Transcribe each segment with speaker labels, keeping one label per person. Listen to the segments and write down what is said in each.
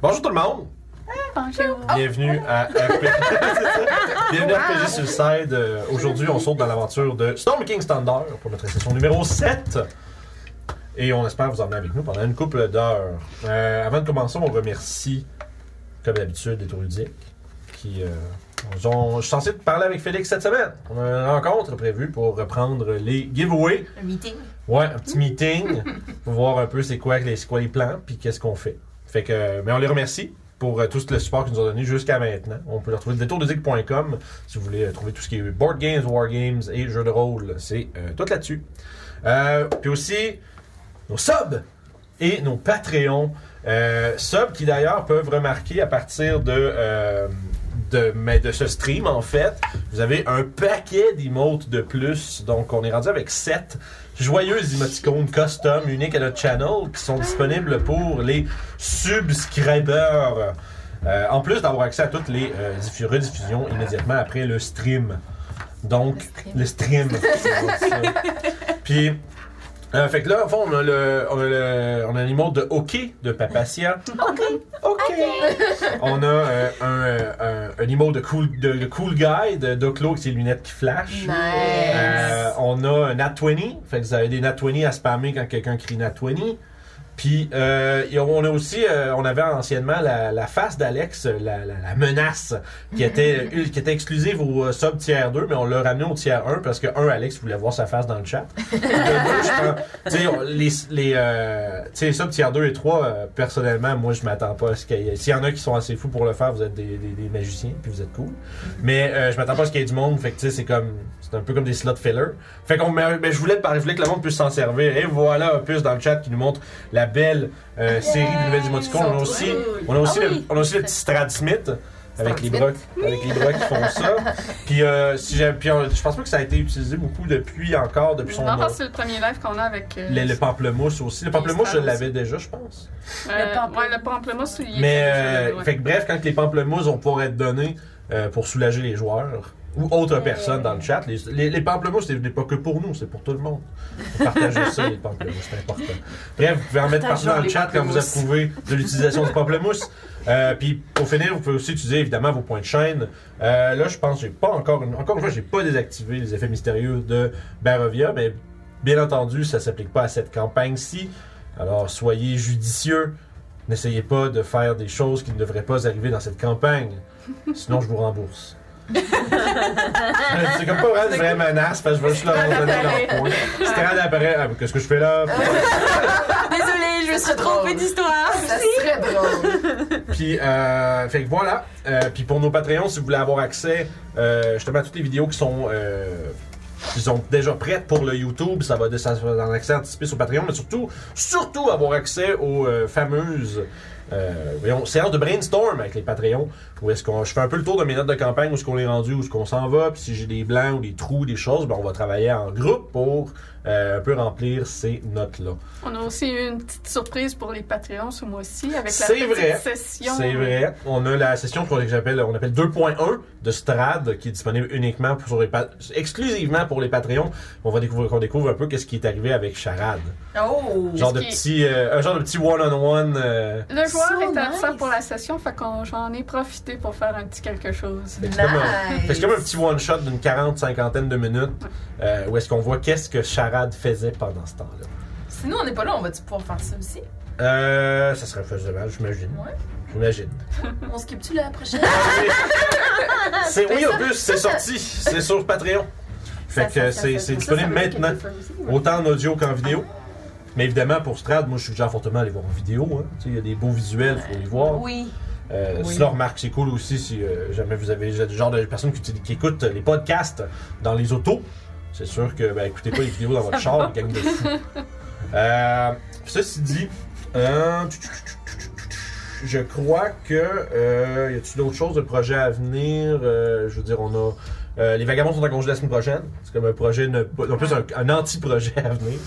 Speaker 1: Bonjour tout le monde!
Speaker 2: Oh. Bonjour.
Speaker 1: Bienvenue à RPG. Bienvenue à RPG Suicide. Euh, Aujourd'hui, on saute dans l'aventure de Storm King Standard pour notre session numéro 7. Et on espère vous emmener avec nous pendant une couple d'heures. Euh, avant de commencer, on remercie, comme d'habitude, les Tourudiques qui. euh, nous ont- je suis censé parler avec Félix cette semaine. On a une rencontre prévue pour reprendre les giveaways.
Speaker 2: Un meeting.
Speaker 1: Ouais, un petit meeting pour voir un peu c'est quoi, les- c'est quoi les plans, puis qu'est-ce qu'on fait. Fait que, mais on les remercie pour euh, tout le support qu'ils nous ont donné jusqu'à maintenant. On peut les retrouver le détourdedic.com si vous voulez euh, trouver tout ce qui est board games, war games et jeux de rôle. C'est euh, tout là-dessus. Euh, puis aussi, nos subs et nos Patreons. Euh, subs qui d'ailleurs peuvent remarquer à partir de, euh, de, mais de ce stream en fait, vous avez un paquet d'emotes de plus. Donc on est rendu avec 7 joyeux émoticônes custom uniques à notre channel qui sont disponibles pour les subscribers. Euh, en plus d'avoir accès à toutes les euh, diffu- rediffusions immédiatement après le stream. Donc, le stream. c'est ça. Puis, euh, fait que là, au fond, on a le, on a le, on a l'image de hockey de Papacia. OK. on a euh, un, un, un emote de cool, de, de cool guy de Doclo avec ses lunettes qui flashent. Euh, on a un Nat 20, fait que vous avez des Nat 20 à spammer quand quelqu'un crie Nat 20. Puis euh, y a- on a aussi, euh, on avait anciennement la, la face d'Alex, la, la- la menace, qui était, euh, qui était exclusive au euh, sub tier 2, mais on l'a ramené au tier 1 parce que, un, Alex voulait voir sa face dans le chat. De deux, je pense- tu sais, on- les, les, euh, tu sais, sub tier 2 et 3, euh, personnellement, moi, je m'attends pas à ce qu'il y ait. S'il y en a qui sont assez fous pour le faire, vous êtes des, des- des magiciens, puis vous êtes cool. Mais euh, je m'attends pas à ce qu'il y ait du monde, fait que tu sais, c'est comme. C'est un peu comme des slot fillers. Fait qu'on. Mais, mais je, voulais, par- je voulais que le monde puisse s'en servir. Et voilà, un puce dans le chat qui nous montre la belle euh, série de nouvelles émoticônes. On a aussi, on a aussi,
Speaker 2: Ah
Speaker 1: le,
Speaker 2: oui.
Speaker 1: on a aussi le petit Strad Smith. Avec les,
Speaker 2: Smith.
Speaker 1: bras, avec les bras qui font ça. Puis, euh, si j'ai- puis on- je pense pas que ça a été utilisé beaucoup depuis encore, depuis son
Speaker 3: Non, parce que c'est le premier live qu'on a avec. euh,
Speaker 1: le, le pamplemousse aussi. Le pamplemousse, je
Speaker 3: Strad
Speaker 1: l'avais déjà, je pense.
Speaker 3: euh,
Speaker 2: Le pamplemousse.
Speaker 3: Ouais, le pamplemousse, il est-
Speaker 1: Mais,
Speaker 3: je
Speaker 1: euh,
Speaker 3: le- ouais.
Speaker 1: fait que bref, quand les pamplemousses vont pouvoir être donnés euh, pour soulager les joueurs ou autres personnes dans le chat, les, les, les pamplemousses, c'est pas que pour nous, c'est pour tout le monde. Partagez ça, les pamplemousses, c'est important. Bref, vous pouvez en mettre partout dans le
Speaker 2: les
Speaker 1: chat quand vous
Speaker 2: pamplemousses.
Speaker 1: approuvez de l'utilisation du pamplemousse. Euh, Puis, pour finir, vous pouvez aussi utiliser évidemment vos points de chaîne. Euh, là, je pense que j'ai pas encore, une, encore une fois, j'ai pas désactivé les effets mystérieux de Barovia, mais bien entendu, ça s'applique pas à cette campagne-ci. Alors, soyez judicieux. N'essayez pas de faire des choses qui ne devraient pas arriver dans cette campagne. Sinon, je vous rembourse. c'est comme pas vraiment une vraie menace, parce que je vais juste leur donner leur point. Strad apparaît. Ah, Qu'est-ce que je fais là?
Speaker 2: Ah, Désolée, je me suis trompée d'histoire.
Speaker 4: Ça serait drôle.
Speaker 1: Puis, euh, fait que voilà. Euh, puis pour nos Patreons, si vous voulez avoir accès euh, justement à toutes les vidéos qui sont, euh, qui sont déjà prêtes pour le YouTube, ça va de- ça va dans l'accès anticipé sur Patreon, mais surtout, surtout avoir accès aux euh, fameuses. euh, voyons, séances de brainstorm avec les Patreons, où est-ce qu'on, je fais un peu le tour de mes notes de campagne, où est-ce qu'on est rendu, où est-ce qu'on s'en va, puis si j'ai des blancs ou des trous, des choses, ben on va travailler en groupe pour euh, un peu remplir ces notes-là.
Speaker 3: On a aussi eu une petite surprise pour les Patreons ce mois-ci avec la
Speaker 1: C'est
Speaker 3: petite
Speaker 1: vrai.
Speaker 3: session.
Speaker 1: C'est vrai. On a la session qu'on appelle, on appelle 2.1 de Strad qui est disponible uniquement pour sur les pa- exclusivement pour les Patreons. On va découvrir qu'on découvre un peu qu'est-ce qui est arrivé avec Charade.
Speaker 4: Oh!
Speaker 1: Genre de
Speaker 3: qui-
Speaker 1: petit euh, un genre de petit euh, one on one
Speaker 3: Le joueur
Speaker 4: So
Speaker 3: est absent
Speaker 4: nice.
Speaker 3: pour la session, fait qu'on j'en ai profité pour faire un petit quelque chose.
Speaker 1: c'est comme un-
Speaker 4: Nice.
Speaker 1: c'est comme un petit one shot d'une 40 cinquantaine de minutes euh, où est-ce qu'on voit qu'est-ce que Charade faisait pendant ce temps-là.
Speaker 4: Si nous, on n'est pas là, on va-tu pouvoir faire ça aussi?
Speaker 1: Euh, ça serait faisable, j'imagine.
Speaker 4: Ouais.
Speaker 1: J'imagine.
Speaker 4: On skip-tu la prochaine?
Speaker 2: Ah
Speaker 1: C'est oui, en plus, c'est sorti, c'est sur Patreon. Fait que c'est c'est disponible maintenant. Autant en audio qu'en vidéo. Mais évidemment, pour Strad, moi, je suggère fortement d'aller voir en vidéo. hein. Tu sais, Il y a des beaux visuels, il faut les voir.
Speaker 4: Oui.
Speaker 1: Euh,
Speaker 4: Oui.
Speaker 1: Cela remarque, c'est cool aussi si euh, jamais vous avez le genre de personnes qui, uti- qui écoutent les podcasts dans les autos. C'est sûr que, ben, écoutez pas les vidéos dans votre char, une gang de fous. Euh, ceci dit, euh, je crois que. euh, y a-tu d'autres choses de projets à venir Euh, Je veux dire, on a. euh, les vagabonds sont en congé la semaine prochaine. C'est comme un projet, ne- en plus un, un anti-projet à venir.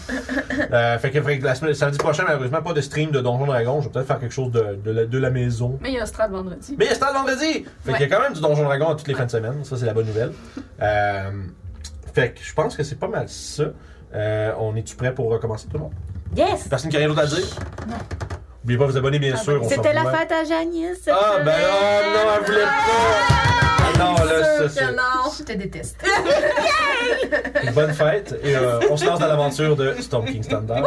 Speaker 1: Euh, fait que, fait que la semaine, samedi prochain, malheureusement, pas de stream de Donjon Dragon. Je vais peut-être faire quelque chose de, de la- de la maison.
Speaker 3: Mais il y a Strad vendredi.
Speaker 1: Mais il y a Stan le vendredi! Fait qu'il y a quand même du Donjon Dragon à toutes les fins de semaine, ça c'est la bonne nouvelle. Euh, fait que je pense que c'est pas mal ça. Euh, on est-tu prêt pour recommencer tout le monde?
Speaker 2: Yes!
Speaker 1: Personne qui a rien d'autre à dire? N'oubliez pas de vous abonner, bien sûr. on
Speaker 2: Ah ben, C'était
Speaker 1: s'en
Speaker 2: la
Speaker 1: revoit.
Speaker 2: fête à Janice. cette
Speaker 1: Ah, ben
Speaker 2: semaine.
Speaker 1: oh, non, elle voulait pas. Ah, non, là, ça,
Speaker 2: Sûr que
Speaker 1: c'est
Speaker 2: non.
Speaker 4: Je te déteste.
Speaker 1: une bonne fête. Et euh, on se lance dans l'aventure de Storm King Standard.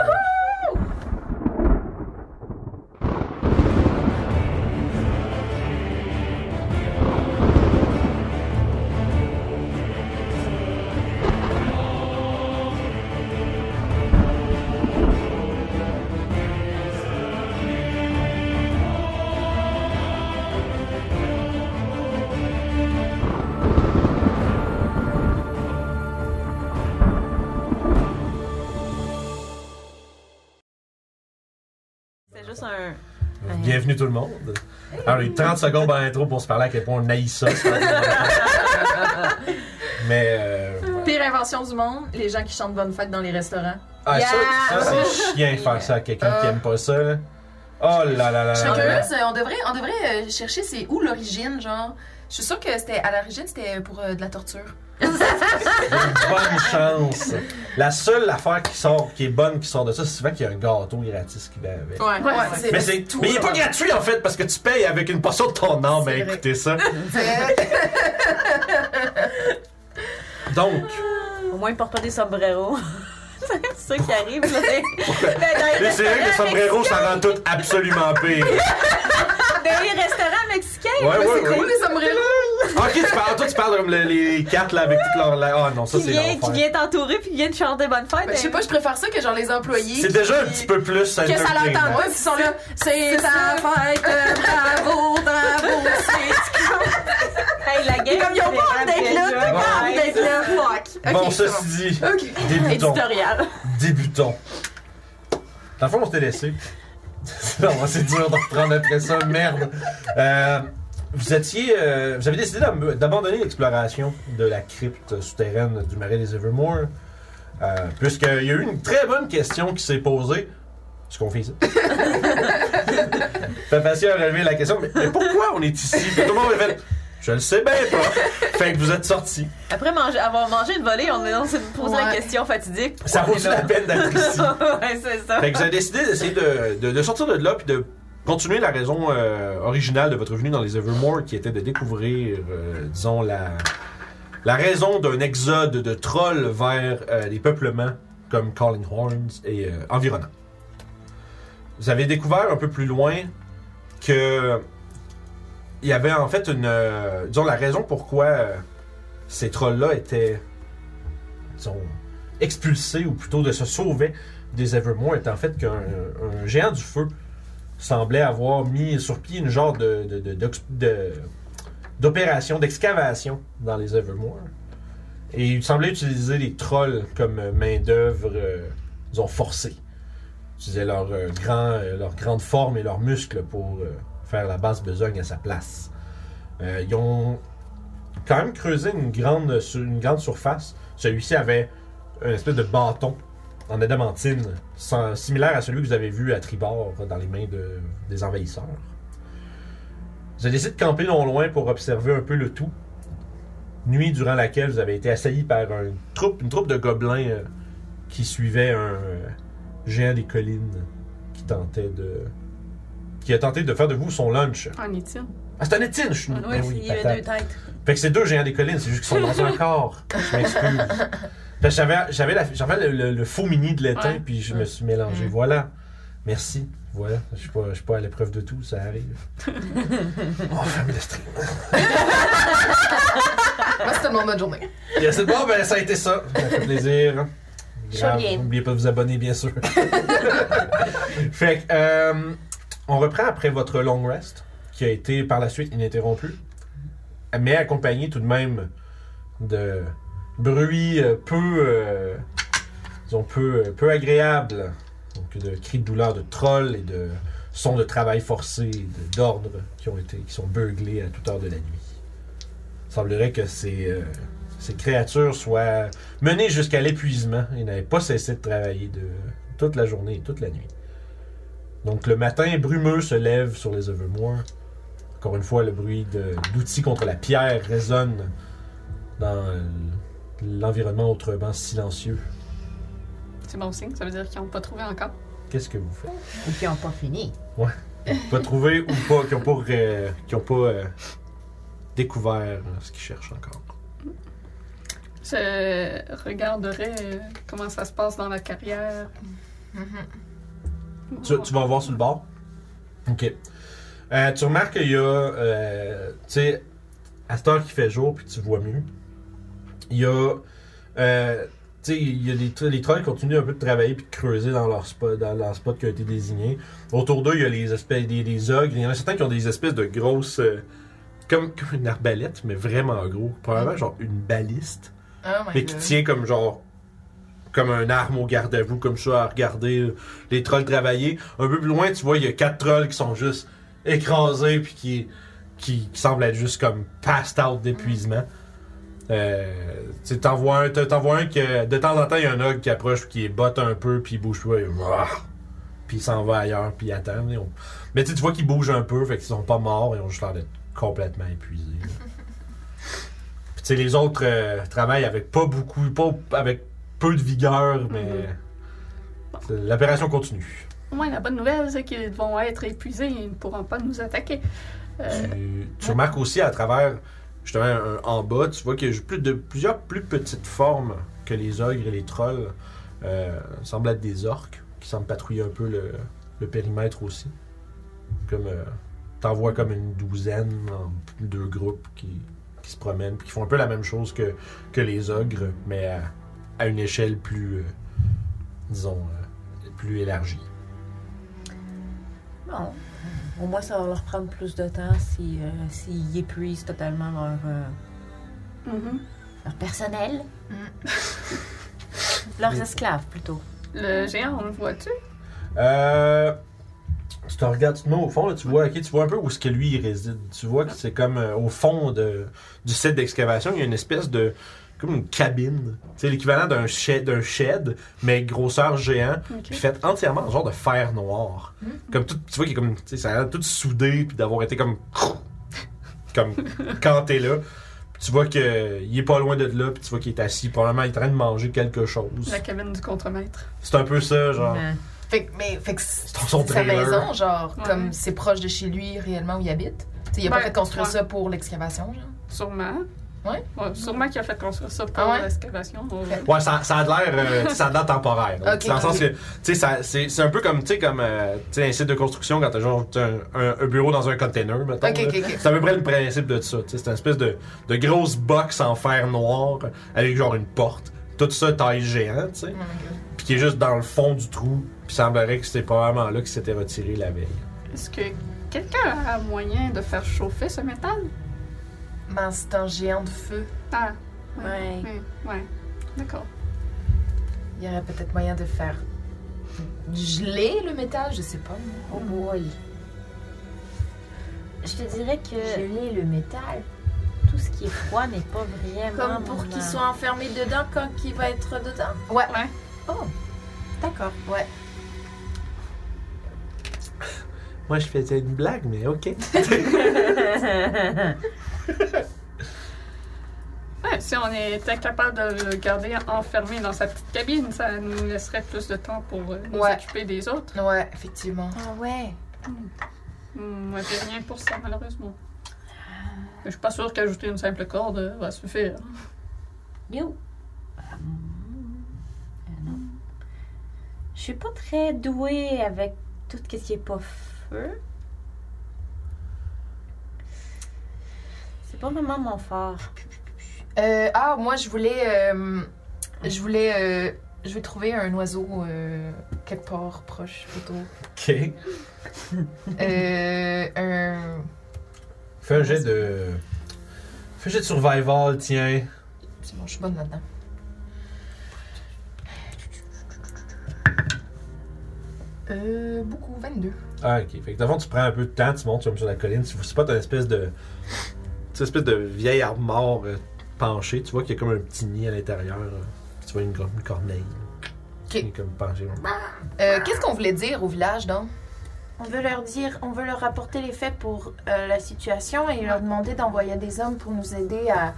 Speaker 1: ben.
Speaker 2: C'est juste un.
Speaker 1: Euh, Bienvenue tout le monde. Alors, il y a eu 30 secondes à l'intro pour se parler à quel point on haït ça. c'est pas grave. Mais. euh, voilà.
Speaker 4: Pire invention du monde, les gens qui chantent bonne fête dans les restaurants.
Speaker 1: Ah, ça,
Speaker 2: Yeah!
Speaker 1: ça, c'est chien faire ça à quelqu'un qui
Speaker 4: Euh.
Speaker 1: aime pas ça. Là. Oh là là là là.
Speaker 4: Je serais
Speaker 1: là.
Speaker 4: curieuse, euh, on devrait, on devrait euh, chercher c'est où l'origine, genre. Je suis sûre que c'était à l'origine c'était pour euh, de la torture.
Speaker 1: bonne chance. La seule affaire qui sort, qui est bonne qui sort de ça, c'est souvent qu'il y a un gâteau gratis qui va avec.
Speaker 2: Ouais.
Speaker 3: Ouais,
Speaker 4: Oh, c'est
Speaker 1: Mais, c'est, mais il est pas gratuit en fait parce que tu payes avec une portion de ton âme à
Speaker 4: C'est vrai.
Speaker 1: écouter ça.
Speaker 4: grave.
Speaker 1: Donc,
Speaker 2: Au moins, ils portent pas des sombreros. c'est ça qui arrive, là.
Speaker 1: pourquoi-
Speaker 2: Ben, dans les
Speaker 1: mais c'est vrai que le
Speaker 2: restaurants
Speaker 1: sombrero, ça rend tout absolument pire.
Speaker 2: mexicains- Dans les restaurants mexicains,
Speaker 1: Ouais,
Speaker 2: là,
Speaker 1: ouais,
Speaker 2: c'est
Speaker 1: ouais.
Speaker 2: connu,
Speaker 4: Où les sombreros?
Speaker 1: Ok, tu parles, toi tu parles comme le- les cartes là avec toute leur. la- Ah non, ça
Speaker 2: Qui
Speaker 1: c'est
Speaker 2: vient, qui
Speaker 1: l'enfer.
Speaker 2: vient t'entourer puis qui vient te chanter bonne fête.
Speaker 4: Ben, je sais pas, je préfère ça que genre les employés.
Speaker 1: C'est déjà un
Speaker 4: qui-
Speaker 1: petit peu plus.
Speaker 4: Que ça
Speaker 1: entertainment.
Speaker 4: l'entende pas, ils sont là. C'est ta fête, euh, bravo, bravo.
Speaker 2: Hey, la game.
Speaker 4: comme ils ont
Speaker 2: pas
Speaker 4: d'être là,
Speaker 1: t'as pas envie
Speaker 2: d'être là.
Speaker 4: Fuck. Ok,
Speaker 1: Bon,
Speaker 4: c'est
Speaker 1: ceci dit,
Speaker 4: Ok.
Speaker 1: débutons.
Speaker 2: Éditorial.
Speaker 1: Débutons. Dans le fond, on s'était laissé. non, c'est dur de reprendre après ça, merde. Euh, vous étiez. euh, vous avez décidé d'ab- d'abandonner l'exploration de la crypte souterraine du marais des Evermore. euh, Puisqu'il y a eu une très bonne question qui s'est posée. Ce qu'on fait ici. fait facile à relever la question. Mais, mais pourquoi on est ici? Puis tout le monde a fait. Je le sais bien pas. Fait que vous êtes sortis.
Speaker 2: Après manger, avoir mangé une volée, on on s'est posé la
Speaker 4: Ouais.
Speaker 2: question fatidique.
Speaker 1: Ça vaut
Speaker 2: Pourquoi on est
Speaker 1: la peine d'être ici.
Speaker 2: là? ouais, c'est ça.
Speaker 1: Fait que vous avez décidé d'essayer de, de- de sortir de là puis de continuer la raison euh, originale de votre venue dans les Evermore qui était de découvrir, euh, disons, la, la raison d'un exode de trolls vers euh, les peuplements comme Calling Horns et euh, environnants. Vous avez découvert un peu plus loin que il y avait en fait une, euh, disons, la raison pourquoi euh, ces trolls-là étaient, disons, expulsés ou plutôt de se sauver des Evermore est en fait qu'un un géant du feu semblait avoir mis sur pied une genre de, de- de- d'ox- de- d'opération, d'excavation dans les Evermore. Et il semblait utiliser les trolls comme main-d'œuvre, euh, disons, forcée. Ils utilisaient leur, euh, grand, euh, leur grande forme et leurs muscles pour euh, faire la basse besogne à sa place. Euh, ils ont quand même creusé une grande, sur- une grande surface. Celui-ci avait une espèce de bâton en adamantine, sans- similaire à celui que vous avez vu à Tribord dans les mains de- des envahisseurs. Vous avez décidé de camper non loin pour observer un peu le tout. Nuit durant laquelle vous avez été assailli par une troupe, une troupe de gobelins euh, qui suivait un euh, géant des collines qui tentait de. qui a tenté de faire de vous son lunch.
Speaker 3: En est-il?
Speaker 1: Ah, c'est un étine, je suis.
Speaker 2: Oui,
Speaker 1: Ben oui,
Speaker 2: il y avait
Speaker 1: patate.
Speaker 2: deux têtes.
Speaker 1: Fait que c'est deux géants des collines, c'est juste qu'ils sont dans un corps. Je m'excuse. Fait que J'avais, j'avais, la- j'avais le, le- le faux mini de l'étain,
Speaker 3: Ouais.
Speaker 1: puis je me suis mélangé. Voilà. Merci. Voilà. Je suis pas, je suis pas à l'épreuve de tout, ça arrive. on ferme le stream.
Speaker 4: Moi, c'était mon mode journée.
Speaker 1: Yes, c'est bon, ben ça a été ça. Ça fait plaisir. hein.
Speaker 2: Chaud
Speaker 1: Grave.
Speaker 2: game.
Speaker 1: N'oubliez pas de vous abonner, bien sûr. fait que, euh, on reprend après votre long rest, qui a été par la suite ininterrompu, mais accompagné tout de même de bruits euh, peu, euh, disons, peu, euh, peu agréables. Donc, de cris de douleur de trolls et de sons de travail forcé, de- d'ordres qui ont été, qui sont beuglés à toute heure de la nuit. Il semblerait que ces, euh, ces créatures soient mené jusqu'à l'épuisement et n'avait pas cessé de travailler de toute la journée et toute la nuit. Donc le matin, brumeux se lève sur les Evermore. Encore une fois, le bruit de- d'outils contre la pierre résonne dans l'environnement autrement silencieux.
Speaker 3: C'est bon signe, ça veut dire qu'ils n'ont pas trouvé encore.
Speaker 1: Qu'est-ce que vous faites?
Speaker 5: Ou qui n'ont pas fini.
Speaker 1: Pas trouvé ou pas, qui n'ont pas, euh, qui ont pas euh, découvert euh, ce qu'ils cherchent encore.
Speaker 3: Je regarderai euh, comment ça se passe dans la carrière.
Speaker 4: Mhm.
Speaker 1: Tu, tu vas voir sur le bord? Ok. Euh, tu remarques qu'il y a. euh, tu sais, à cette heure qui fait jour, puis tu vois mieux, il y a. euh, tu sais, il y a des tr- les trolls continuent un peu de travailler puis de creuser dans leur spot, dans leur spot qui a été désigné. Autour d'eux, il y a les espèces, des, des ogres. Il y en a certains qui ont des espèces de grosses. euh, comme, comme une arbalète, mais vraiment gros. Probablement, genre une baliste.
Speaker 4: Oh my
Speaker 1: Mais qui
Speaker 4: god.
Speaker 1: tient comme genre. Comme un arme au garde-à-vous, comme ça, à regarder les trolls travailler. Un peu plus loin, tu vois, il y a quatre trolls qui sont juste écrasés, puis qui, qui, qui semblent être juste comme passed out d'épuisement. Euh, tu sais, t'en vois un, t'en- t'en vois un que de temps en temps, il y a un ogre qui approche, puis qui les botte un peu, puis il bouge pas, et Ouah puis il s'en va ailleurs, puis il attend. Mais, on- mais tu sais, tu vois qu'ils bougent un peu, fait qu'ils sont pas morts, ils ont juste l'air d'être complètement épuisés. là. Puis tu sais, les autres euh, travaillent avec pas beaucoup, pas avec peu de vigueur, mais c'est- l'opération continue.
Speaker 3: Au moins, la bonne nouvelle, c'est qu'ils vont être épuisés et ils ne pourront pas nous attaquer. Euh,
Speaker 1: Tu, tu remarques aussi à travers, justement, un- en bas, tu vois qu'il y a plus de, plusieurs plus petites formes que les ogres et les trolls. Euh, semblent être des orques qui semblent patrouiller un peu le, le périmètre aussi. Comme euh, t'en vois comme une douzaine en deux groupes qui, qui se promènent, puis qui font un peu la même chose que, que les ogres, mais à, à une échelle plus, euh, disons, euh, plus élargie.
Speaker 5: Bon. Au moins, ça va leur prendre plus de temps s'ils si, euh, s'ils épuisent totalement leur, euh,
Speaker 3: mhm.
Speaker 5: leur personnel.
Speaker 4: Mm.
Speaker 5: Leurs esclaves, plutôt.
Speaker 3: Le géant, on le voit-tu?
Speaker 1: Euh, tu te regardes, tu te mets au fond, là, tu vois, ok, tu vois un peu où ce que lui il réside. Tu vois que c'est comme euh, au fond de, du site d'excavation, il y a une espèce de comme une cabine, c'est l'équivalent d'un shed, d'un shed, mais grosseur géant,
Speaker 3: Ok.
Speaker 1: puis faite entièrement en genre de fer noir, comme tout, tu vois qu'il est comme, tu sais, ça a l'air tout soudé puis d'avoir été comme, comme quand t'es là, Puis tu vois que il est pas loin de là, puis tu vois qu'il est assis, probablement il est en train de manger quelque chose.
Speaker 3: La cabine du contremaître.
Speaker 1: C'est un peu ça, genre.
Speaker 5: Mm.
Speaker 4: Fait que, mais, fait que c'est
Speaker 1: dans son
Speaker 4: sa
Speaker 1: trailer.
Speaker 4: maison, genre,
Speaker 3: Ouais.
Speaker 4: comme c'est proche de chez lui réellement où il habite. T'sais, il a
Speaker 3: Ben,
Speaker 4: pas fait construire
Speaker 3: ouais.
Speaker 4: ça pour l'excavation, genre.
Speaker 3: Sûrement.
Speaker 4: Ouais.
Speaker 3: sûrement qu'il a fait construire ça pour
Speaker 4: Ah ouais?
Speaker 3: l'excavation. On-
Speaker 4: Fait-
Speaker 1: Ouais, ça, ça a de l'air euh, tu sais, ça a de l'air temporaire. là.
Speaker 4: Ok,
Speaker 1: dans le sens
Speaker 4: ok.
Speaker 1: que, tu sais, ça- c'est c'est un peu comme, tu sais, comme euh, tu sais, un site de construction quand t'as genre t'as un, un- un bureau dans un container, mettons.
Speaker 4: Ok,
Speaker 1: là.
Speaker 4: ok, ok.
Speaker 1: C'est à peu près le principe de ça. tu sais. C'est une espèce de, de grosse box en fer noir avec genre une porte. Tout ça taille géant, tu sais.
Speaker 4: Oh my God.
Speaker 1: Puis qui est juste dans le fond du trou. Puis semblerait que c'était probablement là qu'il s'était retiré la veille.
Speaker 3: Est-ce que quelqu'un a moyen de faire chauffer ce métal?
Speaker 4: Man, c'est un géant de feu.
Speaker 3: Ah,
Speaker 5: Ouais.
Speaker 3: oui, ouais. D'accord.
Speaker 4: Il y aurait peut-être moyen de faire geler le métal, je sais pas. moi.
Speaker 5: Oh boy.
Speaker 6: Je te dirais
Speaker 4: Euh,
Speaker 6: que,
Speaker 5: Geler le métal. Tout ce qui est froid n'est pas vraiment.
Speaker 6: comme pour
Speaker 5: mon-
Speaker 6: qu'il soit enfermé dedans quand il va être dedans.
Speaker 5: D'accord.
Speaker 4: Ouais.
Speaker 1: Moi, je faisais une blague, mais ok.
Speaker 3: Ouais, si on était capable de le garder enfermé dans sa petite cabine, ça nous laisserait plus de temps pour euh, nous
Speaker 4: Ouais.
Speaker 3: occuper des autres.
Speaker 4: Ouais, effectivement.
Speaker 6: Ah ouais.
Speaker 3: Hmm, Moi, j'ai rien pour ça, malheureusement.
Speaker 4: Ah.
Speaker 3: Je suis pas sûre qu'ajouter une simple corde euh, va suffire.
Speaker 5: Yo. Euh, non. Je suis pas très douée avec tout ce qui est pas feu. C'est pas vraiment mon fort.
Speaker 4: Euh, ah, moi, je voulais. euh, je voulais. euh, je vais trouver un oiseau euh, quelque part proche, plutôt.
Speaker 1: Ok.
Speaker 4: Euh, un.
Speaker 1: Fais un jet de. Fais un jet de survival, tiens.
Speaker 4: C'est bon, je suis bonne là-dedans. Euh, beaucoup, 22.
Speaker 1: Ah, ok. Fait que d'avant, tu prends un peu de temps, tu montes comme sur la colline. Tu vois pas une espèce de. Cette espèce de vieil arbre mort euh, penché. Tu vois qu'il y a comme un petit nid à l'intérieur. euh, puis tu vois une, gro- une corneille. là, Qui est comme penchée.
Speaker 4: Euh, Qu'est-ce qu'on voulait dire au village, donc?
Speaker 6: On veut leur dire, on veut leur rapporter les faits pour euh, la situation et leur demander d'envoyer des hommes pour nous aider à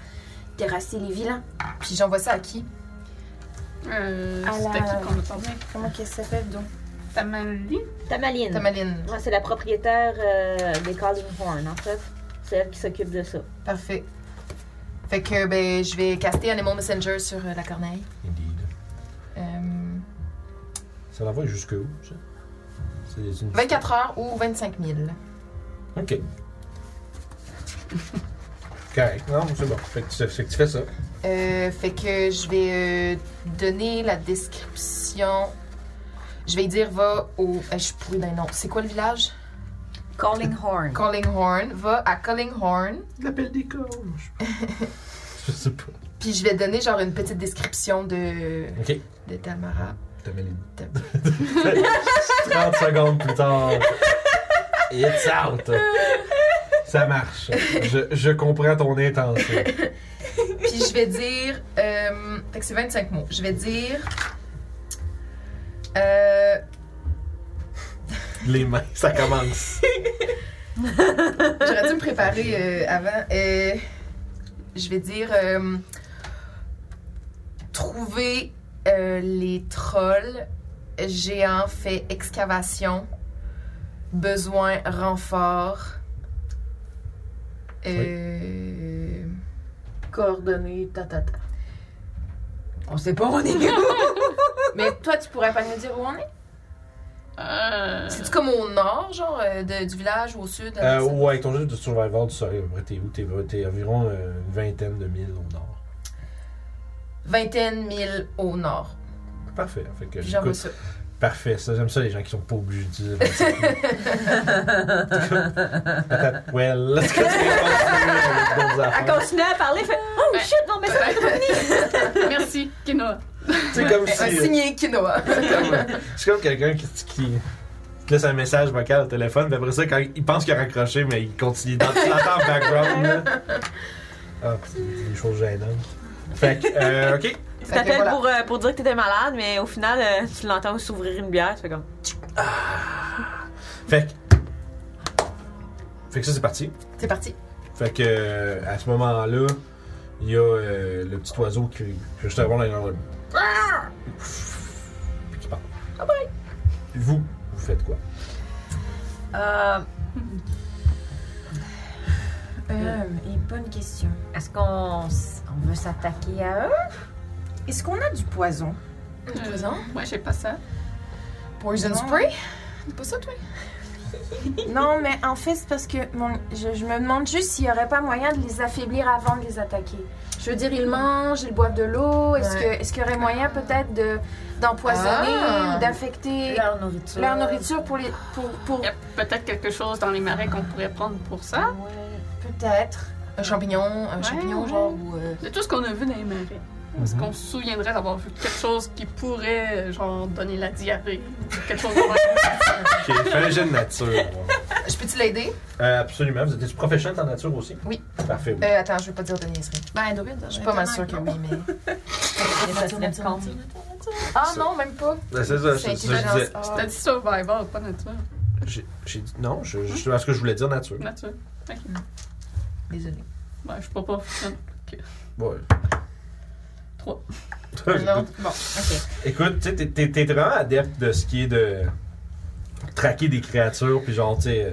Speaker 6: terrasser les vilains.
Speaker 4: Puis j'envoie ça à qui?
Speaker 3: Euh,
Speaker 6: À
Speaker 3: c'est à
Speaker 6: la-
Speaker 3: Euh, qui qu'on a parlé?
Speaker 6: Comment qu'elle s'appelle donc
Speaker 3: Tamali.
Speaker 5: Tamaline.
Speaker 4: Tamaline.
Speaker 5: Ouais, c'est la propriétaire euh, des Calvin Horn, en fait. C'est elle qui s'occupe de ça.
Speaker 4: Parfait. Fait que ben, je vais caster Animal Messenger sur euh, la corneille.
Speaker 1: Indeed.
Speaker 4: Euh,
Speaker 1: Ça l'envoie jusque où, ça? C'est une...
Speaker 4: 24 heures ou 25 000.
Speaker 1: Ok. Correct. Non, c'est bon. Fait que, tu, fait que tu fais ça.
Speaker 4: Euh, fait que je vais euh, donner la description. Je vais dire va au. euh, je suis pourrie d'un nom. C'est quoi le village?
Speaker 5: Callinghorn.
Speaker 4: Callinghorn. Va à Callinghorn.
Speaker 1: L'appel des cornes. Je sais pas.
Speaker 4: Puis je vais donner genre une petite description de,
Speaker 1: Ok.
Speaker 4: de Tamara.
Speaker 1: T'as mis les...
Speaker 4: T'as-
Speaker 1: 30 secondes plus tard. It's out. Ça marche. Je, je comprends ton intention.
Speaker 4: Puis je vais dire. euh, fait que c'est 25 mots. Je vais dire. Euh,
Speaker 1: Les mains, ça commence.
Speaker 4: J'aurais dû me préparer euh, avant. Euh, je vais dire euh, trouver euh, les trolls géants fait excavation besoin renfort. Euh,
Speaker 6: Coordonnées, tatata.
Speaker 2: On sait pas où on est.
Speaker 6: Mais toi, tu pourrais pas nous dire où on est?
Speaker 3: Euh.
Speaker 4: C'est-tu comme au nord, genre, euh, de- du village ou au sud?
Speaker 1: Euh, ouais, ton jeu de survival du soleil, après, t'es où? T'es, t'es environ euh, une vingtaine de milles au nord.
Speaker 4: Vingtaine mille au nord.
Speaker 1: Parfait. Fait que,
Speaker 4: Puis J'envoie
Speaker 1: écoute,
Speaker 4: ça.
Speaker 1: Parfait, ça j'aime ça les gens qui sont pas obligés de dire. ben, Attends, well, let's continue avec d'autres
Speaker 5: Elle
Speaker 1: affaires.
Speaker 5: continue à parler, fait Oh
Speaker 3: Ouais.
Speaker 5: shit, mon message est revenu!
Speaker 3: Merci, Kinoa.
Speaker 1: C'est comme
Speaker 4: Un
Speaker 1: si. euh,
Speaker 4: signé quinoa.
Speaker 1: C'est comme, c'est comme quelqu'un qui, qui te laisse un message vocal au téléphone, puis après ça, quand il pense qu'il a raccroché, mais il continue dans tu l'entends en background. là. Ah, c'est des choses gênantes. Fait que, euh, ok.
Speaker 5: Tu
Speaker 4: Fait que
Speaker 5: t'appelles
Speaker 4: voilà.
Speaker 5: pour, euh, pour dire que t'étais malade, mais au final, euh, tu l'entends s'ouvrir une bière, tu fais comme.
Speaker 1: Fait que. Fait que ça, c'est parti.
Speaker 4: C'est parti.
Speaker 1: Fait que euh, à ce moment-là, il y a euh, le petit oiseau qui qui est juste avant dans le. Puis qui part. Vous, vous faites quoi?
Speaker 5: Euh,
Speaker 6: Euh, et bonne question.
Speaker 5: Est-ce qu'on s- on veut s'attaquer à eux?
Speaker 6: Est-ce qu'on a du poison?
Speaker 3: Euh, moi, j'ai pas ça.
Speaker 4: Poison
Speaker 6: Non.
Speaker 4: spray? C'est pas ça, toi?
Speaker 6: non, mais en fait, c'est parce que mon- je, je me demande juste s'il y aurait pas moyen de les affaiblir avant de les attaquer. Je veux dire, ils mangent, ils boivent de l'eau. Est-ce
Speaker 4: Ouais.
Speaker 6: que- est-ce qu'il y aurait moyen peut-être de d'empoisonner
Speaker 4: Ah.
Speaker 6: ou d'infecter leur,
Speaker 5: Leur nourriture.
Speaker 6: nourriture pour les pour, pour-
Speaker 3: Il y a peut-être quelque chose dans les marais qu'on pourrait prendre pour ça.
Speaker 5: Ouais.
Speaker 6: peut-être Mhm.
Speaker 4: Un champignon, un
Speaker 3: Ouais,
Speaker 4: champignon,
Speaker 3: ouais.
Speaker 4: genre, ou. euh,
Speaker 3: De tout ce qu'on a vu dans les marais. Est-ce qu'on se souviendrait d'avoir vu quelque chose qui pourrait, genre, donner la diarrhée? Quelque chose comme ça.
Speaker 1: Ok, fais un jet de nature.
Speaker 4: Je peux-tu l'aider?
Speaker 1: Euh, absolument. Vous êtes professionnel en nature aussi?
Speaker 4: Oui.
Speaker 1: Parfait. oui.
Speaker 4: Euh, attends, je veux pas dire de niaiserie.
Speaker 6: Ben, Druid,
Speaker 4: Je suis pas mal sûre que oui, mais.
Speaker 5: Mais ça se met compte.
Speaker 4: Ah non, même pas.
Speaker 1: Ben, c'est ça,
Speaker 4: C'est
Speaker 1: c'est ça, je disais.
Speaker 4: intelligence.
Speaker 3: T'as dit survival, pas nature.
Speaker 1: J'ai- J'ai dit non,
Speaker 3: Hein?
Speaker 1: je, je, parce que je voulais dire nature.
Speaker 3: Nature. Ok.
Speaker 4: Désolée.
Speaker 3: Ben, je suis pas professionnelle.
Speaker 1: Ouais.
Speaker 3: Trois.
Speaker 4: Non, bon.
Speaker 1: Écoute, tu sais, t'es- t'es t'es vraiment adepte de ce qui est de traquer des créatures, puis genre, tu sais, euh,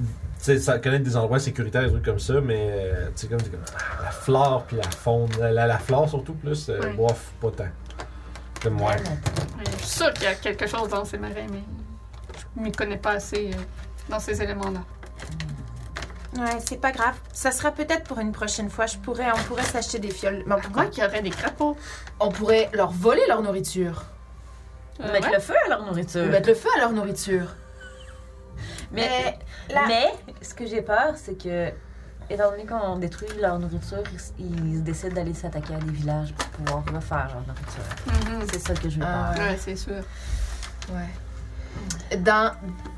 Speaker 1: tu sais, ça- connaître des endroits sécuritaires, des trucs comme ça, mais euh, tu sais, comme, t'es comme, ah, la flore, puis la faune, la, la- la flore surtout, plus, euh,
Speaker 3: Ouais.
Speaker 1: bof, pas tant. Comme moi.
Speaker 3: Ouais, Je suis sûre qu'il y a quelque chose dans ces marais, mais je m'y connais pas assez euh, dans ces éléments-là.
Speaker 6: Ouais, c'est pas grave. Ça sera peut-être pour une prochaine fois. Je pourrais, on pourrait s'acheter des fioles. Mais pourquoi
Speaker 3: Pourquoi qu'il y aurait des crapauds?
Speaker 4: On pourrait leur voler leur nourriture.
Speaker 3: Euh,
Speaker 5: Mettre
Speaker 3: ouais.
Speaker 5: le feu à leur nourriture.
Speaker 4: Ou mettre le feu à leur nourriture.
Speaker 5: Mais,
Speaker 6: la-
Speaker 5: mais ce que j'ai peur, c'est que, étant donné qu'on détruit leur nourriture, ils, ils décident d'aller s'attaquer à des villages pour pouvoir refaire leur nourriture.
Speaker 3: Mhm.
Speaker 5: C'est ça que je veux
Speaker 4: Ah.
Speaker 5: peur.
Speaker 3: Ouais, c'est sûr.
Speaker 4: Ouais. Dans.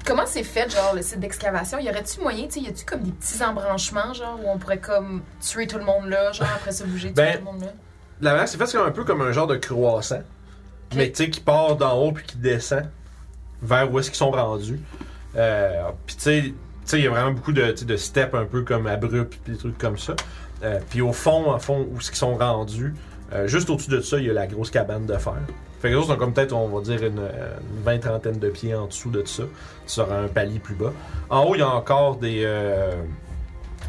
Speaker 4: Comment c'est fait, genre, le site d'excavation? Y aurait-tu moyen, tu sais, y a-tu comme des petits embranchements, genre, où on pourrait comme tuer tout le monde là, genre, après ça bouger, tuer
Speaker 1: Ben,
Speaker 4: tout le monde là?
Speaker 1: La manière que c'est fait, c'est un peu comme un genre de croissant, mais tu sais, qui part d'en haut, puis qui descend vers où est-ce qu'ils sont rendus. Euh, puis tu sais, tu sais, il y a vraiment beaucoup de, tu sais, de steps un peu comme abrupts, puis des trucs comme ça. Euh, puis au fond, au fond, où est-ce qu'ils sont rendus, Euh, juste au-dessus de ça, il y a la grosse cabane de fer. Fait que les autres sont comme peut-être, on va dire, une, euh, une vingt trentaine de pieds en dessous de ça. Tu auras un palier plus bas. En haut, il y a encore des. euh,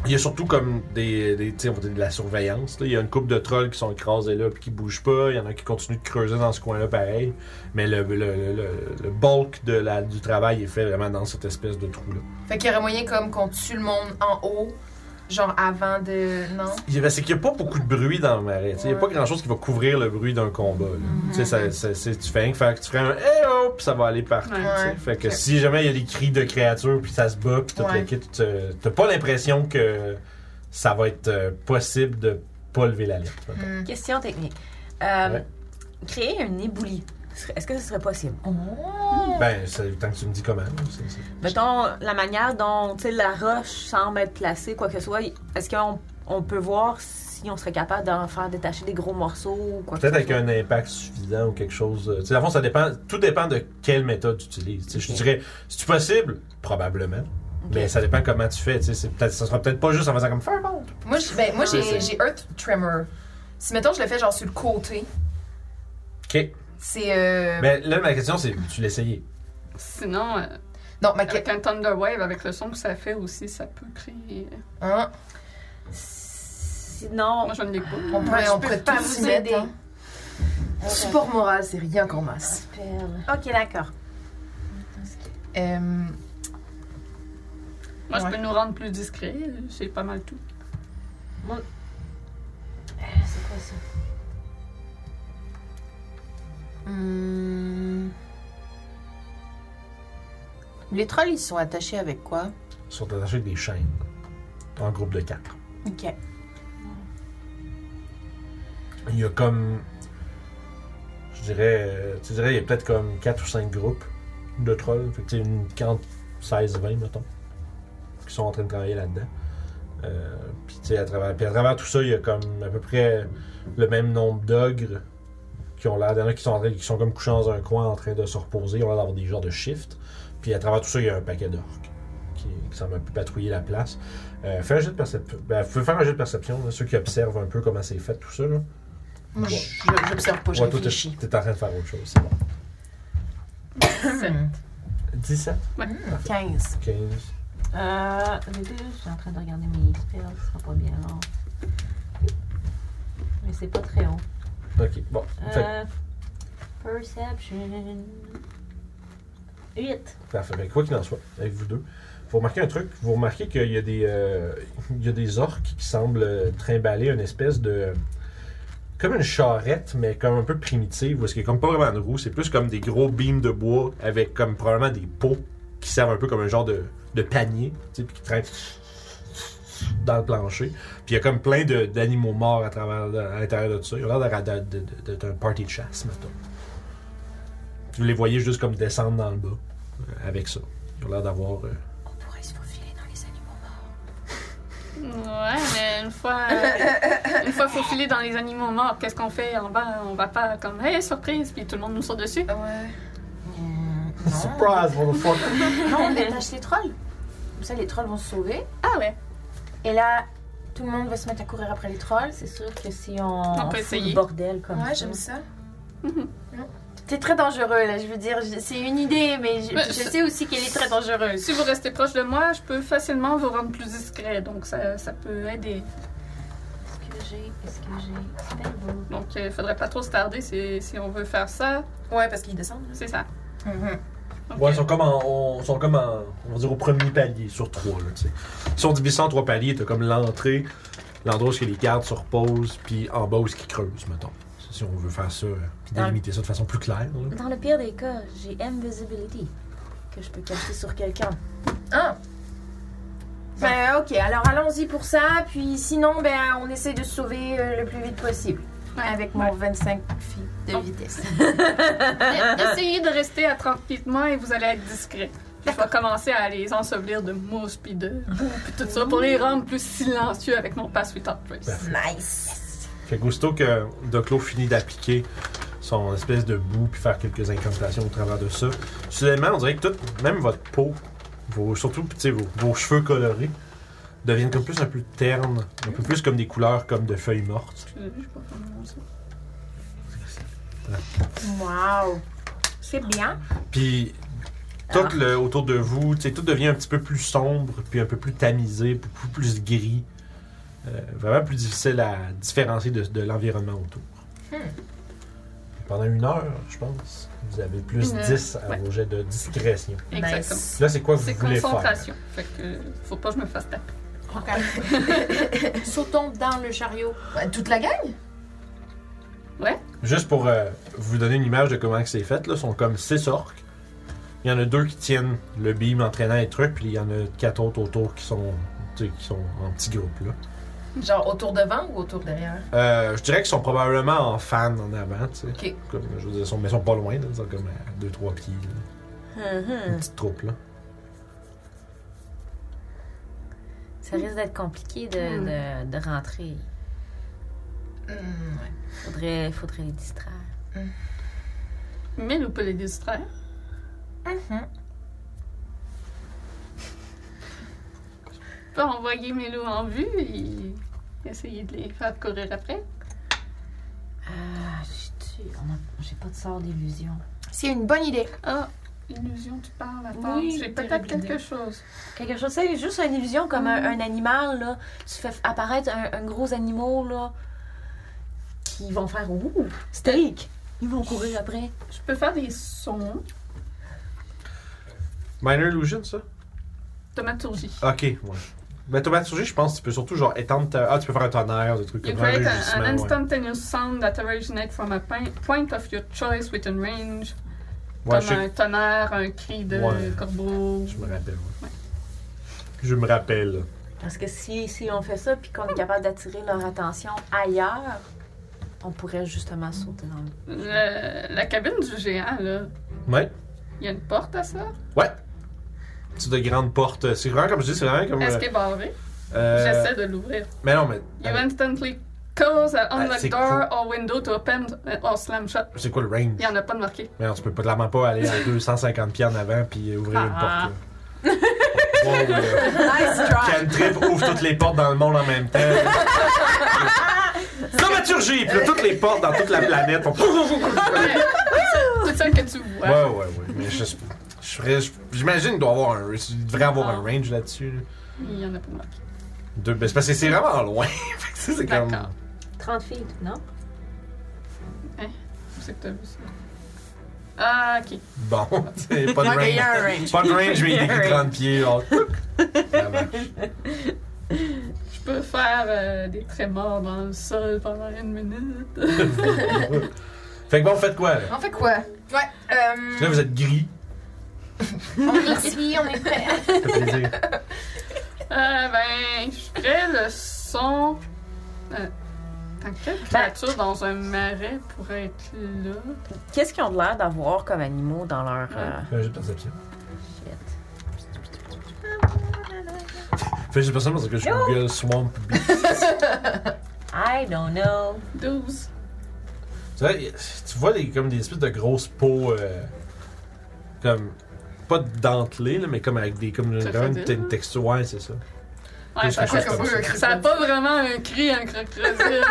Speaker 1: il y a surtout comme des, des tu sais, on va dire de la surveillance. là. Il y a une coupe de trolls qui sont écrasés là puis qui bougent pas. Il y en a qui continuent de creuser dans ce coin-là pareil. Mais le, le, le- le- le bulk de la, du travail est fait vraiment dans cette espèce de trou-là.
Speaker 4: Fait qu'il y aurait moyen comme qu'on tue le monde en haut, genre avant de. Non?
Speaker 1: Il y a- C'est qu'il n'y a pas beaucoup de bruit dans le marais. tu sais. Il n'y a pas grand-chose qui va couvrir le bruit d'un combat. là. Tu sais, ça- ça- c'est- tu fais rien que faire- tu fais un Eh oh! Puis ça va aller partout.
Speaker 3: Ouais.
Speaker 1: tu sais.
Speaker 4: Ouais.
Speaker 1: Fait que
Speaker 4: Ok.
Speaker 1: si jamais il y a des cris de créatures, puis ça se bat, puis tout
Speaker 4: Ouais.
Speaker 1: le kit, tu n'as pas l'impression que ça va être euh, possible de pas lever la lettre.
Speaker 4: Hmm.
Speaker 5: Question technique. Euh,
Speaker 1: Ouais.
Speaker 5: Créer un éboulis, ce serait- est-ce que ce serait possible? Oh.
Speaker 1: Ben, c'est- tant que tu me dis comment. là, c'est- c'est-
Speaker 5: Mettons, la manière dont tu sais, la roche semble être placée, quoi que ce soit, est-ce qu'on on peut voir si on serait capable d'en faire détacher des gros morceaux ou quoi
Speaker 1: Peut-être
Speaker 5: que ce
Speaker 1: avec un impact suffisant ou quelque chose. euh, Tu sais, à fond, ça dépend. Tout dépend de quelle méthode tu utilises. Tu sais, Je te dirais, si tu possible, probablement. Mais ça dépend comment tu fais. Tu sais, c'est peut-être- ça sera peut-être pas juste en faisant comme faire bon.
Speaker 4: Moi, j'ai- ben, moi
Speaker 1: Ouais,
Speaker 4: j'ai j'ai Earth Tremor. Si mettons je le fais genre sur le côté,
Speaker 1: Ok.
Speaker 4: c'est. euh,
Speaker 1: Mais là, ma question, c'est tu l'essayais.
Speaker 3: Sinon, euh,
Speaker 4: Non, ma
Speaker 3: avec un Thunder Wave, avec le son que ça fait aussi, ça peut créer. euh,
Speaker 4: Hein?
Speaker 5: Sinon,
Speaker 3: Moi, je ne l'ai pas.
Speaker 4: On pourrait,
Speaker 6: je
Speaker 4: on
Speaker 6: peux
Speaker 4: pourrait
Speaker 6: pas
Speaker 4: tous s'y
Speaker 6: vous
Speaker 4: mettre.
Speaker 6: aider.
Speaker 4: hein. Support moral, c'est rien qu'en masse.
Speaker 5: Perle.
Speaker 6: Ok, d'accord.
Speaker 4: Euh,
Speaker 3: Moi, je
Speaker 4: Ouais.
Speaker 3: peux nous rendre plus discrets. C'est pas mal tout.
Speaker 5: c'est quoi ça?
Speaker 6: Hmm. Les trolls, ils sont attachés avec quoi
Speaker 1: Ils sont attachés avec des chaînes. En groupe de quatre.
Speaker 6: Ok.
Speaker 1: Il y a comme. Je dirais. euh, Tu dirais, il y a peut-être comme quatre ou cinq groupes de trolls. Fait que c'est une 40, 16, 20, mettons. Qui sont en train de travailler là-dedans. Euh, puis, tu sais, à travers, puis à travers tout ça, il y a comme à peu près le même nombre d'ogres qui ont l'air. Il y en a qui sont, en train- qui sont comme couchés dans un coin en train de se reposer. Ils ont l'air d'avoir des genres de shift. Puis à travers tout ça, il y a un paquet d'orques qui, qui semblent un peu patrouiller la place. Euh, fais un jet de perception. Ben, vous pouvez faire un jet de perception, là, ceux qui observent un peu comment c'est fait tout ça. Là.
Speaker 4: moi,
Speaker 1: Ouais.
Speaker 4: je- je- j'observe pas, je
Speaker 1: Ouais, toi,
Speaker 4: réfléchis.
Speaker 1: t'es- t'es en train de faire autre chose, c'est bon.
Speaker 3: C'est-
Speaker 1: 17,
Speaker 6: 15.
Speaker 1: 15.
Speaker 5: Euh, les deux, je suis en train de regarder mes spells, ce sera pas bien long. Mais c'est pas très haut.
Speaker 1: Ok, bon. Fait que,
Speaker 5: Euh, perception. 8.
Speaker 1: parfait. Ben, quoi qu'il en soit, avec vous deux, vous remarquez un truc. Vous remarquez qu'il y a des, euh, il y a des orques qui semblent euh, trimballer une espèce de. Comme une charrette, mais comme un peu primitive, parce qu'il n'y a comme pas vraiment de roues, c'est plus comme des gros beams de bois avec comme probablement des pots qui servent un peu comme un genre de, de panier, tu sais, puis qui traînent dans le plancher. Puis il y a comme plein de- d'animaux morts à travers à l'intérieur de ça. Il a l'air d'un de, de- de- d'un party de chasse, mettons. Vous les voyez juste comme descendre dans le bas euh, avec ça. Ils ont l'air d'avoir. euh,
Speaker 5: On pourrait se faufiler dans les animaux.
Speaker 3: Ouais, mais une fois, une fois faufilé dans les animaux morts, qu'est-ce qu'on fait en bas On va pas comme hey surprise, puis tout le monde nous saute dessus.
Speaker 4: Ouais.
Speaker 1: Surprise, motherfucker!
Speaker 6: Non, on détache les trolls. Comme ça, les trolls vont se sauver.
Speaker 3: Ah ouais.
Speaker 6: Et là, tout le monde va se mettre à courir après les trolls.
Speaker 5: C'est sûr que si on,
Speaker 3: peut
Speaker 5: fout
Speaker 3: essayer.
Speaker 5: le bordel comme
Speaker 4: Ouais,
Speaker 5: ça.
Speaker 4: j'aime ça.
Speaker 6: C'est très dangereux, là, je veux dire. je- C'est une idée, mais je,
Speaker 3: Mais
Speaker 6: je
Speaker 3: c'est-
Speaker 6: sais aussi qu'elle est très dangereuse.
Speaker 3: Si vous restez proche de moi, je peux facilement vous rendre plus discret, donc ça, ça peut aider.
Speaker 5: Est-ce que j'ai. Est-ce que j'ai. Spellbook.
Speaker 3: Donc il faudrait pas trop se tarder si, si on veut faire ça.
Speaker 4: Ouais, parce qu'ils descendent. là.
Speaker 3: C'est ça.
Speaker 4: Mhm.
Speaker 3: Donc,
Speaker 1: Ouais, ils
Speaker 3: euh,
Speaker 1: sont comme, en, on, sont comme en- on va dire au premier palier sur trois, là, tu sais. Ils sont divisés en trois paliers, t'as comme l'entrée, l'endroit où est-ce que les gardes se reposent, puis en bas où est-ce qu'ils creusent, mettons. Si on veut faire ça, euh, puis
Speaker 5: Dans le-
Speaker 1: délimiter ça de façon plus claire. là.
Speaker 5: Dans le pire des cas, j'ai invisibility que je peux cacher sur quelqu'un.
Speaker 4: Ah!
Speaker 6: Ben, ok, alors allons-y pour ça. Puis sinon, ben, on essaie de se sauver euh, le plus vite possible.
Speaker 3: Ouais.
Speaker 6: Avec mon 25 filles de vitesse.
Speaker 3: Essayez de rester à 30 pieds de moi et vous allez être discret. Puis je vais commencer à les ensevelir de mousse puis de boue puis tout ça pour les rendre plus silencieux avec mon pass without trace.
Speaker 1: Parfait.
Speaker 6: Nice.
Speaker 1: Fait que aussitôt que Doclo finit d'appliquer son espèce de bout puis faire quelques incantations au travers de ça, soudainement, on dirait que tout, même votre peau, vos, surtout tu sais, vos, vos cheveux colorés, deviennent comme plus un peu ternes, un peu plus comme des couleurs comme de feuilles mortes.
Speaker 3: Je- je sais pas comment on dit.
Speaker 6: Wow. C'est bien.
Speaker 1: Puis tout
Speaker 3: Ah.
Speaker 1: le, autour de vous, tu sais, tout devient un petit peu plus sombre, puis un peu plus tamisé, beaucoup plus gris. Euh, vraiment plus difficile à différencier de, de l'environnement autour.
Speaker 4: Hmm.
Speaker 1: Pendant une heure, je pense, vous avez plus
Speaker 3: Une heure,
Speaker 1: 10 à
Speaker 3: ouais.
Speaker 1: vos jets de discrétion.
Speaker 3: Exactement.
Speaker 5: Nice.
Speaker 1: Là, c'est quoi que vous
Speaker 3: C'est
Speaker 1: voulez faire?
Speaker 3: concentration. Fait que faut pas que je me fasse taper.
Speaker 2: Sautons dans le chariot.
Speaker 4: Ouais, Ben, Toute la gang?
Speaker 1: Juste pour euh, vous donner une image de comment que c'est fait, là, sont comme 6 orques. Il y en a deux qui tiennent le beam entraînant les trucs, puis il y en a quatre autres autour qui sont, tu sais, qui sont en petits groupes. Là.
Speaker 4: Genre autour devant ou autour derrière?
Speaker 1: Euh, je dirais qu'ils sont probablement en fan en avant, tu sais.
Speaker 4: Ok.
Speaker 1: Comme, je veux dire, ils sont, mais ils sont pas loin, là, ils sont comme à 2-3 pieds. là. Une
Speaker 3: Hein.
Speaker 5: Mhm.
Speaker 1: petite troupe, là.
Speaker 5: Ça risque d'être compliqué de, de, de rentrer.
Speaker 4: Hmm, ouais.
Speaker 5: Faudrait, faudrait les distraire.
Speaker 3: Mais nous peut les distraire. Mm-hmm. Je peux envoyer mes loups en vue et essayer de les faire courir après.
Speaker 5: Ah, j'ai tu- on a- j'ai pas de sort d'illusion.
Speaker 6: C'est une bonne idée.
Speaker 3: Ah, illusion, tu parles. Attends,
Speaker 5: Oui,
Speaker 3: j'ai peut-être
Speaker 4: terrible
Speaker 3: quelque chose.
Speaker 5: Quelque chose, c'est juste une illusion comme un, un animal, là. Tu fais apparaître un, un gros animal, là, qui vont faire ouh, steak. Ils vont courir après.
Speaker 3: Je peux faire des sons.
Speaker 1: Minor Illusion, ça?
Speaker 3: Thaumaturgie.
Speaker 1: Ok, ouais. Ben, thaumaturgie, je pense, que tu peux surtout genre étendre ta. Ah, tu peux faire un tonnerre, des trucs
Speaker 3: You
Speaker 1: comme
Speaker 3: create a-
Speaker 1: rugissement,
Speaker 3: an
Speaker 1: ouais.
Speaker 3: instantaneous sound that originates from a pin- point of your choice within range,
Speaker 1: Ouais, je,
Speaker 3: comme un
Speaker 1: sais
Speaker 3: tonnerre, un cri de
Speaker 1: Ouais.
Speaker 3: corbeau.
Speaker 1: que- je me rappelle, ouais. Je me rappelle.
Speaker 5: Parce que si, si on fait ça puis qu'on est capable d'attirer leur attention ailleurs, on pourrait justement sauter dans le.
Speaker 3: Le- la cabine du géant, là,
Speaker 1: Ouais.
Speaker 3: il y a une porte à ça?
Speaker 1: Ouais. C'est de grandes portes. C'est vraiment comme je dis, c'est vraiment comme.
Speaker 3: Est-ce
Speaker 1: euh,
Speaker 3: qu'elle est barrée?
Speaker 1: euh,
Speaker 3: J'essaie de l'ouvrir.
Speaker 1: Mais non, mais. euh,
Speaker 3: You instantly cause an unlock
Speaker 1: ah, c'est
Speaker 3: door or window to open or slam shut.
Speaker 1: C'est quoi le range?
Speaker 3: Il n'y en a pas de marqué.
Speaker 1: Mais non, tu peux pas, clairement pas aller à 250 pieds en avant puis ouvrir une
Speaker 3: Ah.
Speaker 1: porte. Là. Wow, là.
Speaker 5: Nice try!
Speaker 1: Cantrip ouvre toutes les portes dans le monde en même temps. Dramaturgie! Puis là, toutes les portes dans toute la planète font.
Speaker 3: C'est ça que tu vois.
Speaker 1: Ouais, ouais, ouais. Mais je, je ferais- je- j'imagine qu'il doit avoir un. Il devrait avoir un range là-dessus. là.
Speaker 3: Il n'y en a pas de marqué.
Speaker 1: Deux- ben, c'est parce que c'est vraiment loin. Fait que ça, c'est comme.
Speaker 3: D'accord.
Speaker 5: 30 filles, non?
Speaker 3: Où c'est que t'as vu ça? Ah, ok.
Speaker 1: Bon, t'sais, pas de range. Pas de range, mais il écrit 30 pieds. genre. Ça marche.
Speaker 3: Je peux faire euh, des trémors dans le sol pendant une minute. Euh,
Speaker 1: fait que bon, faites quoi, là?
Speaker 4: On fait euh, quoi?
Speaker 6: Ouais.
Speaker 1: Parce que Là, vous êtes gris.
Speaker 6: Merci, on est prêts.
Speaker 1: Ça fait plaisir.
Speaker 3: Euh, ben, je ferais le son. Euh, tant
Speaker 5: Ben,
Speaker 3: que quelle créature dans un marais pourrait être là?
Speaker 5: Qu'est-ce qu'ils ont de l'air d'avoir comme animaux dans leur. euh,
Speaker 1: Fais un jeu de perception.
Speaker 5: shit?
Speaker 1: Fais un jeu de perception parce que je Google Swamp Bee.
Speaker 5: I don't know.
Speaker 3: 12.
Speaker 1: Tu vois, y- tu vois des, comme des espèces de grosses peaux. euh, comme. Pas dentelées, là, mais comme avec des. Comme une,
Speaker 3: Ça fait
Speaker 1: vraiment une
Speaker 3: dire.
Speaker 1: te- une texture. Ouais, c'est ça.
Speaker 3: Ouais, ça
Speaker 1: Quelque chose
Speaker 3: fait-
Speaker 1: comme ça.
Speaker 3: ça n'a pas vraiment un cri, un crocodile.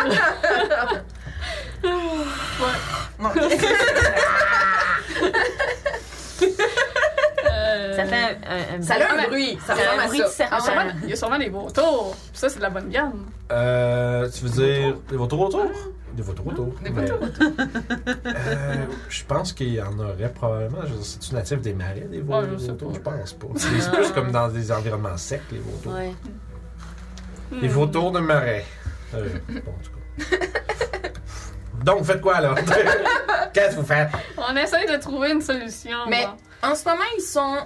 Speaker 3: Euh,
Speaker 5: Ça fait un. un-
Speaker 4: Ça a
Speaker 5: un
Speaker 4: un bruit.
Speaker 5: Ça
Speaker 4: Ça
Speaker 5: fait
Speaker 4: ressemble
Speaker 5: un
Speaker 4: à
Speaker 5: bruit de
Speaker 4: ça.
Speaker 3: Il y a sûrement-
Speaker 5: serpent.
Speaker 3: il y a sûrement des vautours. Ça, c'est de la bonne gamme.
Speaker 1: Euh, tu veux dire des vautours autour? Des vautours autour.
Speaker 4: Des
Speaker 1: mais-
Speaker 4: vautours
Speaker 1: Euh, je pense qu'il y en aurait probablement. Je veux dire, C'est-tu natif des marais, des vau-
Speaker 3: Ah, je sais
Speaker 1: vautours?
Speaker 3: pas.
Speaker 1: Je pense pas. C'est plus comme dans des environnements secs, les vautours.
Speaker 5: Ouais.
Speaker 3: Hmm.
Speaker 1: Les vautours de marais. Euh, bon, en tout cas. Donc, faites quoi, là? Qu'est-ce que vous faites?
Speaker 3: On essaye de trouver une solution.
Speaker 6: Mais-
Speaker 3: bon.
Speaker 6: En ce moment, ils sont.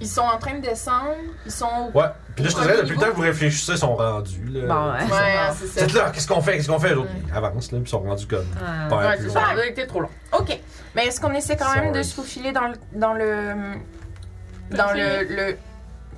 Speaker 6: Ils sont en train de descendre. Ils sont.
Speaker 1: Ouais. Puis là, je te dirais,
Speaker 6: Premier
Speaker 1: depuis le
Speaker 6: niveau.
Speaker 1: temps que vous réfléchissez, ils sont rendus. Là.
Speaker 5: Bon, ouais.
Speaker 1: Ils sont-
Speaker 4: Ouais, c'est ça.
Speaker 1: Vous êtes là, qu'est-ce qu'on fait? Qu'est-ce qu'on fait? L'autre, avance, là, puis ils sont rendus comme.
Speaker 5: Ah.
Speaker 1: pas
Speaker 4: Ouais,
Speaker 1: plus
Speaker 4: c'est
Speaker 1: loin.
Speaker 4: ça. Ça a été trop long.
Speaker 6: Ok. Mais est-ce qu'on essaie quand même de
Speaker 1: Sorry.
Speaker 6: se faufiler dans le. Dans le. Dans le. le...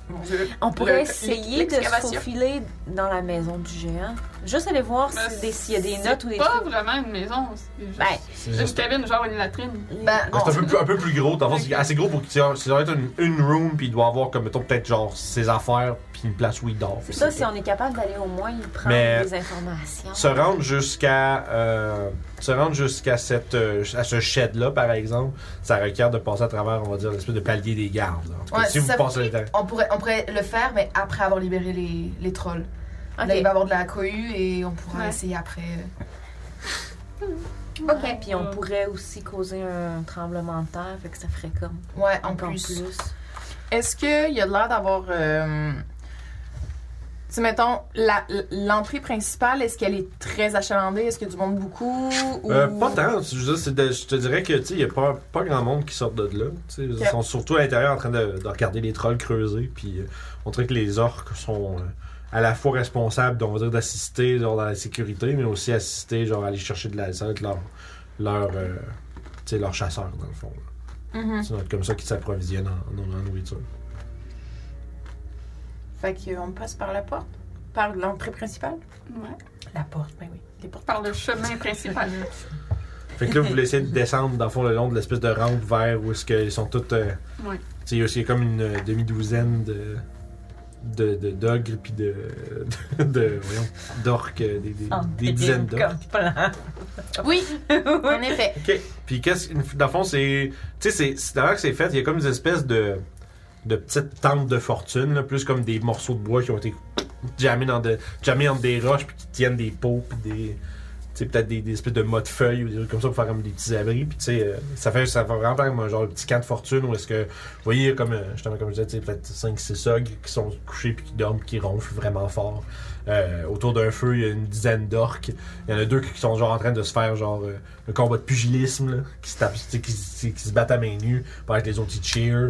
Speaker 6: Mon Dieu.
Speaker 5: On pourrait
Speaker 6: Le-
Speaker 5: essayer de se
Speaker 6: l'excavation.
Speaker 5: faufiler dans la maison du géant. Juste aller voir
Speaker 3: Ben,
Speaker 5: si des- s'il y a des
Speaker 3: c'est
Speaker 5: notes ou des
Speaker 3: pas
Speaker 5: trucs.
Speaker 3: vraiment une maison. C'est juste
Speaker 5: Ben,
Speaker 1: C'est
Speaker 3: une
Speaker 1: juste-
Speaker 3: cabine, genre une latrine.
Speaker 4: Ben,
Speaker 1: Ouais, C'est un peu, plus- un peu plus gros. Dans le fond, c'est assez gros pour que tu aies- ça doit être une, une room, puis il doit avoir, comme, mettons, peut-être genre ses affaires, puis une place où il dort.
Speaker 5: c'est ça, si on est capable d'aller au moins y prendre
Speaker 1: Mais-
Speaker 5: des informations.
Speaker 1: Se rendre jusqu'à. euh, se rendre jusqu'à cette, euh, à ce shed-là, par exemple, ça requiert de passer à travers, on va dire, l'espèce de palier des gardes. là. En tout cas,
Speaker 4: Ouais,
Speaker 1: si vous
Speaker 4: ça-
Speaker 1: passez à l'intérieur.
Speaker 4: On pourrait, on pourrait le faire, mais après avoir libéré les, les trolls. Là, il va y avoir de la cohue et on pourra
Speaker 3: Ouais.
Speaker 4: essayer après.
Speaker 5: Ok. Puis on pourrait aussi causer un tremblement de terre, fait que ça ferait comme
Speaker 4: Ouais, en
Speaker 5: encore
Speaker 4: plus.
Speaker 5: plus.
Speaker 7: Est-ce qu'il y a de l'air d'avoir. euh, tu sais, mettons, la- l'entrée principale, est-ce qu'elle est très achalandée? Est-ce qu'il y a du monde beaucoup? Ou...
Speaker 1: Euh, pas tant. Je, veux dire, c'est de- je te dirais que tu sais, il y a pas, pas grand monde qui sort de là. tu sais. Ils
Speaker 7: Ok.
Speaker 1: sont surtout à l'intérieur en train de, de regarder les trolls creuser. Puis euh, on dirait que les orques sont euh, à la fois responsables, on va dire, d'assister genre, dans la sécurité, mais aussi assister, genre, à aller chercher de la ça va être leur, leur, euh, tu sais, leur chasseur, dans le fond. là.
Speaker 7: Mhm.
Speaker 1: C'est notre- comme ça qu'ils s'approvisionnent en, en- en nourriture.
Speaker 7: Fait qu'on passe par la porte? Par l'entrée principale?
Speaker 3: Ouais.
Speaker 7: La porte, ben oui. Les portes.
Speaker 3: Par le chemin principal.
Speaker 1: Fait que là, vous voulez essayer de descendre, dans le fond, le long de l'espèce de rampe vers où est-ce qu'ils sont tous... euh,
Speaker 3: Ouais.
Speaker 1: Tu sais, il y a aussi comme une euh, demi-douzaine de... De, de, d'ogres puis de, de, de- voyons, d'orques, euh, des, des,
Speaker 5: Ah,
Speaker 1: des dizaines d'orques.
Speaker 6: Oui, en effet.
Speaker 1: OK. Puis qu'est-ce que- dans le fond, c'est... Tu sais, c'est, c'est d'ailleurs que c'est fait, il y a comme des espèces de, de petites tentes de fortune, là, plus comme des morceaux de bois qui ont été jammés dans de, jammés entre des roches puis qui tiennent des pots puis des... Tu sais, peut-être des, des espèces de mots de feuilles ou des trucs comme ça pour faire comme des petits abris. Puis, tu sais, euh, ça fait, ça fait vraiment comme un genre de petit camp de fortune où est-ce que, vous voyez, il y a comme, euh, justement, comme je disais, tu sais, peut-être 5-6 ogres qui sont couchés puis qui dorment, qui ronflent vraiment fort. Euh, autour d'un feu, il y a une dizaine d'orques. Il y en a deux qui sont genre en train de se faire genre euh, le combat de pugilisme, là, qui, se tapent, tu sais, qui, se- qui se battent à main nue, pendant que les autres ils cheer.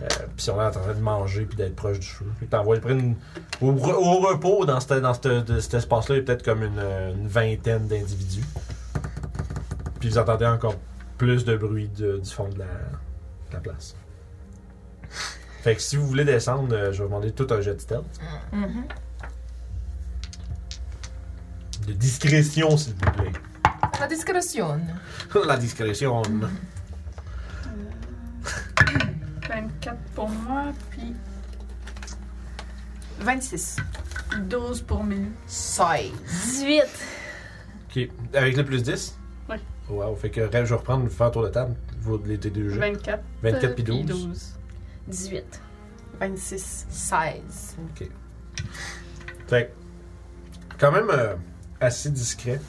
Speaker 1: Euh, puis on est en train de manger puis d'être proche du feu. Fait que t'envoies près une- au, re- au repos dans, cette- dans cette- de- cet espace-là, il y a peut-être comme une, euh, une vingtaine d'individus. Puis vous entendez encore plus de bruit de- du fond de la, de la place. Fait que si vous voulez descendre, euh, je vais vous demander tout un jet de stealth. De discrétion, s'il vous plaît.
Speaker 4: La discrétion.
Speaker 1: La discrétion.
Speaker 3: 24 pour moi, puis
Speaker 7: 26.
Speaker 3: 12 pour Milu.
Speaker 4: 16.
Speaker 5: 18.
Speaker 1: Ok. Avec le plus 10
Speaker 3: Oui.
Speaker 1: Wow. Fait que rêve, je vais reprendre, vous faire un tour de table. Vous les tes deux jeux.
Speaker 3: 24.
Speaker 1: 24 puis
Speaker 3: euh, puis
Speaker 1: 12.
Speaker 5: 18.
Speaker 7: 26.
Speaker 4: 16.
Speaker 1: Ok. Fait que, quand même euh, assez discret.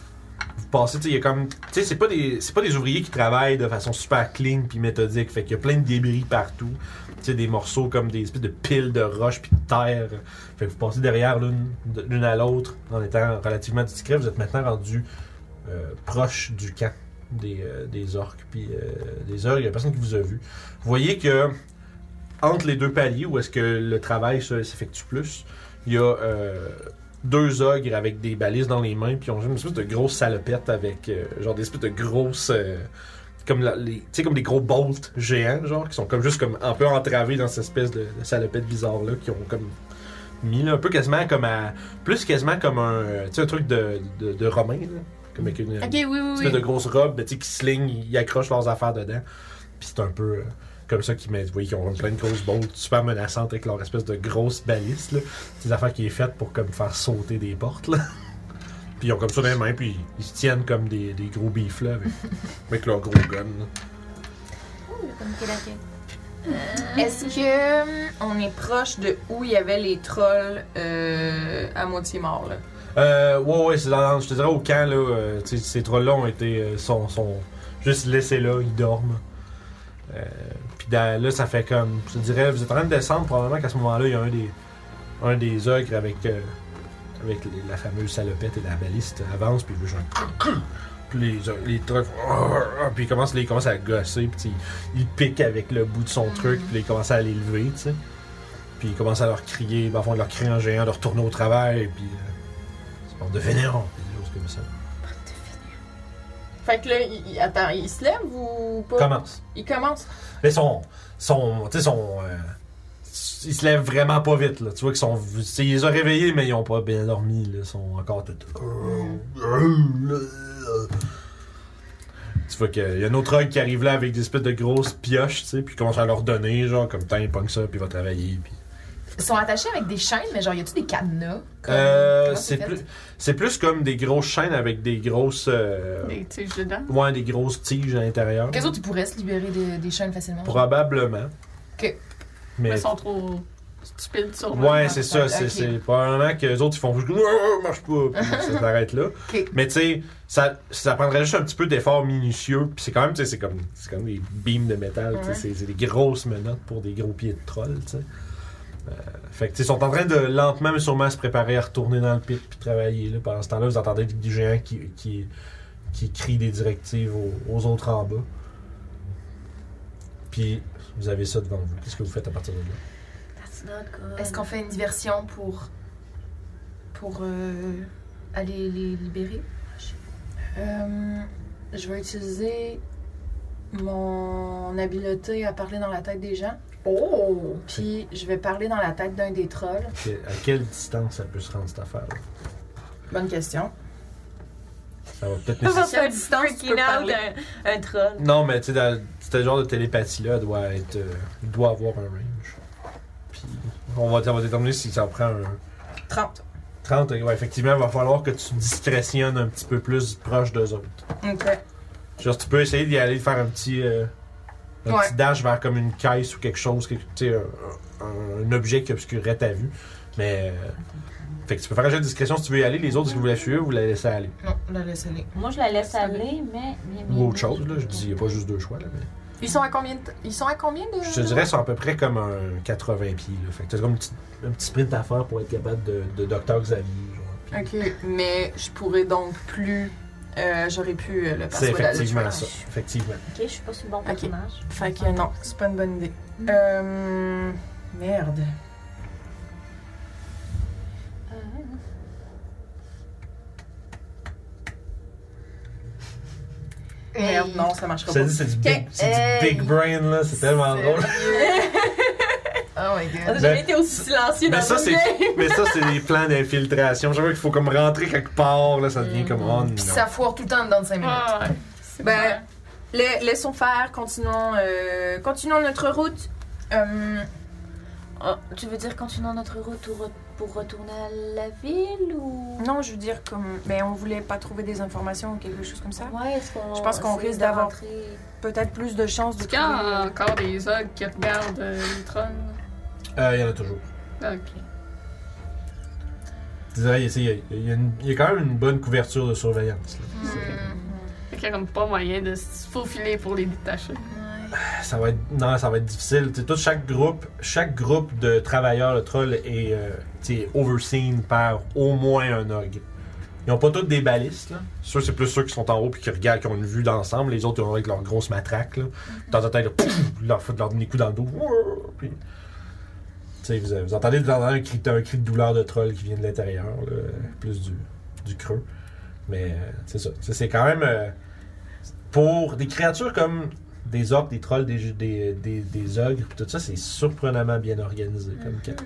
Speaker 1: Vous passez, tu sais, il y a comme. Tu sais, c'est pas, des- c'est pas des ouvriers qui travaillent de façon super clean puis méthodique. Fait qu'il y a plein de débris partout. Tu sais, des morceaux comme des espèces de piles de roches puis de terre. Fait que vous passez derrière l'une de- l'une à l'autre en étant relativement discret. Vous êtes maintenant rendu euh, proche du camp des, euh, des orques puis euh, des orques. Il y a personne qui vous a vu. Vous voyez que entre les deux paliers où est-ce que le travail se- s'effectue plus, il y a euh, deux ogres avec des balises dans les mains, puis ils ont une espèce de grosse salopette avec euh, genre des espèces de grosses. euh, comme la- les- tu sais, comme des gros bolts géants, genre, qui sont comme juste comme un peu entravés dans cette espèce de, de salopette bizarre-là, qui ont comme mis là, un peu quasiment comme à. Plus quasiment comme un. euh, Tu sais, un truc de, de, de romain, là. Comme avec une,
Speaker 6: Ok, oui, oui,
Speaker 1: espèce
Speaker 6: oui.
Speaker 1: de grosses robes, mais tu sais, qui se lignent, ils accrochent leurs affaires dedans. Puis c'est un peu euh, comme ça qu'ils mettent, vous voyez, qu'ils ont plein de grosses bolts super menaçantes avec leur espèce de grosse balise, là. Des affaires qui est faite pour comme faire sauter des portes, là. puis ils ont comme ça dans les mains, puis ils se tiennent comme des, des gros beefs, là, avec, avec leur gros gun, là.
Speaker 7: Est-ce que hum, on est proche de où il y avait les trolls euh, à moitié morts là?
Speaker 1: Euh, ouais, ouais, c'est dans, je te dirais au camp, là, euh, tu sais, ces trolls-là ont été, euh, sont, sont juste laissés là, ils dorment. Euh, Puis dans- là, ça fait comme, je te dirais, vous êtes en train de descendre, probablement qu'à ce moment-là, il y a un des, un des ogres avec, euh, avec les- la fameuse salopette et la baliste avance, puis il veut genre... Puis les, ogres- les trolls font- Puis ils commencent, ils commencent à gosser, puis tu sais, il pique avec le bout de son truc, puis il commence à les lever, tu sais. Puis il commence à leur crier, ben, à fond, leur crier en géant, de retourner au travail, puis... euh, Bande de vénérants, des choses comme ça.
Speaker 7: Fait que là, il, il- attends, il se lève ou pas?
Speaker 1: Commence.
Speaker 7: Il commence.
Speaker 1: Mais son. son tu sais, son. euh, ils se lèvent vraiment pas vite, là. Tu vois qu'ils sont. tu sais, Ils les ont réveillés, mais ils ont pas bien dormi, là. Ils sont encore tout. Tu vois qu'il y a un autre homme qui arrive là avec des espèces de grosses pioches, tu sais, puis il commence à leur donner, genre, comme temps, il pogne ça, puis il va travailler, puis.
Speaker 4: Ils sont attachés avec des chaînes, mais genre, y a-tu des cadenas? Comme-
Speaker 1: Euh,
Speaker 4: comment
Speaker 1: c'est
Speaker 4: fait?
Speaker 1: plus, c'est plus comme des grosses chaînes avec des grosses, euh,
Speaker 3: Des tiges dedans.
Speaker 1: ouais, des grosses tiges à l'intérieur.
Speaker 4: Qu'est-ce que tu pourrais se libérer de- des chaînes facilement?
Speaker 1: Probablement.
Speaker 4: Ok.
Speaker 1: Mais
Speaker 3: Mais ils sont trop stupides sur
Speaker 1: ouais, c'est ça.
Speaker 4: Ok.
Speaker 1: C'est, c'est probablement que les autres ils font Ah, marche pas, puis ça s'arrête là. Mais tu sais, ça, ça prendrait juste un petit peu d'effort minutieux. Puis c'est quand même, tu sais, c'est comme, c'est comme des beams de métal. tu sais,
Speaker 4: Ouais.
Speaker 1: C'est, c'est des grosses menottes pour des gros pieds de troll. tu sais. Euh, fait que tu sais, ils sont en train de lentement mais sûrement se préparer à retourner dans le pit puis travailler. Là. Pendant ce temps-là, vous entendez des géants qui, qui, qui crient des directives aux, aux autres en bas. Puis vous avez ça devant vous. Qu'est-ce que vous faites à partir de là?
Speaker 5: That's not good.
Speaker 4: Est-ce qu'on fait une diversion pour. pour euh, aller les libérer?
Speaker 7: Euh, je vais utiliser mon habileté à parler dans la tête des gens.
Speaker 4: Oh!
Speaker 7: Puis je vais parler dans la tête d'un des trolls.
Speaker 1: Que- À quelle distance ça peut se rendre cette affaire? là?
Speaker 7: Bonne question.
Speaker 1: Ça va peut-être
Speaker 5: On va
Speaker 1: nécessiter.
Speaker 5: faire distance,
Speaker 7: peux
Speaker 5: out
Speaker 7: parler.
Speaker 5: un, un troll.
Speaker 1: Non, mais tu sais, dans- ce genre de télépathie-là doit être. euh, il doit avoir un range. Puis, on va, on va déterminer si ça prend un.
Speaker 7: 30.
Speaker 1: 30, ouais, effectivement, il va falloir que tu discrétionnes un petit peu plus proche d'eux autres.
Speaker 7: OK.
Speaker 1: Genre, tu peux essayer d'y aller faire un petit. euh, un
Speaker 7: Ouais.
Speaker 1: petit dash vers comme une caisse ou quelque chose, quelque- tu sais, un, un- un objet qui obscurerait ta vue. Mais. euh, fait que tu peux faire un jeu de discrétion si tu veux y aller. Les autres, si vous voulez suivre, vous la laissez aller.
Speaker 4: Non, la laisse aller.
Speaker 5: Moi, je la laisse aller, mais. mais- mais-
Speaker 1: Ou autre chose, là. Je dis, il n'y a pas juste deux choix, là. mais-
Speaker 7: Ils sont à combien de... Ils sont à combien de...
Speaker 1: Je te dirais, c'est à peu près comme un 80 pieds. Là. Fait que t'as comme un petit, un petit sprint à faire pour être capable de, de Dr. Xavier. genre. Puis
Speaker 7: OK. Mais je pourrais donc plus... euh, J'aurais pu euh, le passer
Speaker 1: c'est
Speaker 7: au dado.
Speaker 1: effectivement ça. Effectivement.
Speaker 5: Ok, je suis pas sur le bon personnage.
Speaker 7: Fait que non, c'est pas une bonne idée. Euh... Merde. Euh. Merde, non, ça marchera
Speaker 1: Ça
Speaker 7: pas.
Speaker 1: dit, c'est du, big, c'est du big brain, là. C'est tellement drôle.
Speaker 4: Oh my
Speaker 5: On
Speaker 4: god.
Speaker 5: a jamais été aussi silencieux
Speaker 1: Mais
Speaker 5: dans
Speaker 1: Ben, ça,
Speaker 5: le
Speaker 1: c'est,
Speaker 5: jeu.
Speaker 1: mais ça, c'est des plans d'infiltration. J'avoue qu'il faut comme rentrer quelque part, là. Ça devient comme. Oh, non.
Speaker 4: Puis ça foire tout le temps dans 5 minutes.
Speaker 3: Ah, ouais. C'est
Speaker 7: Ben,
Speaker 3: clair.
Speaker 7: la- laissons faire, continuons, euh, continuons notre route. Euh,
Speaker 5: Oh, tu veux dire continuons notre retour pour retourner à la ville ou.
Speaker 7: non, je veux dire, comme, ben, on voulait pas trouver des informations ou quelque chose comme ça.
Speaker 5: Ouais, est-ce qu'on.
Speaker 7: Je pense qu'on
Speaker 5: essaie
Speaker 7: risque
Speaker 5: de
Speaker 7: d'avoir-
Speaker 5: rentrer?
Speaker 7: Peut-être plus de chances de
Speaker 3: Est-ce qu'il y a
Speaker 7: trouver-
Speaker 3: encore des ogres qui regardent euh, les trônes?
Speaker 1: Euh, il y en a toujours.
Speaker 3: Ok.
Speaker 1: Je dirais, il y a- il y, a une- il y a quand même une bonne couverture de surveillance. là.
Speaker 3: Fait qu'il y a comme pas moyen de se faufiler pour les détacher.
Speaker 1: Ça va être, non, ça va être difficile. Tu sais, tout chaque groupe, chaque groupe de travailleurs de troll est euh, tu sais, overseen par au moins un og. Ils ont pas tous des balistes. Là. Ceux, c'est plus ceux qui sont en haut puis qui regardent, qui ont une vue d'ensemble. Les autres, ils ont avec leur grosse matraque. Là. De temps en temps, ils leur- pouf, leur foutent leur donner des coups dans le dos. Ouah, Puis, tu sais, vous, vous entendez de temps en temps un cri, un cri de douleur de troll qui vient de l'intérieur, là, plus du, du creux. Mais euh, c'est ça. Tu sais, C'est quand même. euh, pour des créatures comme des orques, des trolls, des, des, des, des ogres, puis tout ça, c'est surprenamment bien organisé comme camp.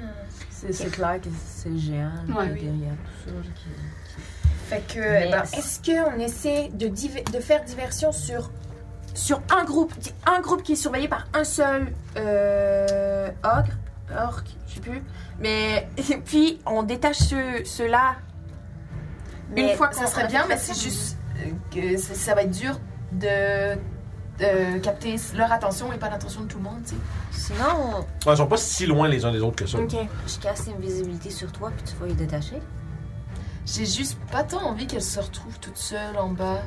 Speaker 5: C'est c'est clair que c'est géant là,
Speaker 3: Ouais, oui.
Speaker 5: derrière tout ça. là, qui-
Speaker 4: Fait que,
Speaker 5: Mais-
Speaker 4: ben,
Speaker 7: Est-ce qu'on essaie de, div- de faire diversion sur, sur un groupe Un groupe qui est surveillé par un seul euh, ogre Orc, je sais plus. Mais puis, on détache ceux- ceux-là.
Speaker 4: Mais
Speaker 7: Une fois qu'on
Speaker 4: ça serait bien, mais c'est juste euh, que ça, ça va être dur de, de capter leur attention et pas l'attention de tout le monde, tu sais.
Speaker 5: Sinon,
Speaker 1: Ouais, ils sont pas si loin les uns des autres que ça.
Speaker 7: Ok.
Speaker 5: je casse l'invisibilité sur toi puis tu vas y détacher.
Speaker 4: J'ai juste pas tant envie qu'elle se retrouve toute seule en bas.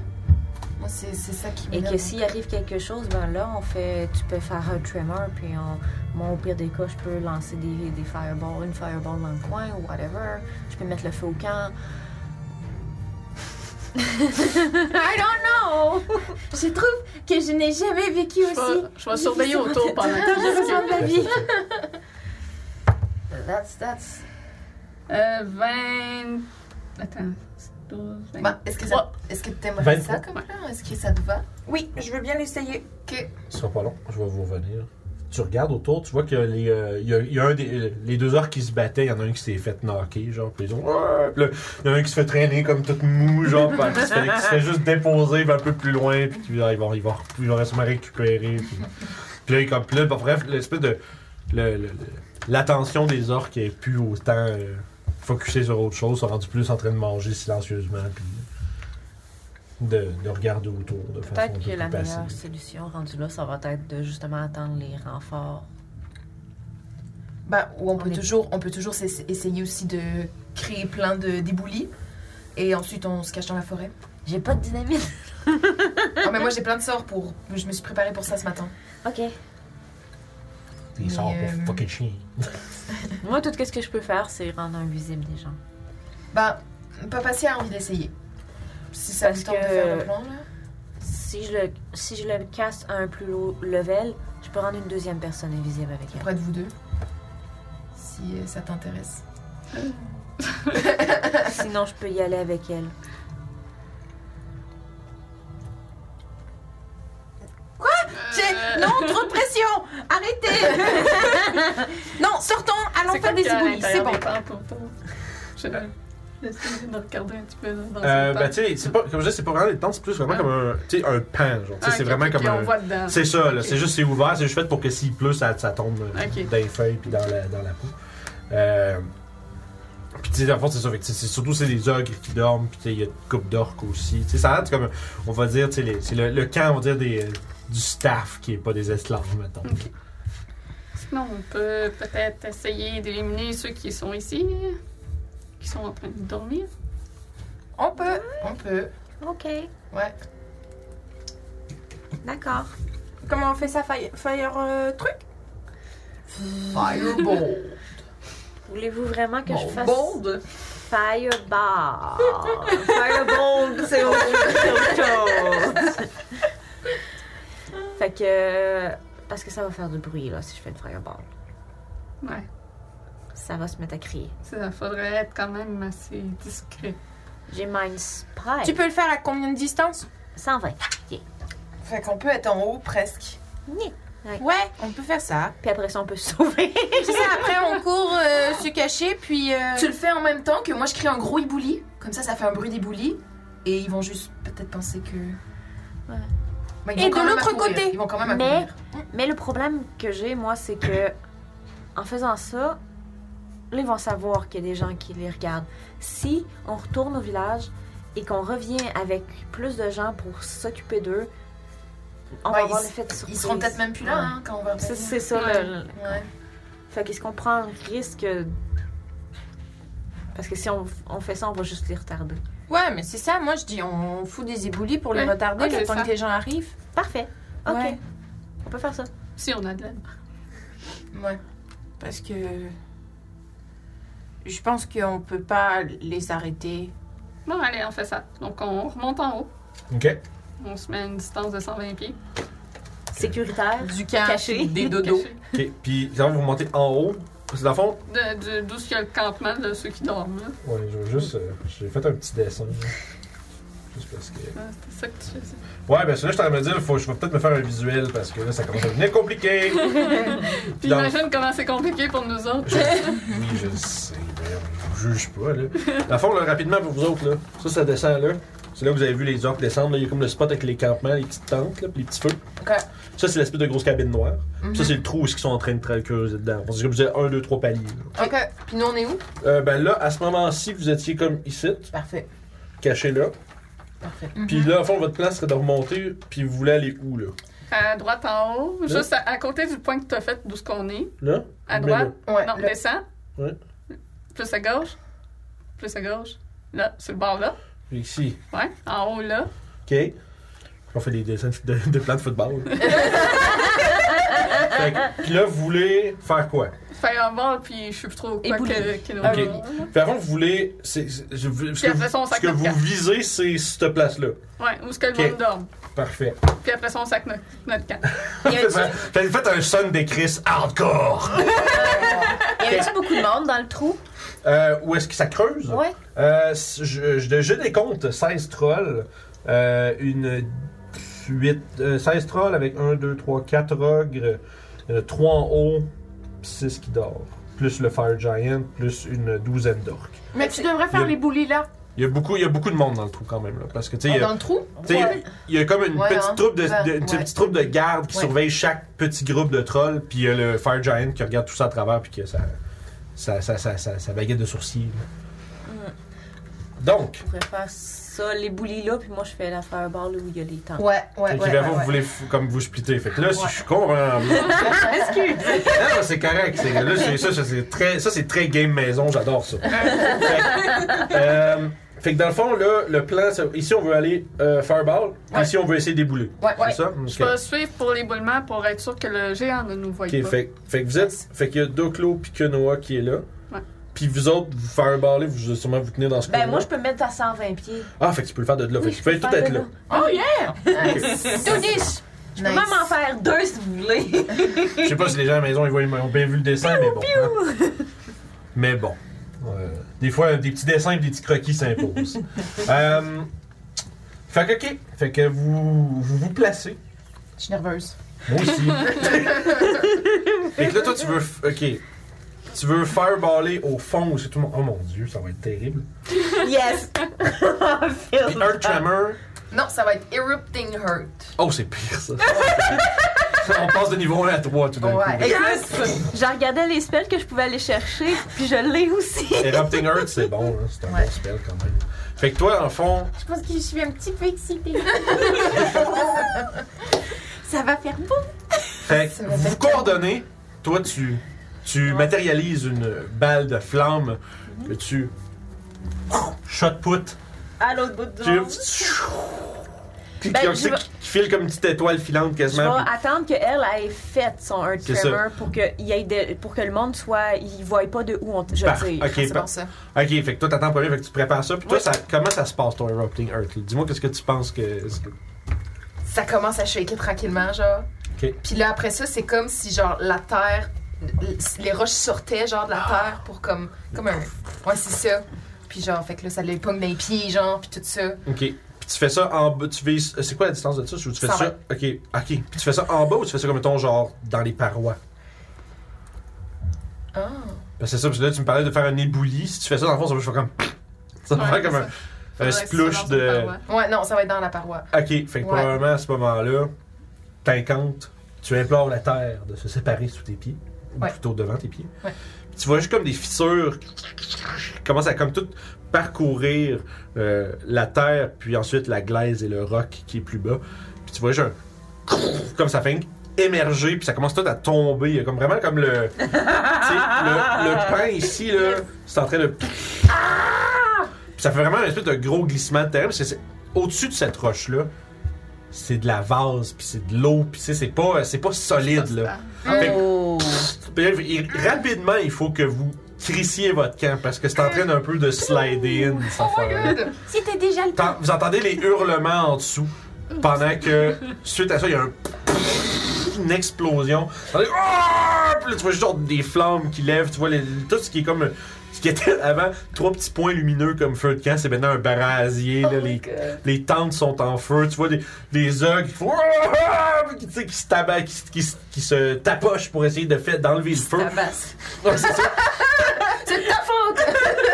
Speaker 4: Moi, c'est c'est ça qui
Speaker 5: Et
Speaker 4: m'énerve.
Speaker 5: que s'il arrive quelque chose, ben là, on fait, tu peux faire un tremor, puis on, moi, au pire des cas, je peux lancer des, des fireballs, une fireball dans le coin ou whatever. Je peux mettre le feu au camp.
Speaker 6: I don't know! je trouve que je n'ai jamais vécu
Speaker 3: Je vais,
Speaker 6: aussi.
Speaker 3: je vais surveiller autour pendant que
Speaker 6: Heureusement de ma vie.
Speaker 5: That's, that's...
Speaker 3: Euh, 20. Attends, c'est 12, 20.
Speaker 4: Ben, Est-ce que, ça- est-ce que t'aimerais
Speaker 1: Vingt-trois.
Speaker 4: ça comme plan? Est-ce que ça te va?
Speaker 7: Oui, je veux bien l'essayer.
Speaker 1: Ce sera pas long, je vais vous revenir. Tu regardes autour, tu vois que les, euh, il y a- il y, a un des, euh, les deux orques qui se battaient, il y en a un qui s'est fait knocker, genre, puis ils ont. Ouais! Puis là, il y en a un qui se fait traîner comme tout mou, genre, puis qui se fait, qui se fait juste déposer puis un peu plus loin, puis qui, ah, ils vont, ils vont, ils vont sûrement récupérer. Puis, puis là, il est comme, puis là, bah, bref, l'espèce de. Le, le- le- l'attention des orques est plus autant euh, focusée sur autre chose, sont rendus plus en train de manger silencieusement, puis de, de regarder autour de façon un
Speaker 5: Peut-être
Speaker 1: peu
Speaker 5: que
Speaker 1: plus
Speaker 5: la
Speaker 1: passive.
Speaker 5: meilleure solution rendue là, ça va être de justement attendre les renforts.
Speaker 4: Ben, ou on, peut
Speaker 5: est-
Speaker 4: toujours, on peut toujours s'essa- essayer aussi de créer plein de déboulis. Et ensuite, on se cache dans la forêt.
Speaker 5: J'ai pas de dynamite.
Speaker 4: Ah, mais moi, j'ai plein de sorts pour. Je me suis préparée pour ça ce matin.
Speaker 5: Ok.
Speaker 1: Des sorts
Speaker 4: Mais,
Speaker 1: pour
Speaker 4: euh,
Speaker 1: fucking chien.
Speaker 5: Moi, tout ce que je peux faire, c'est rendre invisible des gens.
Speaker 4: Ben, Papa Si a envie d'essayer. Si ça
Speaker 5: Parce
Speaker 4: vous tente de
Speaker 5: que-
Speaker 4: faire le plan, là.
Speaker 5: Si je le, si je le casse à un plus low level, je peux rendre une deuxième personne invisible avec elle.
Speaker 4: Près de vous deux. Si euh, ça t'intéresse.
Speaker 5: Sinon, je peux y aller avec elle.
Speaker 3: Euh.
Speaker 6: J'ai- Non, trop de pression! Arrêtez! non, sortons, allons
Speaker 3: C'est
Speaker 6: faire
Speaker 3: comme
Speaker 6: des
Speaker 3: qu'il y a à
Speaker 6: éboulis, c'est
Speaker 3: l'intérieur
Speaker 6: bon.
Speaker 3: Ah des pampres autour. Je vais essayer de regarder un petit peu dans
Speaker 1: Euh,
Speaker 3: ce
Speaker 1: ben, tu sais, c'est pas, comme je dis, c'est pas vraiment des tentes, c'est plus vraiment
Speaker 3: Ah.
Speaker 1: comme un, tu sais, un pan, genre. Tu sais, c'est vraiment comme
Speaker 3: on
Speaker 1: un.
Speaker 3: voit dedans.
Speaker 1: C'est ça, là.
Speaker 3: Ok.
Speaker 1: C'est juste, c'est ouvert, c'est juste fait pour que s'il pleut, ça, ça tombe euh,
Speaker 3: Ok.
Speaker 1: dans les feuilles puis dans la, dans la peau. Euh, puis, tu sais, dans le fond, c'est ça. Fait que, tu sais, c'est- surtout, c'est des ogres qui dorment, puis, tu sais, il y a une coupe d'orques aussi. Tu sais, ça a l'air c'est comme, on va dire, tu sais, les- c'est le, le camp, on va dire, des, du staff qui est pas des esclaves, mettons.
Speaker 3: Ok. Sinon, on peut peut-être essayer d'éliminer ceux qui sont ici, qui sont en train de dormir.
Speaker 4: On peut. On peut.
Speaker 5: Ok.
Speaker 4: Ouais.
Speaker 5: D'accord.
Speaker 6: Comment on fait ça, fire, fire, euh, truc?
Speaker 4: Fireball.
Speaker 5: Voulez-vous vraiment que je
Speaker 4: Bon,
Speaker 5: fasse
Speaker 4: bold.
Speaker 5: Fireball? Fireball, c'est autre chose. fait que. Parce que ça va faire du bruit, là, si je fais une fireball.
Speaker 3: Ouais,
Speaker 5: Ça va se mettre à crier.
Speaker 3: ça faudrait être quand même assez discret.
Speaker 5: J'ai Mind Sprite.
Speaker 6: Tu peux le faire à combien de distance?
Speaker 5: 120.
Speaker 4: Fait qu'on peut être en haut presque.
Speaker 6: Ouais, on peut faire ça.
Speaker 5: Puis après ça, on peut se sauver.
Speaker 6: Tu sais, après, on court euh, se cacher, puis... euh,
Speaker 4: Tu le fais en même temps que moi, je crée un gros ibouli. Comme ça, ça fait un bruit d'ibouli. Et ils vont juste peut-être penser que.
Speaker 5: Ouais.
Speaker 4: Ben, ils
Speaker 6: Et
Speaker 4: vont
Speaker 6: de
Speaker 4: quand même
Speaker 6: l'autre
Speaker 4: accourir.
Speaker 6: côté.
Speaker 4: Ils vont quand même
Speaker 5: Mais-
Speaker 4: accourir.
Speaker 5: Mais le problème que j'ai, moi, c'est que en faisant ça, là, ils vont savoir qu'il y a des gens qui les regardent. Si on retourne au village et qu'on revient avec plus de gens pour s'occuper d'eux, on
Speaker 4: Ouais,
Speaker 5: va avoir
Speaker 4: ils-
Speaker 5: l'effet de surprise.
Speaker 4: Ils seront peut-être même plus là
Speaker 5: Ouais.
Speaker 4: hein, quand on va
Speaker 5: C'est
Speaker 4: revenir.
Speaker 5: c'est ça
Speaker 3: Ouais.
Speaker 5: le. le-
Speaker 4: Ouais.
Speaker 5: Fait qu'est-ce qu'on prend le risque. Parce que si on, on fait ça, on va juste les retarder.
Speaker 6: Ouais, mais c'est ça, moi, je dis, on fout des éboulis pour les
Speaker 3: Ouais,
Speaker 6: retarder
Speaker 3: ok,
Speaker 6: le temps
Speaker 3: ça.
Speaker 6: que les gens arrivent.
Speaker 5: Parfait. Ok.
Speaker 6: Ouais.
Speaker 5: On peut faire ça.
Speaker 3: Si on a de la...
Speaker 4: Ouais.
Speaker 6: Parce que... Je pense qu'on peut pas les arrêter.
Speaker 3: Bon, allez, on fait ça. Donc, on remonte en haut.
Speaker 1: OK?
Speaker 3: On se met à une distance de 120 pieds.
Speaker 5: Sécuritaire.
Speaker 6: Du camp,
Speaker 5: Caché.
Speaker 6: des dodos.
Speaker 3: Caché.
Speaker 1: OK. Puis, quand vous montez en haut, c'est dans le fond,
Speaker 3: De- de- D'où il y a le campement de ceux qui dorment. là.
Speaker 1: ouais, je veux juste. euh, J'ai fait un petit dessin. là. Juste parce que.
Speaker 3: Ouais, C'était Ah, ça que tu faisais.
Speaker 1: Ouais, ben celui-là, je suis en train de me dire, faut, je vais peut-être me faire un visuel parce que là, ça commence à devenir compliqué.
Speaker 3: Puis
Speaker 1: Dans-
Speaker 3: imagine comment c'est compliqué pour nous autres.
Speaker 1: Je- oui, je le sais, mais on vous juge pas, là. La fond, là, rapidement pour vous autres, là. Ça, ça descend, là. C'est là que vous avez vu les orques descendre, là. Il y a comme le spot avec les campements, les petites tentes, là, puis les petits feux.
Speaker 4: Ok.
Speaker 1: Ça, c'est l'espèce de grosse cabine noire. Puis Ça, c'est le trou où ils sont en train de tra- creuser dedans. On dit que vous avez un, deux, trois paliers, là.
Speaker 4: Ok. Puis nous, on est où
Speaker 1: Euh, ben là, à ce moment-ci, vous étiez comme ici,
Speaker 4: Parfait.
Speaker 1: caché là.
Speaker 4: Parfait.
Speaker 1: Puis
Speaker 3: Mhm.
Speaker 1: là, au fond, votre plan serait de remonter, puis vous voulez aller où, là?
Speaker 3: À droite en haut, juste à, à côté du point que tu as fait d'où ce qu'on est.
Speaker 1: Là?
Speaker 3: À
Speaker 1: Mais
Speaker 3: droite.
Speaker 4: Ouais.
Speaker 3: Non,
Speaker 4: le-
Speaker 3: descends.
Speaker 1: Ouais.
Speaker 3: Plus à gauche. Plus à gauche. Là, sur le bord là.
Speaker 1: là. Ici.
Speaker 3: Ouais. En haut là.
Speaker 1: OK. On fait des dessins de, de plans de football. fait que, puis là, vous voulez faire quoi?
Speaker 3: Fireball, puis je suis plus trop quoi que, que nous.
Speaker 1: Ok. Puis avant, vous voulez. c'est- c'est- je- ce que,
Speaker 3: Euh, après ça, on
Speaker 1: vous, ce que
Speaker 3: s'accorde
Speaker 1: vous
Speaker 3: quatre.
Speaker 1: visez, c'est cette place-là.
Speaker 3: Ouais, où est-ce que le
Speaker 1: Ok.
Speaker 3: monde dorme.
Speaker 1: Parfait.
Speaker 3: Puis après ça, on sac notre, notre camp.
Speaker 1: Faites faites un son des Chris hardcore.
Speaker 5: Y avait-tu beaucoup de monde dans le trou?
Speaker 1: Euh, où est-ce que ça creuse?
Speaker 5: Ouais.
Speaker 1: Euh, je, je, je décompte 16 trolls. euh, une 8, 16 trolls avec 1, 2, 3, 4 ogres. 3 en haut, 6 qui dort. Plus le Fire Giant, plus une douzaine d'orques.
Speaker 6: Mais tu devrais
Speaker 1: Le-
Speaker 6: faire les boulis là.
Speaker 1: Il y, a beaucoup, il y a beaucoup de monde dans le trou quand même. Là, parce que, tu sais, il y a-
Speaker 4: Ah, Dans le trou?
Speaker 1: tu sais, il y a comme une
Speaker 4: Ouais,
Speaker 1: petite,
Speaker 4: hein.
Speaker 1: troupe de,
Speaker 4: Ouais,
Speaker 1: de- une
Speaker 4: ouais.
Speaker 1: petite troupe de gardes qui
Speaker 4: Ouais.
Speaker 1: surveille chaque petit groupe de trolls. Puis il y a le Fire Giant qui regarde tout ça à travers puis qui a sa, sa, sa, sa, sa- sa baguette de sourcils. là.
Speaker 4: Mm.
Speaker 1: Donc,
Speaker 5: On pourrait faire ça, les boulis là, puis moi je fais la fireball là où il y a les temps.
Speaker 4: Ouais, ouais,
Speaker 1: fait qu'il
Speaker 4: ouais.
Speaker 1: va
Speaker 4: ouais,
Speaker 1: falloir que
Speaker 4: ouais.
Speaker 1: ben, vous voulez f- comme vous splitter. Fait que là, si je suis con, hein, Non, c'est correct. C'est, là, c'est- ça, ça, c'est très, ça, c'est très game maison. J'adore ça. fait, que, euh, fait que dans le fond, là, le plan, c'est- ici, on veut aller euh, fireball.
Speaker 4: Ouais.
Speaker 1: Ici, on veut essayer de débouler.
Speaker 4: Ouais, ouais.
Speaker 1: C'est ça?
Speaker 3: Je
Speaker 1: Ok.
Speaker 3: vais suivre pour l'éboulement pour être sûr que le géant ne nous voit
Speaker 1: Ok,
Speaker 3: pas.
Speaker 1: fait, fait que vous êtes. Fait qu'il y a Doclo puis que Noah qui est là.
Speaker 3: Ouais.
Speaker 1: Puis vous autres, vous fireballez, vous sûrement vous tenez dans ce
Speaker 5: Ben
Speaker 1: coin-là.
Speaker 5: moi je peux me mettre à 120 pieds.
Speaker 1: Ah, fait que tu peux le faire de là. fait que
Speaker 5: Oui, je
Speaker 1: tu
Speaker 5: peux
Speaker 1: peux tout
Speaker 5: faire
Speaker 1: être
Speaker 5: de
Speaker 1: là.
Speaker 5: là.
Speaker 3: Oh yeah!
Speaker 5: Tout niche! Je peux même en faire deux si vous voulez.
Speaker 1: Je sais pas si les gens à la maison ils voient, ils ont bien vu le dessin, mais bon. hein. Mais bon. Euh, des fois, des petits dessins et des petits croquis s'imposent. Euh, fait que, ok. Fait que vous vous, vous placez.
Speaker 4: Je suis nerveuse.
Speaker 1: Moi aussi. fait que là, toi, tu veux. f- Ok. Tu veux fireballer au fond où c'est tout le monde. Oh mon dieu, ça va être terrible.
Speaker 5: yes!
Speaker 1: Puis
Speaker 4: Ah.
Speaker 1: Earth Tremor.
Speaker 4: Non, ça va être Erupting Hurt.
Speaker 1: Oh, c'est pire ça. On passe de niveau 1 à 3 tout d'un
Speaker 4: Ouais.
Speaker 1: coup.
Speaker 5: J'ai regardé les spells que je pouvais aller chercher, puis je l'ai aussi.
Speaker 1: Erupting Earth, c'est bon, hein. c'est un
Speaker 4: Ouais.
Speaker 1: bon spell quand même. Fait que toi, en fond,
Speaker 6: Je pense que je suis un petit peu excitée. Ça va faire beau.
Speaker 1: Fait que vous vous coordonnez. Toi, tu, tu matérialises une balle de flamme
Speaker 5: Mhm.
Speaker 1: que tu. Shot put.
Speaker 5: À l'autre bout du
Speaker 1: Tu.
Speaker 5: monde.
Speaker 1: Puis
Speaker 5: Ben,
Speaker 1: qui-
Speaker 5: je
Speaker 1: qui,
Speaker 5: vais-
Speaker 1: qui file comme une petite étoile filante
Speaker 5: Je vais
Speaker 1: quasiment. puis-
Speaker 5: attendre qu'elle ait fait son Earth
Speaker 1: C'est ça.
Speaker 5: Tremor pour que, il y ait de- pour que le monde soit. Il voie pas de où on, je
Speaker 1: Par-
Speaker 5: tire.
Speaker 1: ok,
Speaker 4: C'est
Speaker 1: par-
Speaker 4: bon ça.
Speaker 1: ok, fait que toi t'attends premier, fait que tu prépares ça. Puis toi, ça, comment ça se passe ton Erupting Earth? là? Dis-moi qu'est-ce que tu penses que. ce que-
Speaker 4: Ça commence à shaker tranquillement, genre.
Speaker 1: Ok.
Speaker 4: Puis là, après ça, c'est comme si, genre, la terre. Les roches sortaient, genre, de
Speaker 1: Ah.
Speaker 4: la terre pour comme. Comme un. Ouais, c'est ça. Puis genre, fait que là, ça l'épogne dans les pieds, genre, puis tout ça.
Speaker 1: Ok. Puis tu fais ça en bas. Tu vises. C'est quoi la distance de ça? Ou tu fais
Speaker 4: 120.
Speaker 1: ça. Ok, ok. Puis tu fais ça en bas ou tu fais ça comme ton genre dans les parois?
Speaker 4: Ah.
Speaker 1: Ben, c'est ça, parce que là, tu me parlais de faire un éboulis. Si tu fais ça, dans le fond, ça va faire comme. Ça va
Speaker 3: Ouais,
Speaker 1: faire comme
Speaker 3: c'est
Speaker 1: un, un
Speaker 3: Faudrait que ça
Speaker 1: splouche
Speaker 3: lance une
Speaker 1: de.
Speaker 3: paroi.
Speaker 4: Ouais, non, ça va être dans la paroi.
Speaker 1: Ok, fait que
Speaker 4: Ouais.
Speaker 1: probablement à ce moment-là, t'incantes, tu implores la terre de se séparer sous tes pieds, ou
Speaker 4: Ouais.
Speaker 1: plutôt devant tes pieds.
Speaker 4: Ouais.
Speaker 1: Puis Tu vois juste comme des fissures qui commencent à comme tout parcourir euh, la terre, puis ensuite la glaise et le roc qui est plus bas. Puis tu vois juste un comme ça fait émerger, puis ça commence tout à tomber. Il y a comme vraiment comme le, tu sais, le, le pain ici là, c'est en train de puis ça fait vraiment une espèce de gros glissement de terrain. Parce que c'est- au-dessus de cette roche-là, c'est de la vase, puis c'est de l'eau, puis c'est, c'est pas, c'est pas solide, là. Ah, Fait que-
Speaker 5: Oh.
Speaker 1: Puis il- rapidement, il faut que vous crissiez votre camp, parce que c'est en train d'un peu de slider in, cette affaire-là.
Speaker 6: C'était déjà le
Speaker 1: T'en- Vous entendez les hurlements en dessous, pendant que, suite à ça, il y a un une explosion. Vous entendez, Ah! Puis là, tu vois juste genre des flammes qui lèvent, tu vois les- tout ce qui est comme... Ce qui était avant trois petits points lumineux comme feu de camp, c'est maintenant un barasier. là, les, les tentes sont en feu. Tu vois des, des ogres qui font... Ah! Puis, tu sais, qui, se taba- qui, se- qui se- qui se tapochent pour essayer de faire, d'enlever le feu. Ouais, c'est ça.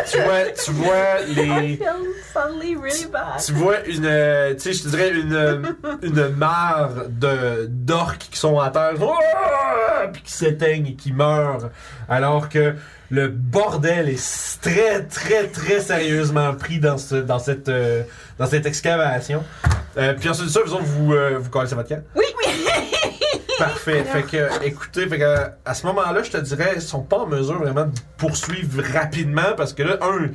Speaker 1: tu vois, tu vois les...
Speaker 5: feel suddenly really bad.
Speaker 1: Tu vois une, euh, tu sais, je te dirais une, euh, une mare de d'orques qui sont à terre, Ouah puis qui s'éteignent et qui meurent, alors que le bordel est s- très, très, très sérieusement pris dans ce, dans cette, euh, dans cette excavation. Euh, puis ensuite de ça, vous autres, vous, euh, vous collez à votre camp.
Speaker 5: Oui, oui.
Speaker 1: Parfait. Fait que, euh, écoutez, fait que, euh, à ce moment-là, je te dirais, ils sont pas en mesure vraiment de poursuivre rapidement parce que là, un,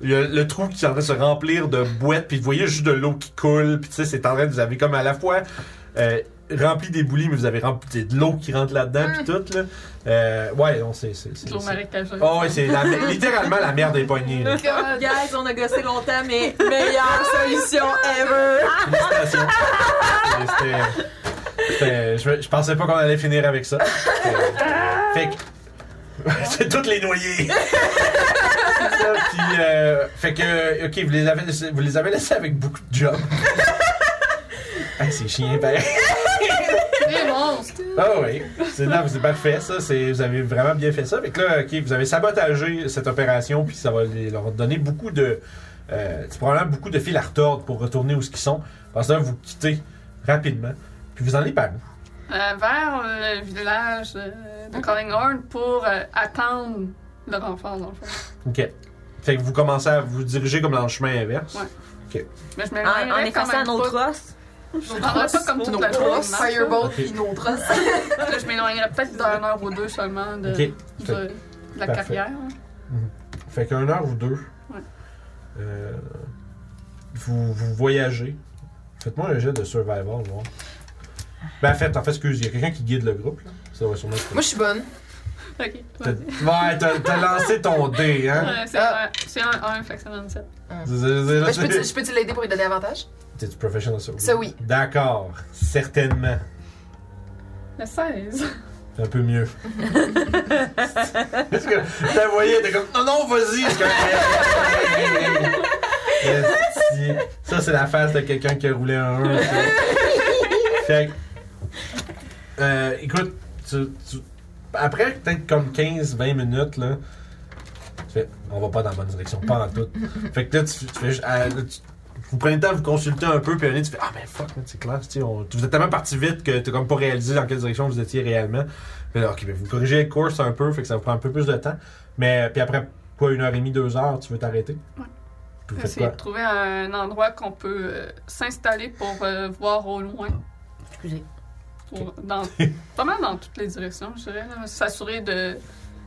Speaker 1: il y a le trou qui est en train de se remplir de boîtes, puis vous voyez juste de l'eau qui coule, puis tu sais, c'est en train de vous avez comme à la fois euh, rempli des boulis, mais vous avez rempli tu sais, de l'eau qui rentre là-dedans, puis tout, là. Euh, ouais, non, c'est. c'est- c'est-
Speaker 3: L'eau
Speaker 1: c'est-
Speaker 3: marécageuse.
Speaker 1: Oh, ouais, c'est la- littéralement la merde des poignées, là.
Speaker 5: Guys, on a gossé longtemps, mais meilleure solution ever.
Speaker 1: Félicitations. Et c'était- c'était- Je, je pensais pas qu'on allait finir avec ça. C'était- Fait que- C'est toutes les noyées. C'est ça, puis, euh, fait que, ok, vous les avez, laissés- vous les avez ben. laissés avec beaucoup de job. c'est chien, pareil.
Speaker 3: Eh, mon 11.
Speaker 1: Ah oui, c'est là, c'est parfait ça, c'est, vous avez vraiment bien fait ça. Fait que là, ok, vous avez sabotagé cette opération, puis ça va les- leur donner beaucoup de, euh, c'est probablement beaucoup de fil à retordre pour retourner où ce qu'ils sont. Parce que là, vous quittez rapidement, puis vous en allez par où?
Speaker 3: Euh, vers le village euh, de Callinghorn pour euh, attendre le renfort, dans le fond.
Speaker 1: Ok. Fait que vous commencez à vous diriger comme dans le chemin inverse.
Speaker 3: Ouais. Mais je
Speaker 5: En, Ah, en
Speaker 3: m'éloignerai quand
Speaker 5: effaçant
Speaker 3: même
Speaker 5: nos
Speaker 3: pas.
Speaker 5: trosses.
Speaker 3: Je me prendrai pas comme toute la journée.
Speaker 4: Firebolt
Speaker 1: Ok.
Speaker 4: puis nos traces.
Speaker 3: Là, je m'éloignerai peut-être d'un heure ou deux seulement de,
Speaker 1: Ok.
Speaker 3: de-
Speaker 1: Fait-
Speaker 3: de la
Speaker 1: Parfait.
Speaker 3: carrière. hein.
Speaker 1: Fait qu'une heure ou deux,
Speaker 3: Ouais.
Speaker 1: euh, vous, vous voyagez. Faites-moi un jet de survival, voir. Ben, faites, en fait, excuse, il y a quelqu'un qui guide le groupe, là. Ça va sûrement être-
Speaker 4: Moi, je suis bonne.
Speaker 3: Ok.
Speaker 1: T'as-
Speaker 3: vas-y.
Speaker 1: Ouais, t'as t'as lancé ton dé, hein?
Speaker 3: Ouais, c'est
Speaker 4: Ah.
Speaker 3: un- c'est un 1, fait que ça donne 7.
Speaker 1: C'est- c'est- c'est-
Speaker 4: Ben, je peux-tu je peux-tu l'aider pour lui donner avantage?
Speaker 1: T'es du professional ça?
Speaker 4: Ça, oui.
Speaker 1: D'accord, certainement.
Speaker 3: Le 16.
Speaker 1: C'est un peu mieux. Parce que t'as voyé, t'es comme non, non, vas-y. c'est correct. Esti. Ça, c'est la face de quelqu'un qui a roulé un 1. fait que, euh, écoute, tu, tu- après peut-être comme 15-20 minutes, là, tu fais, on va pas dans la bonne direction, pas en tout. Fait que là, tu, tu fais, ju- à- tu- vous prenez le temps de vous consulter un peu, puis un tu fais, ah, mais fuck, man, c'est clair, tu sais, on- vous êtes tellement parti vite que t'as comme pas réalisé dans quelle direction vous étiez réellement. Fait, ok, ben, vous corrigez le course un peu, fait que ça vous prend un peu plus de temps. Mais, puis après, quoi, une heure et demie, deux heures, tu veux t'arrêter?
Speaker 3: Ouais. Ah,
Speaker 1: Puis vous faites
Speaker 3: Essayer
Speaker 1: quoi?
Speaker 3: de trouver un endroit qu'on peut euh, s'installer pour euh, voir au loin.
Speaker 5: Excusez.
Speaker 3: Pour- dans, pas mal dans toutes les directions, je dirais. là. S'assurer de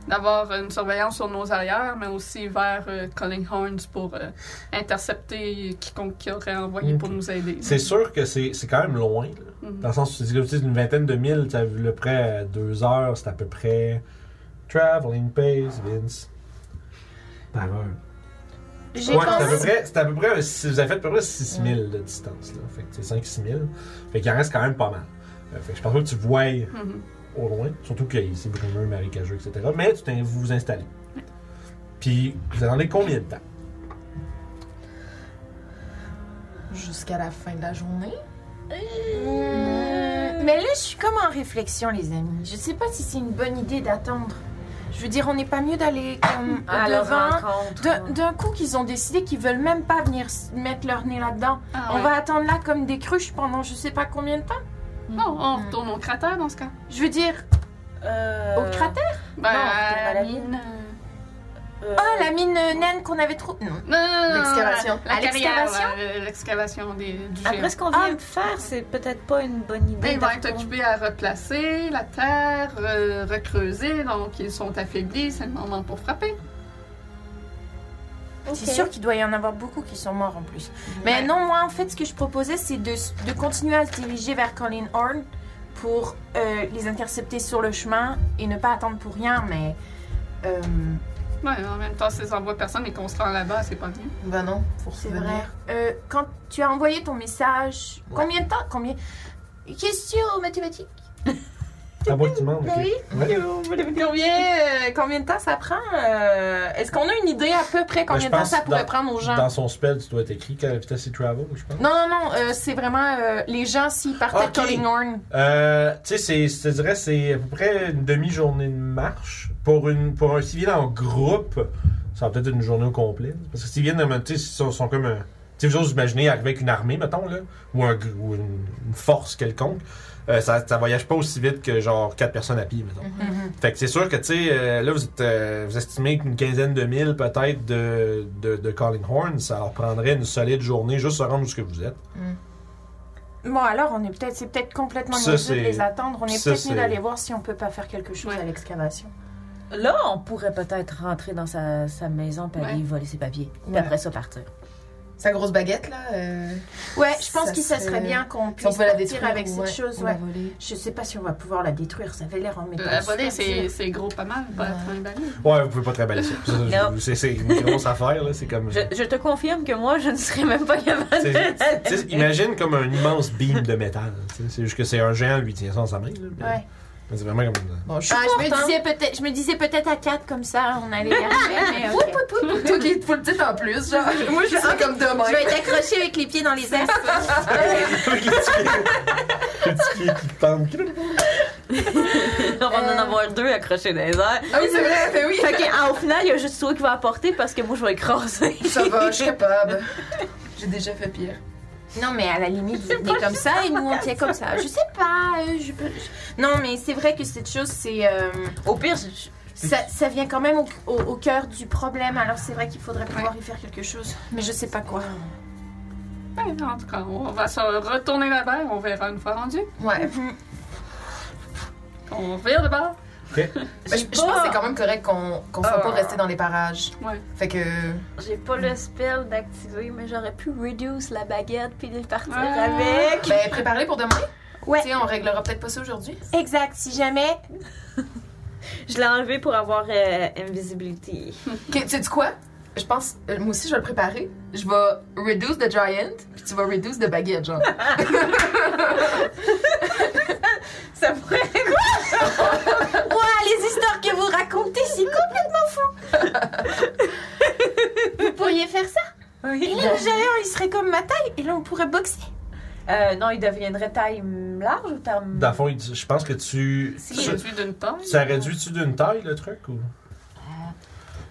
Speaker 3: d'avoir une surveillance sur nos arrières, mais aussi vers euh, Collinghorns pour euh, intercepter quiconque qui aurait envoyé pour
Speaker 1: Ok.
Speaker 3: nous aider.
Speaker 1: C'est sûr que c'est c'est quand même loin, là. Dans
Speaker 3: Mhm.
Speaker 1: le sens où tu dis que tu dis une vingtaine de milles, tu as vu le près à deux heures, c'est à peu près. Traveling pace, Vince. Par heure.
Speaker 6: J'ai
Speaker 1: Ouais, c'est à peu
Speaker 6: pensé.
Speaker 1: près. c'est à peu près un six- vous avez fait à peu près 6000 de distance, là. Fait que c'est 5-6 000. Fait qu'il en reste quand même pas mal. Euh, fait que je pense pas que tu vois
Speaker 3: Mhm.
Speaker 1: au loin, surtout qu'il y a ici brumeux, marécageux, etc. Mais tu t'in- vous vous installez. Puis vous attendez combien de temps
Speaker 4: Jusqu'à la fin de la journée.
Speaker 6: Mmh. Mais là, je suis comme en réflexion, les amis. Je sais pas si c'est une bonne idée d'attendre. Je veux dire, on n'est pas mieux d'aller comme
Speaker 5: À leur
Speaker 6: devant.
Speaker 5: rencontre.
Speaker 6: D'un- D'un coup, qu'ils ont décidé qu'ils veulent même pas venir s- mettre leur nez là-dedans.
Speaker 3: Ah
Speaker 6: On
Speaker 3: ouais.
Speaker 6: va attendre là comme des cruches pendant je sais pas combien de temps.
Speaker 3: Non, on retourne au cratère dans ce cas.
Speaker 6: Je veux dire,
Speaker 5: Euh,
Speaker 6: au cratère.
Speaker 3: Ben,
Speaker 5: on retourne
Speaker 3: à
Speaker 5: à la
Speaker 3: mine.
Speaker 5: euh,
Speaker 6: Ah, la mine euh, naine qu'on avait trouvée. Non.
Speaker 3: Non, non, non, non,
Speaker 4: L'excavation.
Speaker 3: La, la
Speaker 6: À
Speaker 3: carrière,
Speaker 6: l'excavation?
Speaker 3: ouais, l'excavation des- du géant.
Speaker 5: Après ce qu'on
Speaker 6: Ah.
Speaker 5: vient de faire, c'est peut-être pas une bonne idée.
Speaker 3: Ils vont être
Speaker 5: d'attendre.
Speaker 3: occupés à replacer la terre, euh, recreuser, donc ils sont affaiblis, c'est le moment pour frapper.
Speaker 6: C'est sûr qu'il doit y en avoir beaucoup qui sont morts en plus. Mais
Speaker 3: Ouais.
Speaker 6: non, moi, en fait, ce que je proposais, c'est de, s- de continuer à se diriger vers Colin Horn pour euh, les intercepter sur le chemin et ne pas attendre pour rien, mais... euh,
Speaker 3: Ouais, en même temps, s'ils envoient personne et qu'on se rend là-bas, c'est pas bien.
Speaker 4: Ben non, pour
Speaker 6: c'est
Speaker 4: souvenir.
Speaker 6: vrai. Euh, quand tu as envoyé ton message... Combien de temps Combien... Question aux mathématiques.
Speaker 1: À moi que tu demandes, ok.
Speaker 6: Ben
Speaker 1: Ouais.
Speaker 6: Combien, euh, combien de temps ça prend euh, Est-ce qu'on a une idée à peu près
Speaker 1: Ben, je
Speaker 6: combien de temps
Speaker 1: pense
Speaker 6: ça pourrait
Speaker 1: dans-
Speaker 6: prendre aux gens
Speaker 1: Dans son spell, tu dois être écrit qu'à la vitesse il travel, je pense.
Speaker 6: Non, non, non, euh, c'est vraiment euh, les gens s'ils partaient
Speaker 1: Ok.
Speaker 6: de Collinghorn.
Speaker 1: Euh, tu sais, c'est- je te dirais, c'est à peu près une demi-journée de marche. Pour, une, pour un civil en groupe, ça va peut-être être une journée au complet. Parce que s'ils viennent, de- tu sais, ils sont, sont comme un. Tu sais, vous autres, vous imaginez arriver avec une armée, mettons, là, ou, un gr- ou une, une force quelconque, euh, ça, ça voyage pas aussi vite que genre quatre personnes à pied, mettons.
Speaker 6: Mhm.
Speaker 1: Fait que c'est sûr que, tu sais, euh, là, vous, êtes, euh, vous estimez qu'une quinzaine de mille peut-être de, de, de Callinghorn, ça leur prendrait une solide journée juste se rendre où ce que vous êtes.
Speaker 6: Bon, alors, on est peut-être, c'est peut-être complètement
Speaker 1: Ça,
Speaker 6: inutile de
Speaker 1: c'est-
Speaker 6: les attendre. On est
Speaker 1: ça,
Speaker 6: peut-être mieux
Speaker 1: c'est-
Speaker 6: d'aller voir si on peut pas faire quelque chose
Speaker 3: Ouais.
Speaker 6: à l'excavation.
Speaker 5: Là, on pourrait peut-être rentrer dans sa, sa maison, puis aller
Speaker 3: Ouais.
Speaker 5: voler ses papiers. Puis
Speaker 4: Ouais.
Speaker 5: après ça, partir.
Speaker 4: Sa grosse baguette, là. Euh,
Speaker 6: Ouais, je pense
Speaker 4: Ça
Speaker 6: que ça
Speaker 4: serait-
Speaker 6: serait bien qu'on
Speaker 4: si on
Speaker 6: puisse
Speaker 4: peut la
Speaker 6: partir
Speaker 4: détruire
Speaker 6: avec
Speaker 4: ouais,
Speaker 6: cette chose,
Speaker 4: on l'a
Speaker 6: ouais. Bah,
Speaker 4: volée.
Speaker 6: Je sais pas si on va pouvoir la détruire, ça avait l'air en métal.
Speaker 3: La volée,
Speaker 6: super
Speaker 3: Euh, c'est
Speaker 6: dur.
Speaker 3: c'est gros pas mal, pas
Speaker 4: Ouais.
Speaker 3: être un balai.
Speaker 1: Ouais, vous pouvez pas travailler ça. Ça, je-
Speaker 5: Non.
Speaker 1: c'est- C'est une grosse affaire, là. C'est comme.
Speaker 5: Je, je te confirme que moi, je ne serais même pas capable
Speaker 1: C'est-
Speaker 5: de...
Speaker 1: Tu sais, imagine comme un immense beam de métal. tu sais. C'est juste que c'est un géant lui tient ça dans sa main. là, mais-
Speaker 6: Ouais.
Speaker 1: Mais C'est vraiment comme.
Speaker 4: Bon, je suis
Speaker 6: Ah, je,
Speaker 4: forte,
Speaker 6: me
Speaker 4: hein.
Speaker 6: disais peut-être, je me disais peut-être à 4 comme ça, on allait y arriver, mais ok.
Speaker 4: Toi qui te fous le titre en plus, genre. Moi, je sens comme demain.
Speaker 6: Je vais être accrochée avec les pieds dans les airs.
Speaker 1: Avec les petits pieds- les petits pieds qui pendent.
Speaker 5: On va en avoir deux accrochés dans les airs.
Speaker 4: Ah oui, c'est vrai, mais oui.
Speaker 5: Fait que, ah, au final, il y a juste toi qui va apporter parce que moi, je vais écraser.
Speaker 4: Ça va, je suis capable. J'ai déjà fait pire.
Speaker 6: Non, mais à la limite, vous venez comme ça et nous, on tient comme ça. Je sais pas, euh, je peux... je- Non, mais c'est vrai que cette chose, c'est... euh,
Speaker 5: Au pire, je- je-
Speaker 6: ça, ça vient quand même au, au- au cœur du problème, alors c'est vrai qu'il faudrait pouvoir y faire quelque chose. Oh. Mais je sais pas quoi.
Speaker 3: Ben, en tout cas, on va se retourner là-bas et on verra une fois rendu.
Speaker 4: Ouais.
Speaker 3: On vire de bord.
Speaker 4: Ben, je, Ah. je pense que c'est quand même correct qu'on qu'on soit pas resté dans les parages.
Speaker 3: Ouais.
Speaker 4: Fait que.
Speaker 5: j'ai pas le spell d'activer, mais j'aurais pu reduce la baguette puis les partir
Speaker 3: Ah.
Speaker 5: avec.
Speaker 4: Ben, préparez pour demain.
Speaker 6: Ouais.
Speaker 4: Tu sais, on réglera peut-être pas ça aujourd'hui.
Speaker 6: Exact, si jamais...
Speaker 5: Je l'ai enlevé pour avoir euh, invisibility.
Speaker 4: Ok, tu sais du quoi? Je pense, euh, moi aussi, je vais le préparer. Je vais reduce the giant, puis tu vas reduce the baguette, genre.
Speaker 5: Ça pourrait
Speaker 6: Ouah, les histoires que vous racontez, c'est complètement fou! vous pourriez faire ça? Et là, le géant, il serait comme ma taille, et là, on pourrait boxer.
Speaker 5: Euh, non, il deviendrait taille large ou taille.
Speaker 1: Dans le fond, il dit- je pense que tu.
Speaker 3: Si
Speaker 1: tu-
Speaker 3: réduit d'une taille.
Speaker 1: Ça réduit-tu d'une taille le truc ou.
Speaker 5: Euh.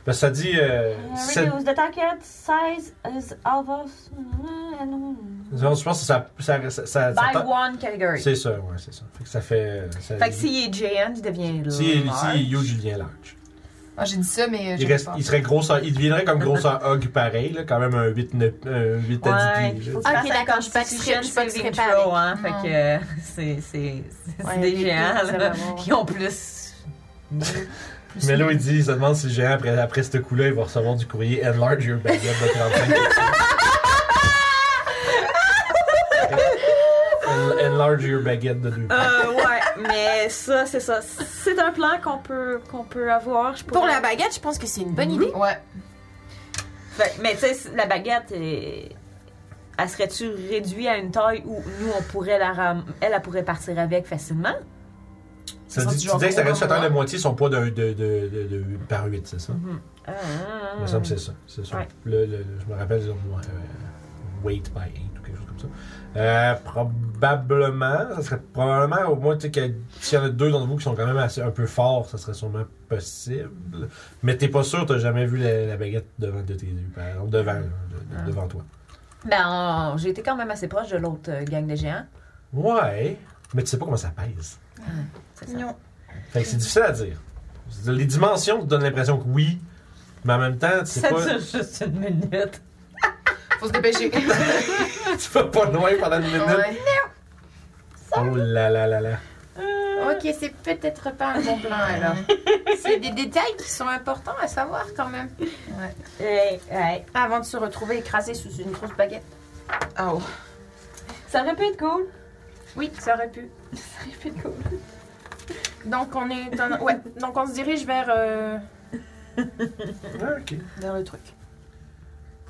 Speaker 1: Parce que ça dit. euh, sept-
Speaker 5: Reduce the target size
Speaker 6: euh,
Speaker 5: is almost. mm,
Speaker 1: Non, Je pense que ça. ça, ça, ça-
Speaker 5: By
Speaker 1: ça-
Speaker 5: one category.
Speaker 1: c'est ça, ouais, c'est ça. Fait que ça fait. euh, ça-
Speaker 5: Fait que s'il est giant, il devient large.
Speaker 1: Si il si il est huge, il devient large.
Speaker 4: Ah, j'ai dit ça, mais. euh,
Speaker 1: Il,
Speaker 4: j'ai
Speaker 1: reste,
Speaker 4: pas.
Speaker 1: il serait grosseur, il deviendrait comme grosseur hog pareil, là, quand même un 8, 9, un 8 à 10
Speaker 5: Ouais,
Speaker 1: pieds. là.
Speaker 5: faut qu'il
Speaker 6: Ok,
Speaker 5: fasse un
Speaker 6: d'accord, je suis pas
Speaker 5: constitution
Speaker 6: discrète, je suis pas
Speaker 5: saving
Speaker 6: discrète avec.
Speaker 5: throw, hein, Fait
Speaker 4: Non.
Speaker 5: que euh, c'est c'est- c'est
Speaker 6: Ouais,
Speaker 5: des
Speaker 6: les
Speaker 5: géants,
Speaker 6: deux, ça
Speaker 5: là,
Speaker 6: va voir.
Speaker 5: qui ont plus.
Speaker 1: Mais là, il dit, il se demande si le géant, après, après ce coup-là, il va recevoir du courrier Enlarge Your Baguette de 35 En- Enlarge Your Baguette de 2
Speaker 5: Euh, ouais, mais ça, c'est ça. C'est un plan qu'on peut, qu'on peut avoir. Je
Speaker 6: Pour
Speaker 5: pourrais-
Speaker 6: la baguette, je pense que c'est une bonne idée.
Speaker 4: Ouais.
Speaker 5: Fait- ben, mais tu sais, la baguette, elle, elle serait-tu réduite à une taille où nous, on pourrait la ram... Elle, elle pourrait partir avec facilement?
Speaker 1: Ça
Speaker 4: Ça
Speaker 1: dit,
Speaker 4: sera
Speaker 1: tu
Speaker 4: du
Speaker 1: disais que ça
Speaker 4: genre
Speaker 1: reste
Speaker 4: gros
Speaker 1: de moitié son poids d'un- de, de, de, de, par 8, c'est ça?
Speaker 5: Ah,
Speaker 1: Il me semble que c'est ça. C'est ça.
Speaker 5: Ouais.
Speaker 1: Le- le- le- je me rappelle, ils ont, euh, weight by 8 ou quelque chose comme ça. Euh, probablement, ça serait probablement, au moins, tu sais, que s'il y en a deux d'entre vous qui sont quand même assez, un peu forts, ça serait sûrement possible. Mais t'es pas sûr, t'as jamais vu la, la baguette devant, de tes, par exemple, devant, là, de- de-
Speaker 5: Ah.
Speaker 1: devant toi.
Speaker 5: Ben, on- j'ai été quand même assez proche de l'autre euh, gang de géants.
Speaker 1: Ouais, mais tu sais pas comment ça pèse.
Speaker 5: C'est ça.
Speaker 6: Non.
Speaker 1: Fait que c'est difficile à dire. C'est-à-dire, Les dimensions te donnent l'impression que oui, mais en même temps, tu sais
Speaker 5: Ça
Speaker 1: pas,
Speaker 5: dure juste une minute.
Speaker 4: Faut se dépêcher.
Speaker 1: tu vas pas loin pendant une minute.
Speaker 4: Ouais.
Speaker 1: Oh là là là là.
Speaker 6: Ok, c'est peut-être pas un bon plan alors. c'est des détails qui sont importants à savoir quand même.
Speaker 5: Ouais, ouais.
Speaker 6: Avant de se retrouver écrasé sous une grosse baguette.
Speaker 4: Ah, oh.
Speaker 5: Ça aurait pu être cool.
Speaker 6: Oui, ça aurait pu. Ça aurait pu être cool. Donc on est en- ouais, donc on se dirige vers euh,
Speaker 1: Ah, ok.
Speaker 6: vers le truc.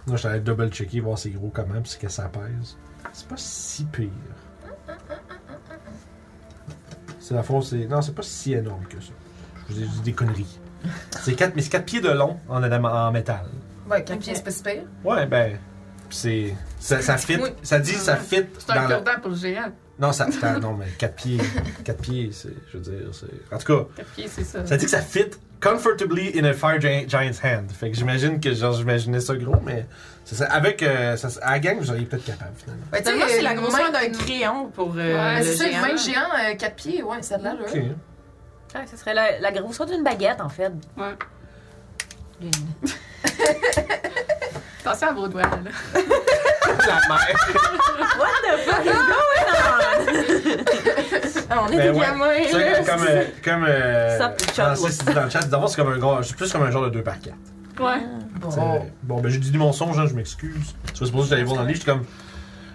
Speaker 1: Moi, j'allais double-checker, voir c'est gros comment, puis c'est que ça pèse. C'est pas si pire. C'est la fond, c'est. Non, c'est pas si énorme que ça. Je vous ai dit des conneries. C'est 4, mais c'est 4 pieds de long en, adam- en métal.
Speaker 4: Ouais, quand pied, c'est pas si pire.
Speaker 1: Ouais, ben. pis c'est. Ça, ça fit.
Speaker 4: Oui.
Speaker 1: Ça dit, ça fit
Speaker 3: C'est
Speaker 1: dans
Speaker 3: un
Speaker 1: le.
Speaker 3: cure-dent pour le géant.
Speaker 1: Non, ça. attends, non, mais 4 pieds. 4 pieds, c'est. Je veux dire, c'est. En tout cas,
Speaker 3: Quatre pieds, c'est ça.
Speaker 1: ça dit que ça fit comfortably in a fire gi- giant's hand. Fait que j'imagine que, genre, j'imaginais ça gros, mais. ça serait- avec. euh, ça, serait- à la gang, vous auriez peut-être capable, finalement.
Speaker 4: Ouais,
Speaker 6: Tellement c'est la grosseur
Speaker 4: main-
Speaker 6: d'un crayon pour euh,
Speaker 4: Ouais,
Speaker 6: le
Speaker 4: Ben, c'est ça,
Speaker 6: géant.
Speaker 4: le même géant, 4 pieds, ouais, ça a de l'allure.
Speaker 1: Ok.
Speaker 5: Ouais, ça serait la, la grosseur d'une baguette, en fait.
Speaker 3: Ouais.
Speaker 5: D'une-
Speaker 3: Pensez à vos doigts, là.
Speaker 1: la mère.
Speaker 5: What the fuck is going on?
Speaker 6: Ah, on est
Speaker 1: Ben
Speaker 6: des
Speaker 1: ouais.
Speaker 6: gamins.
Speaker 1: C'est comme. euh, comme euh,
Speaker 5: Ça, puis Charles.
Speaker 1: Francis dit dans le chat, d'abord, c'est comme un gros- c'est plus comme un genre de 2 par 4.
Speaker 3: Ouais.
Speaker 1: Bon. bon, ben, j'ai dit mon songe, hein, je m'excuse. Je suis supposé que j'allais voir dans le lit, j'étais comme.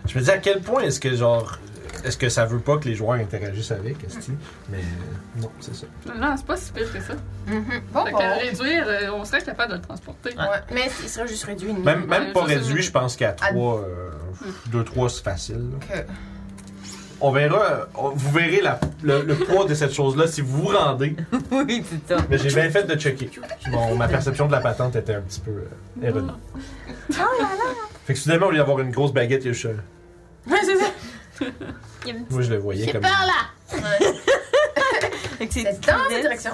Speaker 1: Je me disais à quel point est-ce que, genre. Est-ce que ça veut pas que les joueurs interagissent avec, est-ce que. Mais euh, non, c'est ça.
Speaker 3: Non, c'est pas si pire que ça.
Speaker 4: Mhm. Bon,
Speaker 3: Fait
Speaker 4: bon.
Speaker 3: qu'à réduire, euh, on serait capable de le transporter.
Speaker 1: Ah.
Speaker 6: Mais il serait juste réduit. une-
Speaker 1: Même, même
Speaker 3: Ouais,
Speaker 1: pas
Speaker 3: ça, c'est-
Speaker 1: euh, réduit, je pense qu'à
Speaker 4: À- euh,
Speaker 1: 3. 2-3, c'est facile. là.
Speaker 4: Ok.
Speaker 1: on verra, euh, on- vous verrez la- le, le poids de cette chose-là si vous vous rendez.
Speaker 2: Oui, c'est ça.
Speaker 1: Mais j'ai bien fait de checker. Bon, ma perception de la patente était un petit peu euh, erronée.
Speaker 2: Oh
Speaker 1: Fait que soudainement, au lieu d'avoir une grosse baguette, il y a juste, euh,
Speaker 5: Il y a une
Speaker 1: Moi, je le voyais comme.
Speaker 2: Avec ses
Speaker 4: C'est
Speaker 2: petites
Speaker 4: dans cette
Speaker 2: lunettes.
Speaker 4: direction.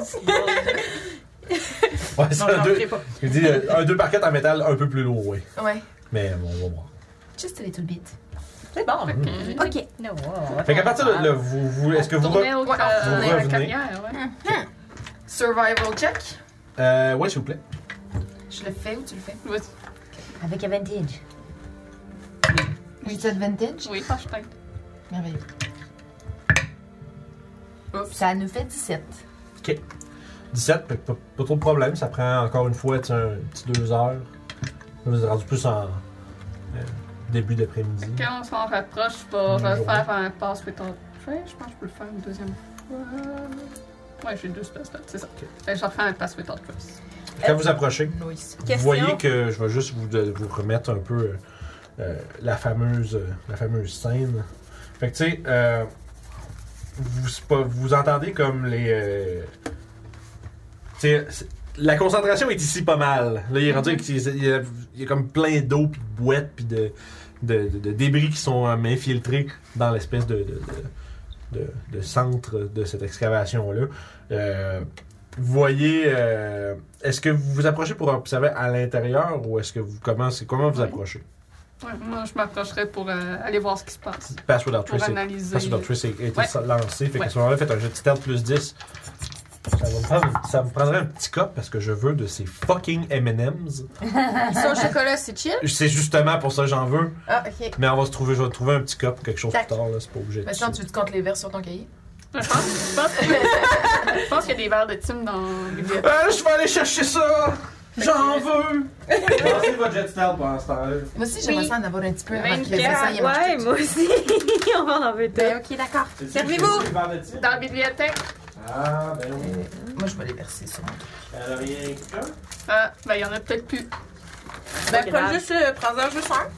Speaker 1: Ouais,
Speaker 2: Non, je
Speaker 1: c'est un
Speaker 2: n'en
Speaker 1: 2
Speaker 2: ferai pas.
Speaker 1: Il dit euh, un deux par quatre en métal un peu plus lourd, oui.
Speaker 4: Ouais.
Speaker 1: Mais bon, on va voir.
Speaker 4: Just a little bit.
Speaker 2: C'est bon.
Speaker 5: Ok.
Speaker 2: No, on va
Speaker 1: Fait qu'à
Speaker 2: faire
Speaker 1: partir de
Speaker 2: ça.
Speaker 1: là, vous, vous est-ce que vous.
Speaker 3: Tournez
Speaker 1: Re...
Speaker 3: au
Speaker 4: Ouais,
Speaker 3: ca-
Speaker 1: vous
Speaker 3: à la
Speaker 1: revenez.
Speaker 3: carrière, ouais.
Speaker 4: Survival check.
Speaker 1: Euh, ouais, s'il vous plaît.
Speaker 4: Je le fais ou tu le fais?
Speaker 3: Oui,
Speaker 5: Avec advantage.
Speaker 4: J'ai advantage.
Speaker 3: oui, hashtag.
Speaker 4: Merveilleux. Ça nous fait 17.
Speaker 1: 17, fait que pas, pas trop de problème. Ça prend encore une fois tu sais, un petit deux heures. Là, Vous êtes rendu plus en euh, début d'après-midi.
Speaker 3: Quand on s'en rapproche, je vais
Speaker 1: Bonjour.
Speaker 3: refaire un pass with Fait, Je pense que je peux le faire une deuxième fois. Ouais, j'ai deux spaces là, c'est ça. Fait que je refais un pass with trace.
Speaker 1: Quand vous approchez,
Speaker 4: Nice.
Speaker 1: vous
Speaker 5: Question.
Speaker 1: voyez que je vais juste vous, de- vous remettre un peu euh, euh, la, fameuse, euh, la fameuse scène. Fait que tu sais, euh, vous, c'est pas- vous entendez comme les. euh, tu sais, c'est- la concentration est ici pas mal. Là, il est rendu avec- il y a- il y a- il y a comme plein d'eau, puis de boîtes, puis de, de, de- de débris qui sont euh, infiltrés dans l'espèce de, de, de- de- de centre de cette excavation-là. Euh, vous voyez, euh, est-ce que vous vous approchez pour observer à l'intérieur ou est-ce que vous commencez, comment vous
Speaker 3: Oui.
Speaker 1: approchez?
Speaker 3: Ouais, moi, je m'approcherai pour euh, aller voir ce qui se passe.
Speaker 1: Pass Without
Speaker 3: Pour
Speaker 1: Trace, est-
Speaker 3: analyser.
Speaker 1: Pass Without Trace a été
Speaker 3: Ouais.
Speaker 1: lancé, fait qu'à
Speaker 3: Ouais.
Speaker 1: ce moment-là, faites un jet de stealth plus 10. Ça me, prendre- ça me prendrait un petit cop parce que je veux de ces fucking M&M's.
Speaker 6: Ah, Son chocolat, c'est chill.
Speaker 1: C'est justement pour ça que j'en veux,
Speaker 6: Ah, ok.
Speaker 1: mais on va se trouver, je vais trouver un petit cop ou quelque chose
Speaker 6: Tac.
Speaker 1: plus tard, là, c'est pas obligé. de
Speaker 4: Maintenant,
Speaker 1: ça.
Speaker 4: tu veux tu comptes les vers sur ton cahier?
Speaker 3: Je pense, je pense que- je pense qu'il y a des verres de Tim dans les bibliothèques.
Speaker 1: Ah, je vais aller chercher ça! J'en veux! Lancez votre jet de stealth pendant ce temps-là.
Speaker 4: Moi aussi, j'aimerais
Speaker 5: Oui.
Speaker 4: ça en avoir un petit peu avant que le Vincent y ait mangé
Speaker 5: Ouais,
Speaker 4: tout.
Speaker 5: moi aussi. On va en enlever deux.
Speaker 6: ok, d'accord.
Speaker 5: Servez-vous.
Speaker 3: Dans la bibliothèque,
Speaker 1: Ah, ben oui.
Speaker 4: Moi, je vais les verser sur mon
Speaker 1: Elle a rien que ça.
Speaker 3: ah, ben, il y en a peut-être plus.
Speaker 5: Pas
Speaker 6: Ben,
Speaker 5: grave.
Speaker 6: prends juste, euh, prends-en juste un.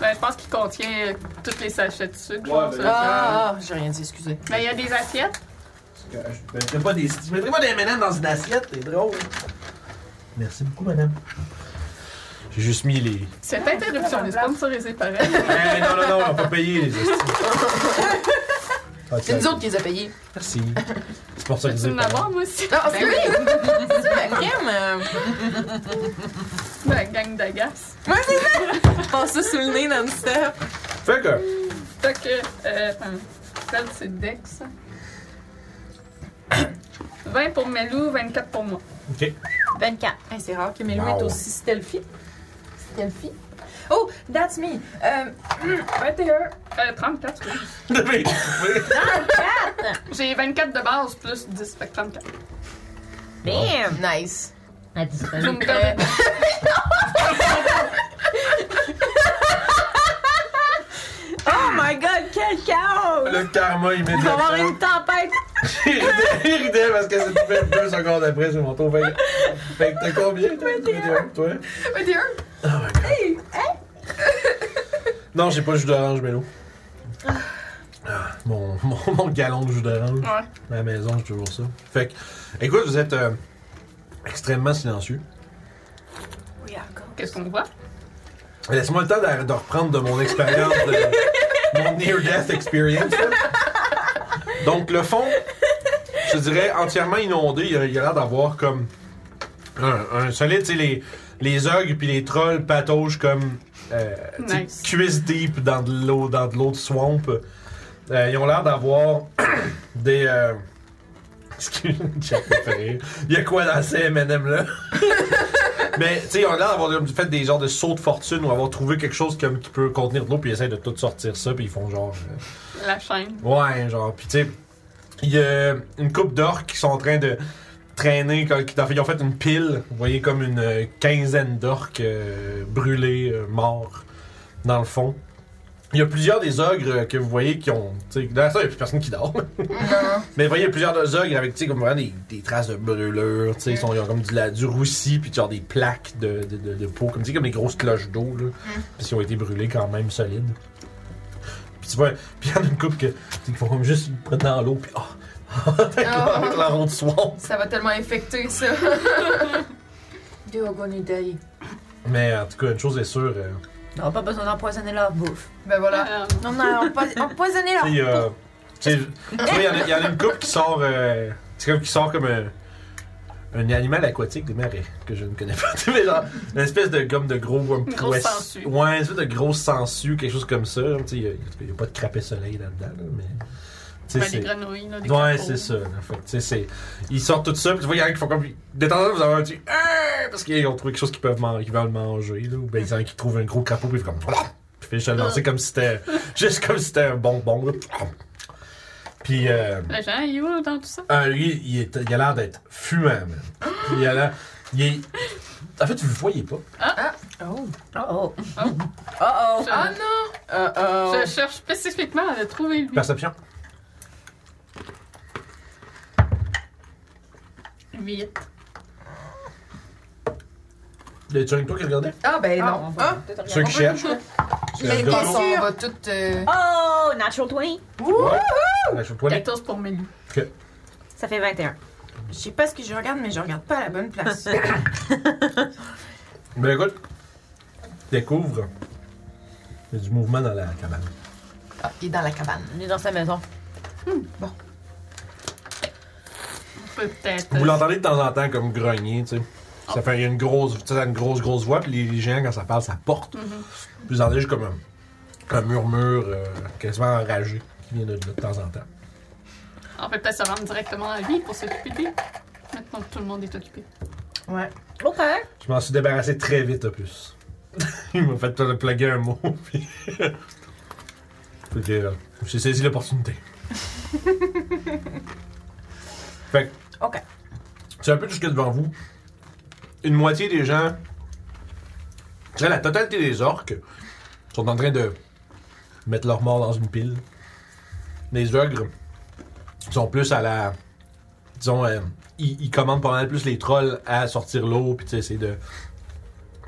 Speaker 3: Ben, je pense qu'il contient euh, tous les sachets de sucre.
Speaker 1: Ouais,
Speaker 3: genre,
Speaker 1: ben-
Speaker 3: ça, ça.
Speaker 4: Ah, ah, j'ai rien dit, excusez.
Speaker 3: Ben, il y a des assiettes.
Speaker 1: Je mettrais pas des, je mettrais pas des M&M dans une assiette, c'est drôle. Merci beaucoup, madame. J'ai juste mis les.
Speaker 3: Cette interruption est sponsorisée par elle.
Speaker 1: Eh, non, non, non, on va pas payer les hosties. Ah,
Speaker 4: C'est nous autres qui les a payés.
Speaker 1: Merci. C'est pour ça que
Speaker 3: Peux-tu me l'avoir, moi aussi?
Speaker 6: Ben
Speaker 4: Non, c'est lui!
Speaker 6: La crème. euh,
Speaker 3: La Ben, gang d'agace.
Speaker 6: Passe ça sous le nez non-stop.
Speaker 1: Fait que.
Speaker 3: Fait que, euh, attends, celle, c'est Dex. 20 pour Melou, 24 pour moi.
Speaker 5: 24.
Speaker 6: Hey, c'est rare que Melou est
Speaker 1: Wow.
Speaker 6: aussi stealthy. Stealthy? Oh, that's me. Euh, hum, 21.
Speaker 3: Euh, 34, oui. J'ai 24 de base plus 10, fait que 34.
Speaker 5: Bam!
Speaker 4: Nice.
Speaker 5: Elle
Speaker 3: Je
Speaker 5: disparaît.
Speaker 3: me permets de-
Speaker 5: Oh my god, quel chaos!
Speaker 1: Le karma
Speaker 5: Il va y avoir
Speaker 1: immédiatement.
Speaker 5: une tempête!
Speaker 1: Il ridait- il ridait parce que c'était fait deux secondes après sur mon tour. Fait que- fait que t'as combien, toi? 21, toi?
Speaker 4: 21.
Speaker 1: Oh my god. Non, j'ai pas de jus d'orange, Mélo. Ah, mon, mon, mon galon de jus d'orange.
Speaker 3: Ouais.
Speaker 1: À la maison, j'ai toujours ça. Fait que, écoute, vous êtes euh, extrêmement silencieux.
Speaker 3: Qu'est-ce qu'on voit?
Speaker 1: Laisse-moi le temps de, de reprendre de mon expérience, de mon near-death experience. là. Donc, le fond, je dirais entièrement inondé. Il y a il y a l'air d'avoir comme un, un solide, tu sais, les, les ogres puis les trolls patauges comme euh, tu sais,
Speaker 3: Nice.
Speaker 1: cuisse deep dans de l'eau, dans de l'eau de swamp. Euh, ils ont l'air d'avoir des. Euh... Excuse-moi, j'ai pas fait rire. Il y a quoi dans ces M&M là? Mais, tu sais, ils ont l'air d'avoir comme fait des genres de sauts de fortune ou avoir trouvé quelque chose comme qui peut contenir de l'eau, puis ils essayent de tout sortir ça, puis ils font genre. euh,
Speaker 3: La chaîne.
Speaker 1: Ouais, genre, pis tu sais, il y a une coupe d'or qui sont en train de traîner, quand- qui- en fait, ils ont fait une pile, vous voyez comme une euh, quinzaine d'orques euh, brûlés, euh, morts, dans le fond. Il y a plusieurs des ogres euh, que vous voyez qui ont. tu sais, Dans ça, il n'y a plus personne qui dort. Mais vous voyez, il y a plusieurs des ogres avec tu sais, comme vraiment des, des traces de brûlure. tu sais, Ils, sont, ils ont comme du, la, du roussi, puis genre des plaques de, de, de- de peau, comme, tu sais, comme des grosses cloches d'eau. là, Parce qu'ils ont été brûlés quand même solides. Puis tu vois, puis il y en a une couple que, tu sais, qui font comme juste ils prennent dans l'eau, puis ah, avec, leur- avec leur eau de swamp.
Speaker 4: Ça va tellement infecter, ça.
Speaker 6: Deux Ogonidae.
Speaker 1: Mais en tout cas, une chose est sûre, euh,
Speaker 5: On n'a pas besoin d'empoisonner leur bouffe.
Speaker 4: Ben voilà.
Speaker 3: Euh,
Speaker 6: Non, non, empo- empoisonnez leur
Speaker 1: tu sais, euh, tu sais, tu vois, il y en a- il y, en a une couple qui sort, euh, c'est comme qui sort comme un, un animal aquatique des marais que je ne connais pas, Tu sais, mais genre une espèce de gomme de gros, un
Speaker 3: Une grosse sangsue.
Speaker 1: ouais, une espèce de grosse sangsue, quelque chose comme ça. là. Tu sais, il y a- en tout cas, il n'y a, pas de crapet soleil là-dedans, là, mais tu sais,
Speaker 3: ben,
Speaker 1: c'est-
Speaker 3: des grenouilles, là, des
Speaker 1: Ouais,
Speaker 3: crapauds.
Speaker 1: c'est ça. là. Fait que, tu sais, c'est- Ils sortent tout ça, puis tu vois, il y en a qui font comme. De temps en temps, vous avez un petit. Ah! Parce qu'ils ont trouvé quelque chose qu'ils peuvent man- qu'ils veulent manger, là. Ou bien, il y en a qui trouvent un gros crapaud, puis ils font comme. Puis ils finissent à le lancer comme si c'était. Juste comme si c'était un bonbon, là. Puis, euh,
Speaker 3: Le gens, il est où dans tout ça?
Speaker 1: euh, lui, il, est- il a l'air d'être fumant, man. Il a l'air. Il est. En fait, vous le voyez pas.
Speaker 5: Oh oh.
Speaker 3: Je,
Speaker 1: Ah,
Speaker 3: je cherche spécifiquement à le trouver, lui.
Speaker 1: Perception.
Speaker 3: 8.
Speaker 1: Le tu toi qui regardais
Speaker 4: Ah, ben non.
Speaker 1: Ceux qui cherchent. C'est
Speaker 4: Mais
Speaker 1: le
Speaker 4: bien
Speaker 1: gâteau.
Speaker 4: sûr, on va tout. euh,
Speaker 5: Oh, natural 20.
Speaker 1: Ouais, sur le toilette.
Speaker 3: 14 pour Mélie.
Speaker 5: Ça fait 21.
Speaker 6: Je sais pas ce que je regarde, mais je regarde pas à la bonne place.
Speaker 1: Ben écoute, découvre. Il y a du mouvement dans la cabane.
Speaker 4: Ah, il est dans la cabane.
Speaker 5: On est dans sa maison.
Speaker 3: On peut peut-être.
Speaker 1: Vous
Speaker 3: euh,
Speaker 1: l'entendez de temps en temps comme grogner, tu sais. Ça fait il y a une grosse, tu sais, ça a une grosse, grosse voix, puis les, les gens, quand ça parle, ça porte. Vous entendez juste comme un, un murmure euh, quasiment enragé qui vient de, de temps en temps.
Speaker 3: On peut peut-être se rendre directement à lui pour s'occuper de lui. Maintenant que tout le monde est occupé.
Speaker 4: Ouais.
Speaker 5: Ok.
Speaker 1: Je m'en suis débarrassé très vite, Opus. il m'a fait pl- plugger un mot, puis. Fait que, euh, J'ai saisi l'opportunité. fait que-
Speaker 5: Ok.
Speaker 1: C'est un peu tout ce qu'il y a devant vous. Une moitié des gens, je dirais la totalité des orques, sont en train de mettre leurs morts dans une pile. Les ogres sont plus à la. Disons, euh, ils, ils commandent pas mal plus les trolls à sortir l'eau, puis tu sais, essayer de,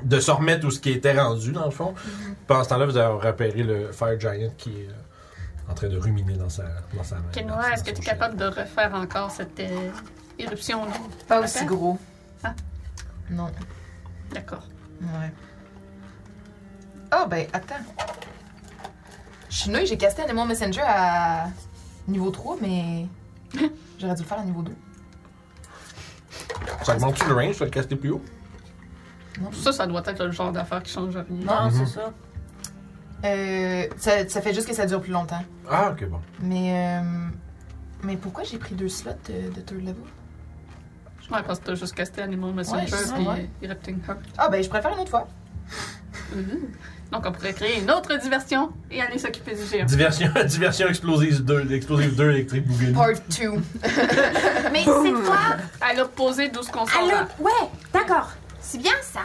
Speaker 1: de se remettre tout ce qui était rendu, dans le fond.
Speaker 3: Mhm.
Speaker 1: Puis Pendant ce temps-là, vous avez repéré le Fire Giant qui est euh, en train de ruminer dans sa, dans sa main. dans
Speaker 3: Kenora,
Speaker 1: sa-
Speaker 3: est-ce que
Speaker 1: son
Speaker 3: tu es
Speaker 1: chien.
Speaker 3: capable de refaire encore cette euh, éruption là?
Speaker 4: Pas
Speaker 3: aussi
Speaker 4: aussi gros.
Speaker 3: Ah.
Speaker 4: Non.
Speaker 3: D'accord.
Speaker 4: Ouais. Ah, ben attends. Je suis nulle, j'ai casté Animal Messenger à niveau 3, mais. J'aurais dû le faire à niveau 2.
Speaker 1: Ça augmente-tu le range, tu vas le caster plus haut?
Speaker 3: Ça, ça doit être le genre d'affaire qui change rien.
Speaker 5: Non,
Speaker 1: Mhm.
Speaker 5: Ah, c'est ça.
Speaker 4: Euh, ça, ça fait juste que ça dure plus longtemps.
Speaker 1: Ah, ok, bon.
Speaker 4: Mais. euh, mais pourquoi j'ai pris deux slots de, de third level?
Speaker 3: Ouais, parce que t'as juste casté Animal Messenger
Speaker 4: Ouais, c'est ça,
Speaker 3: puis
Speaker 4: ouais.
Speaker 3: euh, Erupting Heart.
Speaker 4: Ah, ben je pourrais le faire une autre fois.
Speaker 3: Mhm. Donc, on pourrait créer une autre diversion et aller s'occuper du géant.
Speaker 1: Diversion, diversion explosive 2, explosive 2 électrique bougaine.
Speaker 4: Part 2.
Speaker 6: mais cette fois,
Speaker 3: À l'opposé d'où ce qu'on s'en
Speaker 6: allô?
Speaker 3: va.
Speaker 6: Ouais, d'accord. C'est bien ça.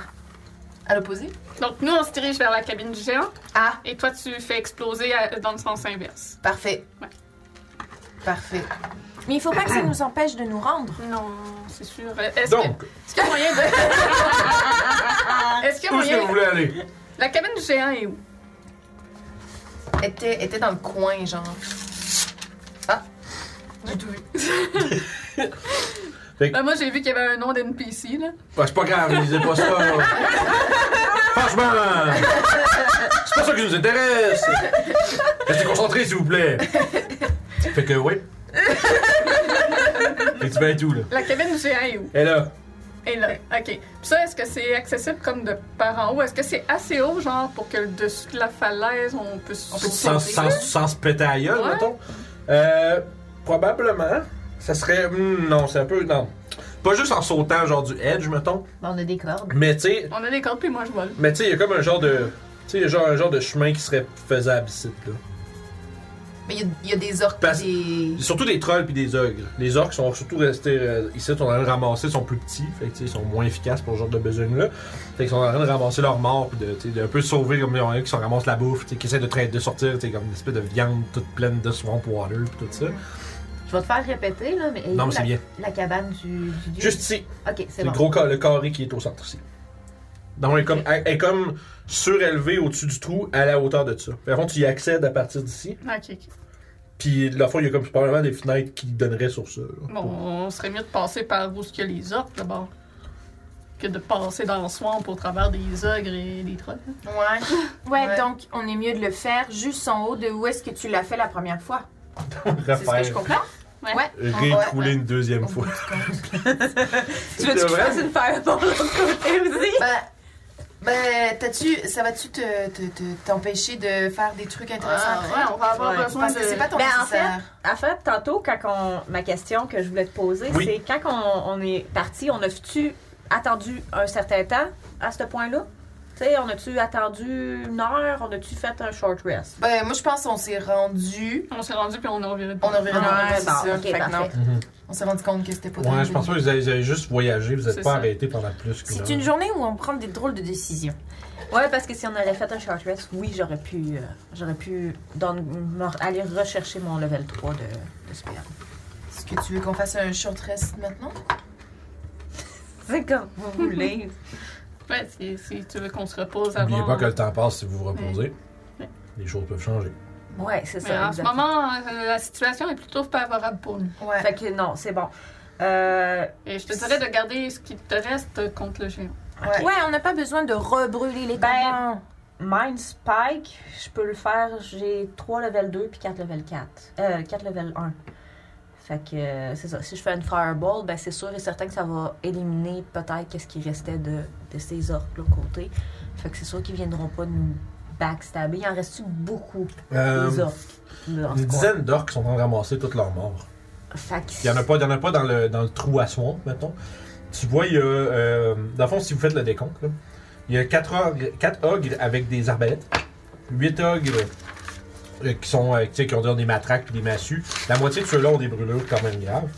Speaker 4: À l'opposé?
Speaker 3: Donc, nous, on se dirige vers la cabine du géant
Speaker 4: Ah,
Speaker 3: et toi, tu fais exploser à- dans le sens inverse.
Speaker 4: parfait.
Speaker 3: Ouais.
Speaker 4: Parfait.
Speaker 6: Mais il faut pas que ça nous empêche de nous rendre.
Speaker 3: Non, c'est sûr. Euh, Est-ce que-
Speaker 1: Donc,
Speaker 3: est-ce qu'il y a moyen de. Est-ce qu'il y
Speaker 1: où est-ce que
Speaker 3: a moyen.
Speaker 1: vous voulez aller?
Speaker 3: La cabine du géant est où?
Speaker 4: Était, était dans le coin, genre. Ah! J'ai tout vu.
Speaker 3: Ben, moi, j'ai vu qu'il y avait un nom d'NPC, là.
Speaker 1: Bah, c'est pas grave, ne lisez pas ça. Franchement, c'est pas ça qui nous intéresse. Restez concentrés, s'il vous plaît. Fait que, oui. Fait que tu vas être où, là?
Speaker 3: La cabine du géant est où?
Speaker 1: Et là,
Speaker 3: Et là, ok. Puis ça, est-ce que c'est accessible comme de par en haut? Est-ce que c'est assez haut, genre, pour que le dessus de la falaise, on peut se
Speaker 1: sans, sans, sans se péter à gueule,
Speaker 3: Ouais.
Speaker 1: mettons. Euh, probablement, ça serait... hmm, non, c'est un peu... Non. Pas juste en sautant, genre, du edge, mettons.
Speaker 5: Ben, on a des cordes.
Speaker 1: Mais, tu sais,
Speaker 3: On a des cordes, puis moi, je vole.
Speaker 1: Mais tu sais, il y a comme un genre de. Tu sais, il y a genre un genre de chemin qui serait faisable ici, là.
Speaker 4: Mais il y a- il y, a des orques
Speaker 1: Parce-
Speaker 4: pis des.
Speaker 1: Surtout des trolls puis des ogres. Les orques sont surtout restés euh, ici, on en train de ramasser, ils sont plus petits, fait que, tu sais, ils sont moins efficaces pour ce genre de besogne-là. Fait qu'ils sont en train de ramasser leurs morts, puis de, tu sais, de un peu sauver, comme il y en a qui se ramassent la bouffe, tu sais, qui essaient de, tra- de sortir, tu sais, comme une espèce de viande toute pleine de swamp water, puis tout ça.
Speaker 4: Oh,
Speaker 5: Je vais te faire répéter, là, mais.
Speaker 1: Non, mais c'est
Speaker 5: la,
Speaker 1: bien.
Speaker 5: la cabane du, du dieu.
Speaker 1: Juste ici,
Speaker 5: Ok, c'est
Speaker 1: le
Speaker 5: bon.
Speaker 1: gros ca- le carré qui est au centre ici. Donc, elle est comme, elle est comme surélevée au-dessus du trou à la hauteur de ça. Fait, à fond, tu y accèdes à partir d'ici.
Speaker 3: Ok, ok.
Speaker 1: Puis, la fois, il y a comme probablement des fenêtres qui donneraient sur ça. là.
Speaker 3: Bon, on serait mieux de passer par où ce qu'il y a les orques d'abord que de passer dans le swamp au travers des ogres et des trolls.
Speaker 4: Ouais.
Speaker 6: Ouais,
Speaker 4: Ouais.
Speaker 6: donc on est mieux de le faire juste en haut de où est-ce que tu l'as fait la première fois. C'est ce que je
Speaker 1: Raphaël,
Speaker 6: comprends.
Speaker 1: réécrouler une deuxième fois.
Speaker 2: Tu veux-tu que je
Speaker 1: vrai?
Speaker 2: fasse une fireball de l'autre côté aussi?
Speaker 4: Ben, ben, t'as-tu, ça va-tu te, te- te- t'empêcher de faire des trucs intéressants
Speaker 3: Ah,
Speaker 4: après?
Speaker 3: ouais, on va avoir
Speaker 5: Ouais.
Speaker 3: besoin
Speaker 4: Parce que
Speaker 3: de...
Speaker 4: c'est pas ton
Speaker 5: Ben, en
Speaker 4: nécessaire.
Speaker 5: En fait, tantôt, quand on... ma question que je voulais te poser,
Speaker 1: Oui.
Speaker 5: c'est quand on, on est parti, on a-tu attendu un certain temps à ce point-là? Tu sais, on a-tu attendu une heure? On a-tu fait un short rest?
Speaker 4: Ben, moi, je pense qu'on s'est rendu.
Speaker 3: On s'est rendu puis on a reviré de
Speaker 4: On a
Speaker 3: bord.
Speaker 4: reviré
Speaker 5: Ah,
Speaker 4: de bord,
Speaker 5: ouais,
Speaker 4: c'est
Speaker 5: bon,
Speaker 4: ça.
Speaker 5: ok,
Speaker 4: Fait que
Speaker 5: parfait.
Speaker 4: non, on s'est rendu compte que c'était pas
Speaker 1: Mhm. Ouais, je pense pas que vous avez, vous avez juste voyagé, vous n'êtes
Speaker 3: C'est
Speaker 1: pas
Speaker 3: ça.
Speaker 1: arrêté pendant plus qu'une heure.
Speaker 6: C'est une journée où on prend des drôles de décisions.
Speaker 5: Ouais, parce que si on avait fait un short rest, oui, j'aurais pu, euh, j'aurais pu dans- me- aller rechercher mon level 3 de, de spell.
Speaker 4: Est-ce que tu veux qu'on fasse un short rest maintenant?
Speaker 5: C'est comme vous voulez.
Speaker 3: Ouais, si, si tu veux qu'on se repose avant.
Speaker 1: N'oubliez pas que le temps passe si vous vous reposez.
Speaker 3: Ouais.
Speaker 1: Les choses peuvent changer.
Speaker 5: ouais, c'est ça.
Speaker 3: Mais en ce
Speaker 5: exact.
Speaker 3: moment, euh, la situation est plutôt favorable pour nous.
Speaker 4: Ouais.
Speaker 5: Fait que non, c'est bon. Euh,
Speaker 3: Et je te dirais de garder ce qui te reste contre le géant.
Speaker 4: Ouais.
Speaker 6: Ouais, on n'a pas besoin de rebrûler les
Speaker 5: Ben,
Speaker 6: tampons.
Speaker 5: Mind Spike, je peux le faire. J'ai 3 level 2 puis 4 level 4. Euh, 4 level 1. Fait que euh, c'est ça. Si je fais une Fireball, ben c'est sûr et certain que ça va éliminer peut-être qu'est-ce qui restait de, de ces orques de l'autre côté. Fait que c'est sûr qu'ils viendront pas nous backstabber. Il en reste beaucoup
Speaker 1: Euh,
Speaker 5: des orques. dans ce
Speaker 1: une
Speaker 5: coin.
Speaker 1: dizaine d'orques sont en train de ramasser toutes leurs morts.
Speaker 5: Fait que
Speaker 1: Il n'y en a pas, il y en a pas dans, le, dans le trou à swamp, mettons. Tu vois, il y a. euh, dans le fond, si vous faites le décompte, là, il y a 4 ogres, quatre ogres avec des arbalètes, 8 ogres euh, qui, sont, euh, tu sais, qui ont des matraques et des massues. La moitié de ceux-là ont des brûlures quand même graves.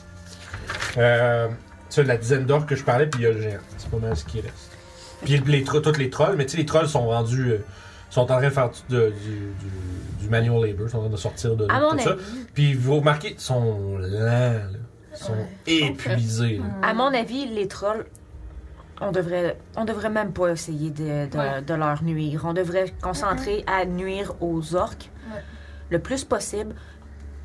Speaker 1: Euh, tu sais, la dizaine d'orques que je parlais, puis il y a le géant. C'est pas mal ce qui reste. Puis les, tro- toutes les trolls, mais tu sais, les trolls sont rendus. euh, sont en train de faire du, de- du- du- du manual labor, sont en train de sortir de,
Speaker 5: À
Speaker 1: de
Speaker 5: mon
Speaker 1: ça.
Speaker 5: avis,
Speaker 1: Puis vous remarquez, ils sont lents, là. Ils sont épuisés. là.
Speaker 5: à mon avis, les trolls, on devrait, on devrait même pas essayer de, de-
Speaker 3: Ouais.
Speaker 5: de leur nuire. On devrait se concentrer à nuire aux orques
Speaker 4: Ouais.
Speaker 5: le plus possible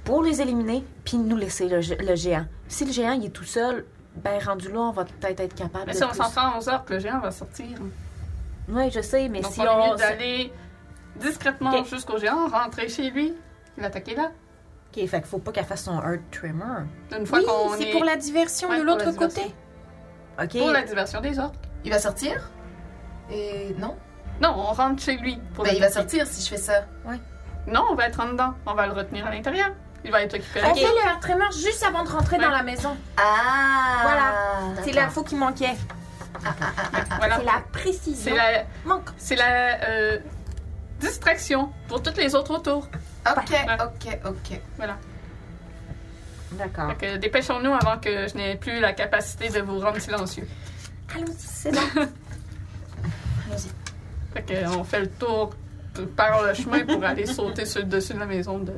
Speaker 5: pour les éliminer, puis nous laisser le, gé- le géant. Si le géant il est tout seul, ben rendu là, on va peut-être être capable.
Speaker 3: Mais
Speaker 5: Ah, de
Speaker 3: si on
Speaker 5: plus.
Speaker 3: s'en prend aux orques, le géant va sortir.
Speaker 5: Oui, je sais, mais
Speaker 3: Donc
Speaker 5: si
Speaker 3: on est
Speaker 5: on.
Speaker 3: mieux d'aller discrètement
Speaker 5: Ok.
Speaker 3: jusqu'au géant, rentrer chez lui, l'attaquer là.
Speaker 5: Ok, fait qu'il faut pas qu'elle fasse son Earth Tremor.
Speaker 3: Une fois qu'on
Speaker 6: c'est
Speaker 3: est
Speaker 6: pour la diversion
Speaker 3: Ouais,
Speaker 6: de
Speaker 3: pour
Speaker 6: l'autre
Speaker 3: la diversion.
Speaker 6: côté.
Speaker 5: Ok.
Speaker 3: pour la diversion des orques.
Speaker 4: Il va sortir? Et non?
Speaker 3: Non, on rentre chez lui. Pour
Speaker 4: ben,
Speaker 3: le
Speaker 4: il va
Speaker 3: sortir.
Speaker 4: sortir si je fais ça.
Speaker 3: Non, on va être en dedans. On va le retenir à l'intérieur. Il va être occupé.
Speaker 6: On fait le air tremor juste avant de rentrer
Speaker 3: Ouais.
Speaker 6: dans la maison.
Speaker 4: Ah!
Speaker 6: Voilà. C'est l'info qui manquait.
Speaker 3: Voilà.
Speaker 6: Ah, C'est la
Speaker 3: C'est
Speaker 6: précision.
Speaker 3: la,
Speaker 6: Manque.
Speaker 3: c'est la euh, distraction pour toutes les autres autour.
Speaker 4: Ok, ok, ok.
Speaker 5: D'accord.
Speaker 3: Fait que dépêchons-nous avant que je n'ai plus la capacité de vous rendre silencieux.
Speaker 5: C'est bon.
Speaker 3: Fait que on fait le tour de- par le chemin pour aller sauter sur le dessus de la maison de,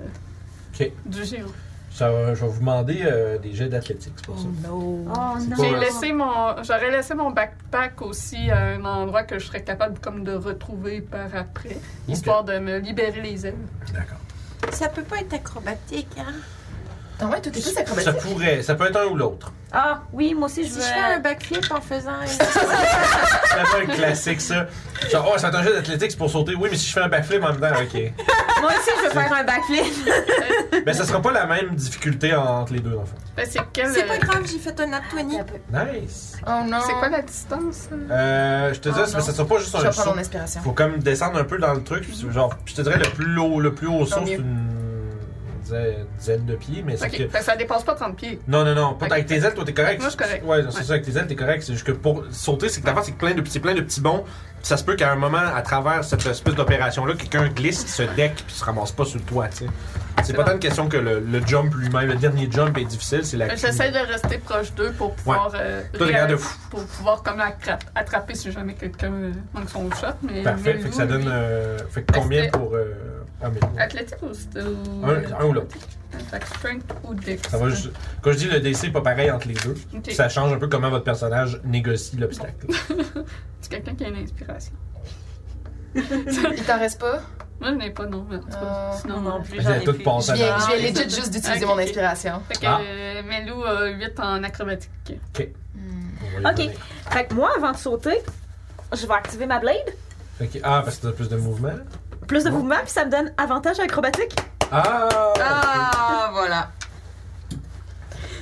Speaker 1: Ok.
Speaker 3: du géant.
Speaker 1: Ça va- je vais vous demander euh, des jets d'athlétique, c'est pour ça.
Speaker 5: Oh
Speaker 1: C'est
Speaker 5: non.
Speaker 1: pas
Speaker 3: J'ai
Speaker 1: vrai.
Speaker 3: laissé mon, j'aurais laissé mon backpack aussi à un endroit que je serais capable comme de retrouver par après, histoire de me libérer les ailes.
Speaker 1: D'accord.
Speaker 6: Ça peut pas être acrobatique, hein.
Speaker 4: Non, Ah ouais, tout est plus
Speaker 1: Ça
Speaker 4: acrobatique.
Speaker 1: pourrait, ça peut être un ou l'autre.
Speaker 5: Ah oui, moi aussi je
Speaker 6: Si
Speaker 5: veux.
Speaker 6: je fais un backflip en faisant une...
Speaker 1: C'est un classique, ça. Genre, oh, c'est un jeu d'athlétique pour sauter. Oui, mais si je fais un backflip en même temps, ok.
Speaker 5: Moi aussi je veux faire un backflip.
Speaker 1: Mais ça sera pas la même difficulté entre les deux, dans le fond.
Speaker 3: Ben, c'est quel-
Speaker 6: C'est pas grave, j'ai fait un nat 20.
Speaker 1: Nice.
Speaker 4: Oh non.
Speaker 3: c'est quoi la distance? euh?
Speaker 1: Euh, je te dis,
Speaker 4: Ah,
Speaker 1: mais
Speaker 4: non.
Speaker 1: ça sera pas juste
Speaker 4: Je
Speaker 1: un
Speaker 4: vais prendre
Speaker 1: saut.
Speaker 4: mon inspiration.
Speaker 1: Faut comme descendre un peu dans le truc. puis c'est Genre, je te dirais, le plus haut, le plus haut saut,
Speaker 4: mieux.
Speaker 1: c'est une dizaine- dizaine de pieds, mais c'est
Speaker 3: Ok,
Speaker 1: que.
Speaker 3: fait que ça dépasse pas 30 pieds.
Speaker 1: Non, non, non. Pas
Speaker 3: Ok.
Speaker 1: avec tes ailes, toi, t'es correct.
Speaker 3: Moi, je suis correct.
Speaker 1: Ouais, c'est
Speaker 3: Ouais.
Speaker 1: ça, avec tes ailes, t'es correct. C'est juste que pour sauter, c'est que ta face, c'est plein de petits, plein de petits bonds. Puis ça se peut qu'à un moment, à travers cette espèce d'opération-là, quelqu'un glisse, se deck, puis se ramasse pas sur le toit, tu sais. C'est pas
Speaker 3: bon.
Speaker 1: tant une question que le, le jump lui-même, le dernier jump est difficile, c'est la.
Speaker 3: Ben, J'essaie de rester proche d'eux pour pouvoir euh,
Speaker 1: Toi, regarde,
Speaker 3: réa-
Speaker 1: fou.
Speaker 3: pour pouvoir comme attra- attraper si jamais quelqu'un euh, manque son shot. Mais
Speaker 1: Parfait.
Speaker 3: mais
Speaker 1: Fait que ça
Speaker 3: lui,
Speaker 1: donne.
Speaker 3: lui,
Speaker 1: euh, fait que combien
Speaker 3: Parce que-
Speaker 1: pour. euh, Ah, mais.
Speaker 3: Athlétique ou. st- ou-
Speaker 1: Un, un ou l'autre.
Speaker 3: Fait que strength ou dex.
Speaker 1: Ça va juste- Quand je dis le DC, pas pareil entre les deux.
Speaker 3: Ok.
Speaker 1: Ça change un peu comment votre personnage négocie l'obstacle.
Speaker 3: C'est quelqu'un qui a une inspiration.
Speaker 4: Il t'en reste pas?
Speaker 3: Moi, je n'ai pas, non. mais en tout cas,
Speaker 4: Euh,
Speaker 3: Sinon,
Speaker 5: Non
Speaker 3: euh,
Speaker 5: plus,
Speaker 1: Vous
Speaker 5: j'en
Speaker 1: avez
Speaker 5: ai
Speaker 1: tout
Speaker 5: plus.
Speaker 1: pensé
Speaker 4: Je viens,
Speaker 3: Ah,
Speaker 4: je viens
Speaker 3: oui,
Speaker 4: legit
Speaker 3: c'est-
Speaker 4: juste d'utiliser
Speaker 3: ok,
Speaker 4: mon
Speaker 3: ok.
Speaker 4: inspiration.
Speaker 3: Fait que
Speaker 1: Ah.
Speaker 3: euh, Melou a 8 en acrobatique.
Speaker 4: Hmm.
Speaker 1: On va y
Speaker 5: Ok.
Speaker 1: revenir.
Speaker 5: Fait que moi, avant de sauter, je vais activer ma blade.
Speaker 1: Ok. Ah, parce que t'as plus de mouvement.
Speaker 5: Plus de mouvement, puis ça me donne avantage acrobatique.
Speaker 1: Ah!
Speaker 8: Ah, voilà.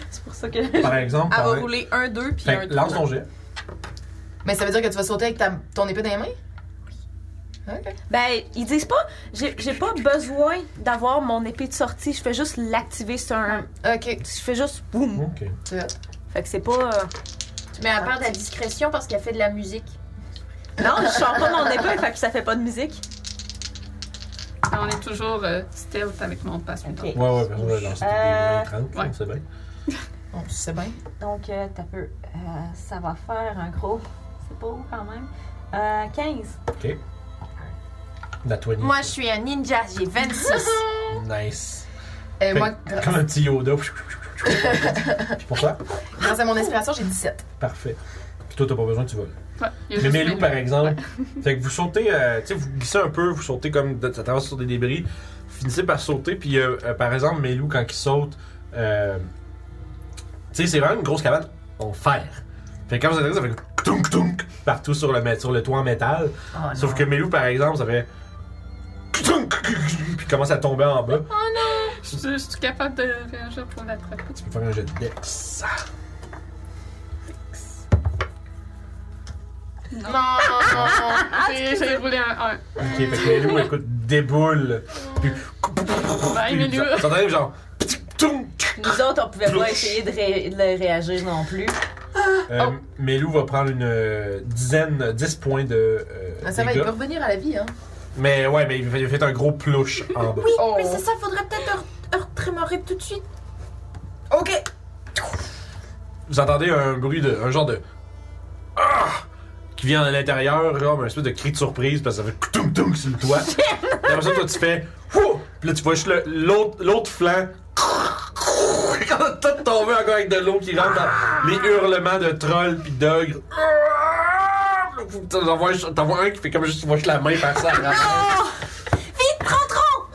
Speaker 5: C'est pour ça que.
Speaker 1: ok. Par exemple.
Speaker 8: Elle va
Speaker 1: pareil.
Speaker 8: rouler un, deux, puis
Speaker 1: Fait
Speaker 8: un.
Speaker 1: que lance
Speaker 8: trois.
Speaker 1: ton jet.
Speaker 4: Mais ça veut dire que tu vas sauter avec ta, ton épée dans les mains? Ok.
Speaker 5: Ben, ils disent pas. J'ai j'ai pas besoin d'avoir mon épée de sortie. Je fais juste l'activer sur un.
Speaker 4: Ok.
Speaker 5: Je fais juste boum.
Speaker 1: Ok.
Speaker 5: Fait que c'est pas. euh,
Speaker 6: Mais à part de la discrétion parce qu'elle fait de la musique.
Speaker 5: Non, je sors pas mon épée, fait que ça fait pas de musique.
Speaker 3: Ah, On est toujours euh, stealth avec mon passe.
Speaker 5: Ok.
Speaker 1: Ouais, ouais, personne va lancer des
Speaker 5: Euh,
Speaker 1: 20, 30.
Speaker 3: ouais.
Speaker 1: C'est bien.
Speaker 4: Bon, tu sais bien.
Speaker 5: Donc, euh, t'as peu. euh, ça va faire un gros. C'est pas haut quand même. Euh, 15.
Speaker 1: La 20.
Speaker 6: Moi, je suis un ninja, j'ai 26.
Speaker 1: Nice.
Speaker 4: Euh,
Speaker 1: Fait
Speaker 4: moi,
Speaker 1: que,
Speaker 4: gra-
Speaker 1: comme un petit Yoda. Puis pour ça,
Speaker 4: grâce à mon inspiration, j'ai 17.
Speaker 1: parfait. Puis toi, t'as pas besoin, tu voles.
Speaker 3: Ouais, il y a
Speaker 1: Mais
Speaker 3: juste
Speaker 1: Melou,
Speaker 3: Melou.
Speaker 1: par exemple, fait que vous sautez, euh, tu sais, vous glissez un peu, vous sautez comme de- ça traverse sur des débris, finissez par sauter, puis euh, euh, par exemple, Melou, quand il saute, euh, tu sais, c'est vraiment une grosse cabane en fer. Fait que quand vous atterrissez, ça fait tunk tunk partout sur le, mé- sur le toit en métal.
Speaker 3: Oh
Speaker 1: Sauf que Melou, par exemple, ça fait tunk puis commence à tomber en bas.
Speaker 3: Je suis- je suis capable de réagir pour l'attraper.
Speaker 1: Tu peux faire un jeu de dex.
Speaker 4: Non, non, non.
Speaker 5: Ah,
Speaker 3: J'ai j'ai roulé un
Speaker 1: Ok, fait que Melou, écoute, déboule. Puis.
Speaker 3: Bye, Melou.
Speaker 1: Ça t'arrive genre. tunk,
Speaker 5: Nous autres, on pouvait pas essayer de, ré- de réagir non plus.
Speaker 4: Oh.
Speaker 1: Euh, Melou va prendre une euh, dizaine, 10 points de. euh,
Speaker 4: Ah, Ça va, il
Speaker 1: dégâts.
Speaker 4: peut revenir à la vie, hein.
Speaker 1: Mais ouais, mais il fait- il a fait un gros plouche en bas.
Speaker 4: Oh.
Speaker 6: Mais c'est ça, faudrait peut-être le trémorer tout de suite.
Speaker 4: Ok.
Speaker 1: Vous entendez un bruit de. un genre de. Ah! qui vient à l'intérieur, genre un espèce de cri de surprise parce que ça fait coutoum toum sur le toit. Et après ça, toi tu fais. Wouh! Puis là tu vois juste le- l'autre l'autre flanc. Quand tout tombé encore avec de l'eau qui rentre dans les hurlements de trolls pis d'ogres. Ah! T'en vois t'en vois un qui fait comme juste, tu vois juste la main passer à la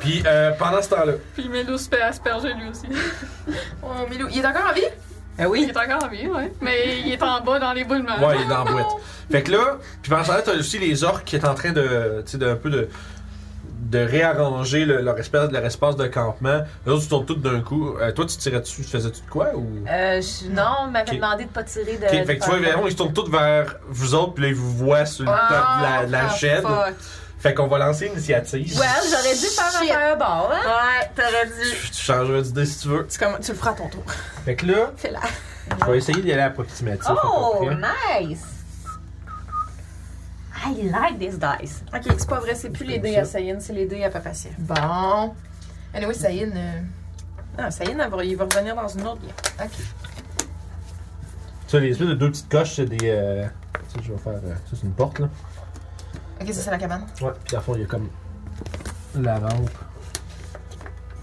Speaker 1: Puis euh, pendant ce temps-là,
Speaker 3: Puis Melou se fait asperger lui aussi.
Speaker 4: Oh, Milou, il est encore en vie?
Speaker 8: Ah
Speaker 3: Il
Speaker 8: oui.
Speaker 3: est encore en vie, ouais. Mais il est en bas dans les boulements.
Speaker 1: Ouais, il est dans la boîte. Fait que là, puis pendant ce temps-là, t'as aussi les orques qui est en train de, tu sais, d'un peu de, de réarranger le- leur, espace, leur espace de campement. Les autres, tu tournes tout d'un coup. Euh, toi, tu tirais dessus, tu faisais-tu de quoi ou...
Speaker 5: Euh, je- non, on m'avait
Speaker 1: Ok.
Speaker 5: demandé de pas tirer de.
Speaker 1: Ok,
Speaker 5: de
Speaker 1: fait que tu
Speaker 5: faire
Speaker 1: vois, les
Speaker 5: ça.
Speaker 1: verrons, ils se tournent tous vers vous autres, puis là, ils vous voient sur le
Speaker 5: Ah,
Speaker 1: top de la, de la chaîne.
Speaker 8: fuck.
Speaker 1: Fait qu'on va lancer l'initiative.
Speaker 5: Well, j'aurais dû faire un fireball, hein?
Speaker 8: Ouais, t'aurais dû.
Speaker 1: Tu, tu changeras d'idée si tu veux.
Speaker 8: Tu, comm- tu le feras à ton tour.
Speaker 1: Fait que là,
Speaker 8: Fais-la.
Speaker 1: je vais essayer d'y aller approximatif. à peu
Speaker 5: Oh,
Speaker 1: près.
Speaker 5: nice! I like these dice.
Speaker 6: Ok, c'est pas vrai, c'est plus les dés à Sayane, c'est les dés à Papacia.
Speaker 4: Bon. Anyway, Sayine. euh,
Speaker 6: Ah, Sayane, elle va- il va revenir dans une autre game.
Speaker 1: Ça, les espèces de deux petites coches, c'est des. euh, tu sais, je vais faire. euh, ça, c'est une porte, là.
Speaker 4: Ok, ça, c'est la cabane.
Speaker 1: Ouais, puis à fond, il y a comme la rampe.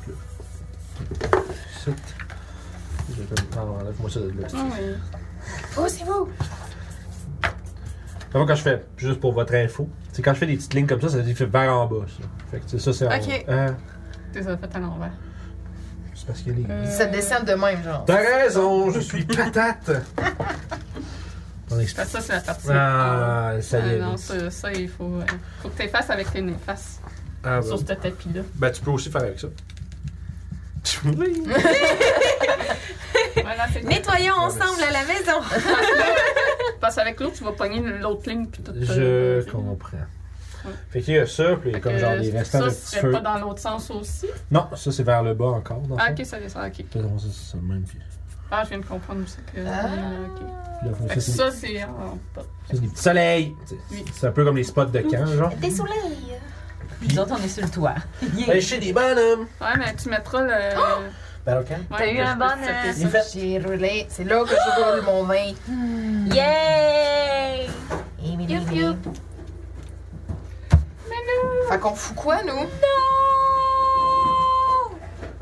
Speaker 1: Puis là, ici. J'ai comme. Ah, enlève-moi ça de là.
Speaker 3: Ah oui.
Speaker 4: Oh, c'est vous!
Speaker 1: Avant, quand je fais, juste pour votre info, c'est quand je fais des petites lignes comme ça, ça dit fait vers en bas. Ça. Fait que tu sais, ça, c'est en
Speaker 8: Ok.
Speaker 1: Ah,
Speaker 3: T'es ça fait à l'envers.
Speaker 1: c'est parce qu'il y a les.
Speaker 3: Euh.
Speaker 4: Ça descend de même, genre.
Speaker 1: T'as raison, je suis patate! On explique.
Speaker 3: Fait que Ça, c'est la partie.
Speaker 1: Ah, ça y
Speaker 3: Ah
Speaker 1: est.
Speaker 3: non, ça, ça, il faut, euh, faut que tu fasses avec tes néfastes
Speaker 1: Ah,
Speaker 3: sur
Speaker 1: bon.
Speaker 3: ce tapis-là.
Speaker 1: Ben, tu peux aussi faire avec ça. Oui.
Speaker 3: Voilà, c'est
Speaker 6: Nettoyons
Speaker 1: ensemble
Speaker 6: ensemble à la maison.
Speaker 3: Passe avec l'autre, tu vas pogner l'autre ligne puis tout. euh,
Speaker 1: Je comprends.
Speaker 3: Ouais.
Speaker 1: Fait qu'il y a ça, puis il y a
Speaker 3: Fait
Speaker 1: comme
Speaker 3: que
Speaker 1: genre des restants
Speaker 3: ça,
Speaker 1: de
Speaker 3: c'est
Speaker 1: petits feux.
Speaker 3: pas dans l'autre sens aussi.
Speaker 1: Non, ça c'est vers le bas encore. Dans le
Speaker 3: Ah,
Speaker 1: fond.
Speaker 3: ok, ça descend, ok.
Speaker 1: Puis là, on- ça, c'est le même. Puis
Speaker 3: Ah, je viens de comprendre aussi que.
Speaker 4: Ah.
Speaker 3: ok.
Speaker 1: puis là,
Speaker 3: Fait
Speaker 1: ça,
Speaker 3: que
Speaker 1: c'est-
Speaker 3: ça, c'est. ah, en bas.
Speaker 1: ça, c'est des petits soleils.
Speaker 3: Oui.
Speaker 1: C'est un peu comme les spots de camp, genre.
Speaker 5: Nous autres, on est sur le toit. Yeah.
Speaker 1: Hey, chez des bonhommes!
Speaker 3: Ouais, mais tu mettras le.
Speaker 1: Battle camp?
Speaker 3: Ouais,
Speaker 5: T'as eu
Speaker 3: le-
Speaker 5: un bon,
Speaker 3: cet
Speaker 5: euh,
Speaker 3: essai.
Speaker 1: Il est fait.
Speaker 4: J'ai roulé. C'est là que je roule mon vin.
Speaker 6: Hmm.
Speaker 5: Yay!
Speaker 4: Fait qu'on fout quoi, nous?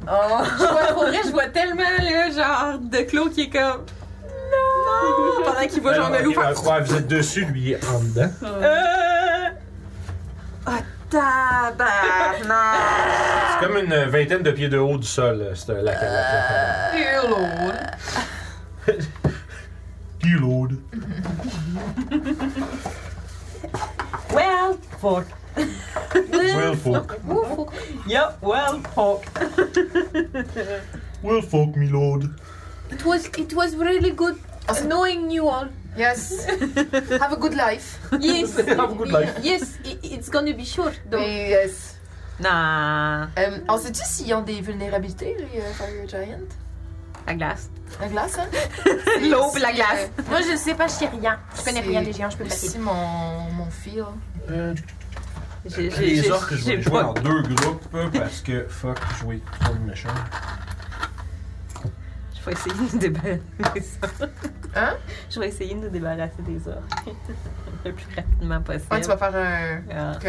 Speaker 7: Oh.
Speaker 2: Je vois, pour vrai, je vois tellement, là, genre, de Claude qui est comme. Non! Pendant qu'il voit
Speaker 1: Alors,
Speaker 2: genre le loup
Speaker 1: il va croire ben, vous êtes dessus, lui, il est en dedans.
Speaker 6: Bah.
Speaker 7: Tabarnak.
Speaker 1: C'est comme une vingtaine de pieds de haut du sol, euh, c'est un lac à
Speaker 3: Euh.
Speaker 1: lac. Reload.
Speaker 9: Well, fuck.
Speaker 1: Will folk.
Speaker 9: Yup, well, fuck.
Speaker 1: Will folk, me lord.
Speaker 6: It was, it was really good knowing you all.
Speaker 4: Yes. Have a good life.
Speaker 6: Yes.
Speaker 1: Have a good life.
Speaker 6: Yes, i- it's gonna be short.
Speaker 4: Mais,
Speaker 6: Though.
Speaker 9: euh,
Speaker 4: yes.
Speaker 9: Nah.
Speaker 4: Euh, on sait-tu s'ils ont des vulnérabilités, les euh, Fire Giant?
Speaker 9: La glace.
Speaker 4: La glace, hein? euh,
Speaker 9: L'eau pis la glace.
Speaker 6: Moi, je sais pas, je sais rien. Je connais
Speaker 4: C'est-
Speaker 6: rien des géants, je peux pas
Speaker 4: Merci mon, mon feel.
Speaker 1: Euh,
Speaker 9: J'ai- j'ai-
Speaker 1: les
Speaker 9: j'ai-
Speaker 1: orques, je vais
Speaker 9: j'ai
Speaker 1: les jouer
Speaker 9: pas-
Speaker 1: en deux groupes euh, parce que fuck, jouer comme méchant.
Speaker 9: Je vais essayer de nous débarrasser des orques.
Speaker 4: Hein?
Speaker 9: Je vais essayer de nous débarrasser des orques. le plus rapidement possible.
Speaker 4: Ouais, tu vas faire un.
Speaker 9: Ah.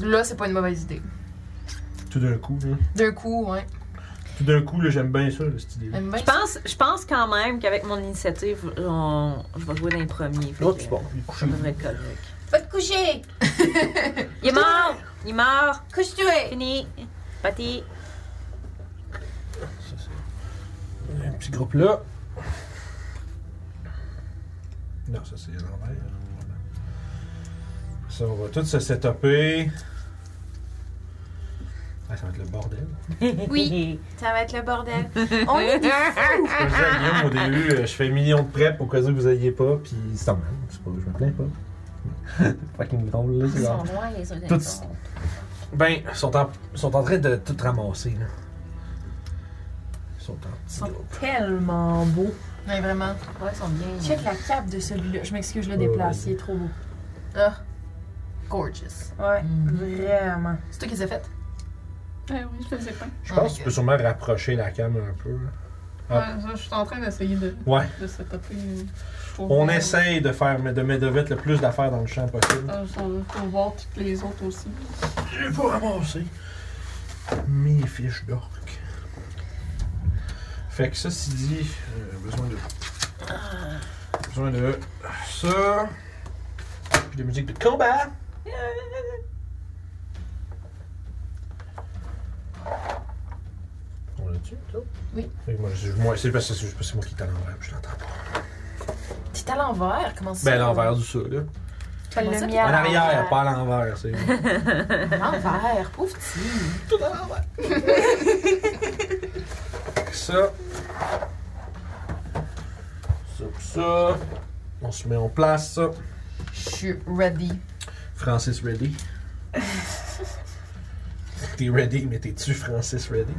Speaker 4: Là, c'est pas une mauvaise idée.
Speaker 1: Tout d'un coup, là.
Speaker 4: D'un coup, ouais.
Speaker 1: Tout d'un coup, là, j'aime bien ça, là, cette idée-là.
Speaker 4: J'aime bien
Speaker 9: Je pense, je pense quand même qu'avec mon initiative, on- je vais jouer dans les premiers. Fait
Speaker 1: L'autre,
Speaker 9: que
Speaker 1: c'est bon.
Speaker 9: Ça devrait être correct.
Speaker 7: Va te coucher.
Speaker 9: Il est mort! Il est mort!
Speaker 7: Couche-toi.
Speaker 9: Fini! Pati!
Speaker 1: Ça, c'est- Un petit groupe là. Non, ça c'est à l'envers. hein, Voilà. Ça, on va tout se setuper. Ah, ça va être le bordel.
Speaker 9: Oui!
Speaker 7: Ça va être le bordel. On est des fous.
Speaker 1: Comme je disais à Guillaume au début, euh, je fais million de prep au cas où vous ayez pas, puis c'est normal. C'est pas, je me plains pas. C'est fucking drôle, là, c'est
Speaker 5: Ils sont
Speaker 1: genre-
Speaker 5: loin, les autres.
Speaker 1: Tout- Ben, ils sont en, ils sont en train de tout ramasser, là. Ils sont en petits groupes.
Speaker 6: Tellement beau.
Speaker 4: Ouais, vraiment.
Speaker 5: Ouais, ils sont bien.
Speaker 6: Check la cape de celui-là. Je m'excuse, je le
Speaker 1: Ouais,
Speaker 6: déplace.
Speaker 1: vas-y.
Speaker 6: Il est trop beau.
Speaker 4: Ah. Gorgeous.
Speaker 6: Ouais, vraiment.
Speaker 4: C'est toi qui les as faites?
Speaker 3: Ben oui, je le sais pas.
Speaker 1: Je pense que tu peux sûrement rapprocher la cam un peu. là. Ah.
Speaker 3: Ouais, je- je suis en train d'essayer de,
Speaker 1: Ouais.
Speaker 3: de se taper. euh, pour
Speaker 1: On
Speaker 3: voir-
Speaker 1: essaye de faire de mettre le plus d'affaires dans le champ possible.
Speaker 3: Euh, j'en- Pour voir toutes les autres aussi.
Speaker 1: J'ai pas ramassé mes fiches d'orques. Fait que ça, c'est dit, euh, besoin de. Besoin de ça. Puis de musique de combat. On l'a tué, ça?
Speaker 4: Oui.
Speaker 1: Fait que Moi, je- moi c'est parce que c'est c'est moi qui est à l'envers, puis je l'entends pas.
Speaker 4: T'es à l'envers, comment ça?
Speaker 1: Ben, à l'envers du sol, là.
Speaker 4: Comment ça,
Speaker 1: En arrière, pas à l'envers, c'est
Speaker 4: t'es à l'envers, pauvre petit.
Speaker 1: ça. Ça, pis ça. On se met en place, ça.
Speaker 4: Je suis ready.
Speaker 1: Francis Ready. t'es ready, mais t'es-tu Francis Ready?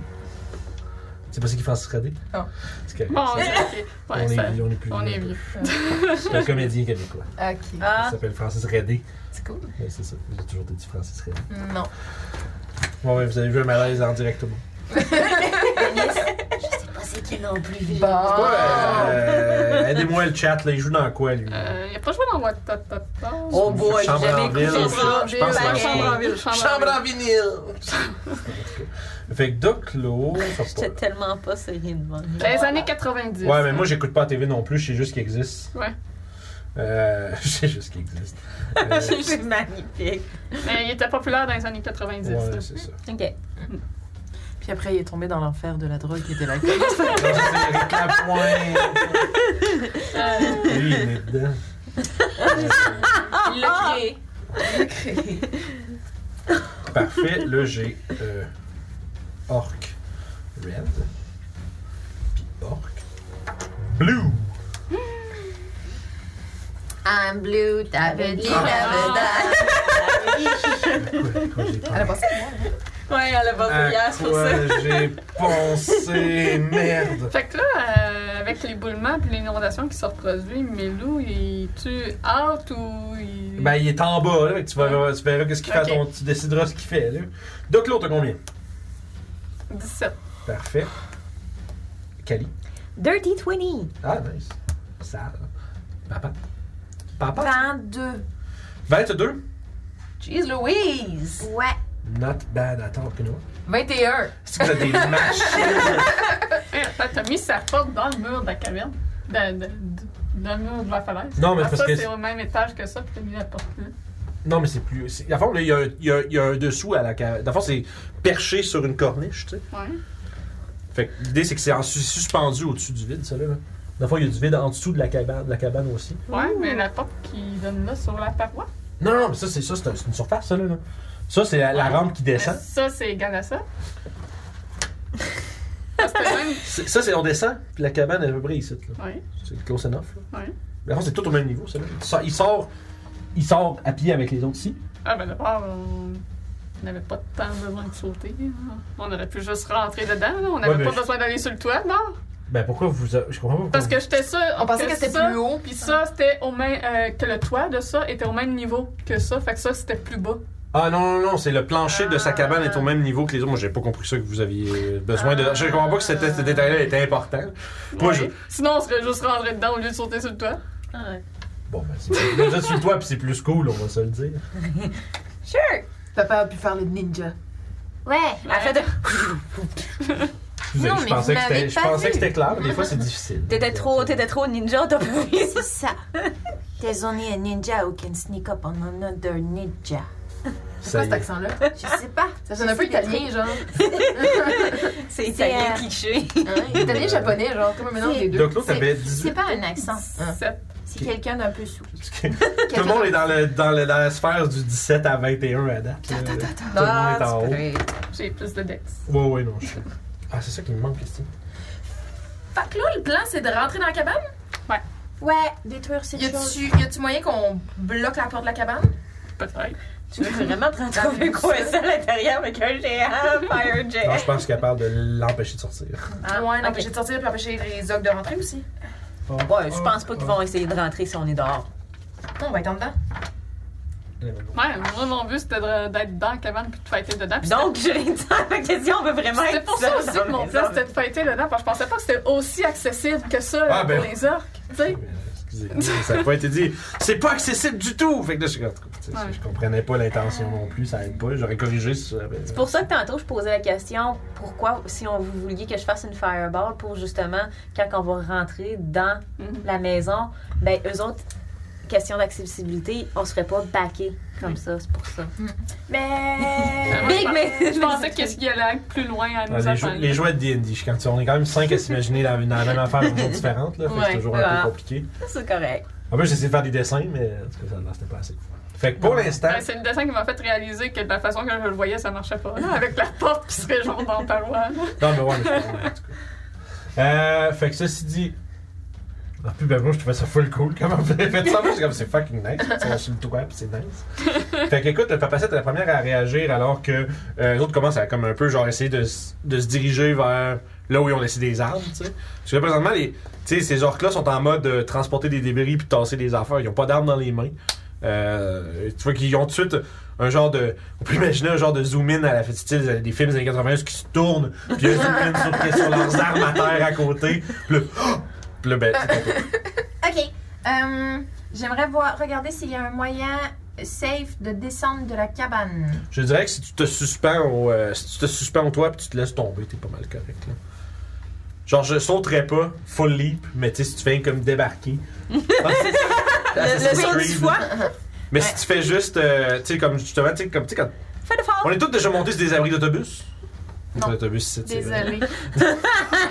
Speaker 1: C'est pas c'est qui est Francis Ready?
Speaker 4: Non.
Speaker 1: C'est correct,
Speaker 3: Bon,
Speaker 1: ça.
Speaker 3: ok.
Speaker 1: on,
Speaker 3: Ouais,
Speaker 1: est,
Speaker 3: ça-
Speaker 1: vieux, on est plus
Speaker 3: on
Speaker 1: vieux
Speaker 3: est
Speaker 1: un peu.
Speaker 3: vieux. Ah.
Speaker 1: C'est un comédien québécois.
Speaker 4: Ok.
Speaker 9: Ah.
Speaker 1: Il s'appelle Francis Ready.
Speaker 4: C'est cool.
Speaker 1: Mais c'est ça, j'ai toujours dit Francis Ready.
Speaker 4: Non.
Speaker 1: Bon, ouais, vous avez vu un malaise en direct, tout le monde.
Speaker 4: Bon.
Speaker 3: Ah.
Speaker 1: Euh, Aidez-moi le chat, là, il joue dans quoi, lui?
Speaker 3: Euh, il a pas joué dans What Tot Tot Tot.
Speaker 9: Oh boy,
Speaker 1: Chambre
Speaker 9: j'ai jamais
Speaker 1: en ville,
Speaker 9: écouté ça.
Speaker 1: je- je pense
Speaker 9: Pareil.
Speaker 1: que c'est
Speaker 3: Chambre en
Speaker 1: un
Speaker 3: ville, chambre en
Speaker 1: Chambre
Speaker 3: ville.
Speaker 1: en vinyle! fait que Doclo.
Speaker 9: J'étais tellement pas sérieux de même.
Speaker 3: Dans Les années 90.
Speaker 1: Ouais, mais moi, j'écoute pas la TV non plus, je sais juste qu'il existe.
Speaker 3: Ouais.
Speaker 1: Euh, je sais juste qu'il existe. Euh,
Speaker 9: C'est magnifique.
Speaker 3: Mais il était populaire dans les années 90. là.
Speaker 1: ouais, c'est ça.
Speaker 9: Ok.
Speaker 8: Puis après, il est tombé dans l'enfer de la drogue qui était là.
Speaker 1: Non, ça, c'est Eric Lapointe.
Speaker 3: Euh,
Speaker 1: Lui, il est dedans.
Speaker 7: Il l'a créé.
Speaker 1: Parfait, là, j'ai euh, Orc Red. Puis Orc Blue.
Speaker 7: I'm blue, t'avais dit, t'avais dit.
Speaker 1: Quoi, j'ai pas-
Speaker 4: Elle a passé
Speaker 9: Ouais, elle a
Speaker 1: À
Speaker 9: pas hier, c'est pour ça.
Speaker 1: quoi j'ai pensé, merde.
Speaker 3: Fait que là, euh, avec l'éboulement et l'inondation qui se reproduit, Milou, il tue out ou il.
Speaker 1: Ben, il est en bas, là, fait que tu, vas, tu verras qu'est-ce qu'il
Speaker 3: Ok.
Speaker 1: fait, ton- tu décideras ce qu'il fait, là. Donc, l'autre, t'as combien?
Speaker 3: 17.
Speaker 1: Parfait. Cali.
Speaker 5: Dirty 20.
Speaker 1: Ah, nice. Sale. Papa. Papa. Ben,
Speaker 6: 22.
Speaker 1: 22.
Speaker 7: Jeez Louise.
Speaker 6: Ouais.
Speaker 1: Not bad. Attends, que nous.
Speaker 4: 21.
Speaker 1: Est-ce que vous avez des matchs?
Speaker 3: Attends, T'as mis sa porte dans le mur de la caverne. De- de- de- dans le mur de la falaise.
Speaker 1: Non, mais
Speaker 3: Ah,
Speaker 1: parce
Speaker 3: ça,
Speaker 1: que-
Speaker 3: c'est au même étage que ça, puis t'as mis la porte là.
Speaker 1: Non, mais c'est plus. c'est- À fond, là, il y, a un- il y a- il y a un dessous à la cave. D'abord, c'est perché sur une corniche, tu sais.
Speaker 3: Ouais.
Speaker 1: Fait que l'idée, c'est que c'est en- c'est suspendu au-dessus du vide, ça, là. là. Dans le fond, il y a du vide en dessous de la cabane, de la cabane aussi.
Speaker 3: Ouais, mais la porte qui donne là sur la paroi.
Speaker 1: Non, non, mais ça, c'est ça, c'est un- c'est une surface, ça, là. là. Ça, c'est la, la rampe qui
Speaker 3: Mais
Speaker 1: descend.
Speaker 3: Ça, c'est égal à ça. Parce que même.
Speaker 1: C'est- Ça, c'est on descend, puis la cabane est à peu près ici, là.
Speaker 3: Ouais.
Speaker 1: C'est close enough, là.
Speaker 3: Ouais.
Speaker 1: Mais en fait, c'est tout au même niveau, ça, là. Il sort, il sort, il sort à pied avec les autres ici.
Speaker 3: Ah, ben d'abord, on n'avait pas tant besoin de sauter. hein. On aurait pu juste rentrer dedans. là. On n'avait
Speaker 1: mais
Speaker 3: pas
Speaker 1: je-
Speaker 3: besoin d'aller sur le toit, non?
Speaker 1: Ben, pourquoi vous. a- Je comprends pas pourquoi
Speaker 3: Parce que j'étais sûre.
Speaker 4: On pensait que c'était
Speaker 3: ça-
Speaker 4: plus haut.
Speaker 3: Puis ça, c'était au même. euh, que le toit de ça était au même niveau que ça. Fait que ça, c'était plus bas.
Speaker 1: Ah non, non, non, c'est le plancher de sa
Speaker 3: Ah.
Speaker 1: cabane est au même niveau que les autres. Moi, j'ai pas compris ça que vous aviez euh, besoin de. Je comprends pas que c'était- ce détail-là était important. Moi,
Speaker 3: Ouais.
Speaker 1: je-
Speaker 3: Sinon, on serait juste rentré dedans au lieu de sauter sur le toit.
Speaker 1: Bon, ben, c'est. Vous êtes sur toi, puis c'est plus cool, on va se le dire.
Speaker 8: Papa a pu faire le ninja.
Speaker 6: Ouais.
Speaker 9: Elle fait de-
Speaker 1: Vous avez-
Speaker 6: Non,
Speaker 1: je pensais
Speaker 6: mais vous
Speaker 1: que c'était,
Speaker 6: m'avez
Speaker 1: je
Speaker 6: pas
Speaker 1: pensais
Speaker 6: vu.
Speaker 1: que c'était clair, mais des fois, c'est difficile.
Speaker 9: T'étais trop, t'étais trop ninja, t'as pas vu.
Speaker 6: C'est ça. There's only a ninja who can sneak up on another ninja.
Speaker 4: C'est quoi cet accent-là?
Speaker 6: Je sais pas.
Speaker 4: Ça sonne un peu italien, genre.
Speaker 9: C'est italien cliché.
Speaker 4: Hein, Italien, japonais, genre, comme un mélange des deux.
Speaker 1: Donc, l'autre
Speaker 6: C'est-
Speaker 1: avait
Speaker 6: C'est
Speaker 1: 18.
Speaker 6: pas un accent.
Speaker 3: Sept.
Speaker 6: C'est quelqu'un d'un peu sous.
Speaker 1: Tout le monde est dans, le, dans, le- dans la sphère du 17 à 21 à date. là. Tout le monde est en haut. Ouais,
Speaker 3: J'ai plus de dex.
Speaker 1: ouais, non. je suis- Ah, c'est ça qui me manque, Christine.
Speaker 4: Fait que là, le plan, c'est de rentrer dans la cabane.
Speaker 6: Ouais, détruire ces
Speaker 4: Y
Speaker 6: choses.
Speaker 4: a-tu y a-tu moyen qu'on bloque la porte de la cabane?
Speaker 3: Peut-être.
Speaker 9: Tu veux vraiment te retrouver coincé à l'intérieur avec un géant, fire
Speaker 1: Non,
Speaker 9: jet.
Speaker 1: je pense qu'elle parle de l'empêcher de sortir.
Speaker 4: Ah, ouais,
Speaker 9: ok.
Speaker 4: l'empêcher de sortir puis empêcher les ogres de rentrer aussi.
Speaker 9: Oh, Ouais, je pense pas qu'ils vont essayer de rentrer si on est dehors.
Speaker 4: On va être en dedans.
Speaker 3: Ouais, moi, mon but, c'était de- d'être dans la cabane puis de fighter dedans. Puis
Speaker 9: Donc, je l'ai dit à ma question, on peut vraiment
Speaker 3: C'était
Speaker 9: être
Speaker 3: pour ça
Speaker 9: seul
Speaker 3: aussi
Speaker 9: dans
Speaker 3: que mon
Speaker 9: la
Speaker 3: plan
Speaker 9: maison.
Speaker 3: c'était de fêter dedans, parce que je pensais pas que c'était aussi accessible que ça là,
Speaker 1: Ah, ben.
Speaker 3: pour les orques. Tu sais,
Speaker 1: Excusez, ça n'a pas été dit. C'est pas accessible du tout! Fait que là, je, en tout cas, tu sais,
Speaker 3: Ouais.
Speaker 1: je comprenais pas l'intention non plus, ça aide pas. J'aurais corrigé si j'avais.
Speaker 9: C'est pour ça que tantôt je posais la question pourquoi, si on vous vouliez que je fasse une fireball pour justement quand on va rentrer dans
Speaker 3: Mhm.
Speaker 9: la maison, ben eux autres, question d'accessibilité, on se ferait pas baquer comme ça, c'est pour ça.
Speaker 6: Mais.
Speaker 9: Big mais
Speaker 3: je pensais qu'est-ce qu'il allait être plus loin à
Speaker 1: Ah,
Speaker 3: nous
Speaker 1: les, jou-
Speaker 3: attendre.
Speaker 1: les jouets de D&D, je- quand tu- on est quand même 5 à s'imaginer dans, dans la même affaire, une chose différente, là, fait que c'est
Speaker 4: Ouais,
Speaker 1: toujours
Speaker 9: voilà.
Speaker 1: un peu compliqué.
Speaker 9: c'est correct.
Speaker 1: En plus, j'ai essayé de faire des dessins, mais en tout cas, ça ne c'était pas assez. Fait que pour l'instant,
Speaker 3: Ben, c'est le dessin qui m'a fait réaliser que de la façon que je le voyais, ça marchait pas. là, avec la porte qui serait genre dans la paroi. là.
Speaker 1: non, mais ouais, mais je comprends, en tout cas. Euh, fait que ceci dit, en plus, ben moi, je trouvais ça full cool comment vous avez fait ça. Moi, j'étais comme, c'est fucking nice. Ils sont sur le toit, puis c'est nice. Fait que, écoute, le papa Seth est la première à réagir alors que euh, les autres commencent à, comme un peu, genre, essayer de, s- de se diriger vers là où ils ont laissé des arbres, tu sais. Parce que là, présentement, les, tu sais, ces orques-là sont en mode euh, transporter des débris puis tasser des affaires. Ils ont pas d'armes dans les mains. Euh, tu vois qu'ils ont tout de suite un genre de. On peut imaginer un genre de zoom-in à la fête style des films des années 90 qui se tournent, puis un zoom-in sur, sur leurs armes à terre à côté. Puis le. Puis le ben, c'est ton tour.
Speaker 6: Ok. euh,
Speaker 4: Hum,
Speaker 6: J'aimerais voir, regarder s'il y a un moyen safe de descendre de la cabane.
Speaker 1: Je dirais que si tu te suspends au, euh, si tu te suspends au toit puis tu te laisses tomber, t'es pas mal correct. Là. Genre, je sauterais pas, full leap, mais tu sais, si tu fais comme débarquer. Ah,
Speaker 9: Le, le saut du foie,
Speaker 1: Mais si tu fais juste, euh, tu sais, comme justement, tu sais, comme, tu sais, quand
Speaker 9: fais le fort.
Speaker 1: On est tous déjà montés sur des abris d'autobus?
Speaker 4: Non.
Speaker 1: D'autobus, c'est c'est-
Speaker 4: Désolée.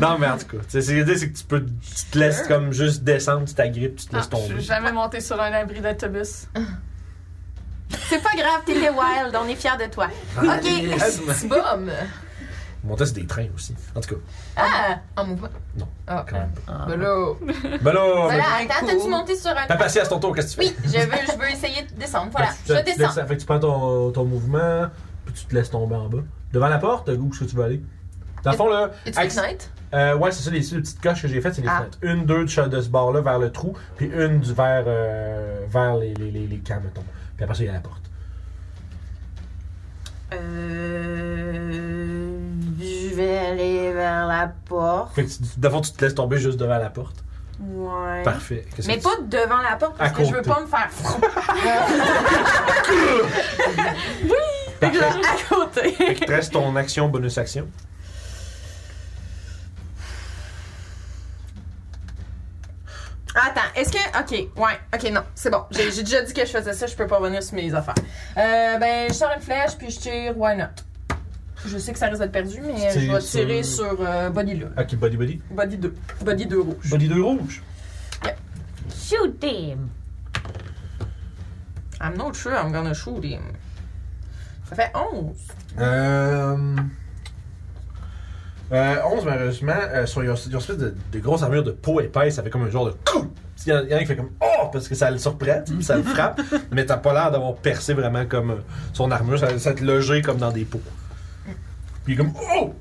Speaker 1: Non, mais en tout cas, tu sais, c'est l'idée, c'est que tu peux tu te laisses comme juste descendre, tu t'agrippes, tu te
Speaker 3: Ah,
Speaker 1: laisses
Speaker 3: je
Speaker 1: tomber.
Speaker 3: suis jamais monté sur un abri d'autobus.
Speaker 6: C'est pas grave, t'étais wild, on est fiers de toi.
Speaker 1: Ah,
Speaker 6: Ok.
Speaker 4: Petit bombe.
Speaker 1: Monter sur des trains aussi. En tout cas,
Speaker 6: Ah,
Speaker 4: En mouvement.
Speaker 1: Non.
Speaker 4: Ah,
Speaker 1: quand même.
Speaker 4: ben là.
Speaker 1: Ben là, ben-
Speaker 6: voilà, attends, t'as-tu monté sur un.
Speaker 1: t'as passé à ton tour, qu'est-ce que tu
Speaker 6: Oui,
Speaker 1: fais?
Speaker 6: je veux, je veux essayer de descendre. Voilà,
Speaker 1: Fait que tu- tu te
Speaker 6: je
Speaker 1: laisses-
Speaker 6: descends.
Speaker 1: Fait que tu prends ton, ton mouvement, puis tu te laisses tomber en bas. Devant la porte, où est-ce que tu veux aller? Dans le fond, là.
Speaker 4: Et tu fais
Speaker 1: axe-
Speaker 4: fenêtre?
Speaker 1: euh, ouais, c'est ça, les les petites coches que j'ai faites, c'est les
Speaker 4: Ah.
Speaker 1: fenêtres. Une, deux de, cha- de ce bord-là vers le trou, puis une du vers, euh, vers les, les, les, les camps, mettons. Puis après ça, il y a la porte.
Speaker 8: Euh. Je vais aller vers la porte.
Speaker 1: Fait que tu- d'abord, tu te laisses tomber juste devant la porte.
Speaker 8: Ouais.
Speaker 1: Parfait. Qu'est-ce
Speaker 8: Mais
Speaker 1: que
Speaker 8: pas devant la porte
Speaker 1: À
Speaker 8: parce que je veux
Speaker 1: côté.
Speaker 8: pas me faire.
Speaker 1: Parfait.
Speaker 9: à côté.
Speaker 1: Fait que te reste ton action, bonus action.
Speaker 6: Attends, est-ce que. Ok, ouais, ok, non, c'est bon. J'ai j'ai déjà dit que je faisais ça, je peux pas revenir sur mes affaires. Euh, ben, je sors une flèche puis je tire, why not? Je sais que ça risque d'être perdu, mais
Speaker 1: Tu
Speaker 6: je vais
Speaker 1: tires sur-
Speaker 6: tirer sur euh, Body là.
Speaker 1: Ok, body body.
Speaker 6: Body 2. Body 2 rouge.
Speaker 1: Body 2 rouge.
Speaker 5: Shoot him!
Speaker 6: I'm not sure I'm gonna shoot him. Ça fait 11.
Speaker 1: Euh... Euh, 11, malheureusement, euh, sur une espèce de, de grosse armure de peau épaisse, ça fait comme un genre de coup. Il y en il y en a qui fait comme Oh! Parce que ça le surprend, tu sais, ça le frappe, mais t'as pas l'air d'avoir percé vraiment comme euh, son armure, ça, ça te loger comme dans des pots. Puis il est comme Oh!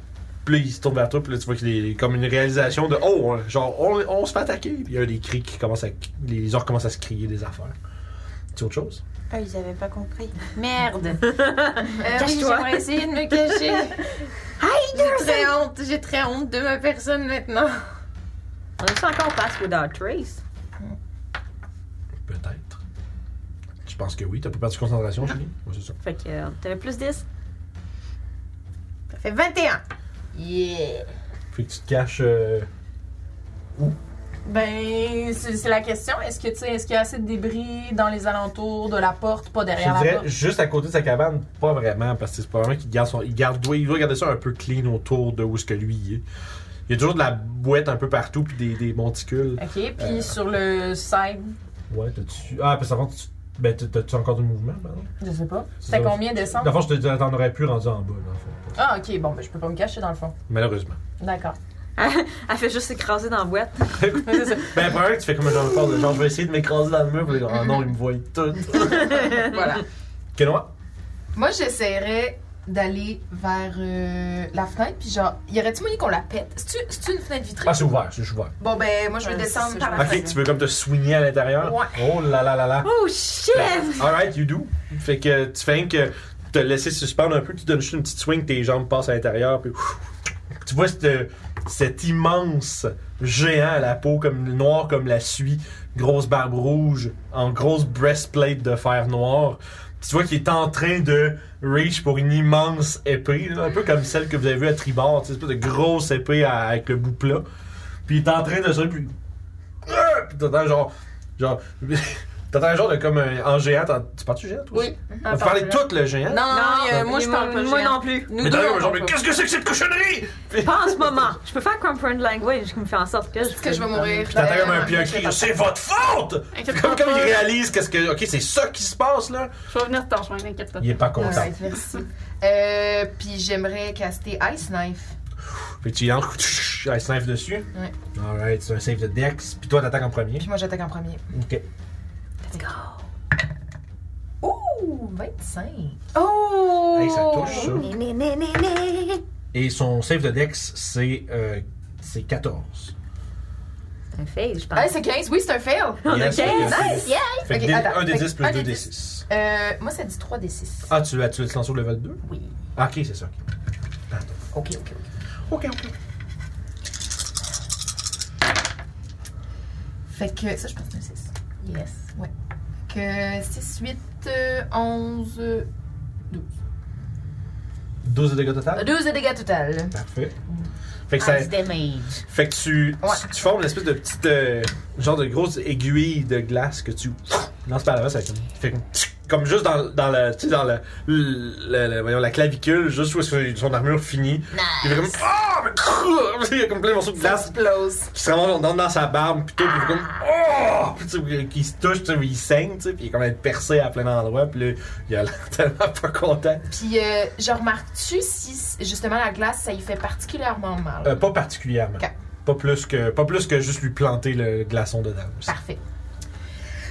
Speaker 1: Puis là, il se tourne vers toi, puis là, tu vois qu'il est comme une réalisation de Oh! Genre, on, on se fait attaquer. Puis il y a des cris qui commencent à. Les orques commencent à se crier des affaires. C'est autre chose?
Speaker 7: Ah, ils avaient pas compris. Merde.
Speaker 6: Euh, oui,
Speaker 7: Cache-toi.
Speaker 6: j'aimerais essayer de me cacher. J'ai très honte, j'ai très honte de ma personne maintenant.
Speaker 9: On est encore pass without trace.
Speaker 1: Peut-être. Je pense que oui. T'as pas perdu concentration, Julie? Ouais, c'est ça.
Speaker 9: Fait que euh, t'avais plus 10.
Speaker 6: Ça fait 21.
Speaker 1: Fait que tu te caches. euh,
Speaker 6: Ben, c'est c'est la question. Est-ce que tu sais, est-ce qu'il y a assez de débris dans les alentours de la porte, pas
Speaker 1: je
Speaker 6: derrière
Speaker 1: te
Speaker 6: la
Speaker 1: dirais
Speaker 6: porte?
Speaker 1: juste à côté de sa cabane, pas vraiment, parce que c'est pas vraiment qu'il garde son. Il, garde, doit, il doit garder ça un peu clean autour de où est-ce que lui il est. Il y a toujours de la bouette un peu partout, puis des, des monticules.
Speaker 6: Ok, puis
Speaker 1: Euh.
Speaker 6: sur le side,
Speaker 1: Ouais, t'as-tu. Ah, parce qu'avant, tu. Ben, t'as- t'as-tu encore du mouvement, pardon?
Speaker 6: je sais pas.
Speaker 1: C'est
Speaker 6: C'était
Speaker 1: ça.
Speaker 6: combien de
Speaker 1: Dans
Speaker 6: cendres?
Speaker 1: le fond, je te dis, t'en aurais plus rendu en bas, dans le fond.
Speaker 6: Ah, ok, bon, ben, je peux pas me cacher dans le fond.
Speaker 1: Malheureusement.
Speaker 6: D'accord.
Speaker 9: Elle fait juste s'écraser dans la boîte.
Speaker 6: C'est ça.
Speaker 1: Ben, premièrement, tu fais comme un genre de force de genre, je vais essayer de m'écraser dans le mur, puis oh non, ils me voient tout.
Speaker 6: voilà.
Speaker 1: Kenoa?
Speaker 4: Moi, j'essaierais d'aller vers euh, la fenêtre, puis genre, y aurait-tu moyen qu'on la pète? C'est-tu c'est-tu une fenêtre vitrée?
Speaker 1: Ah, c'est ouvert, c'est ouvert.
Speaker 4: Bon, ben, moi, je vais
Speaker 6: Ouais,
Speaker 4: descendre
Speaker 6: Euh, c'est
Speaker 4: par
Speaker 6: ça,
Speaker 4: la
Speaker 1: Ok,
Speaker 4: fenêtre.
Speaker 1: tu veux comme te soigner à l'intérieur?
Speaker 4: Ouais.
Speaker 1: Oh là là là là.
Speaker 9: Oh shit!
Speaker 1: Alright, you do. Fait que tu fais rien que te laisser suspendre un peu, tu donnes juste une petite swing, tes jambes passent à l'intérieur, puis ouf. tu vois cette- cet immense géant à la peau comme noir comme la suie, grosse barbe rouge, en grosse breastplate de fer noir. Tu vois qu'il est en train de reach pour une immense épée, là, un peu comme celle que vous avez vue à Tribord, tu sais, une espèce de grosse épée à- avec le bout plat. Puis il est en train de se... Puis, Ah! Puis t'entends genre... genre T'entends un genre de comme un, en géant, t'en- tu parles-tu géant toi? aussi? Vous parlez tout le géant?
Speaker 6: Ah, Non, non, non, euh,
Speaker 9: et
Speaker 6: moi, je parle pas.
Speaker 9: Moi
Speaker 6: géant.
Speaker 9: non plus.
Speaker 6: Nous
Speaker 1: Mais
Speaker 6: deux,
Speaker 1: t'as
Speaker 6: on
Speaker 1: un genre de
Speaker 6: parle pas.
Speaker 1: qu'est-ce que c'est que cette cochonnerie?
Speaker 9: Pas en ce moment. Je peux faire comprehend language qui me fait en sorte que je.
Speaker 4: Est-ce que je vais mourir?
Speaker 1: Puis t'entends
Speaker 4: Euh,
Speaker 1: comme un pion qui crie, c'est votre faute!
Speaker 3: Inquiète-toi
Speaker 1: Comme comme il
Speaker 3: pas.
Speaker 1: réalise qu'est-ce que. Ok, c'est ça qui se passe là!
Speaker 3: Je vais venir te rejoindre, inquiète pas.
Speaker 1: Il est pas content.
Speaker 4: Alright, merci. Euh, puis j'aimerais caster Ice Knife.
Speaker 1: Fait que tu y entres, tch, un save dessus.
Speaker 4: Ouais.
Speaker 1: Alright, c'est un save de Dex. Puis toi t'attaques en premier.
Speaker 4: Puis moi, j'attaque en premier.
Speaker 1: Ok.
Speaker 4: Ouh, 25.
Speaker 1: Hey, ça touche ça. Et son save de Dex, c'est. euh, c'est 14.
Speaker 9: C'est un fail, je pense.
Speaker 4: Ah, c'est 15. Oui, c'est un fail.
Speaker 1: On
Speaker 9: a 15.
Speaker 1: Nice! Fait que
Speaker 4: Ok,
Speaker 1: dé-
Speaker 4: attends.
Speaker 1: un des
Speaker 4: Fait
Speaker 1: 10
Speaker 4: que
Speaker 1: plus
Speaker 4: un
Speaker 1: 2
Speaker 4: des
Speaker 1: des
Speaker 4: 10.
Speaker 1: 6.
Speaker 4: Euh, moi, ça dit 3 des 6.
Speaker 1: Ah, tu, tu le lances au level 2? Oui. Ah, ok, c'est ça. ok. Pardon.
Speaker 4: Ok, ok, ok.
Speaker 1: Ok, ok.
Speaker 4: Fait que ça, je pense que c'est un 6.
Speaker 9: Yes.
Speaker 4: Ouais. Fait Que euh, 6, 8, 11,
Speaker 1: 12 de dégâts total?
Speaker 4: 12 de dégâts total.
Speaker 1: Parfait. Fait que,
Speaker 4: Ah,
Speaker 1: ça,
Speaker 9: damage.
Speaker 1: fait que tu,
Speaker 4: Ouais.
Speaker 1: tu, tu formes une espèce de petite. euh, genre de grosse aiguille de glace que tu lances par l'avant. Ça fait comme- fait comme, tchic, comme juste dans, dans, la, tu sais, dans la, la, la- voyons, la clavicule, juste où est-ce que son armure finit. Il est vraiment. Ah! mais crrr, Il y a comme plein de morceaux de glace
Speaker 4: Explose.
Speaker 1: qui se ramassent dans, dans sa barbe. Puis tout, puis il fait comme. Oh! Puis tu sais, qui se touche, tu sais, il saigne, tu sais, puis il est comme être percé à plein endroit. Puis là, il a l'air tellement pas content.
Speaker 4: Puis, euh, je remarque-tu si, justement, la glace, ça y fait particulièrement mal?
Speaker 1: Euh, pas particulièrement.
Speaker 4: Ok.
Speaker 1: Pas plus que pas plus que juste lui planter le glaçon dedans.
Speaker 4: Parfait.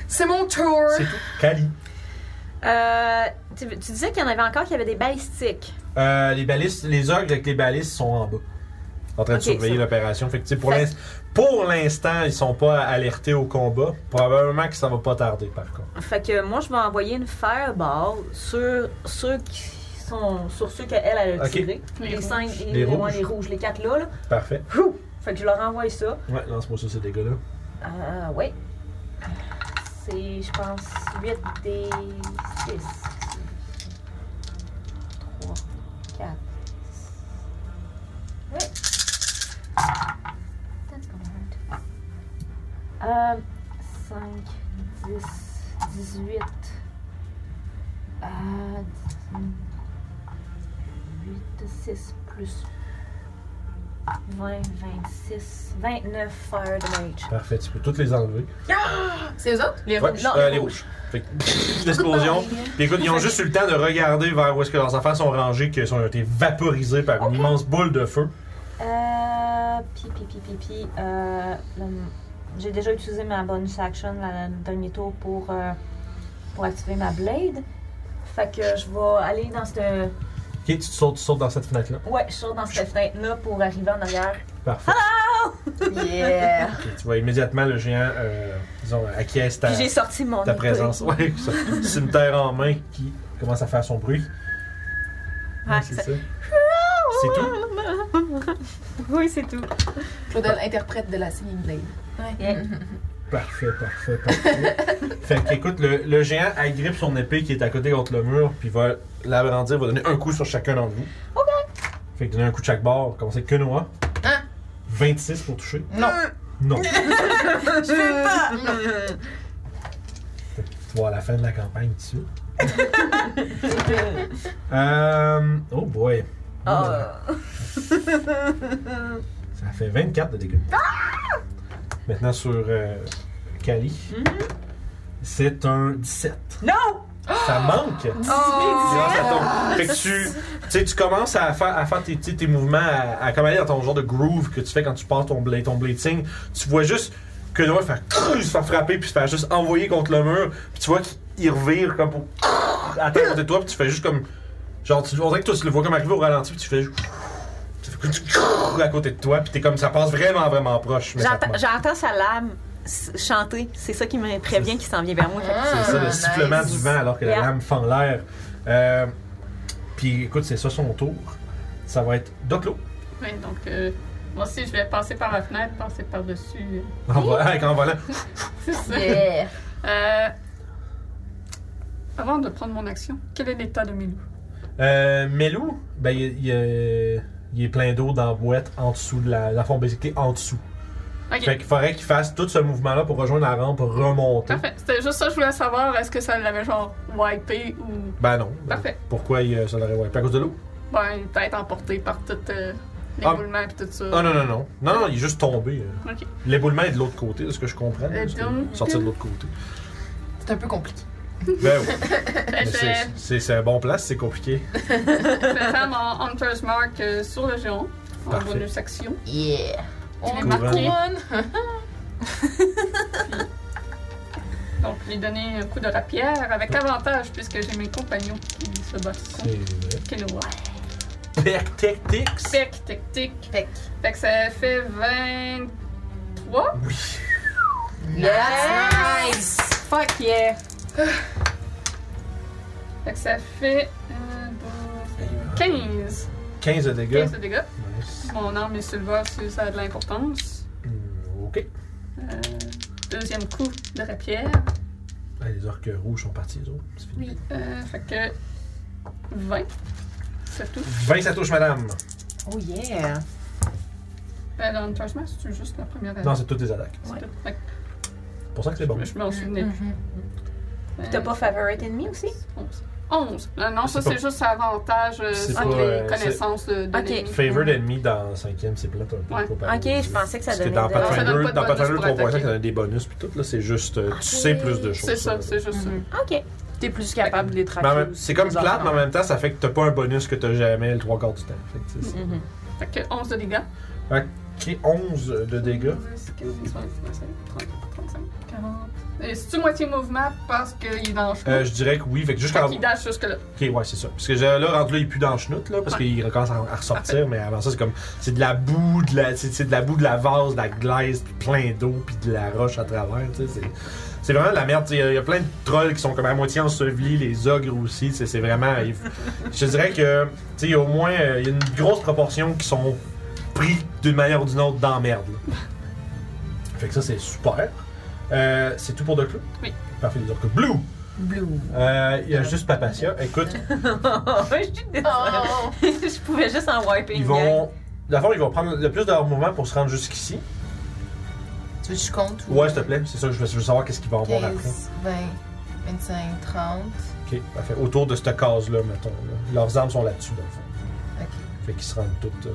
Speaker 4: C'est mon tour.
Speaker 1: C'est tout. Cali.
Speaker 9: Euh, tu, tu disais qu'il y en avait encore qui avaient des balistiques.
Speaker 1: Euh, les balises, les ogres avec les balises sont en bas. En train de
Speaker 9: Ok,
Speaker 1: surveiller
Speaker 9: ça.
Speaker 1: l'opération. Fait que, tu sais, pour
Speaker 9: Fait-
Speaker 1: l'ins- pour l'instant, ils sont pas alertés au combat. Probablement que ça va pas tarder, par contre.
Speaker 9: Fait que moi, je vais envoyer une fireball sur ceux qui sont sur ceux qu'elle elle a
Speaker 1: Ok.
Speaker 9: tiré.
Speaker 3: Les
Speaker 9: Les
Speaker 3: rouges.
Speaker 9: cinq, les,
Speaker 1: Les
Speaker 9: ouais,
Speaker 1: rouges.
Speaker 9: les rouges, les quatre là. là.
Speaker 1: Parfait.
Speaker 9: Whew! Fait que je leur envoie ça.
Speaker 1: Ouais, lance-moi ça, ces dégâts-là.
Speaker 9: Ah ouais. C'est, je pense, 8 des 6.
Speaker 5: Euh, Euh, 8, 6 plus 20, 26, 29 fire damage.
Speaker 1: Parfait, tu peux toutes les enlever.
Speaker 4: C'est eux autres?
Speaker 1: Les rouges. les rouges. Fait que, pff, l'explosion. Puis écoute, ils ont juste eu le temps de regarder vers où est-ce que leurs enfants sont rangés, qu'ils ont été vaporisés par une immense boule de feu.
Speaker 5: Euh, pi, pi, pi, pi, pi. Euh, le- J'ai déjà utilisé ma bonus action à le dernier tour pour, euh, pour activer ma blade. Fait que je vais aller dans cette.
Speaker 1: Ok, tu te sautes, tu sautes dans cette fenêtre-là.
Speaker 5: Ouais, je saute dans cette fenêtre-là pour arriver en arrière.
Speaker 1: Parfait.
Speaker 9: Ah!
Speaker 4: Yeah!
Speaker 1: Ok, tu vois immédiatement le géant, euh, disons, acquiesce ta,
Speaker 5: Puis j'ai sorti mon.
Speaker 1: ta
Speaker 5: épée.
Speaker 1: présence. Ouais, ça. cimetière en main qui commence à faire son bruit. Ouais, c'est ça. C'est tout.
Speaker 5: Oui, c'est tout.
Speaker 4: Claudel interprète de la Singing Blade.
Speaker 1: Parfait, parfait, parfait. fait qu'écoute, le, le géant agrippe son épée qui est à côté contre le mur, puis va l'agrandir, va donner un coup sur chacun d'entre vous. Ok. Fait que donner un coup de chaque bord, commencez que noir.
Speaker 4: Hein?
Speaker 1: 26 pour toucher.
Speaker 4: Non.
Speaker 1: Non. Je veux pas. Tu vois à la fin de la campagne dessus. euh, oh boy. Ça fait 24 de dégâts. Maintenant sur euh, Kali. C'est un 17. Non! Ça manque! Non, ça tombe. Fait que tu, tu sais, tu commences à faire, à faire tes, tu sais, tes mouvements, à, à comme aller dans ton genre de groove que tu fais quand tu pars ton, blade, ton blading. Tu vois juste que le faire crrr, se faire frapper puis se faire juste envoyer contre le mur. Puis tu vois qu'il revire comme pour crrr, atteindre côté de toi. Puis tu fais juste comme. Genre, tu, on dirait que toi, tu le vois comme arriver au ralenti. Puis tu fais juste. Tu fais que tu crrr à côté de toi. Puis t'es comme. Ça passe vraiment, vraiment proche. mais ça te
Speaker 5: J'entends-
Speaker 1: manque.
Speaker 5: J'entends sa lame s- chanter. C'est ça qui me prévient qu'il s'en vient vers moi. Fait que-
Speaker 1: C'est
Speaker 3: Ah,
Speaker 1: ça, le
Speaker 4: nice.
Speaker 1: sifflement du vent alors que la
Speaker 5: Yeah.
Speaker 1: lame fend l'air. Euh, Puis écoute, c'est ça son tour. Ça va être Doclo.
Speaker 3: Oui, donc euh, moi aussi, je vais passer par la fenêtre, passer par-dessus.
Speaker 1: En volant, avec- en volant.
Speaker 3: C'est ça.
Speaker 4: Yeah!
Speaker 3: Euh, avant de prendre mon action, quel est l'état de Milou?
Speaker 1: Euh, Melou, ben, il, il, euh, il est plein d'eau dans la boîte en dessous de la, la fondation en dessous.
Speaker 3: Ok,
Speaker 1: Fait qu'il faudrait qu'il fasse tout ce mouvement-là pour rejoindre la rampe, remonter.
Speaker 3: parfait. C'était juste ça, je voulais savoir, est-ce que ça l'avait genre wipé ou.
Speaker 1: Ben non. Ben,
Speaker 3: Parfait.
Speaker 1: Pourquoi il, euh, ça l'aurait wipé? À cause de l'eau?
Speaker 3: Ben, peut-être emporté par tout euh, l'éboulement et tout ça.
Speaker 1: Ah non, non, non. Non, non, il est juste tombé. euh.
Speaker 3: Ok.
Speaker 1: L'éboulement est de l'autre côté, de ce que je comprends.
Speaker 3: Et
Speaker 1: parce que
Speaker 3: donc-
Speaker 1: sorti de l'autre côté.
Speaker 4: C'est un peu compliqué.
Speaker 1: Ben oui.
Speaker 3: Fait
Speaker 1: Mais
Speaker 3: que je
Speaker 1: c'est-
Speaker 3: vais-
Speaker 1: c'est c'est un bon place, c'est compliqué.
Speaker 3: je vais faire mon Hunter's Mark euh, sur le géant, en
Speaker 1: Parfait.
Speaker 3: bonus action.
Speaker 4: Yeah! On
Speaker 1: Couronne.
Speaker 4: ma couronne!
Speaker 3: Donc, lui donner un coup de rapière avec
Speaker 1: Ah.
Speaker 3: avantage puisque j'ai mes compagnons qui se battent contre
Speaker 1: C'est vrai.
Speaker 3: Kenoa.
Speaker 1: Perk Tactics.
Speaker 3: Tic, tic, tic.
Speaker 4: Fait que-
Speaker 3: Fait que ça fait 23.
Speaker 1: Oui.
Speaker 4: That's nice!
Speaker 3: Fuck yeah! fait que ça fait euh, 15.
Speaker 1: 15 de dégâts.
Speaker 3: 15 de dégâts.
Speaker 1: Nice.
Speaker 3: Mon arme est silver, si ça a de l'importance.
Speaker 1: Hmm, ok.
Speaker 3: Euh, deuxième coup de rapière.
Speaker 1: Ah, les orques rouges sont partis, les autres. C'est fini.
Speaker 3: Euh, fait que 20. C'est tout.
Speaker 1: 20, ça touche, madame.
Speaker 6: Oh yeah!
Speaker 3: Euh, dans le Touchman, c'est juste la première
Speaker 1: Non, c'est toutes les attaques.
Speaker 3: c'est tout. Fait que
Speaker 1: C'est pour ça que c'est bon.
Speaker 3: Je m'en souvenais plus. Euh,
Speaker 5: Mm-hmm. T'as pas favorite ennemi aussi?
Speaker 3: 11. 11. Euh, non, ça,
Speaker 1: C'est
Speaker 3: c'est
Speaker 1: pas-
Speaker 3: juste avantage euh,
Speaker 1: C'est
Speaker 3: sur
Speaker 1: pas,
Speaker 3: les
Speaker 1: euh,
Speaker 3: connaissances de, de
Speaker 5: Ok.
Speaker 3: l'ennemi.
Speaker 1: Favor d'ennemi dans 5ème, c'est plate un peu.
Speaker 3: Ouais.
Speaker 1: comparé
Speaker 5: Ok,
Speaker 1: aux
Speaker 5: je
Speaker 1: autres.
Speaker 5: pensais que ça
Speaker 1: Parce que
Speaker 5: donnait
Speaker 1: dans
Speaker 5: de-
Speaker 3: Pathfinder-
Speaker 1: Pathfinder,
Speaker 3: pas de
Speaker 1: dans
Speaker 3: bonus
Speaker 1: Pathfinder
Speaker 3: pour
Speaker 1: 3.5,
Speaker 3: attaquer.
Speaker 1: ça donne des bonus puis tout, là, c'est juste, euh, tu sais plus de choses.
Speaker 3: C'est ça, c'est juste
Speaker 5: Mm-hmm.
Speaker 3: ça.
Speaker 5: Ok.
Speaker 6: T'es plus capable de les traquer.
Speaker 1: Mais en même-
Speaker 6: aussi,
Speaker 1: Ben, C'est comme
Speaker 6: tes
Speaker 1: plate,
Speaker 6: enfants.
Speaker 1: mais en
Speaker 5: hein.
Speaker 1: même temps, ça fait que t'as pas un bonus que t'as jamais le 3 quarts du temps. Fait que, tu sais,
Speaker 5: Mm-hmm.
Speaker 3: Fait que 11 de dégâts.
Speaker 1: c'est- Ok, 11 de dégâts.
Speaker 3: 10, 15, 20, 25, 30, 35, 40. Et C'est-tu moitié mouvement parce qu'il est dans le
Speaker 1: Euh,
Speaker 3: chemin?
Speaker 1: je dirais que oui, fait que jusqu'en.
Speaker 3: Fait qu'il dash jusque-là.
Speaker 1: Ok, ouais, c'est ça. Parce que j'ai- là, rendu là, il pue dans le chenoute, là, parce
Speaker 3: Ouais.
Speaker 1: qu'il recommence à, à ressortir, mais avant ça, c'est comme. C'est de la boue, de la, c'est, c'est de la boue, de la vase, de la glaise, puis plein d'eau, puis de la roche à travers, tu sais. C'est, c'est vraiment de la merde. tu sais, Il y, a- il y a plein de trolls qui sont comme à moitié ensevelis, les ogres aussi, tu sais, c'est vraiment. il- je dirais que, tu sais, il y a au moins. euh, Il y a une grosse proportion qui sont pris d'une manière ou d'une autre dans la merde, là. Fait que ça, c'est super. Euh, c'est tout pour Doclo?
Speaker 3: Oui.
Speaker 1: Parfait, les orques. Blue!
Speaker 6: Blue.
Speaker 1: Euh, Il y a juste Papatia. Écoute.
Speaker 4: Oh!
Speaker 5: je pouvais juste en wiper
Speaker 1: Ils
Speaker 5: une gang.
Speaker 1: vont. D'abord, ils vont prendre le plus de leur mouvement pour se rendre jusqu'ici.
Speaker 4: Tu veux que je compte? ou-
Speaker 1: Ouais, s'il te plaît, c'est ça, je veux, je veux savoir qu'est-ce qu'ils vont avoir après.
Speaker 4: 15, 20, 25, 30.
Speaker 1: Ok, Ok, parfait. Autour de cette case-là, mettons. là. Leurs armes sont là-dessus, dans le fond. Fait qu'ils se rendent toutes. euh.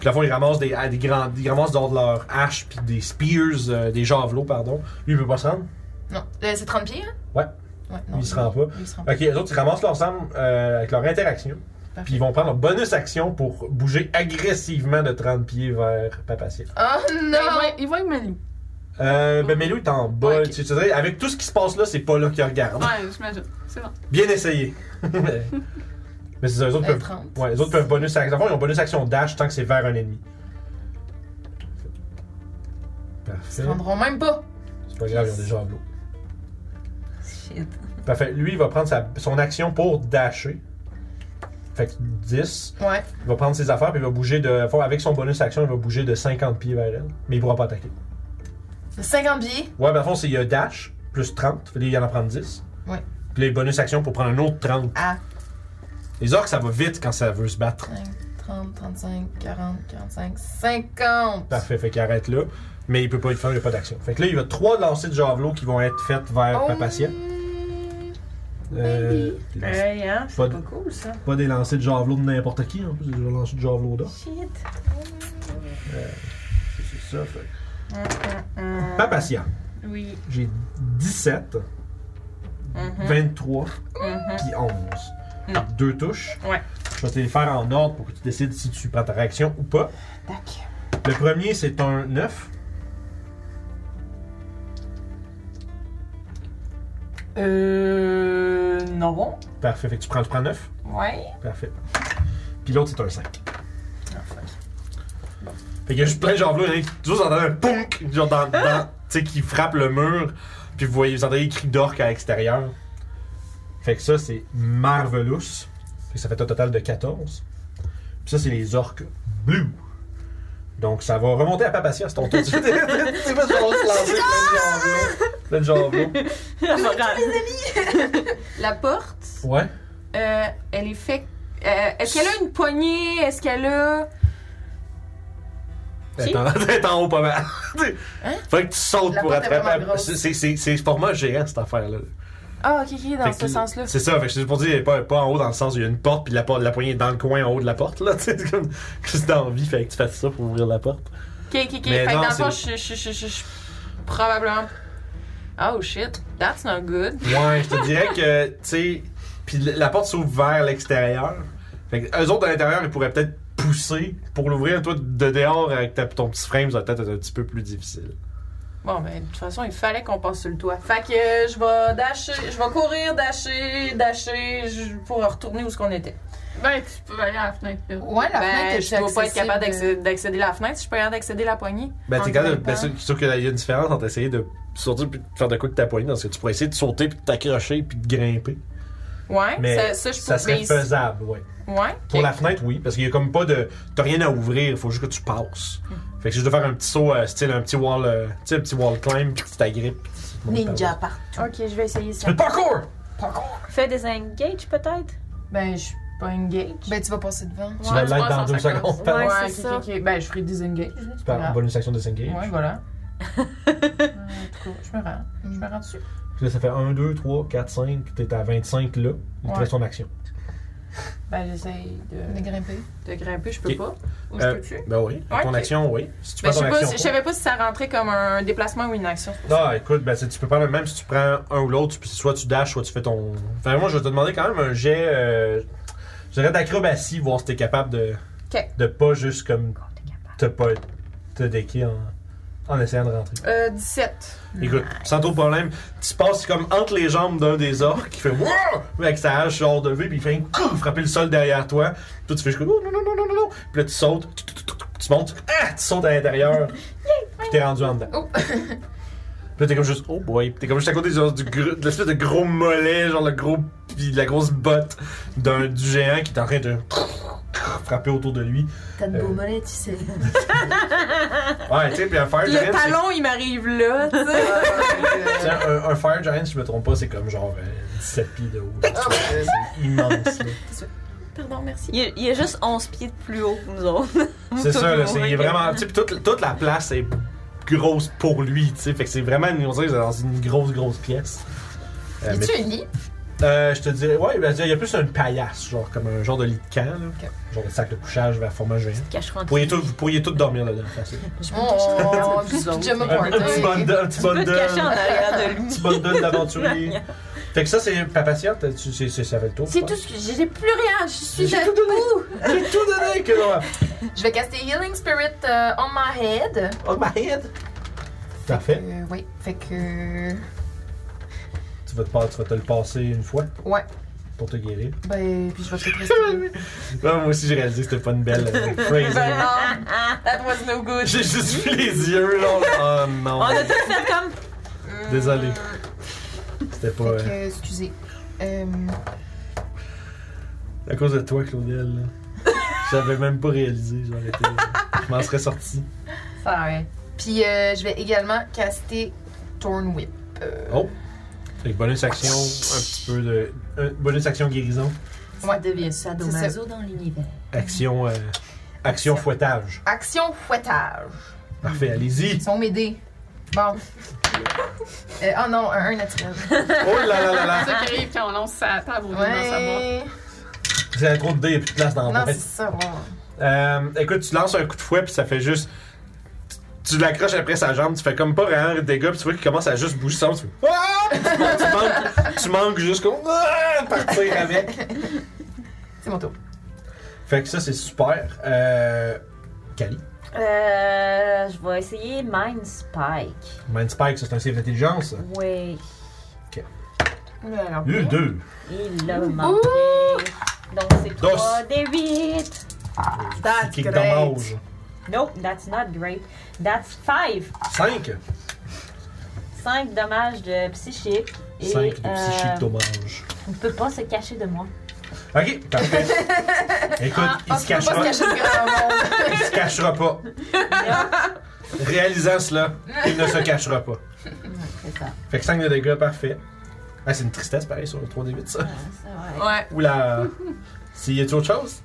Speaker 1: Puis, dans le fond, ils ramassent des, ah, des grands, ils ramassent dans de leurs haches, puis des spears, euh, des javelots, pardon. Lui, il peut pas se rendre.
Speaker 4: Non, Euh, c'est 30 pieds, hein?
Speaker 1: Ouais.
Speaker 4: Ouais,
Speaker 1: Lui, il se rend pas.
Speaker 4: lui, il se rend pas.
Speaker 1: Ok, les autres, ils ramassent leurs armes euh, avec leur interaction.
Speaker 4: Parfait.
Speaker 1: Puis ils vont prendre leur bonus action pour bouger agressivement de 30 pieds vers Papacia.
Speaker 4: Oh non!
Speaker 3: Il va y Melou.
Speaker 1: Euh, ben Melou est en bas.
Speaker 3: Ouais, ok.
Speaker 1: tu, tu dirais, avec tout ce qui se passe là, c'est pas là qu'il regarde.
Speaker 3: Ouais, j'imagine. C'est bon.
Speaker 1: Bien essayé. Mais c'est ça, les autres
Speaker 4: Euh,
Speaker 1: peuvent
Speaker 4: 30.
Speaker 1: Ouais, les autres peuvent bonus action. Enfin, ils ont bonus action dash tant que c'est vers un ennemi.
Speaker 4: Ils
Speaker 1: Parfait.
Speaker 4: se rendront même pas.
Speaker 1: C'est pas grave, ils ont déjà un Parfait. Lui, il va prendre sa- son action pour dasher. Fait que 10.
Speaker 4: Ouais.
Speaker 1: Il va prendre ses affaires puis il va bouger de. faut- Avec son bonus action, il va bouger de 50 pieds vers elle. Mais il pourra pas attaquer.
Speaker 4: 50 pieds.
Speaker 1: Ouais, ben, à fond, c'est il y a dash plus 30. Fait qu'il y en a prendre 10.
Speaker 4: Ouais.
Speaker 1: Puis là, il y a bonus action pour prendre un autre 30.
Speaker 4: Ah.
Speaker 1: Les orques, ça va vite quand ça veut se battre.
Speaker 4: 5, 30, 35, 40, 45, 50.
Speaker 1: Parfait, fait qu'il arrête là. Mais il peut pas le faire, il n'y a pas d'action. Fait que là, il y a trois lancers de javelot qui vont être faites vers
Speaker 4: Oh.
Speaker 1: Papatia. Euh, des lancers-
Speaker 8: Hey, hein,
Speaker 1: Pas
Speaker 8: c'est
Speaker 1: de-
Speaker 8: pas cool ça.
Speaker 1: pas des lancers de javelot de n'importe qui, en plus, des lancers de javelot d'or. Shit! c'est ça, fait. Papatia.
Speaker 8: Euh, Oui. Mm-hmm.
Speaker 1: J'ai 17, 23, puis 11.
Speaker 8: Non.
Speaker 1: Deux touches.
Speaker 8: Mm-hmm. Mm. Ouais.
Speaker 1: Je vais te les faire en ordre pour que tu décides si tu prends ta réaction ou pas. Le premier, c'est un 9.
Speaker 8: Euh. Non.
Speaker 1: Parfait. Fait que tu prends, tu prends 9.
Speaker 8: Ouais.
Speaker 1: Parfait. Puis l'autre, c'est un 5. Fait que y a juste plein de gens là, hein, toujours vous entendez un punk, genre dans, dans- tu sais, qui frappe le mur, puis vous voyez, vous entendez des cris d'orques à l'extérieur. Fait que ça, c'est Marvelous. Fait que ça fait un total de 14. Puis ça, c'est les orques blue. Donc ça va remonter à Papacia, c'est ton tour. c'est pas genre se lancer plein de gens bleus. Plein de gens bleus.
Speaker 6: La porte,
Speaker 1: Ouais.
Speaker 6: euh, elle est faite. euh, Est-ce qu'elle a une poignée? Est-ce qu'elle a.
Speaker 1: T'es en, t'es en haut pas mal.
Speaker 6: Hein?
Speaker 1: Faut que tu sautes
Speaker 4: La
Speaker 1: pour
Speaker 4: porte est
Speaker 1: attraper.
Speaker 4: vraiment grosse.
Speaker 1: C'est- c'est- C'est c'est format géant cette affaire-là.
Speaker 6: Ah, ok, ok, dans
Speaker 1: Fait
Speaker 6: ce
Speaker 1: que-
Speaker 6: sens-là.
Speaker 1: C'est ça, fait que c'est pour dire, il est pas, pas en haut dans le sens où il y a une porte, puis la, porte- la poignée est dans le coin en haut de la porte. Là, tu sais, c'est comme que c'est envie, fait que tu fasses ça pour ouvrir la porte.
Speaker 6: Ok, ok, ok.
Speaker 1: Mais
Speaker 6: fait que
Speaker 1: non,
Speaker 6: dans le fond,
Speaker 1: c'est-
Speaker 6: je je- je- je- je- Probablement. Oh shit, that's not good.
Speaker 1: Ouais, je te dirais que, tu sais, puis la la porte s'ouvre vers l'extérieur. Fait que eux autres à l'intérieur, ils pourraient peut-être pousser pour l'ouvrir. Toi, de dehors, avec ta- ton petit frame, ça va peut-être être un petit peu plus difficile.
Speaker 6: Bon, ben, de toute façon, il fallait qu'on passe sur le toit. Fait que euh, je vais dasher, je vais courir, dasher, dasher je- pour retourner où ce qu'on était.
Speaker 3: Ben, tu peux aller à la fenêtre. là.
Speaker 4: Ouais, la fenêtre
Speaker 6: ben,
Speaker 4: est
Speaker 6: je dois pas être capable
Speaker 4: accessible.
Speaker 6: d'accé- d'accéder à la fenêtre. Si je peux rien d'accéder à la poignée.
Speaker 1: Ben,
Speaker 6: En
Speaker 1: t'es quand même.
Speaker 6: grimpant.
Speaker 1: Ben, sûr sûr qu'il y a une différence entre essayer de sortir puis de faire de quoi que ta poignée, parce que tu pourrais essayer de sauter puis de t'accrocher puis de grimper.
Speaker 6: Ouais,
Speaker 1: Mais
Speaker 6: ça, ça, je
Speaker 1: ça
Speaker 6: peux.
Speaker 1: serait
Speaker 6: mais-
Speaker 1: faisable, ouais.
Speaker 6: Ouais,
Speaker 1: Pour
Speaker 6: ok.
Speaker 1: la fenêtre, oui, parce qu'il y a comme pas de. T'as rien à ouvrir, il faut juste que tu passes.
Speaker 6: Hmm.
Speaker 1: Fait que si je dois faire un petit saut, euh, style un petit wall, euh, tu sais, un petit wall climb, puis tu t'agrippes. puis tu montes par là.
Speaker 4: partout.
Speaker 9: Ok, je vais essayer ça.
Speaker 1: Mais le parkour!
Speaker 9: Fais des engages peut-être?
Speaker 6: Ben, je suis pas engage.
Speaker 4: Ben, tu vas passer devant.
Speaker 1: Tu vas
Speaker 3: tu
Speaker 1: l'être
Speaker 3: passes
Speaker 1: dans
Speaker 3: en
Speaker 1: deux
Speaker 3: cinquante.
Speaker 1: secondes. Par,
Speaker 9: Ouais,
Speaker 6: Ouais,
Speaker 9: c'est
Speaker 6: ok,
Speaker 9: ça.
Speaker 6: ok, ok. Ben, je ferai disengage. là, c'est pas
Speaker 1: par
Speaker 6: grave.
Speaker 1: bonus action disengage.
Speaker 6: Ouais, voilà. En tout cas, je me rends. Je me rends dessus.
Speaker 1: Puis là, ça fait 1, 2, 3, 4, 5, t'es à 25 là. Il te
Speaker 6: Ouais.
Speaker 1: reste ton action.
Speaker 6: Ben, j'essaye
Speaker 4: De
Speaker 6: de,
Speaker 4: grimper.
Speaker 6: de grimper, je peux
Speaker 1: Ok.
Speaker 6: pas. Ou
Speaker 1: Euh,
Speaker 6: je peux tuer.
Speaker 1: Ben oui.
Speaker 6: Ouais,
Speaker 1: ton
Speaker 6: ok.
Speaker 1: action, oui. Si tu
Speaker 6: Ben,
Speaker 1: prends
Speaker 6: je,
Speaker 1: ton
Speaker 6: sais pas,
Speaker 1: action.
Speaker 6: si- je savais pas si ça rentrait comme un déplacement ou une action.
Speaker 1: Non, écoute, ben, tu tu peux prendre, même si tu prends un ou l'autre, tu- soit tu dashes, soit tu fais ton. Enfin, moi, je vais te demander quand même un jet, euh, je dirais d'acrobatie, voir si t'es capable de.
Speaker 6: Ok.
Speaker 1: De pas juste comme. Te pas. Te déquer en, en essayant de rentrer.
Speaker 6: Euh, 17.
Speaker 1: Écoute, sans trop de problème, tu passes comme entre les jambes d'un des orques qui fait Wouah! avec sa hache hors de vue, puis il fait un coup, frapper le sol derrière toi. Puis toi, tu fais juste comme, Oh, non, non, non, non, non, non. Puis là, tu sautes, tu- tu- tu- tu montes, ah, tu sautes à l'intérieur, puis t'es rendu en dedans.
Speaker 5: Oh.
Speaker 1: Puis là, t'es comme juste, oh boy. Puis T'es comme juste à côté genre, du gr- de l'espèce de gros mollet, genre le gros. Puis la grosse botte d'un du géant qui est en train de frapper autour de lui.
Speaker 5: T'as de
Speaker 1: beaux Euh.
Speaker 5: mollets, tu sais.
Speaker 1: Ouais, tu sais, puis un fire giant.
Speaker 6: Le
Speaker 1: c'est-
Speaker 6: talon, il m'arrive là, tu sais.
Speaker 1: Tiens, un, un Fire Giant, si je me trompe pas, c'est comme genre euh, 17 pieds de haut. Ah, C'est immense. là.
Speaker 4: Pardon, merci.
Speaker 9: Il y, a, il y a juste 11 pieds de plus haut que nous autres.
Speaker 1: C'est ça, là, c'est il est
Speaker 9: Ouais.
Speaker 1: vraiment. Tu sais, puis toute, toute la place est grosse pour lui, tu sais. Fait que c'est vraiment, on dirait, que c'est dans une grosse, grosse pièce. Euh,
Speaker 4: Y
Speaker 1: mais-
Speaker 4: tu un lit?
Speaker 1: euh, je te dirais, ouais, ben, je dirais, il y a plus une paillasse, genre comme un genre de lit de camp, là. genre de sac de couchage vers format géant.
Speaker 5: Cacheront
Speaker 1: Vous pourriez tous- vous pourriez tous dormir là-dedans, facile.
Speaker 4: Oh, un petit
Speaker 8: autres.
Speaker 4: pyjama
Speaker 1: Un, un petit
Speaker 4: party.
Speaker 1: bundle, un petit bundle,
Speaker 5: en
Speaker 1: un
Speaker 5: arrière de lui.
Speaker 1: petit bundle d'aventurier. fait que ça, c'est Papatia, t'as- tu- c'est- c'est- ça fait le tour. je
Speaker 6: C'est
Speaker 1: pense.
Speaker 6: tout ce que j'ai. J'ai plus rien. Je suis
Speaker 1: J'ai tout donné! J'ai tout donné! Que l'on a-
Speaker 4: Je vais caster Healing Spirit euh, on my head.
Speaker 1: Oh my head! Parfait.
Speaker 4: Euh, oui, fait que.
Speaker 1: Tu vas, te, pas- tu vas te le passer une fois
Speaker 4: Ouais.
Speaker 1: pour te guérir.
Speaker 4: Ben, puis je vais peut-être rester.
Speaker 1: Ouais, moi aussi, j'ai réalisé que c'était pas une belle euh, phrase.
Speaker 6: That was no good.
Speaker 1: J'ai juste vu les yeux, là. Oh non. Désolé. C'était pas.
Speaker 4: Fait
Speaker 1: euh,
Speaker 4: que, excusez. Euh,
Speaker 1: euh, à cause de toi, Claudel. là. J'avais même pas réalisé. J'aurais été. euh, Je m'en serais sorti.
Speaker 6: Sorry.
Speaker 4: puis euh, je vais également caster Torn Whip. Euh,
Speaker 1: Oh! Fait que bonus action, un petit peu de. un- bonus action guérison.
Speaker 4: Ouais.
Speaker 8: devient ça
Speaker 4: Sadomaso
Speaker 8: dans l'univers.
Speaker 1: Action. euh, action fouettage.
Speaker 4: Action fouettage.
Speaker 1: Parfait, allez-y!
Speaker 4: Ils sont m'aider. Bon. Euh, oh non, un, un naturel.
Speaker 1: Oh là là là
Speaker 3: C'est
Speaker 1: là!
Speaker 3: ça qui arrive quand on lance sa table ou dans sa boîte.
Speaker 4: Ouais.
Speaker 1: Vous avez trop de dés, il y a plus de place dans la
Speaker 4: Non, c'est
Speaker 1: boîte.
Speaker 4: ça, ouais.
Speaker 1: Euh, écoute, tu lances un coup de fouet, puis ça fait juste. Tu l'accroches après sa jambe, tu fais comme pas vraiment de dégâts, puis tu vois qu'il commence à juste bouger sans. Tu fais. Ah! Tu manques, tu manques jusqu'au. Ah! Partir avec.
Speaker 4: C'est mon tour.
Speaker 1: Fait que ça, c'est super. Euh. Kali.
Speaker 5: Euh, je vais essayer Mind Spike.
Speaker 1: Mind Spike, ça, c'est un save d'intelligence. ça.
Speaker 5: Oui.
Speaker 1: Euh, deux.
Speaker 5: Il l'a manqué. Donc c'est
Speaker 1: Dos.
Speaker 5: 3 des 8.
Speaker 1: That's Kick dommage.
Speaker 5: Nope, that's not great. That's 5.
Speaker 1: Cinq.
Speaker 5: 5 dommages de psychique. Et,
Speaker 1: Cinq de
Speaker 5: euh,
Speaker 1: psychique dommage.
Speaker 5: On ne peut pas se cacher de moi.
Speaker 1: Ok, parfait. Écoute, il se
Speaker 4: Faut
Speaker 1: cachera.
Speaker 4: Ah, pas se cacher de grand monde.
Speaker 1: Il se cachera pas. Réalisant cela, il ne se cachera pas. Fait que 5 de dégâts, parfait. Ah, c'est une tristesse pareil sur le 3D8, ça.
Speaker 6: Ouais.
Speaker 1: Oula! S'il y a autre chose?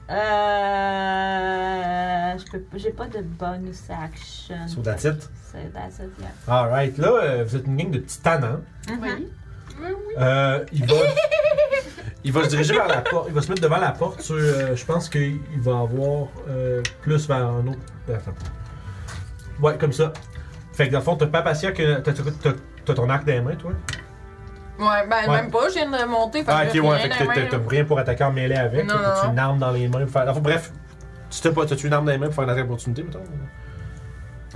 Speaker 5: Euh, je peux, j'ai pas de bonus action.
Speaker 1: Sur la titre.
Speaker 5: C'est that's it, yeah.
Speaker 1: Alright, là, euh, vous êtes une gang de petits tannants.
Speaker 3: Mhm. Oui.
Speaker 1: Euh, il va. il va se diriger vers la porte. Il va se mettre devant la porte. sur, euh, je pense qu'il va avoir euh, plus vers un autre. Attends. Ouais, comme ça. Fait que dans le fond, t'as pas patient que. T'as, t'as- t'as- t'as ton arc dans les mains, toi?
Speaker 6: Ouais, ben
Speaker 1: Ouais.
Speaker 6: même pas, je viens de monter.
Speaker 1: Ah,
Speaker 6: que j'ai
Speaker 1: ok, ouais,
Speaker 6: rien
Speaker 1: fait
Speaker 6: dans
Speaker 1: que
Speaker 6: la
Speaker 1: t'as-
Speaker 6: main,
Speaker 1: t'as
Speaker 6: là.
Speaker 1: rien pour attaquer en mêlée avec.
Speaker 6: Non,
Speaker 1: là, T'as-tu
Speaker 6: non.
Speaker 1: une arme dans les mains pour faire. Enfin, bref, tu t'es pas, t'as-tu une arme dans les mains pour faire une attaque d'opportunité, mettons?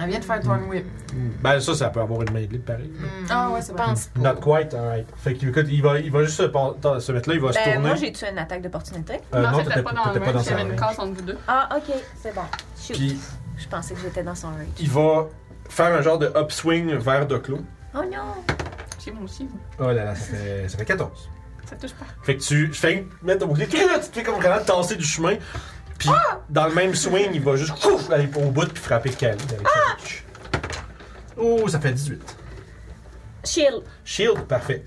Speaker 4: Elle vient de faire Torn Whip.
Speaker 6: Mm.
Speaker 1: Ben, ça, ça peut avoir une main de libre, pareil.
Speaker 4: Ah ouais, c'est pense.
Speaker 1: Not quite, alright. Fait que, écoute, il va, il va juste se, par- attends, se mettre là, il va se
Speaker 9: Ben,
Speaker 1: tourner.
Speaker 9: moi, j'ai-tu une attaque d'opportunité?
Speaker 1: Euh,
Speaker 3: non,
Speaker 1: t'étais
Speaker 3: c'était pas dans le
Speaker 1: t'étais
Speaker 3: même, il y
Speaker 1: sa
Speaker 3: avait une
Speaker 1: range.
Speaker 3: case entre vous deux.
Speaker 5: Ah, ok, c'est bon. Shoot.
Speaker 1: Puis,
Speaker 5: Je pensais que j'étais dans son range.
Speaker 1: il va faire un genre de upswing vers Doclo.
Speaker 5: Oh non!
Speaker 3: J'ai mon aussi.
Speaker 1: Oh là là, ça fait, ça fait 14.
Speaker 3: Ça touche pas.
Speaker 1: Fait que tu je fais mettre ton bouclier, tu te fais comme vraiment tasser du chemin. Puis dans le même swing, il va juste ouf, aller au bout puis frapper Kali avec sa hache. Oh, ça fait 18.
Speaker 5: Chill!
Speaker 1: Shield, parfait.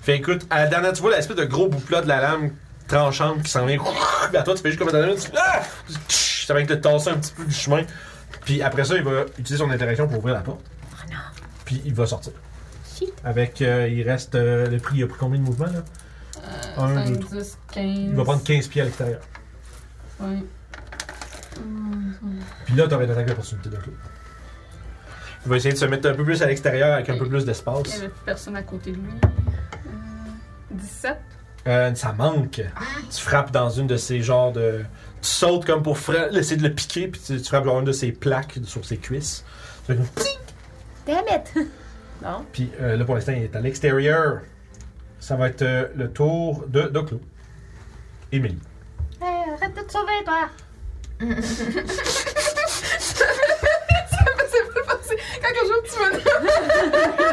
Speaker 1: Fait écoute, à la dernière, tu vois l'espèce de gros bout plat de la lame tranchante qui s'en vient. ouf, Puis à toi, tu fais juste comme un dernier, tu- ah! Tch, Ça va te tasser un petit peu du chemin. Puis après ça, il va utiliser son interaction pour ouvrir la porte. Puis il va sortir.
Speaker 5: Shit.
Speaker 1: Avec, euh, il reste euh, le prix, il a pris combien de mouvements là 1, 2, 3.
Speaker 3: 10, 15.
Speaker 1: Il va prendre 15 pieds à l'extérieur.
Speaker 3: Ouais.
Speaker 1: Puis là, t'aurais une attaque d'opportunité d'un coup. Il va essayer de se mettre un peu plus à l'extérieur avec un peu plus
Speaker 3: Il y
Speaker 1: d'espace.
Speaker 3: avait plus personne à côté de lui. Euh, 17.
Speaker 1: Euh, ça manque. Tu frappes dans une de ces genres de. Tu sautes comme pour fra- essayer de le piquer, puis tu, tu frappes dans une de ses plaques sur ses cuisses. Tu fais comme Pling!
Speaker 5: Damn it!
Speaker 1: Puis euh, là, pour l'instant, il est à l'extérieur. Ça va être euh, le tour de Doclo. Émilie.
Speaker 9: arrête de te sauver, toi!
Speaker 4: Quand un jour tu me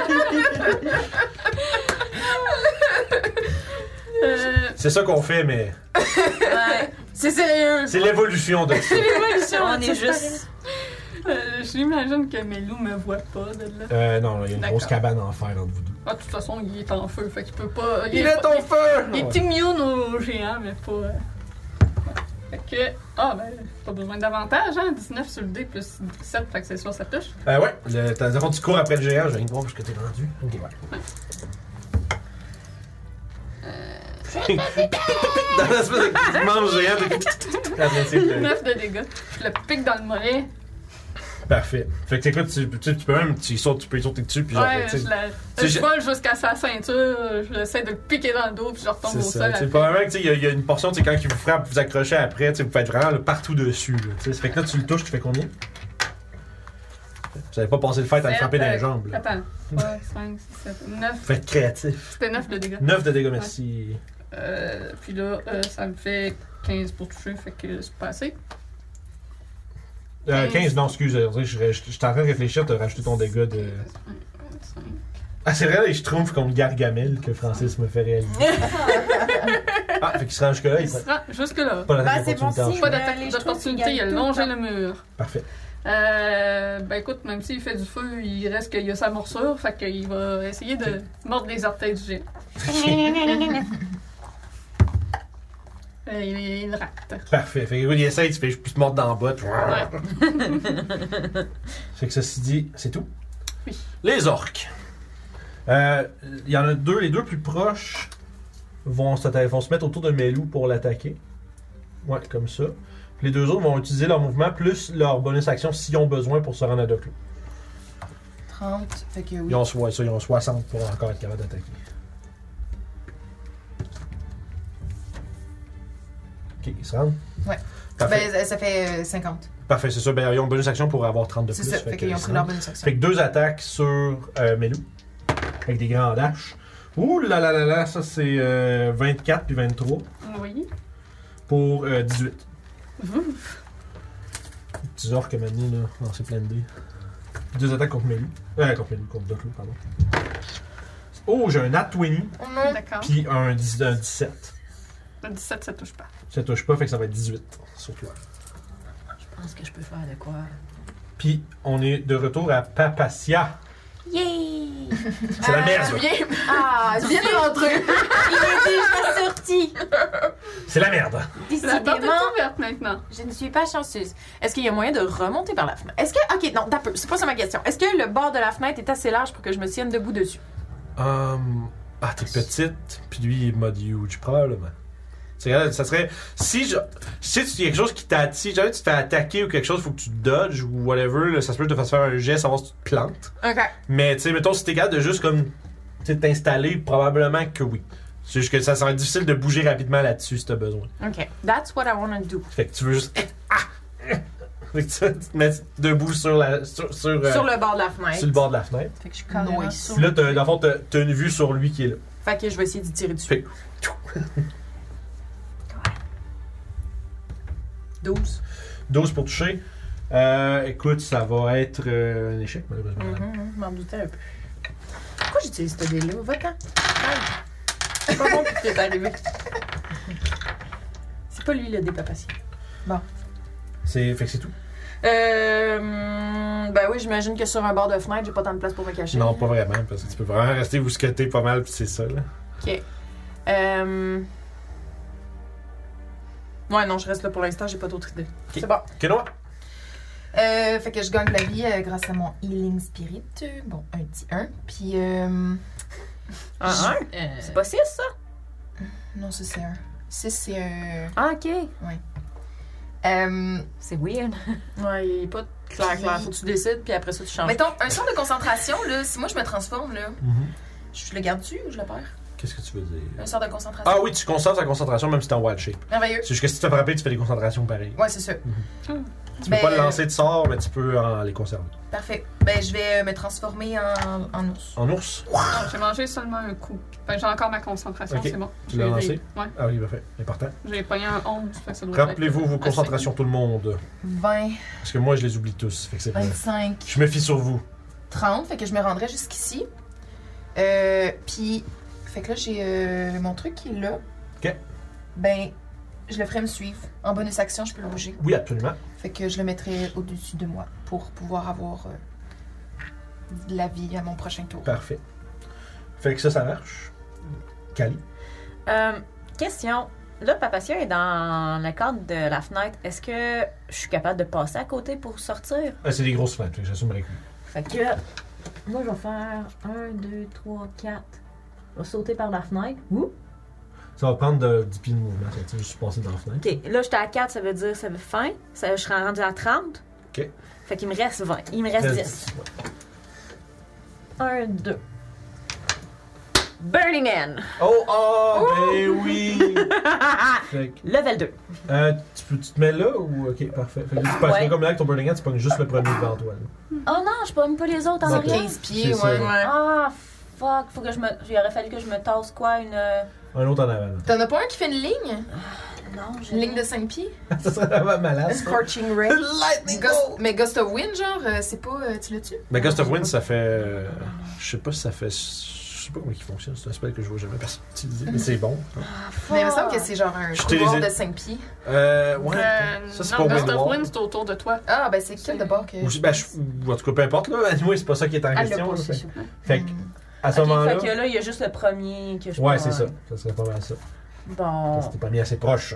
Speaker 3: Euh,
Speaker 1: C'est ça qu'on fait, mais
Speaker 6: C'est sérieux.
Speaker 4: Euh,
Speaker 1: c'est l'évolution de ça.
Speaker 9: On est juste.
Speaker 3: euh, J'imagine que Melou me voit pas de là.
Speaker 1: Euh, non, il y a une grosse
Speaker 3: D'accord.
Speaker 1: cabane en fer entre vous deux.
Speaker 3: Ah, de toute façon, il est en feu, fait qu'il peut pas.
Speaker 1: Il est
Speaker 3: pas-
Speaker 1: ton feu!
Speaker 3: Il est immune aux géants, mais pas. euh, Fait que. Ah, ben, pas besoin de davantage, hein? 19 sur le D plus 17, fait que c'est sûr, ça touche.
Speaker 1: Ben ouais, le- t'as zéro, tu cours après le géant, je viens de voir parce que t'es rendu. Ok, ouais.
Speaker 3: Euh.
Speaker 1: Dans l'espèce de mange géant, t'es- Athlétique, euh,
Speaker 3: 9 de dégâts. Je le pique dans le mollet.
Speaker 1: Parfait. Fait que t'es quoi, tu, tu, tu peux même, tu, sautes, tu peux y sauter dessus, puis genre,
Speaker 3: Ouais,
Speaker 1: tu
Speaker 3: je,
Speaker 1: sais,
Speaker 3: la,
Speaker 1: tu sais,
Speaker 3: je
Speaker 1: je-
Speaker 3: vole jusqu'à sa ceinture, je l'essaie de le piquer dans le dos, puis je retombe
Speaker 1: C'est
Speaker 3: au
Speaker 1: ça.
Speaker 3: sol.
Speaker 1: Tu sais,
Speaker 3: après.
Speaker 1: probablement que tu sais, il y a- il y, a une portion, tu sais, quand il vous frappe, vous accrochez après, tu sais, vous faites vraiment le partout dessus. Là, tu sais. ça fait que là, tu le touches, tu fais combien Vous avez pas passé le fait à le
Speaker 3: Sept,
Speaker 1: frapper dans
Speaker 3: euh,
Speaker 1: les jambes. Là.
Speaker 3: Attends. 3, 5, 6, 7, 9.
Speaker 1: Faites créatif.
Speaker 3: C'était 9 de dégâts.
Speaker 1: 9 de dégâts, merci.
Speaker 3: Euh, puis là, euh, ça me fait 15 pour toucher, fait que c'est pas assez.
Speaker 1: Euh,
Speaker 7: Ben,
Speaker 3: Quinze.
Speaker 1: 15, Euh, non, excuse. Je, je, je, je suis en train de réfléchir, t'as rajouté ton dégât de. Ah, c'est vrai, les schtroumpfs contre Gargamel que Francis me fait réaliser. ah, fait qu'il se rend jusque-là, il
Speaker 3: Il
Speaker 1: prend
Speaker 3: sera jusque-là.
Speaker 1: pas la
Speaker 7: Bah, c'est bon, si.
Speaker 3: Pas
Speaker 7: Euh, les
Speaker 3: d'attaque
Speaker 7: schtroumpfs,
Speaker 3: d'opportunité,
Speaker 7: ils
Speaker 3: il a
Speaker 7: gagnent tout
Speaker 3: longé
Speaker 7: le
Speaker 3: le mur.
Speaker 1: Parfait.
Speaker 3: Euh, ben écoute, même s'il fait du feu, il reste qu'il y a sa morsure, fait qu'il va essayer de mordre les orteils du géant. Euh, il, il rate.
Speaker 1: Parfait. Fait que, écoute, il essaye, tu fais, je peux te mordre dans la botte. fait que ceci dit, c'est tout.
Speaker 3: Oui.
Speaker 1: Les orques. Euh, Il y en a deux, les deux plus proches vont se, vont se mettre autour de Melou pour l'attaquer. Ouais, comme ça. Puis les deux autres vont utiliser leur mouvement plus leur bonus action s'ils ont besoin pour se rendre à deux clous.
Speaker 6: 30, fait que oui.
Speaker 1: Ils ont, soi- ça, ils ont 60 pour encore être capable d'attaquer. Ok, ils se rendent?
Speaker 6: Ouais.
Speaker 1: Parfait.
Speaker 6: Ben, ça- ça fait euh, 50.
Speaker 1: Parfait, c'est ça. Ben, ils ont bonus action pour avoir 30 de
Speaker 6: C'est
Speaker 1: plus.
Speaker 6: ça, fait qu'ils
Speaker 1: que
Speaker 6: ont
Speaker 1: ils
Speaker 6: pris
Speaker 1: se
Speaker 6: leur
Speaker 1: rendent.
Speaker 6: bonne section.
Speaker 1: Fait que deux attaques sur euh, Melou. Avec des grands haches. Ouh là là là là, ça c'est euh, 24 puis 23
Speaker 3: Oui.
Speaker 1: pour euh, 18. Petits orques maintenant, là. Non, c'est plein de dés. Deux attaques contre Melou. Euh, contre Melou, contre Doclo, pardon. Oh, j'ai un nat 20
Speaker 6: Ah.
Speaker 3: D'accord.
Speaker 1: puis un, 10 un 17.
Speaker 3: Le 17, ça touche pas.
Speaker 1: Ça touche pas, fait que ça va être 18 sur toi.
Speaker 8: Je pense que je peux faire de quoi.
Speaker 1: Puis on est de retour à Papacia.
Speaker 5: Yay!
Speaker 1: C'est
Speaker 8: Euh,
Speaker 1: la merde, ça.
Speaker 4: Ah, je viens de rentrer.
Speaker 5: Il est déjà sorti!
Speaker 1: C'est la merde.
Speaker 3: La porte est
Speaker 6: Décidément,
Speaker 3: ouverte maintenant.
Speaker 6: je ne suis pas chanceuse. Est-ce qu'il y a moyen de remonter par la fenêtre? Est-ce que. Ok, non, d'un peu, c'est pas ça ma question. Est-ce que le bord de la fenêtre est assez large pour que je me tienne debout dessus?
Speaker 1: Hum, ah, t'es petite, puis lui, il est mode huge, probablement. C'est vrai, ça serait. Si je, si tu- quelque chose qui t'attire, jamais tu te fais attaquer ou quelque chose, faut que tu te dodges ou whatever, là, ça se peut que tu te fasses faire un geste avant que tu te plantes.
Speaker 6: Ok.
Speaker 1: Mais, tu sais, mettons, si t'es capable de juste comme. Tu sais, t'installer, probablement que oui. C'est juste que ça serait difficile de bouger rapidement là-dessus si t'as besoin.
Speaker 6: Ok. That's what I wanna do.
Speaker 1: Fait que tu veux juste. Fait que tu tu te mets debout sur, la, sur, sur, euh,
Speaker 6: Sur le bord de la fenêtre.
Speaker 1: sur le bord de la fenêtre.
Speaker 6: Fait que je suis
Speaker 4: carrément
Speaker 6: nice.
Speaker 1: Puis là, t'as- dans le fond, t'as t'as une vue sur lui qui est là.
Speaker 6: Fait que je vais essayer d'y tirer dessus.
Speaker 1: Fait-
Speaker 6: 12.
Speaker 1: 12 pour toucher. Euh, écoute, ça va être euh, un échec, malheureusement.
Speaker 6: Mhm, mhm, je m'en doutais un peu. Pourquoi j'utilise ce dé-là? Va-t'en. Aïe. C'est pas bon qui est arrivé. C'est pas lui le dé papacier.
Speaker 1: C'est fait que c'est tout.
Speaker 6: Euh. Ben oui, j'imagine que sur un bord de fenêtre, j'ai pas tant de place pour me cacher.
Speaker 1: Non, pas vraiment, parce que tu peux vraiment rester vous squatter pas mal, puis c'est ça. Là.
Speaker 6: Euh. Ouais, non, je reste là pour l'instant, j'ai pas d'autres idées. C'est bon.
Speaker 1: Que non?
Speaker 4: Euh, fait que je gagne la vie euh, grâce à mon Healing Spirit. Euh, Bon, un petit 1. Puis, euh,
Speaker 6: Un,
Speaker 9: C'est pas 6, ça?
Speaker 4: non, ça c'est un. 6, c'est un.
Speaker 5: Ah, ok.
Speaker 4: Euh,
Speaker 5: C'est weird.
Speaker 6: Ouais, il est pas clair, clair. Faut que tu décides, puis après ça,
Speaker 1: Ah.
Speaker 6: tu changes.
Speaker 4: mettons, un sort de concentration, là, si moi je me transforme, là, je le garde-tu ou je le perds?
Speaker 1: Qu'est-ce que tu veux dire?
Speaker 6: Euh,
Speaker 4: Un sort de concentration.
Speaker 1: Ah oui, tu concentres ta concentration même si t'es en wild shape.
Speaker 4: Merveilleux.
Speaker 1: C'est juste que si tu te fais frapper, tu fais des concentrations pareilles.
Speaker 4: Ouais, c'est ça.
Speaker 1: Mm-hmm. Tu peux
Speaker 4: Ben,
Speaker 1: pas le lancer de sort, mais tu peux en les conserver.
Speaker 4: Parfait. Ben, je vais euh, me transformer en, en ours.
Speaker 1: En ours?
Speaker 3: Non, j'ai mangé seulement un coup. Fait que j'ai encore ma concentration,
Speaker 1: Ok.
Speaker 3: c'est bon.
Speaker 1: Tu l'as
Speaker 3: J'ai-
Speaker 1: lancé?
Speaker 3: Ouais,
Speaker 1: Ah oui, parfait. Important.
Speaker 3: j'ai pogné un 11, fait que ça doit être-
Speaker 1: Rappelez-vous vos concentrations, tout le monde.
Speaker 4: 20,
Speaker 1: Parce que moi, je les oublie tous. Fait que c'est pas-
Speaker 4: 25,
Speaker 1: Je me fie sur vous.
Speaker 4: 30. Fait que je me rendrai jusqu'ici. Euh, Puis, fait que là, j'ai euh, mon truc qui est là.
Speaker 1: Ok.
Speaker 4: Ben, je le ferai me suivre. En bonus action, je peux le bouger.
Speaker 1: Oui, absolument.
Speaker 4: Fait que je le mettrai au-dessus de moi pour pouvoir avoir euh, de la vie à mon prochain tour.
Speaker 1: Parfait. Fait que ça, ça marche. Cali.
Speaker 9: Euh, question.
Speaker 5: là, Papatia est dans le cadre de la fenêtre. Est-ce que je suis capable de passer à côté pour sortir?
Speaker 1: Ah, c'est des grosses fenêtres, fait que j'assume avec lui.
Speaker 5: Fait que moi, je vais faire 1, 2, 3, 4. Je vais sauter par la fenêtre. Ouh!
Speaker 1: Ça va prendre de- 10 pieds de mouvement, ça, tu sais, juste passer dans la fenêtre.
Speaker 5: OK, là, j'étais à 4, ça veut dire ça veut fin. Ça, je serai rendu à 30.
Speaker 1: OK.
Speaker 5: Fait qu'il me reste 20. Il me reste 10. 1, 2. Burning Man!
Speaker 1: Oh, oh, ben oui! Fait que,
Speaker 5: Level 2.
Speaker 1: euh, tu, peux- tu te mets là ou. Ok, parfait. Fait que là, tu passes
Speaker 5: Ouais.
Speaker 1: comme là avec ton Burning Hand, tu pognes juste le premier devant toi. là.
Speaker 5: Oh non, je pomme pas les autres en
Speaker 1: Ok.
Speaker 5: arrière.
Speaker 4: 15 pieds,
Speaker 1: C'est
Speaker 4: ouais.
Speaker 1: ça.
Speaker 5: Ah, fuck. Faut que je me. Il aurait fallu que je me tasse quoi? Une. euh,
Speaker 1: Un autre en avant.
Speaker 4: T'en as pas un qui fait une ligne?
Speaker 5: Non, j'ai.
Speaker 4: Une ligne de 5 pieds?
Speaker 1: ça serait vraiment malade. ça.
Speaker 6: Scorching Ray.
Speaker 1: Lightning
Speaker 4: Ghost- mais Ghost of Wind, genre, euh, c'est pas. euh, tu l'as-tu?
Speaker 1: Mais Ghost of Wind, ça fait. euh, je sais pas si ça fait. Je sais pas comment il fonctionne. C'est un spell que je vois jamais personne utiliser. Mais c'est bon.
Speaker 4: Mais il me semble que c'est genre un
Speaker 1: Je t'ai
Speaker 4: couloir
Speaker 1: les-
Speaker 4: de 5 pieds.
Speaker 1: Euh, ouais.
Speaker 3: Euh,
Speaker 1: ça, c'est
Speaker 3: non,
Speaker 1: pas
Speaker 3: Ghost of
Speaker 1: Windward.
Speaker 3: Wind, c'est autour de toi.
Speaker 4: Ah, ben c'est quel de bord que.
Speaker 1: Ou, je- ben, je- ou en tout cas, peu importe, là. Anyway, c'est pas ça qui est en
Speaker 5: Ah, le
Speaker 1: question.
Speaker 5: pas,
Speaker 1: là,
Speaker 5: c'est
Speaker 1: fait
Speaker 5: sûr.
Speaker 3: hein.
Speaker 1: fait que,
Speaker 4: Hmm,
Speaker 1: à ce
Speaker 5: Ok,
Speaker 1: moment-là.
Speaker 5: Fait que là, il y a juste le premier que je
Speaker 1: Ouais,
Speaker 5: peux- euh, hein. Oh.
Speaker 1: c'est ça. Ça serait pas mal ça.
Speaker 5: Bon.
Speaker 1: Parce que t'es pas mis assez proche.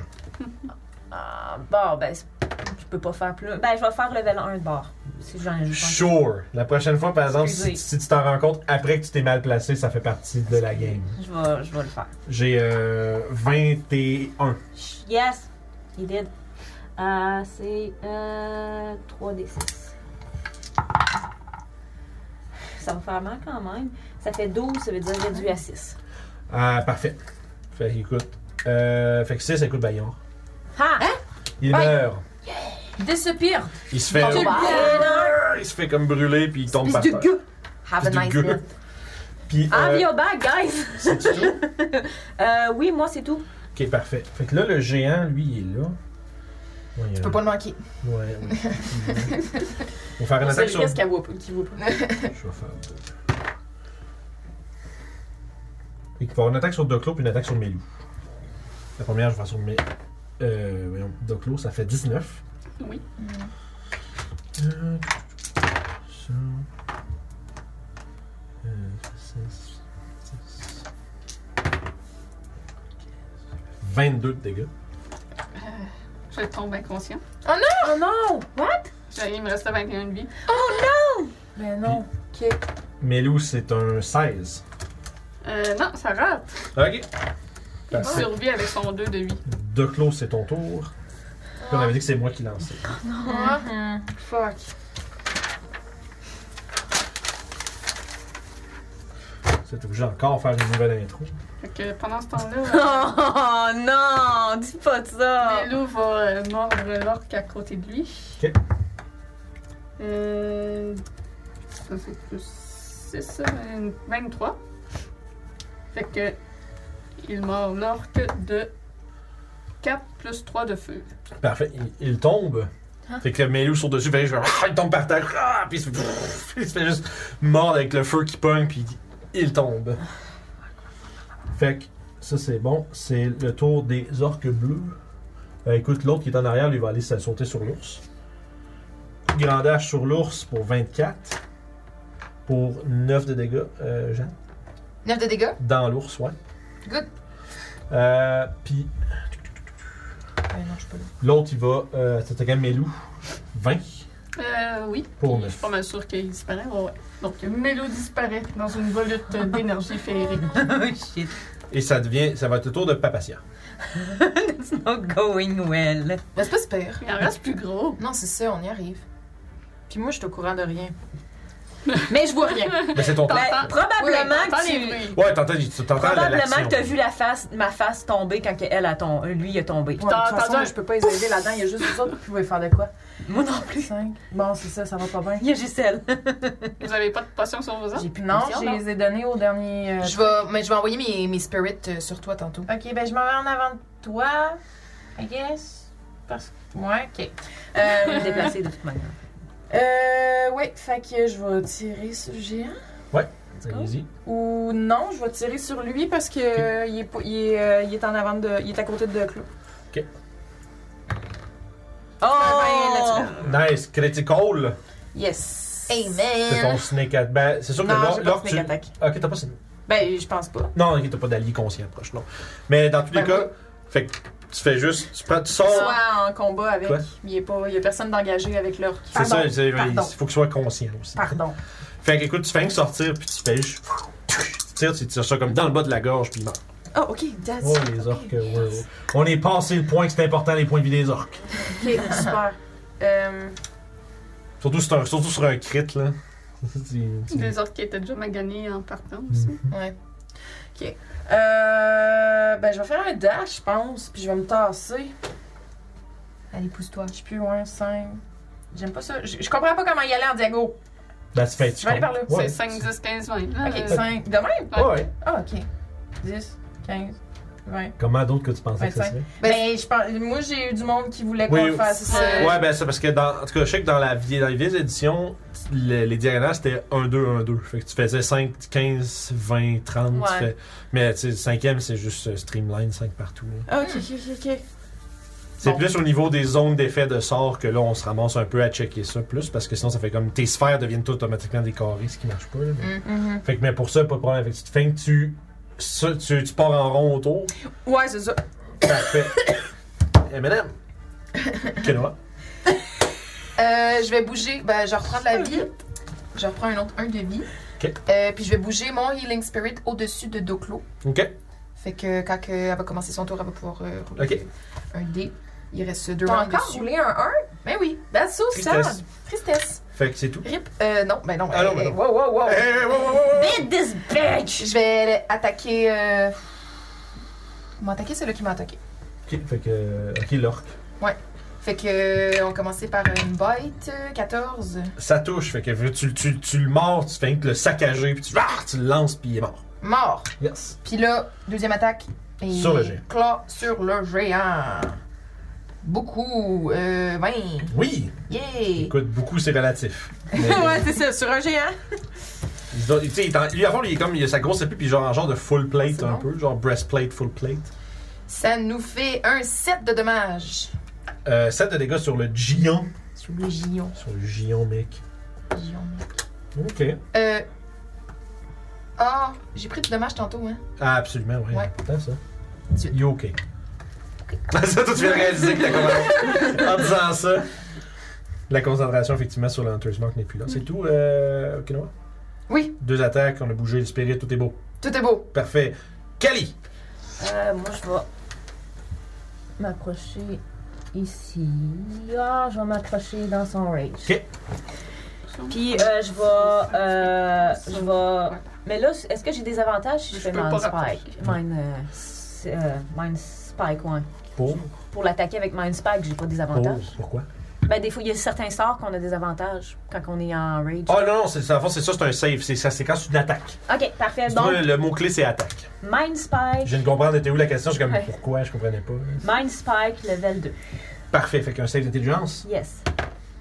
Speaker 5: Ah, bon, ben, c'est- je peux pas faire plus. Ben, je vais faire level 1 de bord. Si j'en ai juste un.
Speaker 1: Sure. La prochaine fois, par exemple, si, si
Speaker 5: Excusez.
Speaker 1: tu t'en rends compte après que tu t'es mal placé, ça fait partie de la game.
Speaker 5: Je vais, je vais le faire.
Speaker 1: J'ai euh, 21.
Speaker 5: Yes! Il did. Euh, c'est euh, 3d6. Ça va faire mal quand même. Ça fait 12, ça veut dire réduit à 6.
Speaker 1: Ah, parfait. Fait que, écoute. Euh, fait que 6, écoute, Bayon.
Speaker 5: Ha!
Speaker 3: Hein?
Speaker 1: Il meurt.
Speaker 5: Disappear!
Speaker 1: Il se fait. euh,
Speaker 5: Ah,
Speaker 3: Ah!
Speaker 1: Il se fait comme brûler, puis il tombe par terre.
Speaker 4: Have a
Speaker 1: Puis
Speaker 4: nice
Speaker 1: du gueux.
Speaker 4: night.
Speaker 1: Puis,
Speaker 5: Have
Speaker 1: euh,
Speaker 5: your back, guys!
Speaker 1: c'est tout.
Speaker 5: Euh, oui, moi, c'est tout.
Speaker 1: Ok, parfait. Fait que là, le géant, lui, il est là. Ouais, il y a
Speaker 4: Tu
Speaker 1: un-
Speaker 4: peux pas le manquer.
Speaker 1: Ouais, oui. On va faire une
Speaker 6: C'est
Speaker 1: attaque
Speaker 6: le
Speaker 1: sur.
Speaker 6: risque qu'elle voit pas- qu'il voit pas.
Speaker 1: Je vais faire deux. Fait qu'il va y avoir une attaque sur Doclo puis une attaque sur Melou. La première, je vais faire sur Melou. Euh, voyons, Doclo, ça fait 19.
Speaker 3: Oui.
Speaker 1: Euh, ça. Euh, six, six. 22 de dégâts.
Speaker 3: Je tombe inconscient.
Speaker 5: Oh non! What?
Speaker 3: J'ai- Il me reste 21 de vie.
Speaker 6: Mais non.
Speaker 1: Melou, c'est un 16.
Speaker 3: Euh, non, ça rate.
Speaker 1: Ok.
Speaker 3: Il survit avec son 2 de vie.
Speaker 1: Doclo, c'est ton tour. Puis on avait dit que c'est moi qui lançais.
Speaker 6: Fuck.
Speaker 1: C'est obligé encore faire une nouvelle intro.
Speaker 3: Fait que pendant ce temps-là,
Speaker 5: Oh non! Dis pas ça!
Speaker 3: Melou va euh, mordre l'orque à côté de lui.
Speaker 1: Ok.
Speaker 3: Euh, ça c'est plus 6, 23. Fait que il mord l'orque de 4 plus 3 de feu.
Speaker 1: Parfait. Il, il tombe. Fait que Melou sur dessus, fait que je fais- il tombe par terre. Ah, puis il se, fait, il se fait juste mordre avec le feu qui pogne, puis il tombe. Fait que ça, c'est bon. C'est le tour des orques bleus. Euh, écoute, l'autre qui est en arrière, lui, va aller sa- sauter sur l'ours. Grand dash sur l'ours pour 24. Pour 9 de dégâts, euh, Jeanne.
Speaker 4: 9 de dégâts?
Speaker 1: Dans l'ours, ouais.
Speaker 4: Good.
Speaker 1: Euh, puis
Speaker 4: Ouais, Euh, non, je suis pas là.
Speaker 1: l'autre, il va. Euh, C'était quand même Melou. 20.
Speaker 3: Euh, oui.
Speaker 1: Pour
Speaker 3: Puis
Speaker 1: neuf.
Speaker 3: Je suis pas mal sûre qu'il disparaît. ouais, ouais. Donc, Mélo disparaît dans une volute euh, d'énergie féerique.
Speaker 10: Shit,
Speaker 1: Et ça devient. Ça va être le tour de Papatia.
Speaker 10: it's not going well.
Speaker 4: Mais Ben, c'est pas super.
Speaker 3: Il en reste plus gros.
Speaker 4: Non, c'est ça, on y arrive.
Speaker 6: Puis moi, je suis au courant de rien.
Speaker 5: Mais je vois rien.
Speaker 1: Ben, c'est ton tour.
Speaker 3: T'entends-
Speaker 5: Probablement
Speaker 3: t'entends
Speaker 5: que tu.
Speaker 3: les bruits.
Speaker 1: Ouais, t'entends, tu t'entends la-
Speaker 5: Probablement
Speaker 1: l'action.
Speaker 5: que t'as vu la face, ma face tomber quand que elle a ton, lui a tombé.
Speaker 6: Ouais, de toute
Speaker 3: entendu
Speaker 6: façon,
Speaker 3: un-
Speaker 6: je peux pas les aider là-dedans. Il y a juste vous autres qui pouvez faire de quoi.
Speaker 5: Moi non plus.
Speaker 6: 5. Bon, c'est ça, ça va pas bien.
Speaker 5: Il y a juste elle.
Speaker 3: Vous avez pas de potion sur vos armes?
Speaker 6: J'ai plus de Non,
Speaker 5: potion,
Speaker 6: je
Speaker 5: non.
Speaker 6: les ai donnés au dernier. euh,
Speaker 4: Je vais, mais je vais envoyer mes, mes spirits euh, sur toi tantôt.
Speaker 6: Ok, ben je m'en vais en avant de toi. I guess. Parce que. Ouais, ok. Euh,
Speaker 5: Déplacée de toute manière.
Speaker 6: Euh, ouais, fait que je vais tirer sur le géant.
Speaker 1: Allez-y.
Speaker 6: Ou non, je vais tirer sur lui parce que euh, il, est, pas- il, est, euh, il est en avant de. Il est à côté de Clou.
Speaker 5: Oh!
Speaker 1: Nice. Critical.
Speaker 6: Yes.
Speaker 1: C'est ton
Speaker 4: Amen!
Speaker 1: sneak attack. Ben, c'est sûr que
Speaker 6: Non,
Speaker 1: l'or-
Speaker 6: j'ai pas de
Speaker 1: l'orque,
Speaker 6: sneak attack.
Speaker 1: Ok, t'as pas.
Speaker 6: Ben, je pense pas.
Speaker 1: Non, ok, t'as pas d'allié conscient proche, non. Mais dans tous les
Speaker 6: Ben
Speaker 1: cas, Fait que tu fais juste. Tu, prends, tu sors.
Speaker 6: Soit en combat avec.
Speaker 1: Oh. Quoi?
Speaker 6: Il n'y a, pas- il y a personne d'engagé avec l'orque.
Speaker 1: C'est ça, c'est- il
Speaker 6: pardon.
Speaker 1: faut que tu sois conscient aussi.
Speaker 6: Pardon.
Speaker 1: Fait que écoute, tu fais que sortir, puis tu fais juste. Tu tires, tu tires ça comme dans le bas de la gorge, puis il meurt.
Speaker 6: Oh, ok, that's
Speaker 1: Oh, les orques, ouais, ouais. On est passé le point que c'est important, les points de vie des orques.
Speaker 6: ok, super. Euh,
Speaker 1: Surtout, sur un, surtout sur un crit, là. Tu- tu-
Speaker 3: Des orques qui étaient déjà maganés en partant aussi.
Speaker 6: euh, ben, je vais faire un dash, je pense, puis je vais me tasser.
Speaker 4: Allez, pousse-toi.
Speaker 6: Je suis plus loin, 5. J'aime pas ça. Je, je comprends pas comment y aller en diago.
Speaker 1: Ben, tu fais. Tu
Speaker 6: Je vais aller par là.
Speaker 1: Ouais.
Speaker 3: C'est 5, 10, 15, 20. là,
Speaker 6: Ok,
Speaker 3: euh,
Speaker 6: 5. De même?
Speaker 1: Ouais, ouais.
Speaker 6: Ah, ok. 10, 15, 20.
Speaker 8: Ben,
Speaker 1: Comment d'autre que tu pensais que ça
Speaker 6: 25.
Speaker 1: serait?
Speaker 6: Ben, je pense, moi, j'ai eu du monde qui voulait qu'on
Speaker 1: Oui,
Speaker 6: le fasse.
Speaker 3: c'est-
Speaker 6: euh,
Speaker 1: Ouais, ben c'est parce que dans. En tout cas, je sais que dans, la, vie- dans les vieilles éditions, les, les diagonales c'était 1-2-1-2. Fait que tu faisais 5, 15, 20, 30. tu
Speaker 4: Ouais.
Speaker 1: fais- Mais tu sais, le cinquième, c'est juste euh, streamline 5 partout. là.
Speaker 6: Ok, ok, ok, ok.
Speaker 1: C'est
Speaker 6: Bon.
Speaker 1: plus au niveau des zones d'effet de sort que là, on se ramasse un peu à checker ça plus parce que sinon, ça fait comme tes sphères deviennent toutes automatiquement des carrés, ce qui marche pas. là.
Speaker 6: Mhm.
Speaker 1: Fait que, mais pour ça, pas de problème. Fait que tu te fais que tu, ça, tu, tu pars en rond autour.
Speaker 6: Ouais, c'est ça.
Speaker 1: Parfait. Et madame, Kenora.
Speaker 4: Euh, je vais bouger. Ben, je reprends de la vie. Je reprends un autre un de vie.
Speaker 1: Ok.
Speaker 4: Euh, puis je vais bouger mon Healing Spirit au-dessus de Doclo.
Speaker 1: Ok,
Speaker 4: Fait que quand que elle va commencer son tour, elle va pouvoir euh, rouler
Speaker 1: ok.
Speaker 4: un dé. Il reste deux
Speaker 6: T'as
Speaker 4: rounds
Speaker 6: encore
Speaker 4: dessus.
Speaker 6: roulé un 1?
Speaker 4: Ben oui, that's so
Speaker 1: Tristesse.
Speaker 4: sad. Tristesse.
Speaker 1: Fait que c'est tout.
Speaker 4: Rip. Euh, non, ben non.
Speaker 1: Ah non,
Speaker 4: euh,
Speaker 1: ben non.
Speaker 4: Wow, wow, wow.
Speaker 1: Hey, hey, wow, wow, wow, wow.
Speaker 9: Beat this bitch!
Speaker 4: Je vais attaquer. Euh... M'attaquer celui qui m'a attaqué.
Speaker 1: Ok, fait que. euh, Ok, l'orque.
Speaker 4: Fait que euh, on commençait par une bite. euh, 14.
Speaker 1: Ça touche, fait que tu, tu, tu le mords, tu fais que le saccager, puis tu, ah, tu le lances, puis il est mort.
Speaker 4: Mort.
Speaker 1: Yes.
Speaker 4: Puis là, deuxième attaque. Et
Speaker 1: Sur le géant.
Speaker 4: Claw sur le géant. Beaucoup. Euh, 20.
Speaker 1: Oui!
Speaker 4: Yeah.
Speaker 1: Écoute, beaucoup, c'est relatif. Mais,
Speaker 6: ouais, c'est ça, sur un géant.
Speaker 1: ils ont- tu sais, il t'en- lui, à fond, il est comme, il a sa grosse épée, puis genre, en genre de full plate,
Speaker 4: C'est
Speaker 1: un
Speaker 4: bon.
Speaker 1: peu, genre breastplate, full plate.
Speaker 4: Ça nous fait un 7 de dommages.
Speaker 1: Euh, 7 de dégâts sur le gion.
Speaker 4: Sur le gion.
Speaker 1: Sur le gion, mec.
Speaker 4: Gion.
Speaker 1: Ok.
Speaker 4: Euh. Ah, j'ai pris du dommage tantôt, hein.
Speaker 1: Ah, absolument, oui.
Speaker 4: Ouais.
Speaker 1: Attends ça.
Speaker 4: Dix-huit.
Speaker 1: You okay. ça, toi, tu viens de réaliser que t'as commencé. en disant ça. La concentration, effectivement, sur le Hunter's Mark n'est plus là. C'est tout, euh, Okinawa?
Speaker 4: Oui.
Speaker 1: Deux attaques, on a bougé le spirit, tout est beau.
Speaker 4: Tout est beau.
Speaker 1: Parfait. Kali!
Speaker 9: Euh, moi, je vais m'approcher ici. Ah, je vais m'approcher dans son range.
Speaker 1: Ok.
Speaker 9: Puis, euh, je vais. euh, je vais. Mais là, est-ce que j'ai des avantages si je fais
Speaker 3: peux
Speaker 9: Mind
Speaker 3: pas
Speaker 9: Spike? Mine, euh, s- euh, Mind Spike, ouais.
Speaker 1: Pour?
Speaker 9: Pour l'attaquer avec Mind Spike, j'ai pas des
Speaker 1: Pour?
Speaker 9: avantages.
Speaker 1: Pourquoi?
Speaker 9: Ben, des fois, il y a certains sorts qu'on a des avantages quand on est en rage.
Speaker 1: Ah non, non, c'est en fait, c'est ça, c'est un save. C'est ça, c'est quand c'est une attaque.
Speaker 9: Ok,
Speaker 5: Eh
Speaker 9: parfait.
Speaker 1: C'est
Speaker 9: Donc,
Speaker 1: toi, le mot-clé, c'est attaque.
Speaker 9: Mind Spike.
Speaker 1: Je ne comprends, t'étais où la question? Je suis comme,
Speaker 9: Ouais.
Speaker 1: pourquoi? Je comprenais pas.
Speaker 9: Mind Spike, level 2.
Speaker 1: Parfait, fait qu'un save d'intelligence,
Speaker 9: Yes.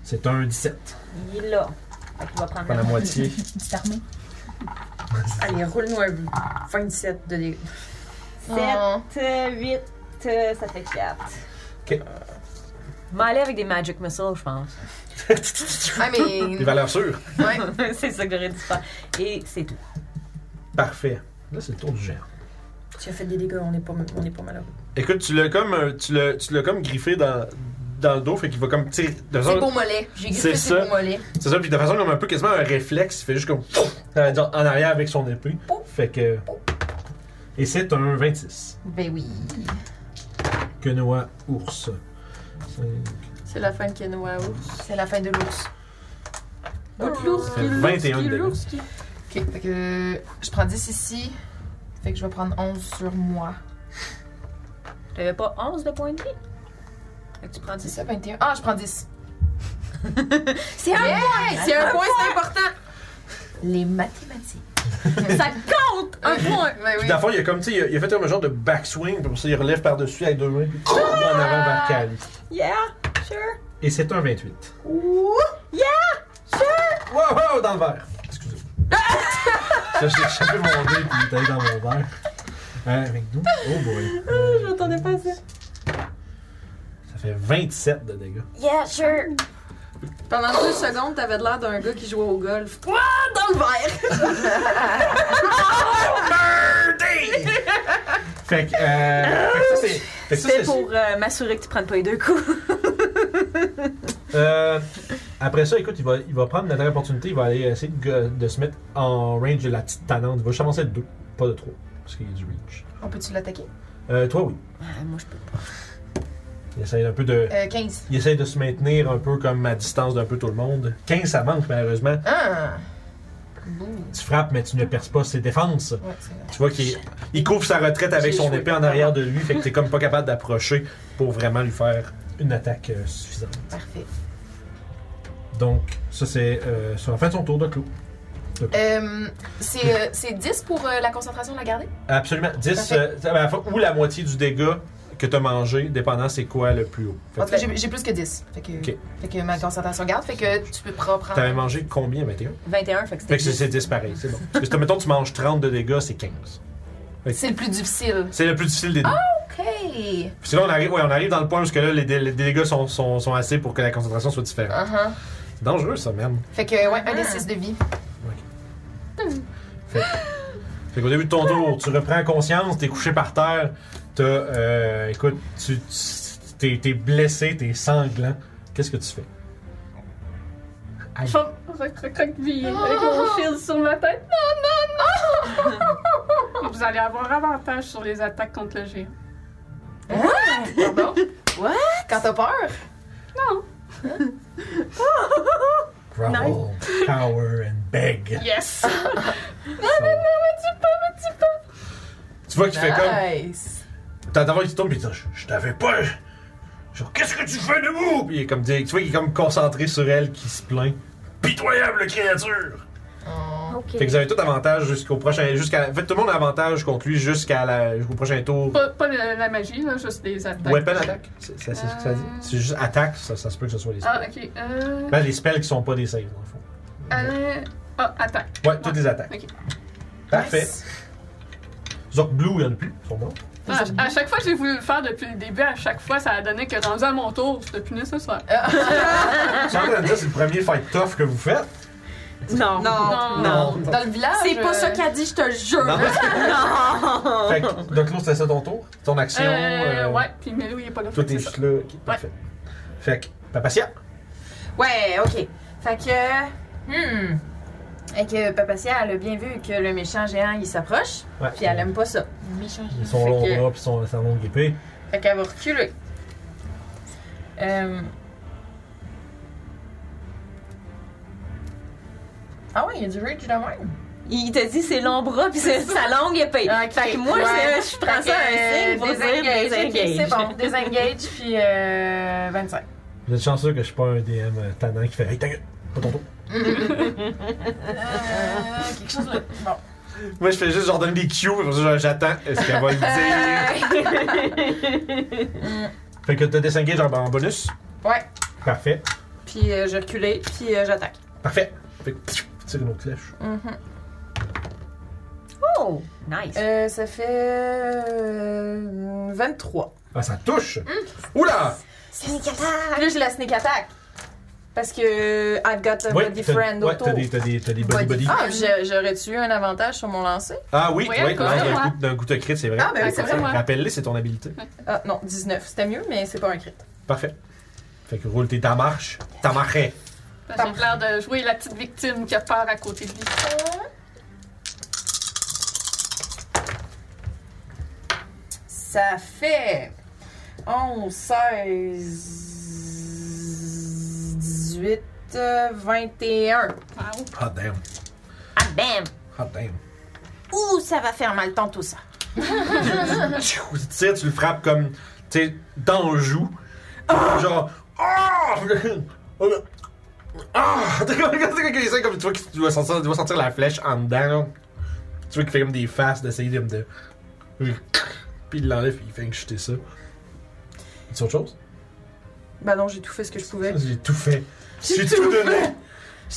Speaker 1: c'est un 17.
Speaker 9: Il est là. Fait qu'il va prendre
Speaker 1: Pas la moitié.
Speaker 8: Allez, roule-nous un but. 27 de dégâts.
Speaker 9: 7,
Speaker 4: Hein.
Speaker 9: 8, euh, ça fait Euh, 4.
Speaker 1: Ok.
Speaker 9: M'aller avec des Magic Missiles, je pense.
Speaker 4: Ah,
Speaker 1: Des
Speaker 4: mais.
Speaker 1: valeurs sûres.
Speaker 4: ouais.
Speaker 9: c'est ça que j'aurais dû faire. Et c'est tout.
Speaker 1: Parfait. Là, c'est le tour du géant.
Speaker 8: Tu as fait des dégâts, on n'est pas, on est pas malheureux.
Speaker 1: Écoute, tu l'as comme, euh, tu l'as, tu l'as comme griffé dans, dans le dos, fait qu'il va comme, tu sais, de
Speaker 4: C'est
Speaker 1: façon,
Speaker 4: beau mollet. J'ai
Speaker 1: C'est
Speaker 4: griffé
Speaker 1: ça.
Speaker 4: ses beaux mollets.
Speaker 1: c'est ça, puis de façon comme un peu quasiment un réflexe, il fait juste comme, euh, genre, en arrière avec son épée, fait que, et c'est un 26.
Speaker 4: Ben oui.
Speaker 1: Que Noah ours.
Speaker 6: C'est la fin de Kenoa Ours.
Speaker 4: C'est la fin de l'ours.
Speaker 6: L'autre l'ours
Speaker 1: Ça
Speaker 6: qui
Speaker 1: fait 21 de dégâts.
Speaker 6: l'ours qui.
Speaker 4: Ok, fait que je prends 10 ici. Fait que je vais prendre 11 sur moi.
Speaker 9: T'avais Euh, pas 11 de points de vie? Fait que tu prends
Speaker 4: C'est
Speaker 9: 10.
Speaker 4: ça, 21. Ah, je prends 10.
Speaker 6: C'est un point! C'est un point, c'est important!
Speaker 4: Les mathématiques.
Speaker 6: Ça compte! Un point!
Speaker 4: Ben
Speaker 1: Puis
Speaker 4: oui.
Speaker 1: dans le fond, il a comme, tu sais, il a- il a fait un genre de backswing, puis pour ça, il relève par-dessus avec deux mains, puis en avant vers Cali.
Speaker 9: Yeah, sure.
Speaker 1: Et c'est un 28. Ouh! Yeah! Sure! Wow, wow, dans le verre! Excusez. ça, j'ai échappé mon dé puis il est allé dans mon verre. Euh, avec nous? Oh boy. je m'attendais pas à ça. Ça fait 27 de dégâts.
Speaker 9: Yeah, sure.
Speaker 6: Pendant deux secondes, t'avais l'air d'un gars qui jouait au golf. Ouah! Dans le verre!
Speaker 1: Fait que, euh, fait que ça, c'est. fait que ça, c'est-
Speaker 9: C'était pour euh, m'assurer que tu prennes pas les deux coups.
Speaker 1: Euh, après ça, écoute, il va, il va prendre la dernière opportunité, il va aller essayer de, go- de se mettre en range de la petite tanante. Il va commencer de 2, pas de 3, parce qu'il y a du reach.
Speaker 4: On peut-tu l'attaquer?
Speaker 1: Euh, toi, oui.
Speaker 9: Ah, moi, je peux pas.
Speaker 1: Il essaye un peu de.
Speaker 4: Euh, 15.
Speaker 1: Il essaye de se maintenir un peu comme à distance d'un peu tout le monde. 15, ça manque malheureusement.
Speaker 4: Ah! Boum.
Speaker 1: Tu frappes, mais tu ne perces pas ses défenses.
Speaker 4: Ouais, c'est vrai.
Speaker 1: Tu vois qu'il il couvre sa retraite avec
Speaker 6: J'ai
Speaker 1: son
Speaker 6: joué.
Speaker 1: épée en arrière de lui, fait que t'es comme pas capable d'approcher pour vraiment lui faire une attaque euh, suffisante.
Speaker 4: Parfait.
Speaker 1: Donc, ça c'est euh, sur la fin de son tour de clou.
Speaker 4: Euh, c'est euh, c'est 10 pour euh, la concentration de la garder?
Speaker 1: Absolument. 10
Speaker 4: Parfait.
Speaker 1: euh, à la fois, ou la moitié du dégât que t'as mangé, dépendant c'est quoi le plus haut. Fait
Speaker 4: En
Speaker 1: que
Speaker 4: tout cas, j'ai j'ai plus que 10. Fait que,
Speaker 1: Ok.
Speaker 4: fait que ma concentration garde, fait que tu peux prendre.
Speaker 1: T'avais mangé combien, 21?
Speaker 9: 21, fait que
Speaker 1: Fait
Speaker 9: c'était.
Speaker 1: que c'est- c'est 10 pareil, c'est bon. Parce que mettons tu manges 30 de dégâts, c'est 15.
Speaker 4: C'est le plus difficile.
Speaker 1: C'est le plus difficile des deux.
Speaker 4: OK!
Speaker 1: Puis sinon, on arrive, ouais, on arrive dans le point où ce que là, les, dé- les dégâts sont, sont, sont assez pour que la concentration soit différente.
Speaker 4: Uh-huh. Ah.
Speaker 1: C'est dangereux, ça, même.
Speaker 4: Fait que, ouais, un des 6 de vie.
Speaker 1: Fait qu'au début de ton tour, tu reprends conscience, t'es couché par terre, t'as. euh, écoute, tu. tu- T'es, t'es blessé, t'es sanglant. Qu'est-ce que tu fais?
Speaker 3: Je recroquevillée avec mon shield sur ma tête. Non, non, non! Vous allez avoir avantage sur les attaques contre le géant. Hein?
Speaker 4: Pardon? What? Quand t'as peur?
Speaker 1: Growl, cower and beg.
Speaker 3: Yes!
Speaker 1: non, non, tu pas, tu pas! Tu vois qu'il fait comme.
Speaker 6: Nice.
Speaker 1: T'as ta voix qui tombe, pis il dit Je, je t'avais pas. Genre, qu'est-ce que tu fais debout? Pis il est comme. Tu vois, il est comme concentré sur elle qui se plaint. Pitoyable créature!
Speaker 5: Ok.
Speaker 1: Fait que vous avez tout avantage jusqu'au prochain. Jusqu'à, en fait, tout le monde a avantage contre lui jusqu'à la, jusqu'au prochain tour.
Speaker 3: Pas, pas la, la magie, là, juste les attaques.
Speaker 1: Weapon attack. C'est, c'est- c'est ce que ça dit. C'est juste attaque, ça, ça se peut que ce soit les spells.
Speaker 3: Ah, ok. Euh.
Speaker 1: Ben, les spells qui sont pas des saves, dans le fond.
Speaker 3: euh, ah, attaque.
Speaker 1: Ouais, toutes les attaques.
Speaker 3: Ok.
Speaker 1: Parfait. Zork Blue, il n'y en a plus. Ils sont morts.
Speaker 3: Ah, à chaque fois que j'ai voulu le faire depuis le début, à chaque fois, ça a donné que rendu à mon tour, je te punis ce soir.
Speaker 1: Je suis en train de dire, c'est le premier fight tough que vous faites.
Speaker 5: Non.
Speaker 6: Non.
Speaker 1: Non.
Speaker 4: Dans le village?
Speaker 6: C'est pas ça
Speaker 4: euh,
Speaker 6: qu'elle dit, je te jure.
Speaker 1: Non. fait que, donc, l'autre, c'est ça ton tour. Ton action.
Speaker 3: Euh,
Speaker 1: euh,
Speaker 3: ouais, puis Melou, il est pas là. fait
Speaker 1: Toi,
Speaker 3: que c'est
Speaker 1: t'es
Speaker 3: ça.
Speaker 1: juste là. Ok, Parfait. Fait que, Papatia.
Speaker 6: Ouais, ok. Fait que. Hmm. Et que Papacia, elle a bien vu que le méchant géant, il s'approche,
Speaker 1: Ouais.
Speaker 6: puis elle aime pas ça.
Speaker 1: Ils sont
Speaker 6: Fait
Speaker 1: longs
Speaker 6: que-
Speaker 1: bras, puis ils sont sa longue épée.
Speaker 6: Fait qu'elle va reculer. Euh... Ah ouais, il y a du reach de même.
Speaker 9: Il t'a dit c'est long bras puis c'est sa longue épée.
Speaker 6: Ok,
Speaker 9: Fait que moi,
Speaker 6: ouais.
Speaker 9: je, je prends ça un signe pour dire
Speaker 6: désengage.
Speaker 9: désengage.
Speaker 6: C'est bon, désengage, puis euh, 25.
Speaker 1: Vous êtes chanceux que je suis pas un DM euh, tannant qui fait Hey, ta gueule, pas ton tour.
Speaker 9: Euh,
Speaker 6: quelque chose de... Bon.
Speaker 1: Moi, je fais juste genre donner des cues, comme ça, genre, j'attends. Est-ce qu'elle va le dire? fait que t'as distingué genre en bonus.
Speaker 6: Ouais.
Speaker 1: Parfait.
Speaker 6: Puis euh, je reculais, puis euh, j'attaque.
Speaker 1: Parfait. Fait que pfiou, tire une autre flèche.
Speaker 9: Mm-hmm. Oh, nice.
Speaker 6: Euh, ça fait euh, 23.
Speaker 1: Ah, ça touche! Oula!
Speaker 6: Là, je la sneak attack. Parce que I've got a
Speaker 1: Ouais,
Speaker 6: body
Speaker 1: t'as-
Speaker 6: friend
Speaker 1: ouais,
Speaker 6: autour.
Speaker 1: t'as des, t'as des, t'as des body body.
Speaker 6: Ah, j'ai- j'aurais-tu eu un avantage sur mon lancer?
Speaker 1: Ah oui,
Speaker 3: Oui,
Speaker 1: oui,
Speaker 3: encore,
Speaker 1: d'un
Speaker 3: ouais.
Speaker 1: coup, d'un coup de crit, c'est vrai.
Speaker 6: Ah, ben oui, c'est vrai,
Speaker 3: moi.
Speaker 1: Rappelle-les, c'est ton habilité.
Speaker 6: Ah non, 19. C'était mieux, mais c'est pas un crit.
Speaker 1: Parfait. Fait que roule tes ta marche, ta marée.
Speaker 3: J'ai l'air de jouer la petite victime qui a peur à côté de lui.
Speaker 6: Ça fait 11, 16, 18, euh, 21.
Speaker 3: Wow.
Speaker 1: Hot damn.
Speaker 9: Ah, bam!
Speaker 1: Hot damn.
Speaker 6: Ouh, ça va faire mal tant tout ça.
Speaker 1: Tchou, tu tires, tu le frappes comme, tu sais, dans le joue. Genre, ah! Oh là. Ah! T'es comme, t'es comme, quelqu'un comme, tu vois, qu'il- tu dois sentir, tu dois sentir la flèche en dedans, là. Tu vois qu'il fait comme des faces d'essayer de me de. Puis il l'enlève, puis il fait que jeter ça. C'est autre chose?
Speaker 6: Bah non, j'ai tout fait ce que je pouvais.
Speaker 1: J'ai tout fait. J'ai tout donné.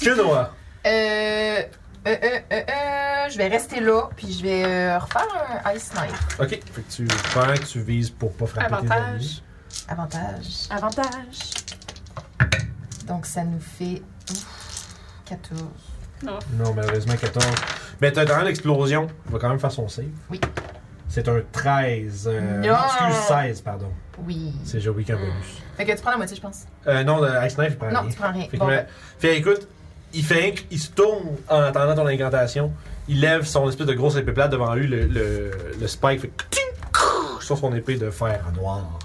Speaker 1: Que Noah?
Speaker 4: Euh, euh, euh, euh, euh, je vais rester là, puis je vais euh, refaire un Ice Knife.
Speaker 1: Ok. Fait que tu prends, tu vises pour pas frapper tes
Speaker 3: Avantage.
Speaker 1: ennemis.
Speaker 4: Avantage.
Speaker 6: Avantage.
Speaker 4: Donc, ça nous fait ouf, 14.
Speaker 1: Non, malheureusement, 14. Mais t'as dans l'explosion. Il va quand même faire son save.
Speaker 4: Oui.
Speaker 1: C'est un 13. euh,
Speaker 6: Non.
Speaker 1: excuse, 16, pardon.
Speaker 6: Oui.
Speaker 1: C'est j'ai oublié qu'un bonus.
Speaker 6: Fait que tu prends la moitié, je pense.
Speaker 1: Euh, non, le Ice Knife, il prend
Speaker 6: Non,
Speaker 1: rien.
Speaker 6: tu prends rien.
Speaker 1: Fait, que,
Speaker 6: Bon,
Speaker 1: mais- fait, écoute, il fait un cl- il se tourne en attendant ton incantation. Il lève son espèce de grosse épée plate devant lui, le, le, le spike fait cting, crrr sur son épée de fer noir.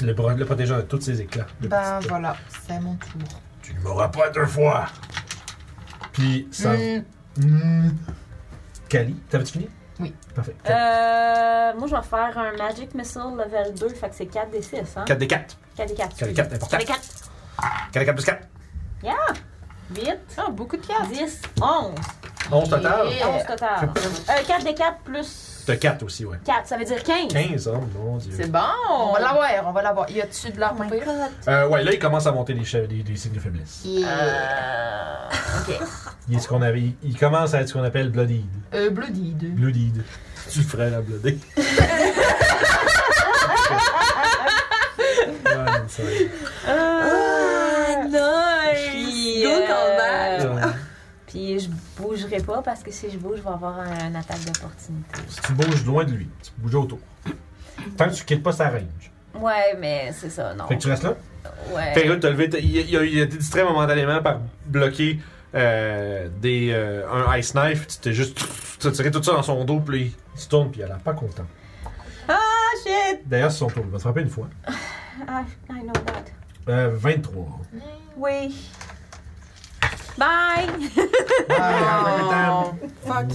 Speaker 1: Le, bro- le protégeant de tous ses éclats. de
Speaker 6: Ben
Speaker 1: petites-
Speaker 6: voilà, c'est mon tour.
Speaker 1: Tu ne m'auras pas deux fois! Puis ça.
Speaker 6: Hmm,
Speaker 1: Hmm. Kali, t'avais-tu fini?
Speaker 6: Oui.
Speaker 1: Parfait.
Speaker 5: Euh, moi, je vais faire un Magic Missile level 2, fait que c'est 4 des 6,
Speaker 6: Euh,
Speaker 5: hein?
Speaker 1: 4 des 4.
Speaker 5: 4 des 4.
Speaker 1: 4 des 4, important.
Speaker 5: 4 des
Speaker 1: 4
Speaker 5: 4.
Speaker 1: des 4 plus 4.
Speaker 5: 8,
Speaker 6: Ah, beaucoup de cartes.
Speaker 5: 10, 11.
Speaker 1: 11 total.
Speaker 6: Yeah.
Speaker 5: 11 total. Euh, 4 des 4 plus
Speaker 1: T'as 4 aussi, ouais.
Speaker 5: 4, ça veut dire 15.
Speaker 1: 15, oh mon dieu.
Speaker 6: C'est bon. On va l'avoir, on va l'avoir. Y a-tu de l'air
Speaker 4: Oh
Speaker 6: pour pire?
Speaker 1: Euh, ouais, là, il commence à monter les, chefs- des- des signes de faiblesse. Il, est ce qu'on avait, il, il commence à être ce qu'on appelle bloodied.
Speaker 6: Euh, Bloody 2.
Speaker 1: Bloodied. Tu le ferais la bloodée. Ah, non, c'est vrai.
Speaker 5: Ah,
Speaker 9: Puis,
Speaker 5: nice!
Speaker 9: euh,
Speaker 1: Euh,
Speaker 9: Puis je bougerai pas parce que si je bouge, je vais avoir un, un attaque d'opportunité.
Speaker 1: si tu bouges loin de lui, tu bouges autour. Tant que tu quittes pas sa range.
Speaker 9: Ouais, mais c'est ça, non.
Speaker 1: Fait que tu restes là.
Speaker 9: Ouais.
Speaker 1: Euh. Fait que là, t'as levé, t'as- il, il a, il a été distrait momentanément par bloquer euh, des, euh, un ice knife. Tu t'es juste tu as tiré tout ça dans son dos, puis il se tourne, puis il a l'air pas content.
Speaker 9: Ah, shit!
Speaker 1: D'ailleurs, c'est son tour. Il va te frapper une fois.
Speaker 5: Ah, I know what.
Speaker 1: Euh, 23.
Speaker 5: Oui. Bye!
Speaker 1: Ah, Fuck.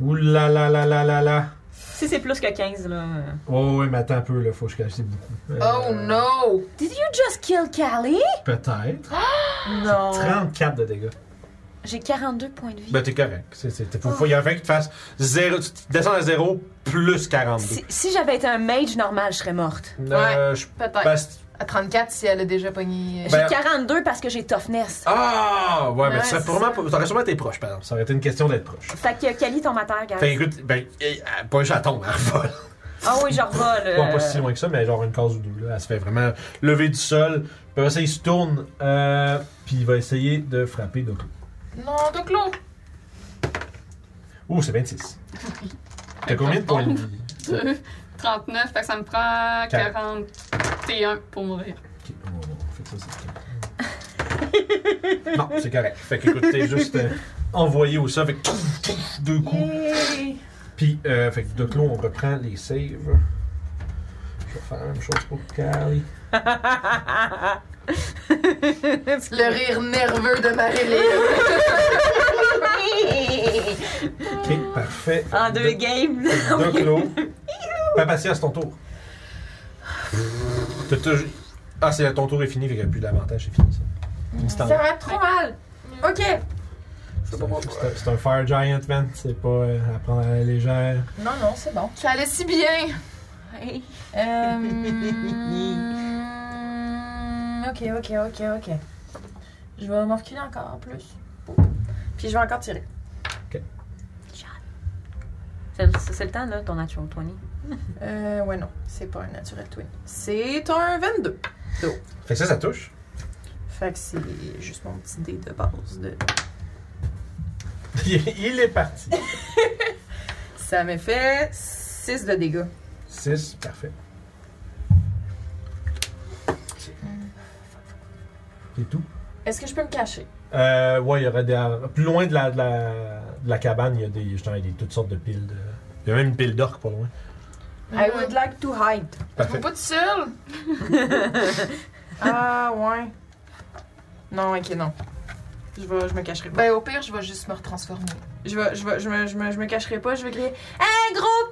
Speaker 1: Ouh là là là là là là.
Speaker 5: Si c'est plus que 15, là. euh.
Speaker 1: Oh oui, mais attends un peu, là, faut que je calcule beaucoup. Euh,
Speaker 6: Oh no!
Speaker 5: Did you just kill Callie?
Speaker 1: Peut-être.
Speaker 6: Oh.
Speaker 5: Non.
Speaker 1: 34 de dégâts.
Speaker 5: J'ai 42 points de vie.
Speaker 1: Ben t'es correct. C'est, c'est, t'es- faut, faut- il y a un fait qui te fasse 0. Tu descends à 0 plus 42.
Speaker 5: Si, si j'avais été un mage normal, je serais morte.
Speaker 1: Euh, je
Speaker 6: Peut-être.
Speaker 1: passe-
Speaker 6: À 34, si elle a déjà pogné.
Speaker 1: Ben-
Speaker 5: J'ai 42 parce que j'ai toughness.
Speaker 1: Ah! Ouais, mais
Speaker 6: Ouais,
Speaker 1: tu serais
Speaker 6: c'est
Speaker 1: probablement, pas- t'aurais sûrement été proche, par exemple. Ça aurait été une question d'être proche.
Speaker 5: Fait que Cali tombe à terre, gars.
Speaker 1: Fait que, écoute, ben, eh, euh, pas juste à tomber, elle vole.
Speaker 5: Ah oui, je revole.
Speaker 1: Bon,
Speaker 5: euh,
Speaker 1: pas si loin que ça, mais genre une case ou deux. Là. Elle se fait vraiment lever du sol. Puis après ça, il se tourne. euh, puis il va essayer de frapper Doku.
Speaker 6: Non, donc là,
Speaker 1: Ouh, c'est 26. T'as combien de points de vie?
Speaker 3: 39, fait que ça me prend 41 pour mourir.
Speaker 1: Ok, Oh, on va voir. Fait que ça, c'est- Non, c'est correct. Fait que écoute, t'es juste euh, envoyé au sol. Fait que touf, touf, deux coups. Puis, euh, fait que Doku, on reprend les saves. Je vais faire la même chose pour Cali.
Speaker 6: le rire nerveux de Marilyn.
Speaker 1: Ok, parfait.
Speaker 5: En deux games.
Speaker 9: Ah
Speaker 1: Doc Lo. Pas patience, Bah, ton tour. T'as toujours- Ah, c'est ton tour est fini, fait qu'il n'y a plus d'avantage, c'est fini ça. C'est
Speaker 6: Ça
Speaker 1: un-
Speaker 6: va être trop mal. Ok.
Speaker 1: c'est un- c'est un- C'est un Fire Giant, man. C'est pas euh, à prendre à la légère.
Speaker 6: Non, non, c'est bon. Ça allait si bien.
Speaker 5: Hey.
Speaker 6: Euh, ok, ok, ok, ok. Je vais m'en reculer encore plus. Puis je vais encore tirer.
Speaker 5: C'est c'est le temps, là, ton natural 20.
Speaker 6: Euh, ouais, non. C'est pas un naturel twin. C'est un 22.
Speaker 1: Fait que ça, ça touche.
Speaker 6: Fait que c'est juste mon petit dé de base. De...
Speaker 1: Il il est parti.
Speaker 6: Ça me fait 6 de dégâts.
Speaker 1: 6, parfait. C'est tout.
Speaker 6: Est-ce que je peux me cacher?
Speaker 1: Euh, ouais, il y aurait des. Plus loin de la, de la, de la cabane, il y a des, justement, il y a des- toutes sortes de piles. De... Il y a même une pile d'orques pas loin.
Speaker 6: I would like to hide.
Speaker 1: Parfait.
Speaker 4: pas tout seul.
Speaker 6: Ah, ouais. Non, ok, non. Je, vais, je me cacherai pas.
Speaker 4: Ben, au pire, je vais juste me retransformer.
Speaker 6: Je, vais, je, vais, je, me, je, me, je me cacherai pas, je vais crier
Speaker 9: Un gros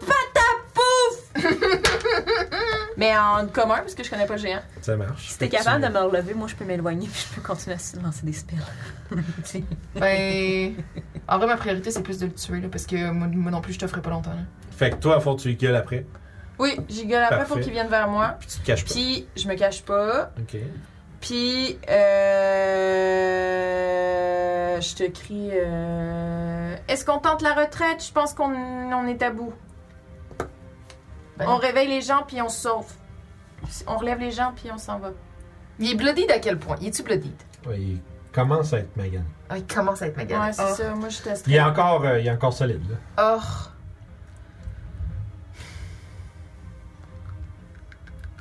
Speaker 6: Mais en commun, parce que je connais pas le géant.
Speaker 1: Ça marche.
Speaker 5: Si t'es capable de me relever, moi, je peux m'éloigner puis je peux continuer à lancer des spells.
Speaker 4: Ben. en vrai, ma priorité, c'est plus de le tuer, là, parce que moi, moi non plus, je te ferai pas longtemps. là.
Speaker 1: Fait que toi, à fond, tu y gueules après.
Speaker 6: Oui, j'y gueule après pour
Speaker 1: Parfait.
Speaker 6: qu'il vienne vers moi.
Speaker 1: Puis tu te caches pas.
Speaker 6: Puis je me cache pas.
Speaker 1: Ok.
Speaker 6: Puis euh, je te crie. euh, Est-ce qu'on tente la retraite Je pense qu'on on est à bout.
Speaker 4: Ben.
Speaker 6: On réveille les gens puis on se sauve. On relève les gens puis on s'en va.
Speaker 4: Il est bloodied à quel point Il est-tu bloodied
Speaker 1: Ouais, il est commence à être magané.
Speaker 4: Ah, il commence à être magané.
Speaker 6: Ouais, c'est
Speaker 4: Oh.
Speaker 6: ça. Moi, je teste.
Speaker 1: Il est encore, euh, il est encore solide. Là.
Speaker 4: Or.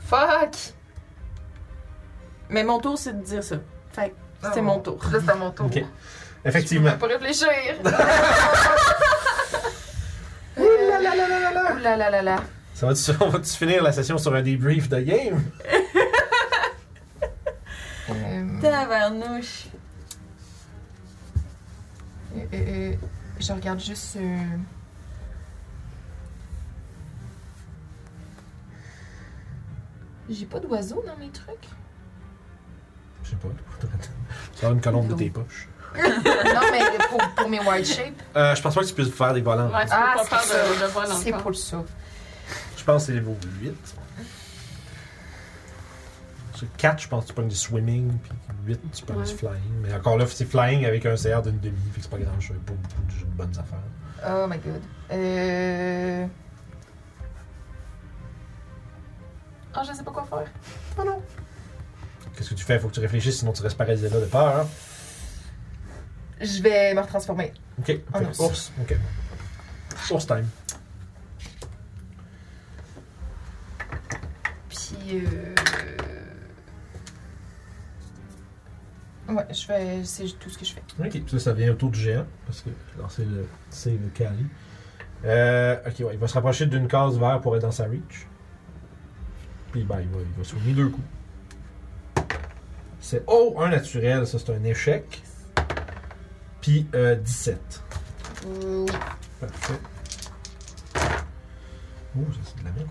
Speaker 4: Fuck!
Speaker 6: Mais mon tour, c'est de dire ça. Fait que c'est
Speaker 4: Oh.
Speaker 6: mon tour.
Speaker 4: Là, c'est à mon tour. Euh,
Speaker 1: Ok. Effectivement.
Speaker 4: Pour réfléchir! Ouh là là là là!
Speaker 1: Ça va -tu, on va-tu finir la session sur un debrief de game?
Speaker 4: Euh,
Speaker 6: Tavernouche.
Speaker 4: euh, euh, je regarde juste. euh, J'ai pas d'oiseau dans mes trucs.
Speaker 1: Je sais pas. Ça va une colombe de tes poches.
Speaker 4: non, mais pour, pour mes white shapes,
Speaker 1: Euh, je pense pas que tu puisses faire des volants.
Speaker 3: Ouais, tu
Speaker 4: Ah,
Speaker 3: peux
Speaker 4: c'est
Speaker 3: pas faire de,
Speaker 4: ça.
Speaker 3: de vol
Speaker 4: c'est
Speaker 3: encore.
Speaker 4: pour ça.
Speaker 1: Je pense que c'est niveau 8. Sur 4, je pense que tu pognes du swimming, puis 8, tu pognes du
Speaker 3: Ouais.
Speaker 1: flying. Mais encore là, c'est flying avec un CR d'une demi, fait que c'est pas grand chose, pas beaucoup de, de bonnes affaires.
Speaker 4: Oh my god. Euh.
Speaker 6: Ah, je sais pas quoi faire.
Speaker 1: Qu'est-ce que tu fais? Faut que tu réfléchisses, sinon tu restes paralysé là de peur.
Speaker 4: Je vais me retransformer.
Speaker 1: Ok, fait
Speaker 4: Ah,
Speaker 1: que
Speaker 4: non, c'est-
Speaker 1: ours, ok. Ours time.
Speaker 4: Puis. Euh... Ouais, je fais. C'est tout ce que je fais.
Speaker 1: Ok, puis ça, ça vient autour du géant, parce que alors, c'est le save Kali. Euh, ok, ouais, il va se rapprocher d'une case verte pour être dans sa reach. Puis ben, il va, il va soulever deux coups. C'est oh, un naturel, ça c'est un échec. Puis euh, 17.
Speaker 4: Ouh.
Speaker 1: Parfait. Oh, ça c'est de la merde.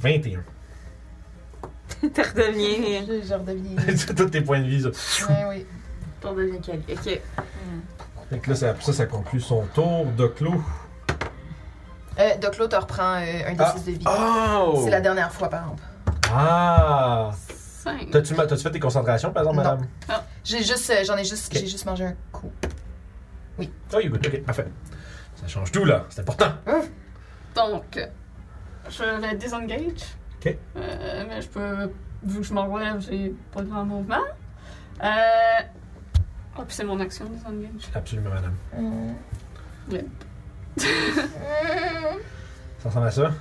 Speaker 1: 21.
Speaker 9: T'as redevenu.
Speaker 4: Je, je redeviens.
Speaker 1: Tous tes points de vie, ça.
Speaker 4: ouais, oui.
Speaker 9: T'en deviens quel. Ok.
Speaker 1: Fait que là, ça, ça, ça conclut son tour de clos.
Speaker 4: Euh, Doc Lo te reprend euh, un des
Speaker 1: Ah.
Speaker 4: six de vie.
Speaker 1: Oh!
Speaker 4: C'est la dernière fois, par exemple.
Speaker 1: Ah!
Speaker 3: Cinq.
Speaker 1: T'as-tu, ma- t'as-tu fait tes concentrations, par exemple,
Speaker 4: Non.
Speaker 1: madame?
Speaker 4: J'ai juste. euh, J'en ai juste.
Speaker 1: Ok.
Speaker 4: J'ai juste mangé un coup.
Speaker 1: Oh, you good. Ok, parfait. Ça change tout, là. C'est important.
Speaker 3: Donc, euh, je vais désengage.
Speaker 1: Ok.
Speaker 3: Euh, mais je peux, vu que je m'en relève, j'ai pas grand mouvement. Euh... Oh, puis c'est mon action, désengage.
Speaker 1: Absolument, madame.
Speaker 5: Mm.
Speaker 3: Ouais.
Speaker 1: Ça ressemble à ça?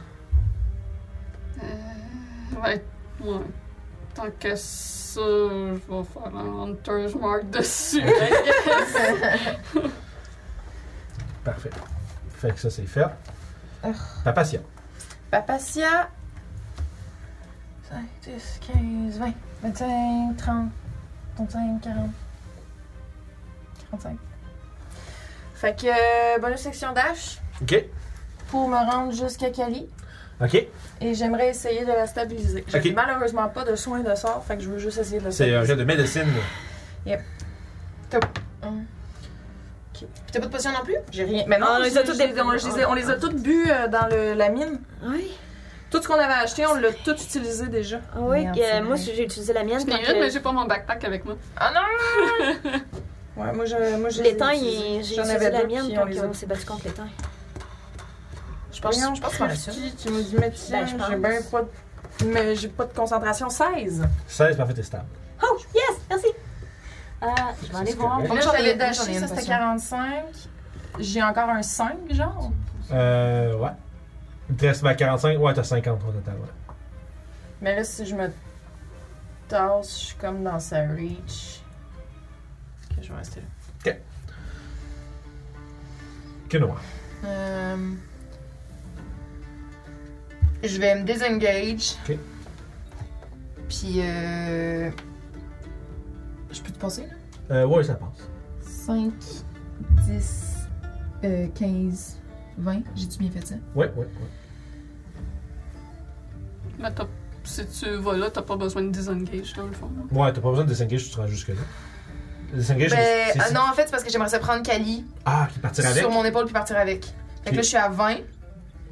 Speaker 3: Euh... Ouais, ouais. Tant que ça, je vais faire un Hunter's Mark dessus.
Speaker 1: Parfait. Fait que ça, c'est fait. Papatia.
Speaker 6: Papatia. 5, 10, 15, 20, 25, 30, 35, 40, 45. Fait que euh, bonus section dash
Speaker 1: OK.
Speaker 6: pour me rendre jusqu'à Cali.
Speaker 1: OK.
Speaker 6: Et j'aimerais essayer de la stabiliser. J'ai
Speaker 1: Ok.
Speaker 6: malheureusement pas de soins de sort, fait que je veux juste essayer de la
Speaker 1: C'est
Speaker 6: stabiliser.
Speaker 1: un jet de médecine.
Speaker 4: Puis t'as pas de potion non
Speaker 1: euh,
Speaker 4: plus?
Speaker 6: J'ai rien. Mais non,
Speaker 4: Ah,
Speaker 6: on, les a toutes, on, les a- on les a toutes bu euh, dans le- la mine.
Speaker 5: Oui.
Speaker 6: Tout ce qu'on avait acheté, on l'a tout utilisé déjà.
Speaker 5: Ah Oui,
Speaker 4: Merde,
Speaker 5: que-
Speaker 4: c'est
Speaker 5: moi,
Speaker 4: vrai.
Speaker 5: j'ai utilisé la mienne. euh,
Speaker 3: Je
Speaker 5: tant
Speaker 3: n'ai
Speaker 5: que-
Speaker 3: rien, mais j'ai pas mon backpack avec moi.
Speaker 4: Ah non!
Speaker 6: Ouais, moi, je, moi, je
Speaker 5: Les temps,
Speaker 6: utilisés.
Speaker 5: il- j'ai
Speaker 6: J'en
Speaker 5: utilisé
Speaker 6: avais
Speaker 5: la
Speaker 6: deux,
Speaker 5: mienne,
Speaker 6: puis on
Speaker 5: donc
Speaker 6: les a-
Speaker 5: on s'est battu contre les temps.
Speaker 4: Je pense, je pense qu'on a ça.
Speaker 6: Qui, tu me dis, mais tiens,
Speaker 5: Ben, je pense.
Speaker 6: j'ai bien pas de... Mais j'ai pas de concentration. 16!
Speaker 1: 16, parfait, t'es stable.
Speaker 5: Oh, yes, merci. Euh, je vais aller
Speaker 1: C'est
Speaker 5: voir.
Speaker 1: correct.
Speaker 6: Comme
Speaker 4: Là,
Speaker 6: j'en
Speaker 4: j'allais
Speaker 6: avais
Speaker 4: dasher,
Speaker 6: daché,
Speaker 4: j'en
Speaker 6: ça
Speaker 4: ai une
Speaker 6: c'était
Speaker 4: potion.
Speaker 6: 45. J'ai encore un 5, genre.
Speaker 1: Euh, ouais. Il te reste ben, 45. Ouais, t'as 50 au total, ouais.
Speaker 6: Mais là, si je me tasse, je suis comme dans sa reach. Ok, je vais rester là.
Speaker 1: Que noir.
Speaker 4: Euh, Je vais me désengage.
Speaker 1: Ok.
Speaker 4: Puis, euh... Je peux te passer, là?
Speaker 1: Euh, ouais, ça passe.
Speaker 4: 5, 10, euh, 15, 20. J'ai-tu bien fait ça?
Speaker 1: Ouais, ouais, ouais.
Speaker 3: Mais t'as- si tu vas là, t'as pas besoin de désengage, dans le fond.
Speaker 1: Ouais, t'as pas besoin de désengager, tu te rends jusque-là. Désengager,
Speaker 4: Ben,
Speaker 1: c'est,
Speaker 4: ah
Speaker 1: c'est-
Speaker 4: non, en fait, c'est parce que j'aimerais ça prendre Cali
Speaker 1: Ah, qui partir avec.
Speaker 4: sur mon épaule puis partir avec. Fait que
Speaker 1: Ok.
Speaker 4: là, je suis à 20.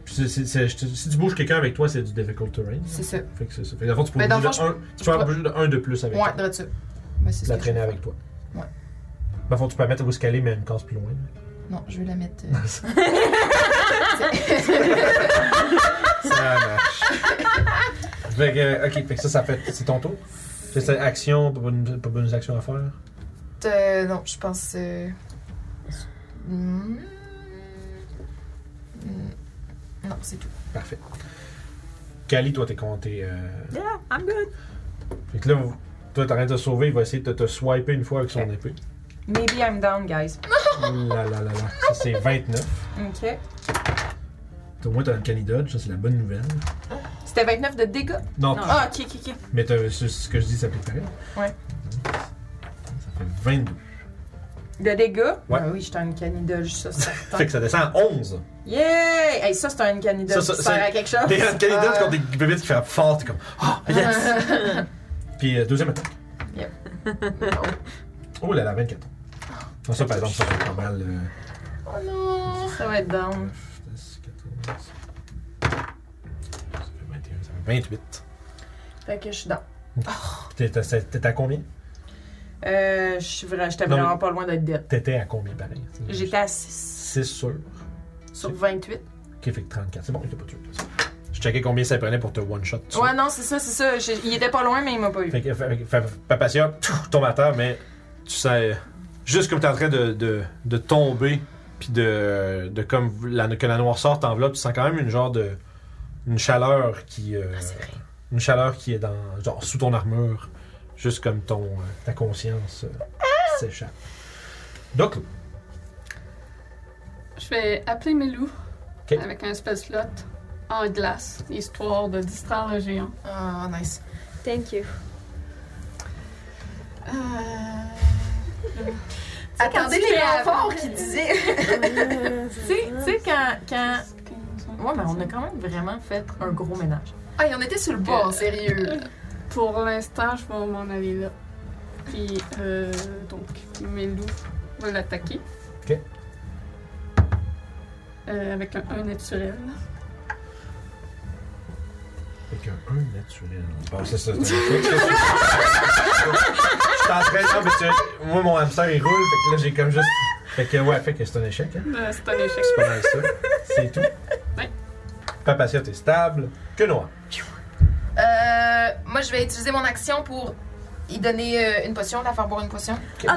Speaker 1: Puis c'est- c'est- c'est- je te- si tu bouges quelqu'un avec toi, c'est du difficult terrain.
Speaker 4: C'est ça.
Speaker 1: Fait que c'est ça. Fait que dans le fond, tu peux
Speaker 4: Ben, dans le
Speaker 1: bouger
Speaker 4: fond,
Speaker 1: de un- tu peux en bouger de un de plus avec
Speaker 4: Ouais,
Speaker 1: elle.
Speaker 4: droit dessus. Ben, c'est ce
Speaker 1: la
Speaker 4: que je vais
Speaker 1: traîner
Speaker 4: faire.
Speaker 1: avec toi.
Speaker 4: Ouais.
Speaker 1: Dans le fond, tu peux la mettre où se caler, mais une case plus loin.
Speaker 4: Non, je vais la mettre. euh,
Speaker 1: Ça marche. Fait que, euh, ok, fait que ça, ça fait. C'est ton tour. C'est ça, action, pas bonus, pas bonus action à faire.
Speaker 4: Euh, non, je pense. euh, hmm. Hmm. Non, c'est tout.
Speaker 1: Parfait. Kali, toi, t'es compté. Euh...
Speaker 5: Yeah, I'm good.
Speaker 1: Fait que là, vous- toi, t'as rien de te sauver, il va essayer de te, te swiper une fois avec son épée.
Speaker 6: Maybe I'm down, guys.
Speaker 1: là, là, là, là. Ça, c'est 29.
Speaker 6: Ok.
Speaker 1: Au moins, t'as un Kali Dodge, ça, c'est la bonne nouvelle.
Speaker 6: C'était 29 de dégâts.
Speaker 1: Non,
Speaker 6: Ah, ok, ok, ok.
Speaker 1: mais t'as- c'est- ce que je dis, ça peut pareil.
Speaker 6: Ouais.
Speaker 1: Ça fait 22.
Speaker 6: De dégâts.
Speaker 1: Ouais.
Speaker 6: Ah oui, j'étais un canidolge, ça, c'est certain.
Speaker 1: Fait que ça descend à 11.
Speaker 6: Yay! Hey, ça, c'est un canidolge.
Speaker 1: Ça,
Speaker 6: Ça,
Speaker 1: ça,
Speaker 6: sert
Speaker 1: c'est-
Speaker 6: à quelque chose.
Speaker 1: T'es un Kali Dodge
Speaker 6: Ah.
Speaker 1: contre des bébites qui frappent fort, t'es comme Ah, yes! Puis, euh, deuxième attaque.
Speaker 6: Yep.
Speaker 1: oh là là, 24. Non, ça, par exemple, ça fait pas mal. euh,
Speaker 6: Oh non! Ça va être down.
Speaker 1: 10, 14. Ça fait 21, ça fait 28.
Speaker 6: Fait que je suis down.
Speaker 1: T'es- t'es- T'étais à combien?
Speaker 6: Euh, je suis vrai, j'étais
Speaker 1: Non, mais-
Speaker 6: vraiment pas loin d'être dead.
Speaker 1: T'étais à combien pareil? C'est
Speaker 6: J'étais à 6
Speaker 1: 6 sur.
Speaker 6: sur 28.
Speaker 1: Qui fait que 34. C'est bon, il t'a pas tué. Je checkais combien ça prenait pour te one-shot. tu vois.
Speaker 6: Ouais, non, c'est ça, c'est ça. J'ai- Il était pas loin, mais il m'a pas eu.
Speaker 1: Fait que, fait, que- fait, que Papatia pff, tombe à terre, mais tu sais, juste comme t'es en train de, de, de tomber, puis de, de comme la, que la noirceur t'enveloppe, tu sens quand même une genre de. une chaleur qui. euh, une chaleur qui est dans. genre sous ton armure, juste comme ton. euh, ta conscience euh, s'échappe. Donc,
Speaker 3: Je vais appeler mes loups
Speaker 1: Ok.
Speaker 3: avec un spell slot en glace, histoire de distraire le géant.
Speaker 4: Ah, nice.
Speaker 5: Thank you.
Speaker 4: Euh, Attendez les renforts qui disaient.
Speaker 6: Tu sais, tu sais, quand, quand. Ouais, mais on a quand même vraiment fait un gros ménage.
Speaker 4: Ah, il en était sur le bord, sérieux.
Speaker 3: Pour l'instant, je vais m'en aller là. Puis, euh, donc, mes loups vont l'attaquer.
Speaker 1: Ok.
Speaker 3: Euh, avec un 1 naturel.
Speaker 1: Avec un 1 naturel. Bon, c'est ça. c'est un échec, ça, c'est- Je suis en train de- non, mais tu- Moi, mon hamster, il roule. Fait que là, j'ai comme juste. Fait que, ouais, fait que c'est un échec. hein.
Speaker 3: Euh, c'est un échec.
Speaker 1: C'est pas mal ça. C'est tout.
Speaker 3: Ouais.
Speaker 1: Papatia, t'es stable. Que noir.
Speaker 4: Euh, moi, je vais utiliser mon action pour y donner euh, une potion, la faire boire une potion. Puis je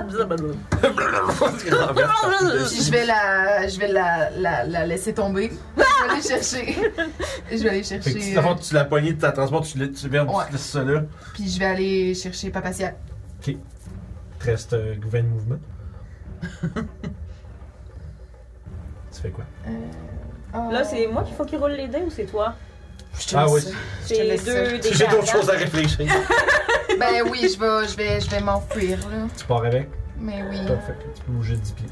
Speaker 4: vais la, je vais la, la, la laisser tomber. Je vais aller chercher. je vais aller
Speaker 1: Fait que si
Speaker 4: chercher.
Speaker 1: dans le
Speaker 4: euh,
Speaker 1: fond, tu la poignée de ta transport, tu, la- tu verses
Speaker 4: Ouais.
Speaker 1: tu laisses ça là.
Speaker 4: puis je vais aller chercher Papatia.
Speaker 1: Il te reste euh, 20 mouvements. tu fais quoi?
Speaker 5: Ah.
Speaker 9: Là, c'est moi qu'il faut qu'il roule les dés ou c'est toi?
Speaker 1: Ah oui,
Speaker 9: C'est
Speaker 4: laisse
Speaker 9: deux des
Speaker 1: j'ai d'autres
Speaker 9: quatre.
Speaker 1: choses à réfléchir.
Speaker 4: Ben oui, je vais, je vais, je vais m'enfuir là.
Speaker 1: tu pars avec?
Speaker 4: Mais oui.
Speaker 1: Parfait. Tu peux bouger 10 pieds.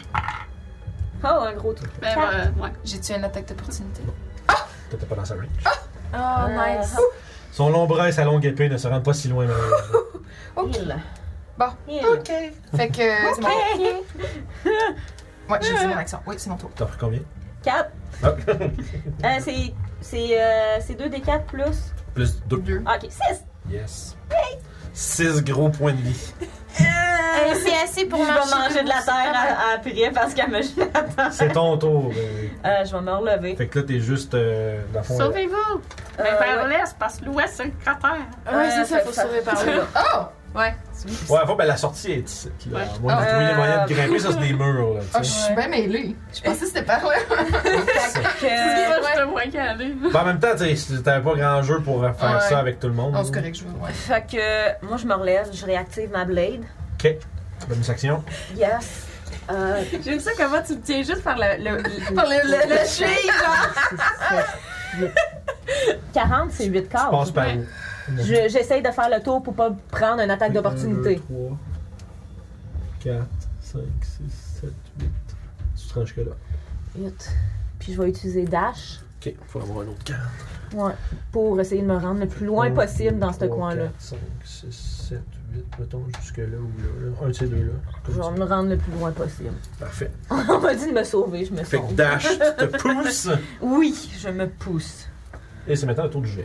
Speaker 9: Oh, un gros truc.
Speaker 3: Ben, euh, ouais.
Speaker 4: J'ai tué une attaque d'opportunité.
Speaker 1: T'étais pas dans sa range.
Speaker 4: Ah!
Speaker 5: Ah,
Speaker 6: Oh,
Speaker 9: Euh,
Speaker 6: nice.
Speaker 1: Son long bras et sa longue épée ne se rendent pas si loin, euh, malheureusement.
Speaker 4: Ok. Ok. Fait que c'est mon tour. Ouais, j'ai utilisé mon action. Oui, c'est mon tour.
Speaker 1: T'as pris combien?
Speaker 9: 4.
Speaker 1: Ah.
Speaker 9: c'est c'est, euh, c'est 2 des 4 plus.
Speaker 1: Plus 2.
Speaker 9: Ah, ok, 6.
Speaker 1: Yes. 6 gros points de vie.
Speaker 9: c'est assez
Speaker 4: pour
Speaker 9: je
Speaker 4: marcher
Speaker 9: vais manger de la
Speaker 4: debout,
Speaker 5: Ah,
Speaker 9: terre à- à après parce qu'elle me jette la terre.
Speaker 1: C'est ton tour. euh,
Speaker 9: Euh, je vais me relever. Euh,
Speaker 1: Fait que là, t'es juste euh, dans le fond. là.
Speaker 3: Sauvez-vous!
Speaker 5: Ben,
Speaker 3: Mais vers l'est, parce que l'ouest, c'est le cratère.
Speaker 6: Ah Ouais, c'est Euh, ça, faut sauver par là.
Speaker 4: Oh!
Speaker 1: Ouais, enfin, ben, la sortie est ici. Là.
Speaker 3: Ouais.
Speaker 1: Moi, j'ai
Speaker 9: Ah.
Speaker 1: trouvé les moyens de grimper, ça, c'est des murs. Là, tu
Speaker 4: Ah, je
Speaker 1: sais.
Speaker 4: suis bien mêlée. Je pensais que c'était par là.
Speaker 9: Que-
Speaker 3: Moi, je te voyais aller.
Speaker 1: Ben, en même temps, tu sais, t'avais pas grand jeu pour faire
Speaker 4: Ouais.
Speaker 1: ça avec tout le monde.
Speaker 4: On se correct, je veux. Ouais.
Speaker 9: Fait que moi, je me relève, je réactive ma blade.
Speaker 1: Ok. Bonne action.
Speaker 9: Yes. Euh,
Speaker 6: J'aime ça comment tu me tiens juste par le. le, le-
Speaker 4: Par le, le, le chien, genre.
Speaker 9: 40, c'est 8
Speaker 1: Tu
Speaker 9: quarts.
Speaker 1: passes par
Speaker 3: ouais.
Speaker 1: où?
Speaker 9: Je- J'essaye de faire le tour pour pas prendre une attaque d'opportunité.
Speaker 1: 3, 4, 5, 6, 7, 8. Tu te rends jusque-là.
Speaker 9: Huit. Puis je vais utiliser Dash
Speaker 1: Ok, faut avoir un autre camp.
Speaker 9: pour essayer de me rendre le plus
Speaker 1: Oh,
Speaker 9: loin possible dans ce coin-là.
Speaker 1: 5, 6, 7, 8, mettons, jusque-là ou là. là. Un de ces deux-là.
Speaker 9: Je
Speaker 1: Comme
Speaker 9: vais
Speaker 1: ça.
Speaker 9: me rendre le plus loin possible.
Speaker 1: Parfait.
Speaker 9: On m'a dit de me sauver, je me
Speaker 1: Fait que
Speaker 9: sauve.
Speaker 1: Dash, tu te pousses.
Speaker 9: Oui, je me pousse.
Speaker 1: Et c'est maintenant le tour du géant.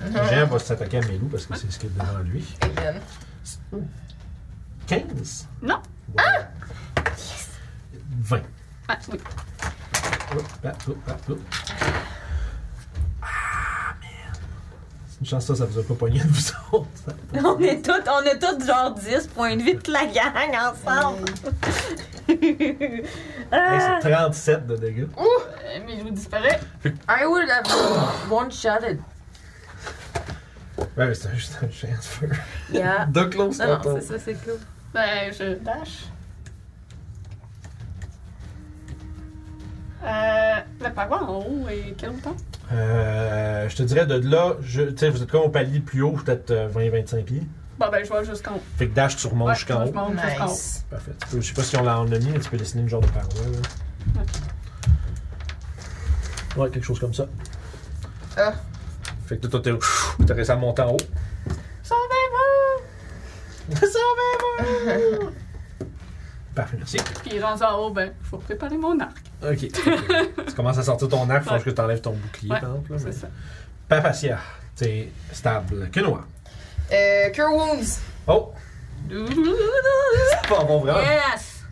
Speaker 1: Le géant va s'attaquer à Melou parce que c'est ce qui est devant lui.
Speaker 4: Amen.
Speaker 1: 15?
Speaker 3: Non.
Speaker 1: Wow. 20.
Speaker 3: Ah, oui.
Speaker 1: Hop, hop, hop, hop, hop. Ah, man. Une chance, ça, ça vous a pas pogné de vous autres.
Speaker 9: On est toutes, on est toutes genre 10 points de vie, toute la gang ensemble.
Speaker 1: Hey, c'est 37 de dégâts.
Speaker 3: Euh, Mais je vous disparais.
Speaker 6: I would have one shotted.
Speaker 1: Ouais, mais c'est un- juste un transfer.
Speaker 9: Yeah.
Speaker 1: De close,
Speaker 6: Non, non,
Speaker 1: tantôt.
Speaker 6: c'est ça, c'est cool.
Speaker 3: Ben, je dash. Euh, le parois en haut et quel bouton?
Speaker 1: Euh, je te dirais de là, je- tu sais, vous êtes comme au palier le plus haut, peut-être 20-25 pieds.
Speaker 3: Bon, ben, je vois jusqu'en haut.
Speaker 1: Fait que dash, tu remontes
Speaker 3: Ouais,
Speaker 1: jusqu'en haut.
Speaker 3: je monte jusqu'en haut.
Speaker 4: Nice.
Speaker 1: Parfait. Tu peux- Je sais pas si on l'a en a mis, mais tu peux dessiner une genre de paroi. Là. Ouais, quelque chose comme ça.
Speaker 4: Ah.
Speaker 1: Fait que toi, toi, t'es- t'as réussi à monter en haut.
Speaker 3: Sauvez-vous!
Speaker 1: Sauvez-moi! Parfait, merci.
Speaker 3: Puis, rendu en haut, ben, faut préparer mon arc.
Speaker 1: Ok. tu commences à sortir ton arc, il faut
Speaker 3: Ouais.
Speaker 1: juste que tu enlèves ton bouclier,
Speaker 3: Ouais,
Speaker 1: par exemple. là,
Speaker 3: C'est
Speaker 1: mais-
Speaker 3: ça.
Speaker 1: Papacia, t'es stable. Que noir.
Speaker 4: Euh, Cure Wounds,
Speaker 1: Oh! Pas bon, vraiment.
Speaker 9: Yes!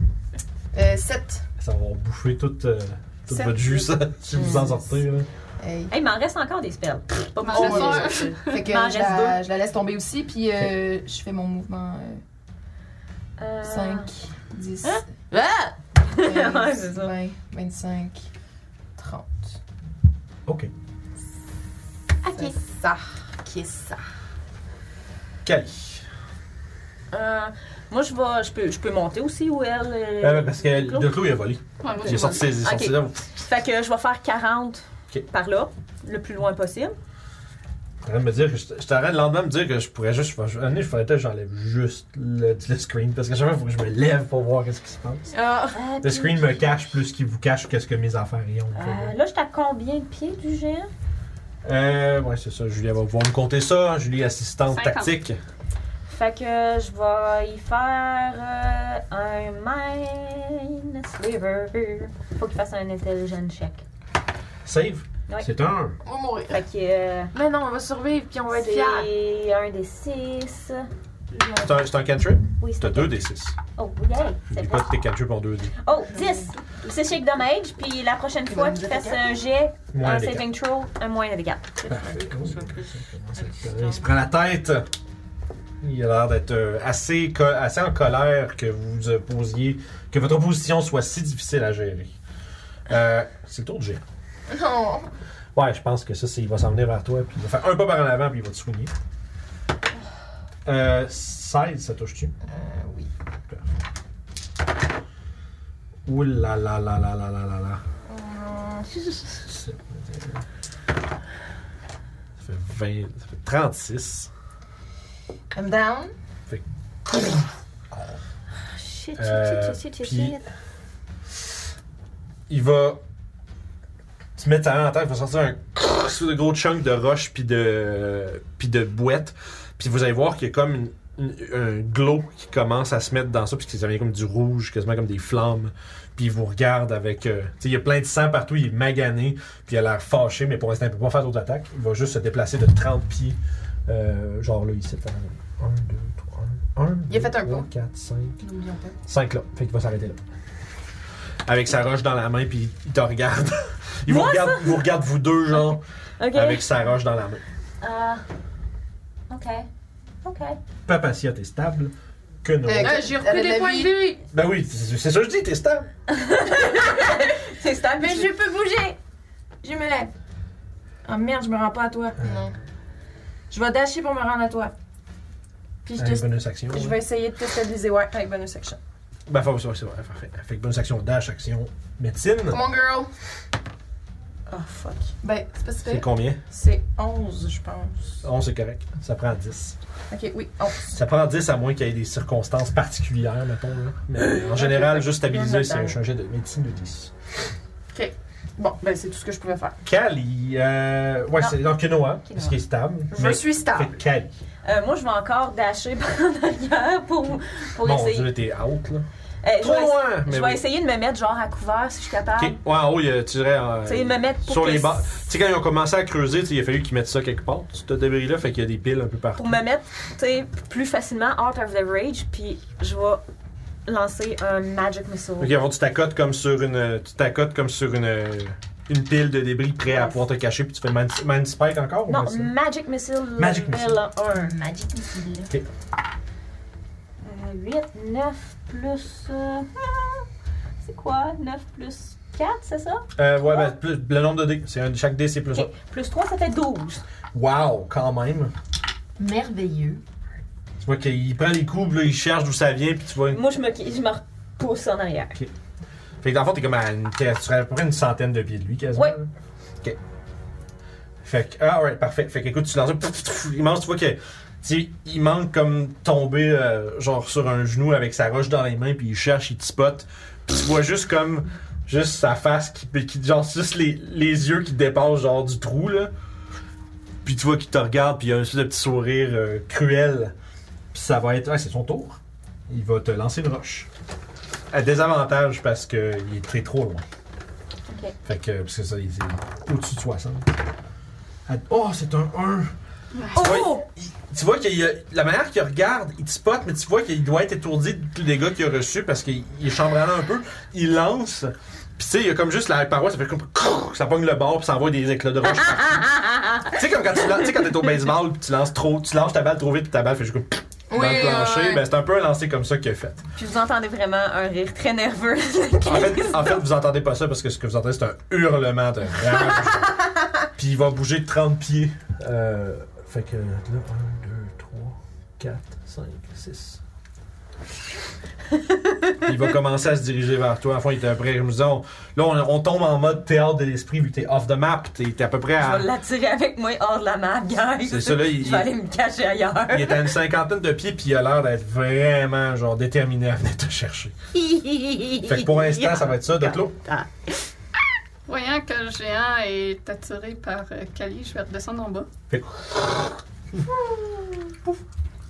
Speaker 4: euh, 7.
Speaker 1: Ça va bouffer toute, euh, toute
Speaker 4: Ça-
Speaker 1: votre jus, ça, si vous en sortez. Là.
Speaker 4: Hey.
Speaker 9: Hey, il m'en reste encore des spells.
Speaker 3: Pas
Speaker 4: Oh,
Speaker 3: mal
Speaker 4: ouais,
Speaker 3: de
Speaker 4: c'est ça. fait que je
Speaker 9: M'en reste
Speaker 4: la, je la laisse tomber aussi, puis euh, je fais mon mouvement
Speaker 9: Euh,
Speaker 4: 5, 10,
Speaker 6: Ah!
Speaker 4: 15,
Speaker 9: c'est ça.
Speaker 4: 20, 25, 30.
Speaker 1: Ok.
Speaker 6: Ah,
Speaker 4: C'est ça. Qui est ça?
Speaker 1: Cali.
Speaker 9: euh, moi, je vais, je peux, je peux monter aussi où elle. euh,
Speaker 1: Euh, parce que
Speaker 9: Claude?
Speaker 1: le clou, il a volé.
Speaker 3: Ouais, moi,
Speaker 1: Il est
Speaker 3: j'ai
Speaker 1: sorti, ses- il est sorti
Speaker 9: Ok.
Speaker 1: là.
Speaker 9: Fait que je vais faire 40
Speaker 1: Ok.
Speaker 9: par là, le plus loin possible.
Speaker 1: T'es en train de me dire que je je t'arrête le lendemain de me dire que je pourrais juste. Je vais- année, je faudrait peut-être que j'enlève juste le, le screen. Parce qu'à chaque fois, il faut que je me lève pour voir qu'est-ce qui se passe.
Speaker 6: Ah,
Speaker 9: Euh,
Speaker 1: Le screen me cache plus qu'il vous cache qu'est-ce que mes affaires y ont.
Speaker 9: euh,
Speaker 1: Fait que-
Speaker 9: là, je suis à combien de pieds du jet?
Speaker 1: Euh, ouais, c'est ça. Julie, elle va pouvoir me compter ça. Julie, assistante
Speaker 3: 50.
Speaker 1: tactique.
Speaker 9: Fait que je vais y faire euh, un Mind Sliver. Faut qu'il fasse un intelligent check.
Speaker 1: Save.
Speaker 9: Ouais.
Speaker 1: C'est un.
Speaker 6: On va mourir.
Speaker 9: Fait que euh,
Speaker 7: Mais non, on va survivre puis on va être fiers.
Speaker 9: c'est un des six.
Speaker 1: C'est un, c'est un cantrip.
Speaker 9: Oui, c'est
Speaker 1: T'as deux des six.
Speaker 9: Oh, yay! C'est
Speaker 1: N'oublie
Speaker 9: bon.
Speaker 1: pas que tes cantrips ont deux des.
Speaker 9: Oh, 10! C'est chic dommage, puis la prochaine fois qu'il fasse un jet,
Speaker 1: Moins
Speaker 9: un
Speaker 1: des quatre.
Speaker 9: saving throw, un moyen de dégâts.
Speaker 1: Parfait. Il se prend la tête. Il a l'air d'être euh, assez, co- assez en colère que vous euh, posiez, que votre opposition soit si difficile à gérer. Euh, c'est le tour de géant.
Speaker 4: Non.
Speaker 1: Ouais, je pense que ça, c'est, il va s'en venir vers toi, puis il va faire un pas par en avant, puis il va te soigner. Euh, 16, ça touche-tu?
Speaker 4: Euh, oui.
Speaker 1: Ouh là là là là là là là là. Ça fait 20, ça fait 36.
Speaker 4: I'm down.
Speaker 9: Ah, Shit,
Speaker 1: Euh, puis- Il va. Tu mets ta main en terre, il va sortir un sous de gros chunk de roche puis de puis de boîte. Puis vous allez voir qu'il y a comme une- une- un glow qui commence à se mettre dans ça, puis que ça devient comme du rouge, quasiment comme des flammes. Puis il vous regarde avec. euh, tu sais, il y a plein de sang partout, il est magané, puis il a l'air fâché, mais pour l'instant, il peut pas faire d'autres attaques. Il va juste se déplacer de 30 pieds, euh, genre là, ici. 1, 2, 3, 1.
Speaker 4: Il a fait un pas.
Speaker 1: 4, 5,
Speaker 4: N'oublions pas.
Speaker 1: 5 là. Fait qu'il va s'arrêter là. Avec sa roche dans la main, puis il te regarde. Il vous regarde, vous regarde, vous deux, genre,
Speaker 9: Ok.
Speaker 1: avec sa roche dans la main.
Speaker 9: Ah. ok. Ok.
Speaker 1: Papacia, t'es stable. Que non.
Speaker 4: Euh,
Speaker 2: Ah, j'ai repris
Speaker 4: Elle a
Speaker 2: des
Speaker 4: la
Speaker 2: points
Speaker 4: vie.
Speaker 2: de vie!
Speaker 1: Ben oui, c'est c'est ça que je dis, t'es stable.
Speaker 9: C'est stable.
Speaker 7: Mais je peux bouger. Je me lève.
Speaker 6: Ah,
Speaker 7: Oh merde, je me rends pas à toi.
Speaker 4: Non.
Speaker 7: Je vais dasher pour me rendre à toi. Puis je,
Speaker 1: Avec
Speaker 7: te...
Speaker 1: bonus action.
Speaker 6: Je
Speaker 1: ouais.
Speaker 6: vais essayer de te stabiliser, ouais, avec bonus action.
Speaker 1: Ben, faut, c'est vrai, c'est vrai, parfait. Fait que bonus action dash, action médecine.
Speaker 4: Come on, girl.
Speaker 6: Oh fuck.
Speaker 4: Ben, c'est pas si
Speaker 1: C'est
Speaker 4: pire.
Speaker 1: combien?
Speaker 6: C'est 11, je pense.
Speaker 1: 11, c'est correct. Ça prend 10.
Speaker 6: Ok, oui, 11.
Speaker 1: Ça prend 10 à moins qu'il y ait des circonstances particulières, mettons. Là. Mais en général, juste stabiliser, c'est un jet de médecine de 10.
Speaker 6: Bon, ben c'est tout ce que je pouvais faire.
Speaker 1: Cali, euh, ouais, c'est donc Kenoa,
Speaker 9: Kenoa.
Speaker 1: ce qui est stable.
Speaker 4: Je suis
Speaker 1: Fait
Speaker 4: stable.
Speaker 1: que Cali.
Speaker 9: Euh, moi, je vais encore dasher par en arrière pour, pour
Speaker 1: Mon
Speaker 9: essayer.
Speaker 1: dieu, t'es out là.
Speaker 9: Euh, je
Speaker 1: Trop
Speaker 9: vais, essa-
Speaker 1: loin!
Speaker 9: je
Speaker 1: Mais
Speaker 9: vais
Speaker 1: oui.
Speaker 9: essayer de me mettre genre à couvert si je suis
Speaker 1: Ok,
Speaker 9: capable.
Speaker 1: ouais, en haut, il y a- tu dirais. euh,
Speaker 9: Tu sais, me mettre pour
Speaker 1: sur
Speaker 9: que-
Speaker 1: les bancs. Tu sais, quand ils ont commencé à creuser, tu sais, il a fallu qu'ils mettent ça quelque part, ce débris-là, fait qu'il y a des piles un peu partout.
Speaker 9: Pour me mettre, tu sais, plus facilement out of the rage, puis je vais lancer un magic missile.
Speaker 1: Ok, avant, tu t'accotes comme sur une. Tu t'accotes comme sur une. une pile de débris prêt à pouvoir te cacher, puis tu fais man, man spike encore ou
Speaker 5: Non,
Speaker 1: pas ça?
Speaker 5: Magic Missile.
Speaker 1: Magic Missile.
Speaker 5: level 1.
Speaker 4: Magic Missile.
Speaker 5: Euh, 8, 9 plus. euh, c'est quoi 9 plus 4, c'est ça
Speaker 1: Euh, ouais, ben, plus- le nombre de dés. C'est un- chaque dé, c'est plus
Speaker 5: Ok. Plus 3, ça fait 12.
Speaker 1: un. Wow, quand même.
Speaker 2: Merveilleux.
Speaker 1: Tu vois qu'il prend les coups, puis là, il cherche d'où ça vient, puis tu vois. une-
Speaker 5: Moi, je me, je me repousse en arrière.
Speaker 1: Fait que dans le fond, t'es comme à, une, t'es à- tu serais à peu près une centaine de pieds de lui, quasiment.
Speaker 5: Ouais.
Speaker 1: là. Ok. Fait que, ah ouais, parfait. Fait que, écoute, tu lances un. pff, pff, pff, Il mange, tu vois que. tu sais, il manque comme tomber, euh, genre, sur un genou avec sa roche dans les mains, puis il cherche, il te spot. Puis tu vois juste comme. Juste sa face qui. qui- genre, juste les, les yeux qui dépassent, genre, du trou, là. Puis tu vois qu'il te regarde, puis il a un espèce de petit sourire euh, cruel. Puis ça va être. Ah, c'est son tour. Il va te lancer une roche. À désavantage parce qu'il est très trop loin.
Speaker 5: Ok.
Speaker 1: Fait que, parce que ça, il est au-dessus de 60. À- Oh, c'est un 1! Tu
Speaker 5: Oh!
Speaker 1: vois, il- tu vois qu'il y a- la manière qu'il regarde, il te spot, mais tu vois qu'il doit être étourdi de tous les dégâts qu'il a reçus parce qu'il il est chambranlant un peu. Il lance, puis tu sais, il y a comme juste la paroi, ça fait comme. crrr, Ça pogne le bord, puis ça envoie des éclats de roche. partout. tu sais, comme quand tu lan- tu sais, quand t'es au baseball, puis tu lances trop, tu lances ta balle trop vite, puis ta balle fait juste comme. dans
Speaker 4: Oui,
Speaker 1: le plancher.
Speaker 4: ouais.
Speaker 1: Ben, c'est un peu un lancer comme ça qu'il a fait.
Speaker 5: Puis vous entendez vraiment un rire très nerveux.
Speaker 1: En fait, en fait, vous entendez pas ça parce que ce que vous entendez, c'est un hurlement de rage. Puis il va bouger de 30 pieds. Euh, fait que là, 1, 2, 3, 4, 5, 6. il va commencer à se diriger vers toi. En fond, il était à peu près, comme disons, là, on, on tombe en mode théâtre de l'esprit vu que t'es off the map. T'es t'es à peu près
Speaker 5: Je
Speaker 1: à.
Speaker 5: vais l'attirer avec moi hors de la map, guys.
Speaker 1: Ah. C'est ça, là, il-
Speaker 5: Je vais aller me cacher ailleurs.
Speaker 1: Il est à une cinquantaine de pieds, puis il a l'air d'être vraiment, genre, déterminé à venir te chercher. Fait que pour l'instant, ça va être ça, de l'eau.
Speaker 5: Ah.
Speaker 3: Voyant que le géant est attiré par euh, Kali, je vais redescendre en bas.
Speaker 1: Fait-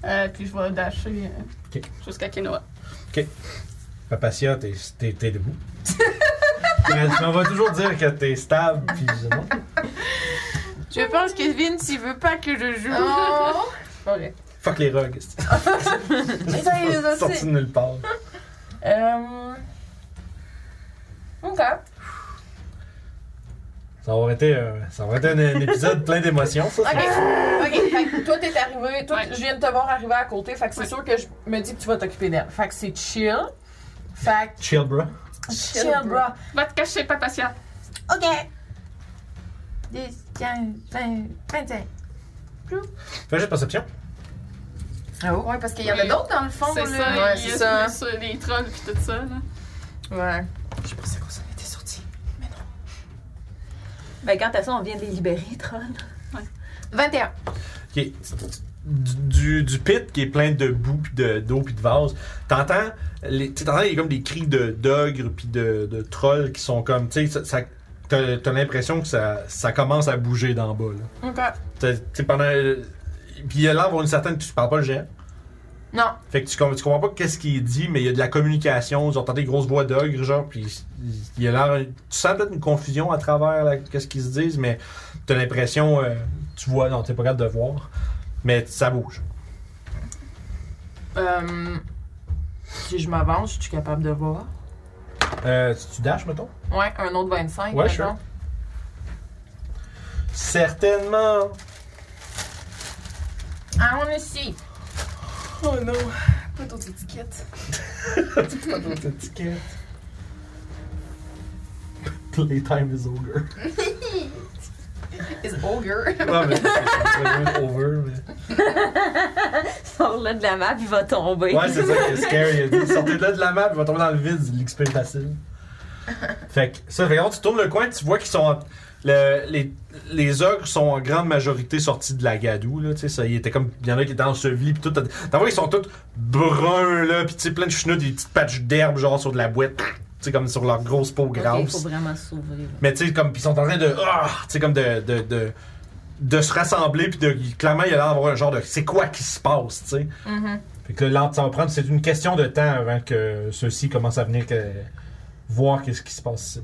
Speaker 3: Euh, puis je vais dasher euh,
Speaker 1: Ok.
Speaker 3: jusqu'à Kenoa.
Speaker 1: Papatia, t'es, t'es, t'es debout. Mais on va toujours dire que t'es stable, puis non.
Speaker 6: Je pense que Vince, s'il veut pas que je joue.
Speaker 4: Oh!
Speaker 1: Fuck les rugs. Sorti de nulle part.
Speaker 6: Euh... Ok.
Speaker 1: Ça aurait été, euh, ça aurait été un, un épisode plein d'émotions, ça.
Speaker 6: Ok.
Speaker 1: c'est-
Speaker 6: Ok. Fait que toi, t'es arrivé. Toi,
Speaker 3: Ouais.
Speaker 6: je viens de te voir arriver à côté. Fait que c'est
Speaker 3: Ouais.
Speaker 6: sûr que je me dis que tu vas t'occuper d'elle. Fait que c'est chill. Fait
Speaker 1: Chill, bro.
Speaker 6: que chill, bro.
Speaker 3: Va te cacher, Papatia.
Speaker 6: Ok. 10, 15, 20, 25.
Speaker 1: Fais juste perception.
Speaker 4: Ouais, parce qu'il y en a
Speaker 3: Oui.
Speaker 4: d'autres dans le fond.
Speaker 3: C'est
Speaker 4: là.
Speaker 3: ça,
Speaker 6: ouais,
Speaker 3: il
Speaker 6: c'est
Speaker 3: y a
Speaker 6: ça.
Speaker 3: plus, euh, les trolls puis tout ça. Là.
Speaker 6: Ouais. Je pensais qu'on s'en était sorti.
Speaker 5: Ben, quant à ça, on vient de les libérer, Tron.
Speaker 4: 21.
Speaker 1: Ok. Du, du, du pit qui est plein de boue, puis de, d'eau, puis de vase. T'entends, les, tu sais, t'entends, il y a comme des cris de, d'ogres, puis de, de trolls qui sont comme, tu sais, ça- ça- t'as, t'as l'impression que ça, ça commence à bouger d'en bas, là.
Speaker 6: Ok.
Speaker 1: T'as- t'sais, pendant. euh, Puis il a l'air d'avoir une certaine. Tu parles pas le géant.
Speaker 6: Non.
Speaker 1: Fait que tu, com- tu comprends pas qu'est-ce qu'il dit, mais il y a de la communication. Ils ont des grosses voix d'ogre, genre. Puis il- il a l'air. Tu sens peut-être une confusion à travers la- qu'est-ce qu'ils se disent, mais t'as l'impression. euh, tu vois, non, t'es pas capable de voir. Mais ça bouge.
Speaker 6: Euh, si je m'avance, je suis capable de voir.
Speaker 1: Euh, tu dashes, mettons
Speaker 6: Ouais, un autre 25.
Speaker 1: Ouais,
Speaker 6: mettons.
Speaker 1: sure. Certainement.
Speaker 6: Ah, on est ici.
Speaker 1: Oh non.
Speaker 4: Pas d'autres étiquettes.
Speaker 1: Pas d'autres étiquettes. Playtime is ogre.
Speaker 4: Is ogre.
Speaker 1: Non, Ah, mais. c'est over, mais.
Speaker 5: Sors-le de la map, il va tomber.
Speaker 1: Ouais, c'est ça qui est scary. Il a dit, sortez de là de la map, il va tomber dans le vide, c'est de l'XP est facile. Fait que ça, fait que quand tu tournes le coin, tu vois qu'ils sont. en- le- les, les ogres sont en grande majorité sortis de la gadoue, là, tu sais, ça, il était comme, il y en a qui étaient ensevelis, pis tout, t'as t'as vu, ils sont tous bruns, là, pis tu sais, plein de chenoutes, des petites patches d'herbe, genre, sur de la boîte, tu sais, comme sur leur grosse peau grasse.
Speaker 5: Ok, faut vraiment s'ouvrir.
Speaker 1: Mais tu sais, comme, pis ils sont en train de. ah, tu sais, comme de. de, de de se rassembler puis de clairement il y a l'air d'avoir un genre de c'est quoi qui se passe tu sais fait que là, ça va prendre c'est une question de temps avant que ceux-ci commencent à venir que- voir qu'est-ce qui se passe ici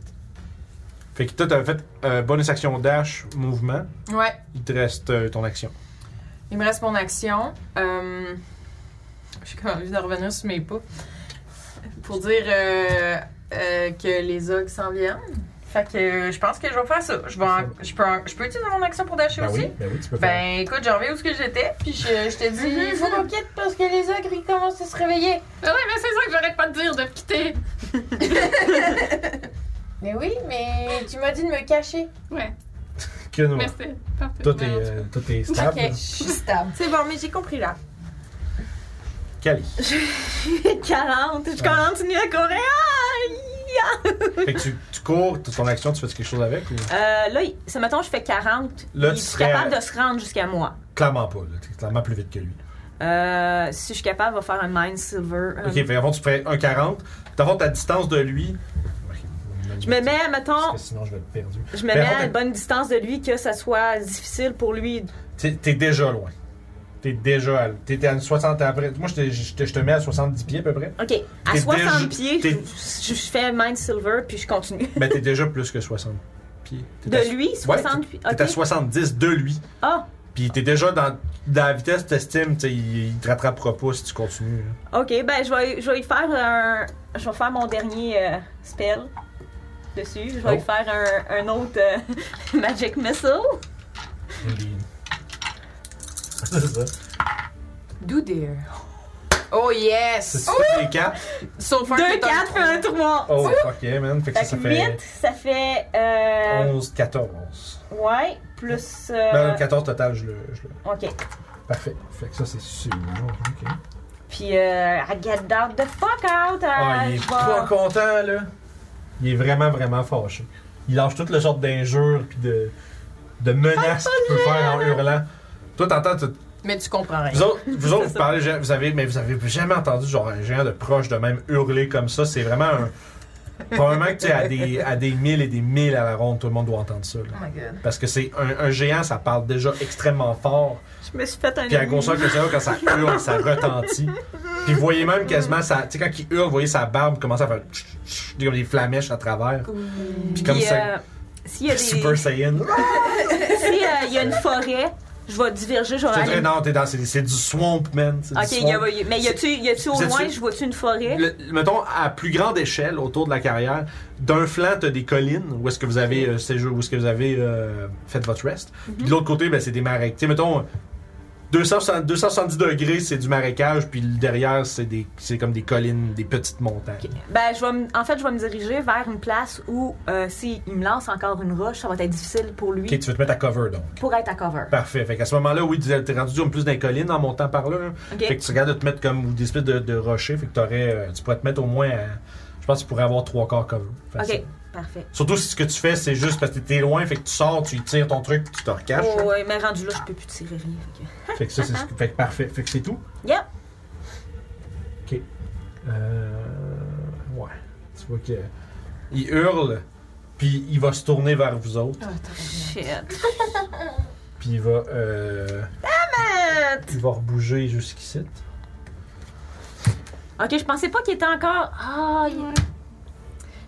Speaker 1: fait que toi t'as fait euh, bonus action dash mouvement
Speaker 6: Ouais.
Speaker 1: il te reste euh, ton action
Speaker 6: Il me reste mon action. Euh, J'ai quand même envie de revenir sur mes pas. Pour dire euh, euh, que les ogres s'en viennent. Fait que euh, je pense que je vais faire ça. Je, vais en- je, peux, en- je peux utiliser mon action pour dasher
Speaker 1: Ben
Speaker 6: aussi?
Speaker 1: oui, ben oui, tu peux faire.
Speaker 6: Ben écoute, j'en reviens où ce que j'étais, puis je, je te dis, il faut qu'on quitte parce que les ogres ils commencent à se réveiller.
Speaker 3: Mais oui, Ah mais c'est ça que j'arrête pas de dire, de me quitter.
Speaker 6: Mais Ben oui, mais tu m'as dit de me cacher.
Speaker 3: Ouais,
Speaker 1: Que non.
Speaker 3: mais c'était parfait.
Speaker 1: Tout est,
Speaker 3: Mais en tout cas,
Speaker 1: euh, tout est stable.
Speaker 6: Ok.
Speaker 4: Je suis stable.
Speaker 6: C'est bon, mais j'ai compris là.
Speaker 1: Cali.
Speaker 5: 40, je continue à courir. Aïe!
Speaker 1: Fait que tu, tu cours, t'as ton action, tu fais quelque chose avec ou
Speaker 5: Euh, là, il- ce matin, je fais 40.
Speaker 1: Là,
Speaker 5: il
Speaker 1: tu
Speaker 5: est
Speaker 1: serais- euh,
Speaker 5: capable de se rendre jusqu'à moi.
Speaker 1: Clairement pas, là. T'es clairement plus vite que lui.
Speaker 5: Euh, si je suis capable, va faire un Mind Silver. euh,
Speaker 1: Ok, fait avant tu fais 1,40. D'abord, ta distance de lui.
Speaker 5: Je me mets, mettons,
Speaker 1: Parce que sinon, je vais être perdu.
Speaker 5: je me
Speaker 1: Mais
Speaker 5: mets
Speaker 1: attends,
Speaker 5: à une bonne distance de lui, que ça soit difficile pour lui.
Speaker 1: T'es t'es déjà loin. T'es déjà. à- T'es à une 60 après. Moi, je te, je te- je te mets à 70 pieds à peu près.
Speaker 5: Ok, à
Speaker 1: T'es
Speaker 5: 60
Speaker 1: déjà-
Speaker 5: pieds,
Speaker 1: t'es-
Speaker 5: je, je fais Mind Silver, puis je continue.
Speaker 1: Mais t'es déjà plus que 60 pieds. T'es à-
Speaker 5: De lui, 68.
Speaker 1: T'es à
Speaker 5: ok.
Speaker 1: 70 de lui.
Speaker 5: Ah,
Speaker 1: Puis t'es déjà dans, dans la vitesse t'estimes, t'sais, il, il te rattrapera pas si tu continues. là.
Speaker 5: ok, ben je vais, je vais y faire un. Je vais faire mon dernier euh, spell dessus. Je vais
Speaker 1: Oh.
Speaker 5: y faire un, un autre euh, Magic Missile.
Speaker 1: C'est ça.
Speaker 8: Do dear.
Speaker 6: Oh yes!
Speaker 1: C'est les quatre.
Speaker 6: Sauf un
Speaker 5: 2,
Speaker 6: qui est un
Speaker 5: 4,
Speaker 6: trou.
Speaker 5: 1, 3.
Speaker 1: Oh, fuck yeah, man. Fait que
Speaker 5: Fait
Speaker 1: ça,
Speaker 5: que
Speaker 1: ça fait
Speaker 5: 8, ça fait. Euh,
Speaker 1: 11, 14.
Speaker 5: ouais, plus. euh,
Speaker 1: Ben, 14 total, je le. je le-
Speaker 5: ok.
Speaker 1: Parfait. Fait que ça, c'est sûr. Ok.
Speaker 5: Puis, euh, I get down the fuck out.
Speaker 1: Ah,
Speaker 5: euh,
Speaker 1: il est
Speaker 5: je
Speaker 1: pas
Speaker 5: vais-
Speaker 1: content, là. Il est vraiment, vraiment fâché. Il lâche toutes les sortes d'injures puis de, de menaces qu'il peut faire en hurlant. Toi, t'entends, tu-
Speaker 6: Mais tu comprends rien.
Speaker 1: vous autres, vous, autres, vous parlez, ja- vous avez, mais vous avez jamais entendu genre un géant de proche de même hurler comme ça. C'est vraiment un. Probablement que tu sais, à des, à des mille et des mille à la ronde, tout le monde doit entendre ça. là.
Speaker 6: Oh my god.
Speaker 1: Parce que c'est un, un géant, ça parle déjà extrêmement fort.
Speaker 5: Je me suis fait un.
Speaker 1: Puis à
Speaker 5: ami.
Speaker 1: grosseur que ça, quand ça hurle, ça retentit. Puis vous voyez même quasiment, ça, tu sais, quand il hurle, vous voyez sa barbe commencer à faire tch, tch, tch, des- comme des flamèches à travers. Puis comme
Speaker 5: Puis,
Speaker 1: ça,
Speaker 5: euh, S'il y a des.
Speaker 1: Super Saiyan.
Speaker 5: S'il y a une forêt, je vais diverger, je vais
Speaker 1: C'est
Speaker 5: aller-
Speaker 1: très non, t'es dans, c'est c'est du swamp, man. c'est du
Speaker 5: Ok,
Speaker 1: swamp.
Speaker 5: y a- mais y a-tu y a-tu au
Speaker 1: Vous êtes
Speaker 5: loin,
Speaker 1: sûr?
Speaker 5: je vois-tu une forêt?
Speaker 1: Le- mettons, à plus grande échelle, autour de la carrière, d'un flanc, t'as des collines où est-ce que vous avez euh, séjour- où est-ce que vous avez euh, fait votre rest.
Speaker 5: Mhm.
Speaker 1: Puis de l'autre côté, ben, c'est des marais. Tu sais, mettons, 200 270 degrés, c'est du marécage, puis derrière, c'est des, c'est comme des collines, des petites montagnes.
Speaker 5: Ben, je vais me- en fait, je vais me diriger vers une place où, euh, s'il me lance encore une roche, ça va être difficile pour lui
Speaker 1: Ok, tu veux te mettre à cover, donc.
Speaker 5: pour être à cover.
Speaker 1: Parfait. Fait qu'à ce moment-là, oui, tu- t'es rendu en plus dans les collines en montant par là. là.
Speaker 5: Ok.
Speaker 1: Fait que tu regardes de te mettre comme ou des espèces de, de rochers. Fait que t'aurais, euh, tu pourrais te mettre au moins à- Je pense que tu pourrais avoir trois quarts cover. Facile.
Speaker 5: Ok, parfait.
Speaker 1: Surtout si ce que tu fais, c'est juste parce que t'es loin, fait que tu sors, tu y tires ton truc, puis tu te recaches.
Speaker 5: Oh, ouais, mais rendu là, je peux plus tirer rien. fait que-
Speaker 1: Fait que ça, c'est ce que- fait que parfait. Fait que c'est tout.
Speaker 5: Yep.
Speaker 1: Ok. Euh... Ouais. Tu vois que... Il hurle, puis il va se tourner vers vous autres,
Speaker 5: Shit.
Speaker 1: puis il va... Euh... Il va rebouger jusqu'ici.
Speaker 5: Ok, je pensais pas qu'il était encore. Ah, il-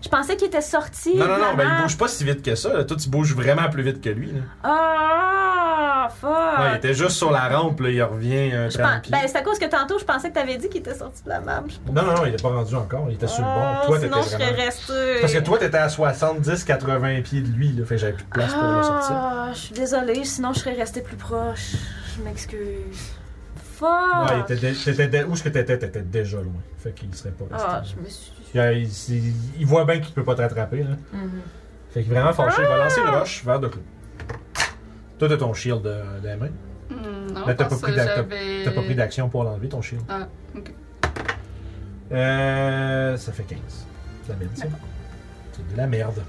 Speaker 5: Je pensais qu'il était sorti.
Speaker 1: Non, non, non,
Speaker 5: mais
Speaker 1: ben, il bouge pas si vite que ça. là. Toi, tu bouges vraiment plus vite que lui. là.
Speaker 5: Ah, fuck.
Speaker 1: Ouais, il était juste sur la rampe, là, il revient euh, un
Speaker 5: Je
Speaker 1: 30
Speaker 5: pense-
Speaker 1: pieds.
Speaker 5: Ben, c'est à cause que tantôt, je pensais que t'avais dit qu'il était sorti de la map. Je-
Speaker 1: Non, non, non, il est pas rendu encore. Il était sur le
Speaker 5: Ah,
Speaker 1: bon. Toi,
Speaker 5: ben, sinon, je
Speaker 1: t'étais
Speaker 5: serais
Speaker 1: vraiment...
Speaker 5: restée.
Speaker 1: Parce que toi, t'étais à 70-80 pieds de lui, là, fait que j'avais plus de place pour le sortir.
Speaker 5: Ah, je suis désolée, sinon je serais restée plus proche. Je m'excuse. Fuck!
Speaker 1: Ouais, il était dé- t'étais dé- Où est-ce que t'étais? T'étais déjà loin. Fait qu'il serait pas resté.
Speaker 5: Ah, je me suis.
Speaker 1: Il, a- il- il- il voit bien qu'il peut pas te rattraper, là.
Speaker 5: Mm-hmm.
Speaker 1: Fait qu'il est vraiment fâché. Il va lancer
Speaker 5: Ah.
Speaker 1: une roche vers de clous. Toi, t'as ton shield euh, de la main.
Speaker 3: Hmm, non,
Speaker 1: Mais t'as
Speaker 3: parce
Speaker 1: pas pris
Speaker 3: que
Speaker 1: d'a-
Speaker 3: j'avais-
Speaker 1: T'as pas pris d'action pour l'enlever, ton shield.
Speaker 3: Ah, ok.
Speaker 1: Euh, ça fait 15. C'est de la merde, ça. C'est de la merde.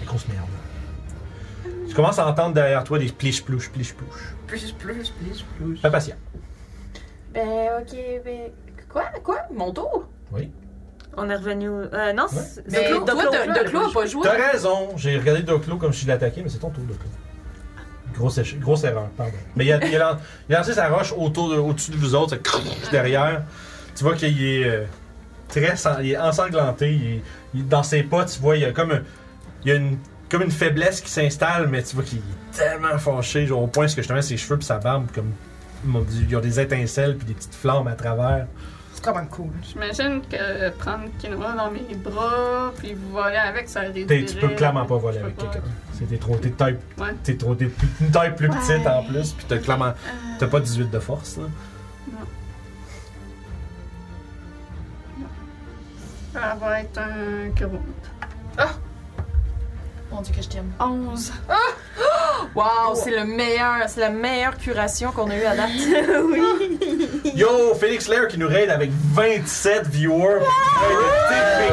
Speaker 1: La grosse merde. Tu commences à entendre derrière toi des pliches-plouches, pliches-plouches.
Speaker 6: Plus, plus, plus, plus.
Speaker 1: Pas patient.
Speaker 6: Ben ok, ben. Quoi? Quoi? Mon tour?
Speaker 5: On est revenu. Euh, non, c'est.
Speaker 6: Mais
Speaker 5: Doclo-
Speaker 6: toi,
Speaker 5: Doclo-
Speaker 6: de, de Clos a pas joué.
Speaker 1: T'as raison, j'ai regardé Doclo comme si je l'attaquais, mais c'est ton tour, Doclo. Grosse, éche- grosse erreur, pardon. Mais il a, il a lan- il a lancé sa roche autour de- au-dessus de vous autres, ça crrrr derrière. Tu vois qu'il est euh, très sang- il est ensanglanté. il est- il- dans ses pas, tu vois, il y a comme, un- il y a une, comme une faiblesse qui s'installe, mais tu vois qu'il est tellement fâché, genre au point que justement ses cheveux et sa barbe, comme ils m'ont dit, ils ont des étincelles puis des petites flammes à travers.
Speaker 4: quand même cool.
Speaker 3: J'imagine que prendre Kinoa dans mes bras, puis voler avec, ça
Speaker 1: T'es-
Speaker 3: réduirait...
Speaker 1: Tu peux clairement pas voler
Speaker 3: Je peux
Speaker 1: avec
Speaker 3: pas.
Speaker 1: quelqu'un. C'est t'es trop, t'es de taille,
Speaker 3: Ouais.
Speaker 1: t'es trop, t'es plus- une taille plus petite
Speaker 3: Ouais. Euh.
Speaker 1: en plus, puis t'as clairement, t'as pas 18 de force. Là.
Speaker 3: Ça va être un Ah! Kuro.
Speaker 4: Mon dieu, que je t'aime.
Speaker 3: 11.
Speaker 6: Wow, c'est le meilleur, c'est la meilleure curation qu'on a eue à date.
Speaker 1: Yo, Félix Lair qui nous raid avec 27 viewers.
Speaker 3: Ah hey,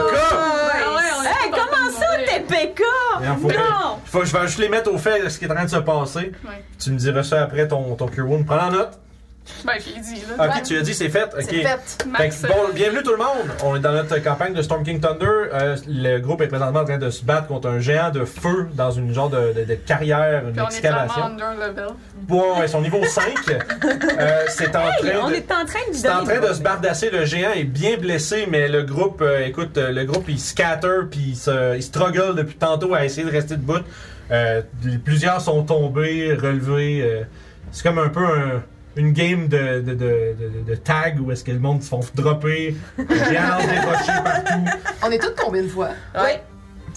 Speaker 3: comment ça, t'es...
Speaker 5: PK!
Speaker 1: Il faut,
Speaker 5: Non!
Speaker 1: faut que je vais juste les mettre au fait de ce qui est en train de se passer.
Speaker 3: Ouais.
Speaker 1: Tu me diras ça après ton, ton cure wound. Prends la note.
Speaker 3: Ben, je l'ai dit, là.
Speaker 1: Ok, tu as dit c'est fait. Ok.
Speaker 4: C'est fait.
Speaker 1: Fait que,
Speaker 3: Max, euh,
Speaker 1: bon, bienvenue tout le monde! On est dans notre campagne de Storm King Thunder. Euh, le groupe est présentement en train de se battre contre un géant de feu dans une genre de, de- de carrière, une
Speaker 3: puis on est vraiment
Speaker 1: excavation.
Speaker 3: under level.
Speaker 1: Bon, ils sont niveau 5. Euh, c'est en train
Speaker 5: On
Speaker 1: de...
Speaker 5: est en train de lui
Speaker 1: C'est en
Speaker 5: donner
Speaker 1: train
Speaker 5: une
Speaker 1: de se bardasser, le géant est bien blessé, mais le groupe, euh, écoute, euh, le groupe il scatter puis il, se, il struggle depuis tantôt à essayer de rester debout. Euh, les- plusieurs sont tombés, relevés. euh, c'est comme un peu un- une game de, de, de, de- de- de tag où est-ce que le monde se font dropper, le géant lance des rochers partout.
Speaker 4: On est toutes tombées une fois.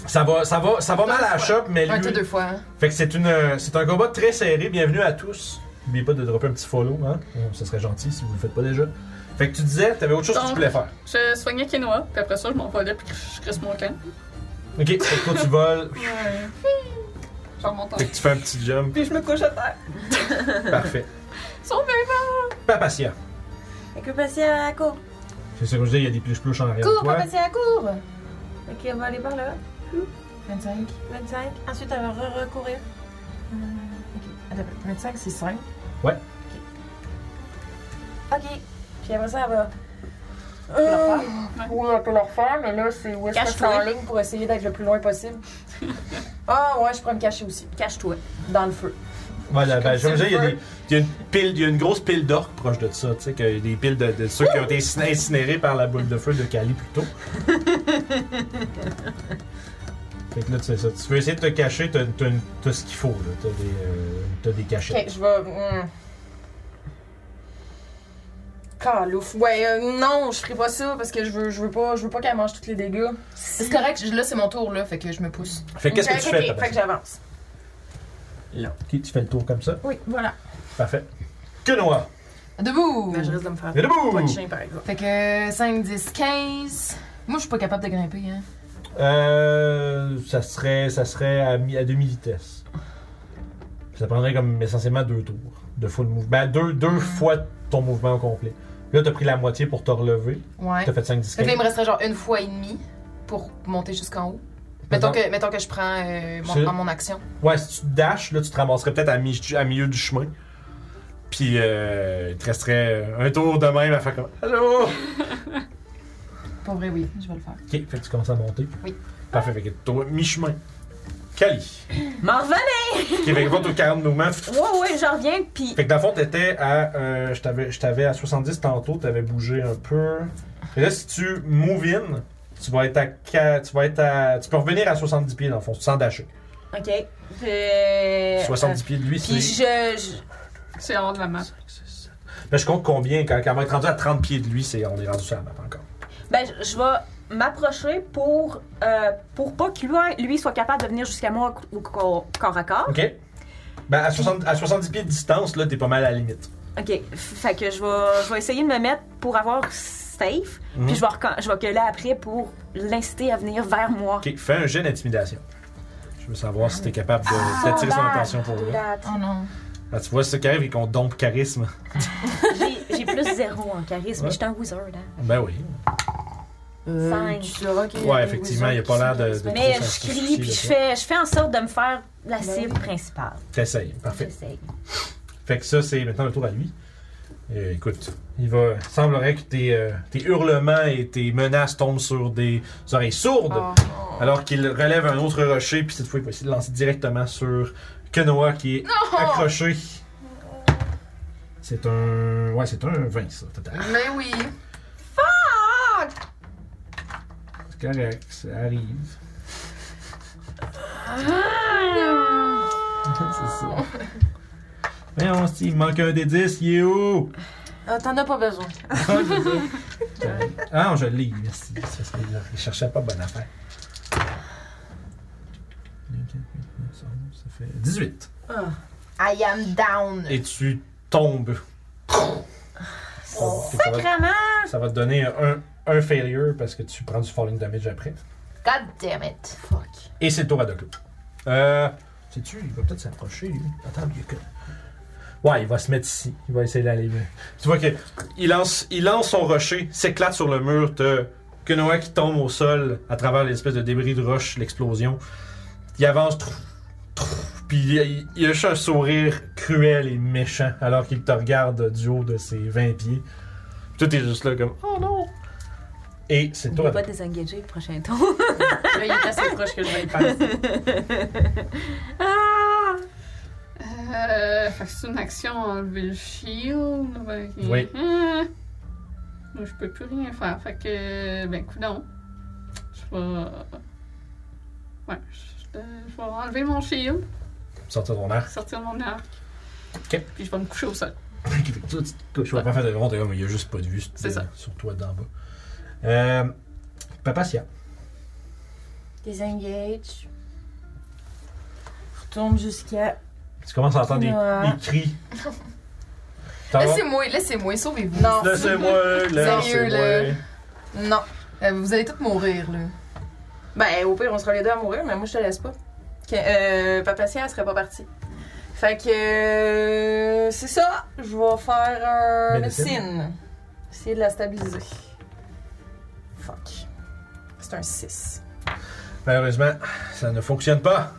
Speaker 1: Ça va, ça va, ça va mal à la chope, mais
Speaker 4: Un, toi,
Speaker 1: lui,
Speaker 4: deux fois. hein.
Speaker 1: fait que c'est une, euh, c'est un combat très serré. Bienvenue à tous. N'oubliez pas de dropper un petit follow, hein. Oh, Ce serait gentil si vous le faites pas déjà. Fait que tu disais, t'avais autre chose que tu
Speaker 3: Donc-
Speaker 1: voulais faire.
Speaker 3: Je soignais Kinoa, puis après ça, je m'envolais, puis je crisse mon camp.
Speaker 1: Ok, fait que toi tu voles,
Speaker 3: Ouais. Je remonte en
Speaker 1: fait que tu fais un petit jump,
Speaker 3: Puis je me couche à terre.
Speaker 1: parfait.
Speaker 3: Sauvé!
Speaker 1: Pas patient.
Speaker 9: Fait que Papacia court.
Speaker 1: C'est ça que je dis, il y a des plus pluches en arrière de
Speaker 4: Cours,
Speaker 1: toi.
Speaker 4: papa, c'est à cours!
Speaker 9: Fait qu'on va aller par là.
Speaker 6: 25,
Speaker 9: 25. Ensuite, elle va Euh, re-recourir.
Speaker 6: attends, 25 c'est 5.
Speaker 9: Ok. Puis après ça, elle va. Euh,
Speaker 6: Oui, on peut le refaire, mais là, c'est où est-ce que je suis en ligne pour essayer d'être le plus loin possible. Ah ouais, je pourrais me cacher aussi. Cache-toi. Dans le feu.
Speaker 1: Voilà, ben, je
Speaker 6: Comme
Speaker 1: veux
Speaker 6: tu
Speaker 1: dire, il y a
Speaker 6: veux.
Speaker 1: des- il y a une pile, il y a une grosse pile d'orques proche de ça, tu sais, qu'il y a des piles de, de ceux qui ont été inciné- incinérés par la boule de feu de Cali plus tôt. Fait que là, tu sais ça. Tu veux essayer de te cacher, t'as t'as une- t'as ce qu'il faut, là. T'as des, euh, t'as des cachets.
Speaker 6: Ok, je vais. hmm. Calouf. Ouais, euh, non, je ferai pas ça parce que je veux, je veux pas, je veux pas qu'elle mange tous les dégâts.
Speaker 4: C'est correct, je- là, c'est mon tour, là, fait que je me pousse.
Speaker 1: Fait que qu'est-ce
Speaker 6: Ok,
Speaker 1: que tu
Speaker 6: ok,
Speaker 1: fais,
Speaker 6: Fait que
Speaker 1: Tabata?
Speaker 6: j'avance.
Speaker 1: Ok, tu fais le tour comme ça.
Speaker 6: Oui, voilà.
Speaker 1: Parfait. Que noir!
Speaker 4: Debout!
Speaker 6: Mais Ben, je risque de me faire
Speaker 1: Et debout!
Speaker 6: pas de chien, par exemple.
Speaker 4: Fait que 5, 10, 15. Moi, je suis pas capable de grimper, hein.
Speaker 1: Euh, ça serait, ça serait à, mi- à demi-vitesse. Ça prendrait comme essentiellement deux tours de full mouvement. Ben, deux,
Speaker 4: Hmm.
Speaker 1: deux fois ton mouvement au complet. Là, t'as pris la moitié pour te relever.
Speaker 4: Ouais.
Speaker 1: T'as fait 5 10
Speaker 4: Fait que là, il me resterait genre une fois et demie pour monter jusqu'en haut. Mettons que, mettons que je prends euh, mon,
Speaker 1: C'est-
Speaker 4: prends mon action.
Speaker 1: Ouais, si tu dashes, là, tu te ramasserais peut-être à, mi- à milieu du chemin. Puis, euh, il te resterait un tour de même à faire comme Allô!
Speaker 4: Pour vrai, oui, je vais le faire.
Speaker 1: Ok, fait que tu commences à monter.
Speaker 4: Oui.
Speaker 1: Parfait, fait que toi, mi-chemin. Cali.
Speaker 5: M'en revenais!
Speaker 1: Ok, fait que va ton 40 mouvements.
Speaker 5: Ouais, ouais, j'en reviens, pis.
Speaker 1: Fait que dans le fond, t'étais à. euh, je t'avais je t'avais à 70 tantôt, t'avais bougé un peu. Et là, si tu move in, tu vas être à. qua- Tu vas être à. Tu peux revenir à 70 pieds dans le fond, sans dasher.
Speaker 5: Ok. Euh,
Speaker 1: 70 pieds de lui, c'est.
Speaker 5: Puis je. je-
Speaker 3: C'est hors de la map.
Speaker 1: Mais Ben, je compte combien quand, quand on va être rendu à 30 pieds de lui, c'est on est rendu sur la map encore.
Speaker 5: Ben, je, je vais m'approcher pour, euh, pour pas que lui, lui soit capable de venir jusqu'à moi au, au corps corps à corps.
Speaker 1: Ok? Ben, à 70, à 70 pieds de distance, là, t'es pas mal à la limite.
Speaker 5: Ok, f- fait que je vais, je vais essayer de me mettre pour avoir safe,
Speaker 1: Mhm.
Speaker 5: puis je vais, reco- je vais gueuler après pour l'inciter à venir vers moi.
Speaker 1: Ok, fais un jet d'intimidation. Je veux savoir si t'es capable
Speaker 5: Ah,
Speaker 1: de- d'attirer son attention pour lui.
Speaker 5: That.
Speaker 4: Oh non.
Speaker 1: Là, tu vois, c'est ce qui arrive et qu'on dompe charisme.
Speaker 5: J'ai- J'ai plus zéro en charisme,
Speaker 1: Ouais.
Speaker 5: mais je suis un wizard. Hein.
Speaker 1: Ben oui.
Speaker 6: Euh,
Speaker 5: Cinq.
Speaker 6: tu sauras qu'il y a
Speaker 1: Ouais,
Speaker 6: des
Speaker 1: effectivement,
Speaker 6: wizards
Speaker 1: il a
Speaker 6: qui
Speaker 1: pas l'air
Speaker 6: sont-
Speaker 1: de. de
Speaker 5: Mais
Speaker 1: trop
Speaker 5: je
Speaker 1: s'en
Speaker 5: crie,
Speaker 1: soucier de
Speaker 5: puis je
Speaker 1: ça.
Speaker 5: fais, je fais en sorte de me faire la cible principale.
Speaker 1: T'essayes, parfait.
Speaker 5: J'essaye.
Speaker 1: Fait que ça, c'est maintenant le tour à lui. Euh, écoute, il va. semblerait que tes, euh, tes hurlements et tes menaces tombent sur des oreilles sourdes, alors qu'il relève un autre rocher, puis cette fois, il va essayer de lancer directement sur Kenoa qui est accroché. C'est un. Ouais, c'est un 20, ça, total.
Speaker 4: Mais oui.
Speaker 1: C'est correct, ça arrive. c'est ça. Voyons, Steve, il manque un des 10, il est où?
Speaker 6: Ah, t'en as pas besoin.
Speaker 11: Ah, non, je l'ai, merci.
Speaker 1: C'est parce qu'il il cherchait pas bonne affaire.
Speaker 11: 18.
Speaker 4: I am down.
Speaker 1: Et tu tombes. Ça va- ça va- Ça va te donner un, un failure parce que tu prends du falling damage après.
Speaker 4: God damn it. Fuck.
Speaker 1: Et c'est le tour à Doclo. Euh. Sais-tu, il va peut-être s'approcher, lui. Attends, il y a que. Ouais, il va se mettre ici. Il va essayer d'aller mieux. Tu vois que il lance, il lance son rocher, s'éclate sur le mur, te. Kenoa qui tombe au sol à travers l'espèce de débris de roche, l'explosion. Il avance, trou, trou, puis il, il a juste un sourire cruel et méchant alors qu'il te regarde du haut de ses 20 pieds. Puis tout est juste là comme Oh non! Et c'est toi.
Speaker 5: N'oublie pas de désengager le prochain tour.
Speaker 6: Là, il est assez proche que je vais y passer.
Speaker 3: Euh, fait que c'est une action enlever le shield. ouais.
Speaker 1: Oui.
Speaker 3: Ah. Moi, je peux plus rien faire. Fait que, ben, coudon. Je vais. Ouais, je, euh, je vais enlever mon shield,
Speaker 1: Sortir ton air.
Speaker 3: sortir mon arc.
Speaker 1: Ok.
Speaker 3: Puis je vais me coucher au sol.
Speaker 1: Je vais pas faire de rond, mais il a juste pas de vue sur-
Speaker 3: C'est ça.
Speaker 1: sur toi d'en bas. Euh, Papa Sia.
Speaker 8: Disengage. Retombe jusqu'à.
Speaker 1: Tu commences à entendre des,
Speaker 8: Noah.
Speaker 1: des cris. T'en vas?
Speaker 4: Laissez-moi, laissez-moi, sauvez-vous. Non.
Speaker 1: Laissez-moi,
Speaker 4: Sérieux,
Speaker 1: laissez-moi.
Speaker 4: là. Non. Euh, vous allez tous mourir, là.
Speaker 6: Ben, au pire, on sera les deux à mourir, mais moi, je te laisse pas. Que, euh, Papatia, elle serait pas partie. Fait que. euh, c'est ça. Je vais faire un
Speaker 1: Médecine.
Speaker 6: médecine. Essayer de la stabiliser. Fuck. C'est un 6.
Speaker 1: Malheureusement, Ben, ça ne fonctionne pas.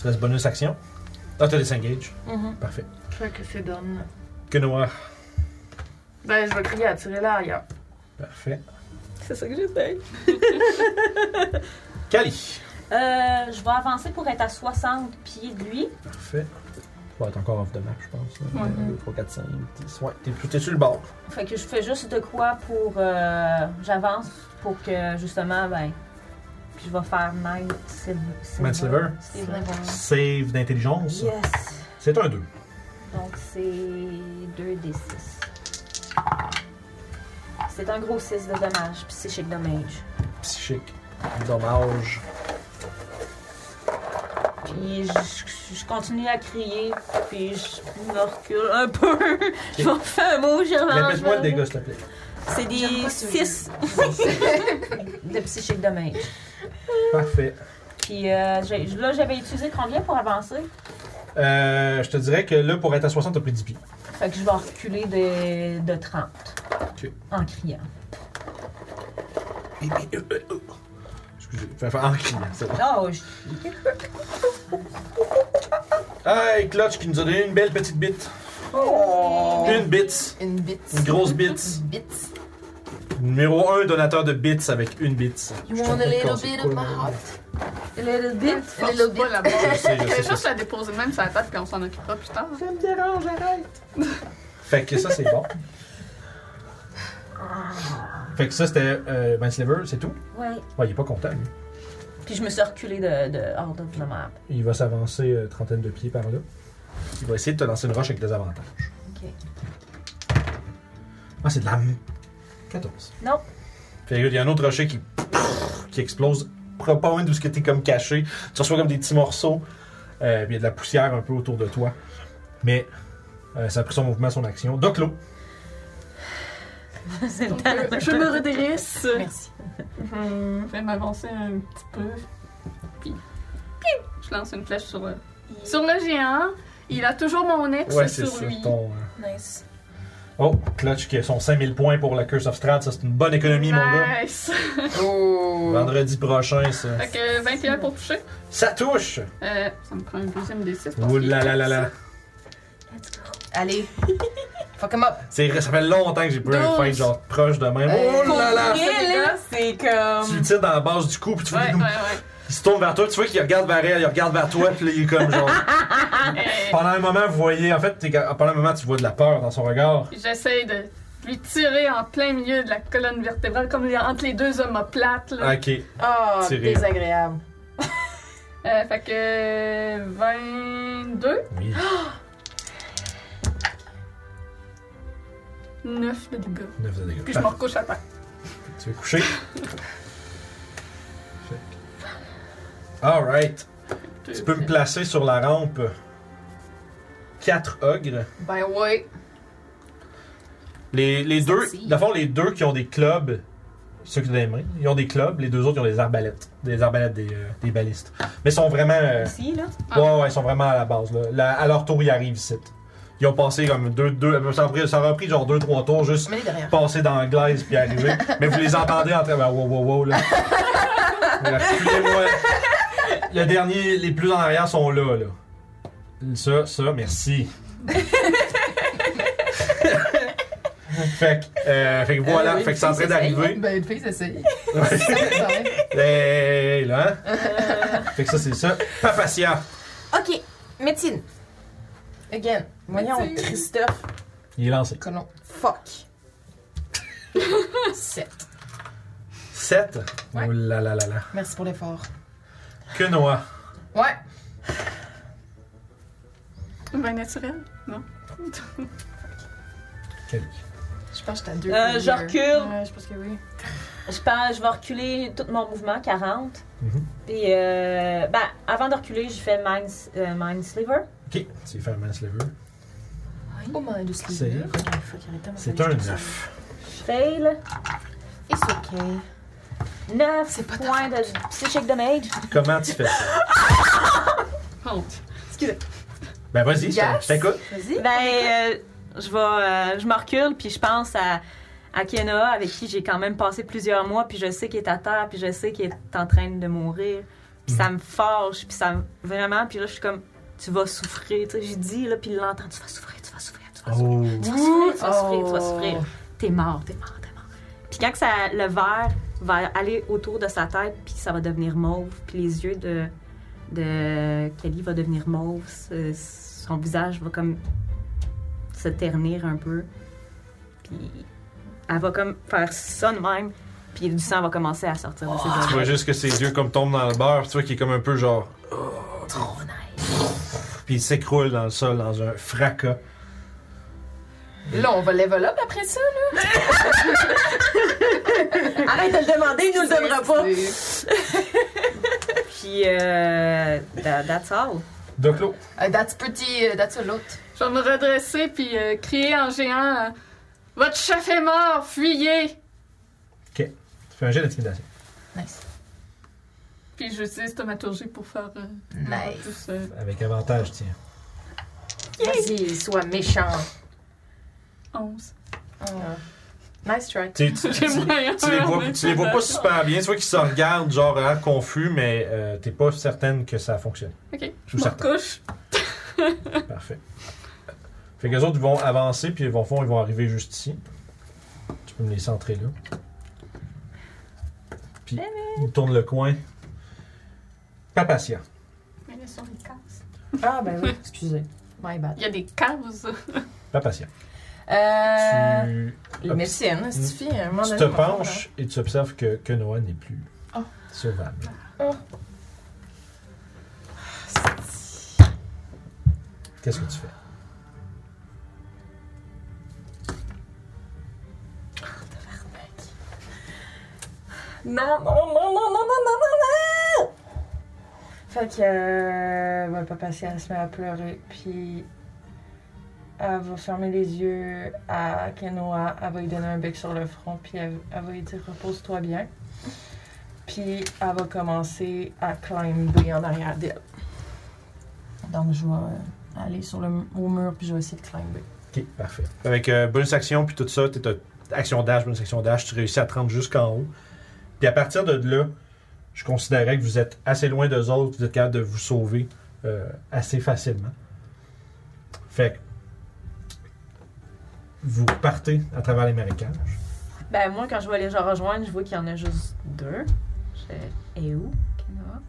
Speaker 1: Tu restes bonus action. Ah, t'as disengage. Parfait.
Speaker 6: Mm-hmm. Fait que c'est done.
Speaker 1: Que noir.
Speaker 6: Ben, je vais crier à tirer l'arrière.
Speaker 1: Parfait.
Speaker 8: C'est ça que j'ai fait.
Speaker 1: Cali.
Speaker 9: Euh, je vais avancer pour être à 60 pieds de lui.
Speaker 1: Parfait. Tu vas être encore off the map, je pense. 2, 3, 4, 5, 10. Ouais, t'es, t'es sur le bord.
Speaker 9: Fait que je fais juste de quoi pour. euh, J'avance pour que justement, ben. Puis je vais faire Night Silver.
Speaker 1: Night Silver?
Speaker 9: Silver.
Speaker 1: Save d'intelligence.
Speaker 9: Yes.
Speaker 1: C'est un 2.
Speaker 9: Donc c'est 2d6. C'est un gros 6 de dommage, puis c'est chic dommage.
Speaker 1: Psychique. Dommage.
Speaker 9: Puis je, je continue à crier, puis je me recule un peu. je vais faire un mot, je
Speaker 5: Ah,
Speaker 9: relance.
Speaker 1: Répète-moi
Speaker 5: ben
Speaker 1: le dégât, s'il te plaît.
Speaker 9: C'est des 6 de psychique dommage.
Speaker 1: Parfait.
Speaker 9: Puis euh, j'ai- là, j'avais utilisé combien pour avancer?
Speaker 1: Euh, je te dirais que là, pour être à 60, t'as pris 10 pieds.
Speaker 9: Fait que je vais reculer de, de 30. En criant.
Speaker 1: euh, Excusez. Enfin, en criant, c'est bon.
Speaker 9: Oh, je...
Speaker 1: Hey, Clutch qui nous a donné une belle petite bite. Une bite.
Speaker 4: Une bite.
Speaker 1: Une grosse bite.
Speaker 4: Bite.
Speaker 1: Numéro 1, donateur de bits avec une bite.
Speaker 4: You want a little bit of my heart?
Speaker 6: A little bit.
Speaker 4: A little bit.
Speaker 3: là-bas.
Speaker 1: Je sais,
Speaker 3: Je
Speaker 1: je
Speaker 3: vais
Speaker 1: sais, je
Speaker 3: juste
Speaker 1: sais.
Speaker 3: la déposer de même sur la table, puis on s'en occupera plus tard.
Speaker 1: Fait que ça, c'est bon. Fait que ça, c'était euh, Vince Lever, c'est tout.
Speaker 9: Ouais.
Speaker 1: Ouais, il est pas content, lui.
Speaker 9: Puis je me suis reculé de, de hors de la map.
Speaker 1: Il va s'avancer euh, trentaine de pieds par là. Il va essayer de te lancer une roche avec des avantages.
Speaker 9: Ok.
Speaker 1: Ah, c'est de la... m- 14.
Speaker 9: Non.
Speaker 1: Fait que il y a un autre rocher qui, qui explose. Prends pas un d'où ce que t'es comme caché. Tu reçois comme des petits morceaux. Euh, puis il y a de la poussière un peu autour de toi. Mais euh, ça a pris son mouvement, son action. Donc l'eau.
Speaker 9: C'est le temps.
Speaker 2: Je me redresse. Mhm.
Speaker 4: Merci.
Speaker 3: Je vais m'avancer un petit peu. Puis, je lance une flèche sur, le- sur le géant. Il a toujours mon ex sur lui.
Speaker 1: Ton, euh,
Speaker 4: Nice.
Speaker 1: Oh, Clutch qui a son 5000 points pour la Curse of Strahd. Ça, c'est une bonne économie, mon gars.
Speaker 3: Nice!
Speaker 6: Oh.
Speaker 1: Vendredi prochain, ça.
Speaker 3: Fait que 21 pour toucher.
Speaker 1: Ça touche!
Speaker 3: Euh, ça me prend un deuxième des 6.
Speaker 1: Ouh là là là là.
Speaker 4: Allez. Fuck 'em up.
Speaker 1: C'est- Ça fait longtemps que j'ai pas eu un fight genre proche de même.
Speaker 4: Euh,
Speaker 1: oh là là!
Speaker 6: C'est
Speaker 1: Tu
Speaker 6: comme.
Speaker 1: lui tires dans la base du cou, puis tu vois
Speaker 3: Ouais,
Speaker 1: des
Speaker 3: ouais, ouais.
Speaker 1: Il se tourne vers toi, tu vois qu'il regarde vers elle, il regarde vers toi, puis là, il est comme genre.
Speaker 3: Euh,
Speaker 1: Pendant un moment, vous voyez, en fait, t'es- pendant un moment, tu vois de la peur dans son regard.
Speaker 3: J'essaie de lui tirer en plein milieu de la colonne vertébrale, comme il y a entre les deux omoplates. Là.
Speaker 1: Ok.
Speaker 6: Oh,
Speaker 1: Tirer.
Speaker 6: désagréable.
Speaker 3: Euh, fait que 22,
Speaker 1: Oui.
Speaker 3: 9 de dégâts.
Speaker 1: 9 de dégâts.
Speaker 3: Puis je me recouche à terre.
Speaker 1: Tu veux coucher? Alright. Tu peux me placer sur la rampe 4 ogres.
Speaker 4: Ben ouais.
Speaker 1: Les, les deux, d'abord les deux qui ont des clubs, ceux qui ont des mains, ils ont des clubs, les deux autres ils ont des arbalètes, des arbalètes, des, euh, des balistes. Mais ils sont vraiment, euh,
Speaker 5: Ici, là. Ah.
Speaker 1: ouais, ouais, ils sont vraiment à la base. là. La- à leur tour, ils arrivent ici. Ils ont passé comme deux, deux, ça a pris- ça aura pris genre deux, trois tours juste
Speaker 4: Mais derrière.
Speaker 1: passer dans la glaise puis arriver. Mais vous les entendez en train de wow, wow, wow, là. moi Le dernier, les plus en arrière sont là, là. Ça, ça, merci. fait, que, euh, fait que voilà, fait que c'est en train d'arriver.
Speaker 6: Ben, une fille s'essaye.
Speaker 1: hey, là. hein? Fait que ça, c'est ça. Papacia.
Speaker 6: ok, médecine. Again. Voyons,
Speaker 2: Médecine.
Speaker 6: Christophe.
Speaker 1: Il est lancé.
Speaker 6: Colon. Fuck. 7.
Speaker 1: 7. Oh là là là là.
Speaker 6: Merci pour l'effort.
Speaker 1: Que noix.
Speaker 6: Ouais.
Speaker 3: Ben naturel.
Speaker 1: Quel-
Speaker 4: Je pense que t'as deux.
Speaker 5: Euh, je recule.
Speaker 6: Ouais, je pense que oui.
Speaker 5: Je, pars- je vais reculer tout mon mouvement, 40.
Speaker 1: Mhm.
Speaker 5: Puis, euh, ben, avant de reculer, je fais Mind, euh, mind Sliver.
Speaker 1: Ok, tu vas faire un mansleveur.
Speaker 4: Oh my god,
Speaker 1: C'est c'est un 9.
Speaker 5: Je fail.
Speaker 4: It's okay.
Speaker 5: 9 points de psychic damage.
Speaker 1: Comment tu fais ça?
Speaker 3: Honte.
Speaker 1: Ben vas-y, je
Speaker 4: Yes.
Speaker 1: je t'écoute.
Speaker 5: Ben, euh, je vais, euh, je me recule, puis je pense à, à Kena, avec qui j'ai quand même passé plusieurs mois, puis je sais qu'il est à terre, puis je sais qu'il est en train de mourir. Puis ça me forge, puis ça me... Vraiment, puis là, je suis comme, tu vas souffrir, tu sais, j'ai dit, là, puis il l'entend, tu vas souffrir, tu vas souffrir, tu vas souffrir.
Speaker 1: Oh.
Speaker 5: Tu vas souffrir, tu vas souffrir, tu vas souffrir. T'es mort, t'es mort, t'es mort. Puis quand que ça, le verre va aller autour de sa tête, puis ça va devenir mauve, puis les yeux de, de Kelly va devenir mauve, ce- son visage va comme se ternir un peu. Puis elle va comme faire ça de même, puis du sang va commencer à sortir de
Speaker 1: Oh,
Speaker 5: ses
Speaker 1: Tu
Speaker 5: oreilles.
Speaker 1: vois juste que ses yeux comme tombent dans le beurre, tu vois qu'il est comme un peu genre. Puis il s'écroule dans le sol dans un fracas.
Speaker 4: Là, on va level up après ça.
Speaker 5: Arrête de le demander, il nous le donnera pas!
Speaker 6: C'est-
Speaker 5: Puis, euh, tha- that's all.
Speaker 1: Doclo.
Speaker 4: Euh, that's pretty. euh, that's a lot.
Speaker 3: Je vais me redresser puis euh, crier en géant euh, Votre chef est mort, fuyez!
Speaker 1: Tu fais un jet d'intimidation.
Speaker 4: Nice.
Speaker 3: Puis j'utilise thaumaturgie pour faire. euh,
Speaker 4: Nice.
Speaker 3: plus, euh,
Speaker 1: Avec avantage, tiens.
Speaker 6: Vas-y, sois méchant.
Speaker 3: 11.
Speaker 6: Ah. Nice try.
Speaker 1: Tu, tu-
Speaker 3: J'ai moyen.
Speaker 1: tu les vois, tu les vois pas super bien. Tu vois qu'ils se regardent, genre, à l'air confus, mais euh, t'es pas certaine que ça fonctionne.
Speaker 3: Ok,
Speaker 1: Je
Speaker 3: je
Speaker 1: suis
Speaker 3: me
Speaker 1: certain.
Speaker 3: recouche.
Speaker 1: Parfait. Fait que les autres, ils vont avancer, puis ils vont, fond, ils vont arriver juste ici. Tu peux me les centrer là. Puis ils tournent le coin. Papatia.
Speaker 3: Mais là, sur les cases.
Speaker 6: Ah, ben oui, excusez. My bad.
Speaker 3: Il y a des cases.
Speaker 1: Papatia.
Speaker 6: Euh.
Speaker 1: tu
Speaker 6: Les médecines, ça suffit. à un moment
Speaker 1: tu
Speaker 6: donné,
Speaker 1: te
Speaker 6: on va faire,
Speaker 1: penches et tu observes que, que Noah n'est plus
Speaker 6: hein. Oh.
Speaker 1: sauvable. Qu'est-ce que tu fais?
Speaker 6: Non, non, non, non, non, non, non, non, non! Fait que. Euh, ouais, papa, si elle se met à pleurer, puis. Elle va fermer les yeux à Kenoa, elle va lui donner un bec sur le front, puis elle, elle va lui dire repose-toi bien. Puis elle va commencer à climber en arrière d'elle. Donc je vais euh, aller sur le, mu- au mur, puis je vais essayer de climber.
Speaker 1: Ok, parfait. Avec euh, bonus action puis tout ça, t'es à- action dash, bonus action dash, tu réussis à te rendre jusqu'en haut. Puis à partir de là, je considérais que vous êtes assez loin d'eux autres, vous êtes capable de vous sauver euh, assez facilement. Fait que vous partez à travers les marécages.
Speaker 5: Ben, moi, quand je vais les rejoindre, je vois qu'il y en a juste deux. Je... Et où? Kenoa?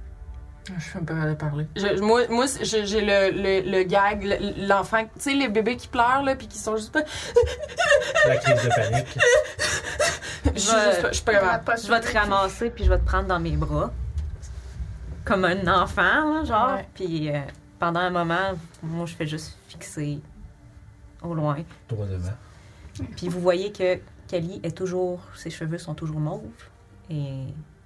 Speaker 6: Je suis un peu à parler. moi, moi c'est- j'ai j'ai le, le, le gag, le- l'enfant, tu sais, les bébés qui pleurent, là, puis qui sont juste pas.
Speaker 1: La crise de panique.
Speaker 6: Je suis juste pas- je suis pas capable.
Speaker 5: Je vais te ramasser puis je vais te prendre dans mes bras. Comme un enfant, là, genre.
Speaker 6: Ouais.
Speaker 5: Puis euh, pendant un moment, moi, je fais juste fixer au loin.
Speaker 1: Droit devant.
Speaker 5: Puis vous voyez que Kali est toujours. Ses cheveux sont toujours mauves et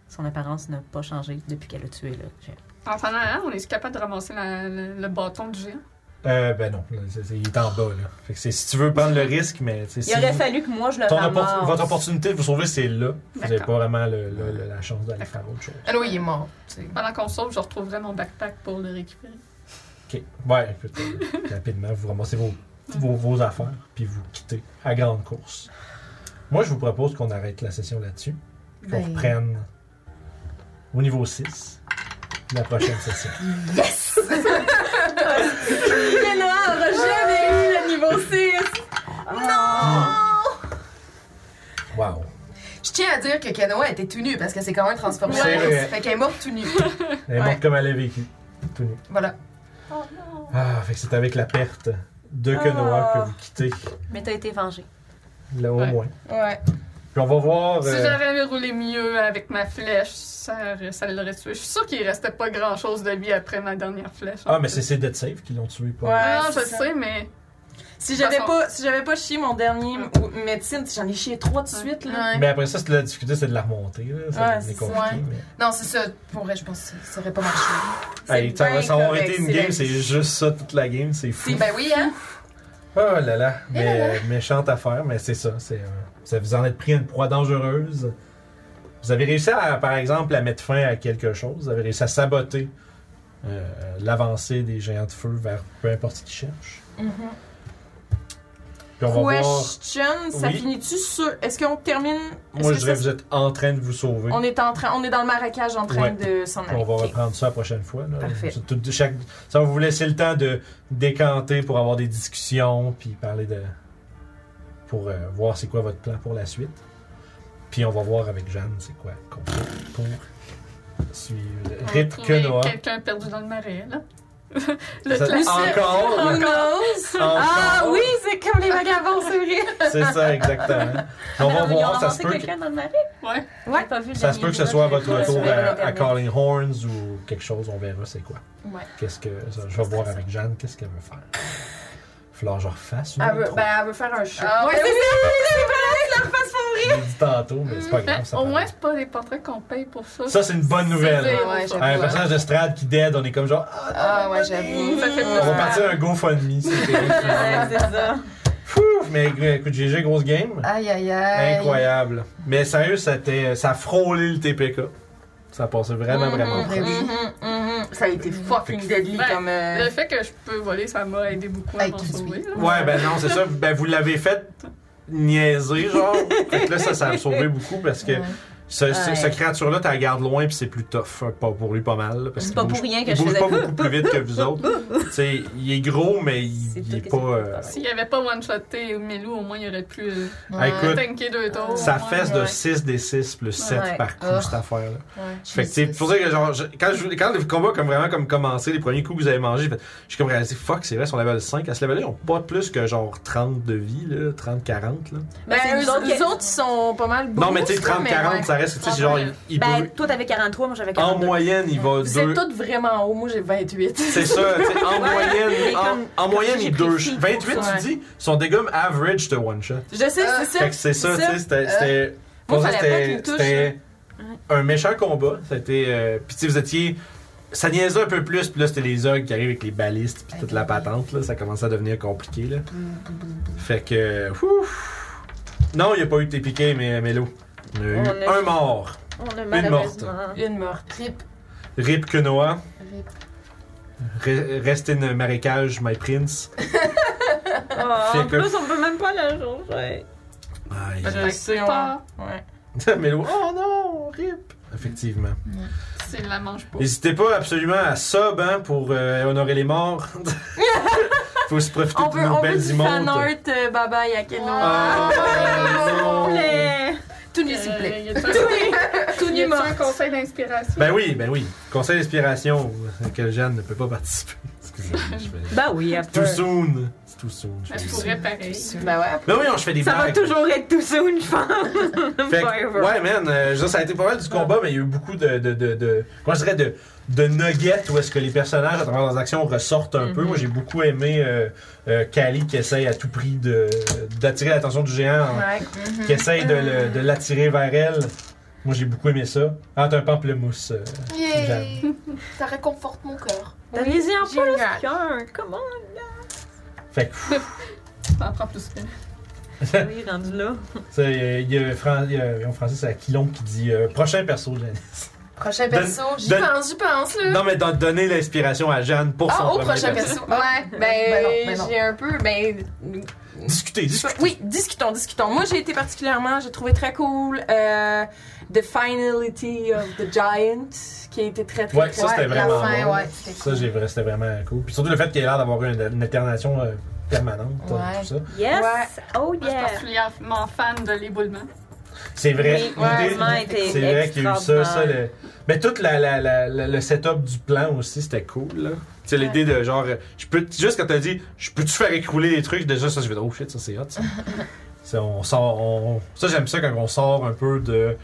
Speaker 5: son apparence n'a pas changé depuis qu'elle a tué le géant.
Speaker 3: En s'en allant, on est capable de ramasser la- le, le bâton du géant.
Speaker 1: Euh, ben non, là, c'est- c'est- il est en bas, là. Fait que c'est- si tu veux prendre le risque, mais... tu sais,
Speaker 7: Il
Speaker 1: si
Speaker 7: aurait
Speaker 1: vous-
Speaker 7: fallu que moi je le
Speaker 1: ton
Speaker 7: ramasse.
Speaker 1: oppor- votre opportunité de vous sauver, c'est là. Vous n'avez
Speaker 3: D'accord.
Speaker 1: pas vraiment le- le- le- la chance d'aller faire autre chose.
Speaker 4: Allô, Ah il est mort. tu sais.
Speaker 3: Pendant qu'on sauve, je retrouverai mon backpack pour le récupérer.
Speaker 1: OK. Ouais, peut-être. rapidement, vous ramassez vos, vos, vos affaires, puis vous quittez à grande course. Moi, je vous propose qu'on arrête la session là-dessus, qu'on
Speaker 4: Ben.
Speaker 1: reprenne au niveau 6 la prochaine session.
Speaker 6: Ah,
Speaker 7: Léna aura jamais eu le niveau 6.
Speaker 1: Wow.
Speaker 4: Je tiens à dire que Kanoa était tout nu parce que c'est quand même transformé.
Speaker 1: C'est vrai.
Speaker 4: Fait qu'elle est morte tout nu.
Speaker 1: Elle est morte comme elle a vécu, tout nu.
Speaker 4: Voilà.
Speaker 1: Ah, fait que c'est avec la perte de Kenoa que vous quittez,
Speaker 5: Mais t'as été vengée.
Speaker 1: là au
Speaker 3: Ouais.
Speaker 1: moins.
Speaker 6: Ouais.
Speaker 1: Puis on va voir...
Speaker 3: Si
Speaker 1: euh,
Speaker 3: j'avais roulé mieux avec ma flèche, ça, aurait- ça l'aurait tué. Je suis sûre qu'il restait pas grand chose de lui après ma dernière flèche. en
Speaker 1: Ah, mais
Speaker 3: fait.
Speaker 1: c'est ses dead save qui l'ont tué, pas...
Speaker 6: Ouais.
Speaker 3: Ah, non,
Speaker 6: c'est
Speaker 3: je
Speaker 6: ça.
Speaker 3: sais, mais.
Speaker 6: Si j'avais
Speaker 3: Façon-
Speaker 6: pas, si j'avais pas chié mon dernier m- ou- médecine, j'en ai chié trois de suite là.
Speaker 4: Ouais.
Speaker 1: Mais après ça, c'est- la difficulté, c'est de la remonter. Là. Ça
Speaker 6: Ouais,
Speaker 1: devient
Speaker 6: c'est-
Speaker 1: compliqué.
Speaker 4: ouais.
Speaker 1: Mais...
Speaker 4: Non, c'est ça. Pour vrai, je pense que ça aurait pas marché.
Speaker 6: C'est
Speaker 1: Hey, ça va-
Speaker 6: bien
Speaker 1: ça va
Speaker 6: correct,
Speaker 1: été une
Speaker 6: c'est
Speaker 1: game,
Speaker 6: la-
Speaker 1: c'est juste ça toute la game, c'est fou.
Speaker 4: Ben oui, hein?
Speaker 1: Oh
Speaker 6: Eh
Speaker 1: là là, mais, euh, méchante affaire, mais c'est ça. C'est, euh, ça vous en êtes pris une proie dangereuse. Vous avez réussi, à, par exemple, à mettre fin à quelque chose. Vous avez réussi à saboter euh, l'avancée des géants de feu vers peu importe qui cherche.
Speaker 6: Mm-hmm.
Speaker 1: Puis on va voir.
Speaker 6: Question, ça
Speaker 1: Oui.
Speaker 6: finit-tu sur Est-ce qu'on termine Est-ce
Speaker 1: Moi,
Speaker 6: que
Speaker 1: je dirais que
Speaker 6: ça-
Speaker 1: vous êtes en train de vous sauver.
Speaker 6: On est en train, on est dans le marécage en train de s'en
Speaker 1: Puis
Speaker 6: aller.
Speaker 1: On va
Speaker 6: Ok.
Speaker 1: reprendre ça la prochaine fois. là.
Speaker 6: Parfait.
Speaker 1: C'est tout- chaque- ça va vous laisser le temps de décanter pour avoir des discussions, puis parler de. pour euh, voir c'est quoi votre plan pour la suite. Puis on va voir avec Jeanne c'est quoi qu'on fait pour suivre.
Speaker 3: on
Speaker 1: Rip
Speaker 3: va
Speaker 1: que
Speaker 3: trouver
Speaker 1: Noah.
Speaker 3: Quelqu'un perdu dans le marais, là. le
Speaker 1: Ça-
Speaker 3: classique.
Speaker 1: Encore!
Speaker 6: Who knows?
Speaker 1: encore.
Speaker 6: Ah oui, c'est comme les vagabonds, c'est vrai.
Speaker 1: C'est ça, exactement. on va voir, ça se peut que,
Speaker 9: quelqu'un dans le marais?
Speaker 3: Ouais.
Speaker 9: Ouais. J'ai pas vu le
Speaker 1: ça se peut
Speaker 9: dernier
Speaker 1: que ce
Speaker 9: épisode,
Speaker 1: soit
Speaker 9: j'ai
Speaker 1: votre
Speaker 9: pas
Speaker 1: retour
Speaker 9: vu le
Speaker 1: à, à
Speaker 9: dernier.
Speaker 1: Calling Horns ou quelque chose, on verra c'est quoi.
Speaker 6: Ouais.
Speaker 1: Qu'est-ce que. ça, je vais voir avec Jeanne, qu'est-ce qu'elle veut faire. Falloir que je refasse une
Speaker 6: Elle veut,
Speaker 1: intro.
Speaker 6: ben, elle veut faire un show.
Speaker 3: Ah, ouais,
Speaker 6: Ben oui,
Speaker 1: Je l'ai dit tantôt, mais c'est pas
Speaker 3: mais
Speaker 1: grave. Ça,
Speaker 3: au
Speaker 1: paraît.
Speaker 3: moins, c'est pas des portraits qu'on paye pour ça.
Speaker 1: ça c'est une bonne nouvelle.
Speaker 3: zéro,
Speaker 4: Ouais,
Speaker 3: ça.
Speaker 1: Un personnage de Strad qui dead, on est comme genre, ah,
Speaker 4: Ah, ouais, j'avoue.
Speaker 3: Ça fait
Speaker 1: on va
Speaker 3: plus
Speaker 1: partir un GoFundMe. c'est terrible.
Speaker 6: c'est ça.
Speaker 1: Fouf, mais écoute, GG, grosse game.
Speaker 4: Aïe, aïe, aïe.
Speaker 1: Incroyable. Mais sérieux, ça, t'est- ça a frôlé le TPK. Ça passait
Speaker 6: Mm-hmm.
Speaker 1: vraiment, vraiment Mm-hmm.
Speaker 4: Très
Speaker 1: proche.
Speaker 4: bien.
Speaker 6: Ça a été fucking deadly
Speaker 3: Ouais.
Speaker 6: comme. euh,
Speaker 3: Le fait que je peux voler, ça m'a aidé beaucoup à
Speaker 4: Hey,
Speaker 3: m'en
Speaker 4: Chris,
Speaker 3: sauver. là.
Speaker 1: Ouais, ben non, c'est ça. Ben vous l'avez fait niaiser, genre. fait que là, ça, ça a sauvé beaucoup parce que. Ce, ce-
Speaker 5: Ouais.
Speaker 1: ce créature-là, tu la gardes loin, puis c'est plus tough hein, pas pour lui pas mal. Parce
Speaker 5: C'est
Speaker 1: qu'il
Speaker 5: pas
Speaker 1: bouge-
Speaker 5: pour rien que
Speaker 1: il
Speaker 5: je
Speaker 1: bouge
Speaker 5: faisais
Speaker 1: pas beaucoup plus vite que vous autres. Tu sais, il est gros, mais il,
Speaker 5: C'est
Speaker 1: il
Speaker 5: tout
Speaker 1: est
Speaker 5: que
Speaker 1: pas.
Speaker 5: c'est
Speaker 1: euh,
Speaker 5: pas
Speaker 3: S'il n'y avait pas one-shoté Milou, au moins, il aurait pu euh,
Speaker 1: Ah, écoute,
Speaker 3: tanker deux tours.
Speaker 1: ça
Speaker 3: au moins.
Speaker 1: fesse de 6 des 6 plus 7
Speaker 5: Ouais. Oh.
Speaker 1: par coup,
Speaker 4: Ah.
Speaker 1: cette affaire-là.
Speaker 4: Ouais.
Speaker 1: Fait que, tu sais, c'est pour ça que, genre, je- quand, je, quand le combat a comme vraiment comme commencé, les premiers coups que vous avez mangés, j'ai fait- j'ai comme réalisé, fuck, c'est vrai, son level 5. À ce level-là, ils ont pas plus que genre 30 de vie, là, 30, 40. Là.
Speaker 6: Ben,
Speaker 5: c'est
Speaker 6: eux,
Speaker 5: nous autres qui-
Speaker 6: eux autres, ils sont pas mal.
Speaker 1: Non, mais tu sais,
Speaker 6: bourrous,
Speaker 1: 30,
Speaker 6: mais
Speaker 1: 40,
Speaker 6: ouais.
Speaker 1: ça reste, tu sais, c'est genre, il, il
Speaker 5: Ben,
Speaker 1: peut-
Speaker 5: toi, t'avais 43, moi, j'avais
Speaker 1: En
Speaker 5: 42.
Speaker 1: moyenne, il va
Speaker 6: Vous êtes
Speaker 1: deux.
Speaker 6: toutes vraiment haut. Moi, j'ai 28.
Speaker 1: C'est ça, tu sais, en
Speaker 5: mais
Speaker 1: moyenne, en-
Speaker 5: comme-
Speaker 1: en, moyenne,
Speaker 5: j'ai
Speaker 1: il deux.
Speaker 5: précis
Speaker 1: 28, tu
Speaker 6: pour ça, ouais.
Speaker 1: dis, son dégât average de one shot.
Speaker 6: Je sais, c'est ça.
Speaker 1: Fait que c'est ça, tu sais,
Speaker 5: Euh,
Speaker 1: c'était. c'était-
Speaker 6: Moi,
Speaker 1: pour ça,
Speaker 6: fallait pas
Speaker 1: c'était-
Speaker 6: qu'il me touche,
Speaker 1: C'était
Speaker 5: hein.
Speaker 1: un méchant combat. C'était. Euh, puis, tu sais, vous étiez. Ça niaisait un peu plus, puis là, c'était les ogres qui arrivent avec les balistes, puis toute la patente, là. Ça commençait à devenir compliqué, là.
Speaker 5: Mm,
Speaker 1: Fait que. ouf. Non, il n'y a pas eu de t'es piqué, mais Mélo. Il y a eu
Speaker 5: On a-
Speaker 1: un mort.
Speaker 5: On a
Speaker 1: morte.
Speaker 5: malheureusement.
Speaker 6: Une morte.
Speaker 4: Rip.
Speaker 1: Rip Kenoa.
Speaker 4: Rip.
Speaker 1: Re- Reste in marécage, my prince.
Speaker 5: Oh,
Speaker 1: Fait
Speaker 5: en
Speaker 1: que-
Speaker 5: plus, on peut même pas la changer.
Speaker 1: Aïe.
Speaker 6: Je sais,
Speaker 3: Pas,
Speaker 6: Ouais.
Speaker 1: Mélo. Oh non, Rip. Effectivement.
Speaker 3: c'est la mange pas.
Speaker 1: N'hésitez pas absolument à sub hein, pour euh, honorer les morts. Faut se profiter
Speaker 6: On
Speaker 1: de
Speaker 6: peut,
Speaker 1: nos
Speaker 6: on peut
Speaker 1: belles
Speaker 6: du
Speaker 1: imondes.
Speaker 6: fanart, euh, bye bye à Kenoa.
Speaker 1: Ah, non.
Speaker 5: Mais-
Speaker 3: Euh,
Speaker 4: Tout nu, s'il vous plaît.
Speaker 3: tout nu.
Speaker 6: Tout nu,
Speaker 3: J'ai un conseil d'inspiration.
Speaker 1: Ben oui, ben oui. Conseil d'inspiration auquel Jeanne ne peut pas participer. Excusez-moi. je fais-
Speaker 5: Ben oui, après.
Speaker 1: Too soon. C'est too soon. je
Speaker 3: Mais ben, je
Speaker 1: fais-
Speaker 3: pourrais pareil.
Speaker 4: Bah,
Speaker 6: Ben ouais.
Speaker 1: Ben oui, on, je fais des
Speaker 5: Ça va
Speaker 1: blagues.
Speaker 5: toujours être tout soon, je pense.
Speaker 1: Fait que-
Speaker 5: Forever.
Speaker 1: ouais, man, euh, je veux dire, ça a été pas mal du combat, mais il y a eu beaucoup de. de, de, de- comment je dirais, de, de nuggets où est-ce que les personnages, à travers leurs actions, ressortent un peu.
Speaker 4: Mhm.
Speaker 1: Moi, j'ai beaucoup aimé euh, euh, Kali qui essaye à tout prix de- d'attirer l'attention du géant, hein,
Speaker 6: Ouais.
Speaker 4: Mhm.
Speaker 1: qui essaye de, le- de l'attirer vers elle. Moi, j'ai beaucoup aimé ça. Ah, t'as un pamplemousse. euh,
Speaker 4: Yay! Ça réconforte mon cœur.
Speaker 5: Donnez-y un peu
Speaker 6: Génial.
Speaker 5: le cœur. Comment?
Speaker 1: Fait que,
Speaker 3: Ça en prend plus qu'une.
Speaker 5: Oui, rendu là.
Speaker 1: c'est- il y a, Fran- il y a- en français, c'est Aquilon qui dit euh, prochain perso, Jeanne.
Speaker 4: Prochain
Speaker 1: Donne-
Speaker 4: perso, j'y
Speaker 1: donne-
Speaker 4: pense, j'y pense, là.
Speaker 1: Ben- Non, mais don- donner l'inspiration à Jeanne pour son
Speaker 4: Ah, au
Speaker 1: premier
Speaker 4: prochain
Speaker 1: perso.
Speaker 4: perso.
Speaker 6: Ouais, ben,
Speaker 4: Ben non, ben non.
Speaker 6: j'ai un peu, ben,
Speaker 1: Discutez, discutez.
Speaker 6: oui, discutons, discutons. Moi, j'ai été particulièrement, j'ai trouvé très cool euh, The Finality of the Giant, qui a été très, très,
Speaker 1: Ouais,
Speaker 6: très
Speaker 1: ça c'était
Speaker 4: la
Speaker 1: vraiment.
Speaker 4: fin,
Speaker 1: bon.
Speaker 4: ouais, c'était
Speaker 1: Ça, j'ai vrai- c'était vraiment cool. Puis surtout le fait qu'il ait l'air d'avoir eu une, une alternation euh, permanente, euh,
Speaker 4: Ouais.
Speaker 1: tout ça.
Speaker 5: Yes!
Speaker 6: Ouais.
Speaker 5: Oh
Speaker 3: Moi, je suis
Speaker 5: yeah!
Speaker 3: particulièrement fan de l'éboulement.
Speaker 1: C'est vrai.
Speaker 5: Oui, ouais, vraiment été
Speaker 1: c'est vrai qu'il y a eu ça. ça
Speaker 5: extraordinaire.
Speaker 1: le... Mais tout la, la, la- la- le setup du plan aussi, c'était cool. là. Tu sais, l'idée de genre, euh, je peux, juste quand t'as dit, je peux-tu faire écrouler les trucs, déjà, ça, je vais dire, oh shit, ça c'est hot. Ça, Ça, on sort, on- ça j'aime ça quand on sort un peu de.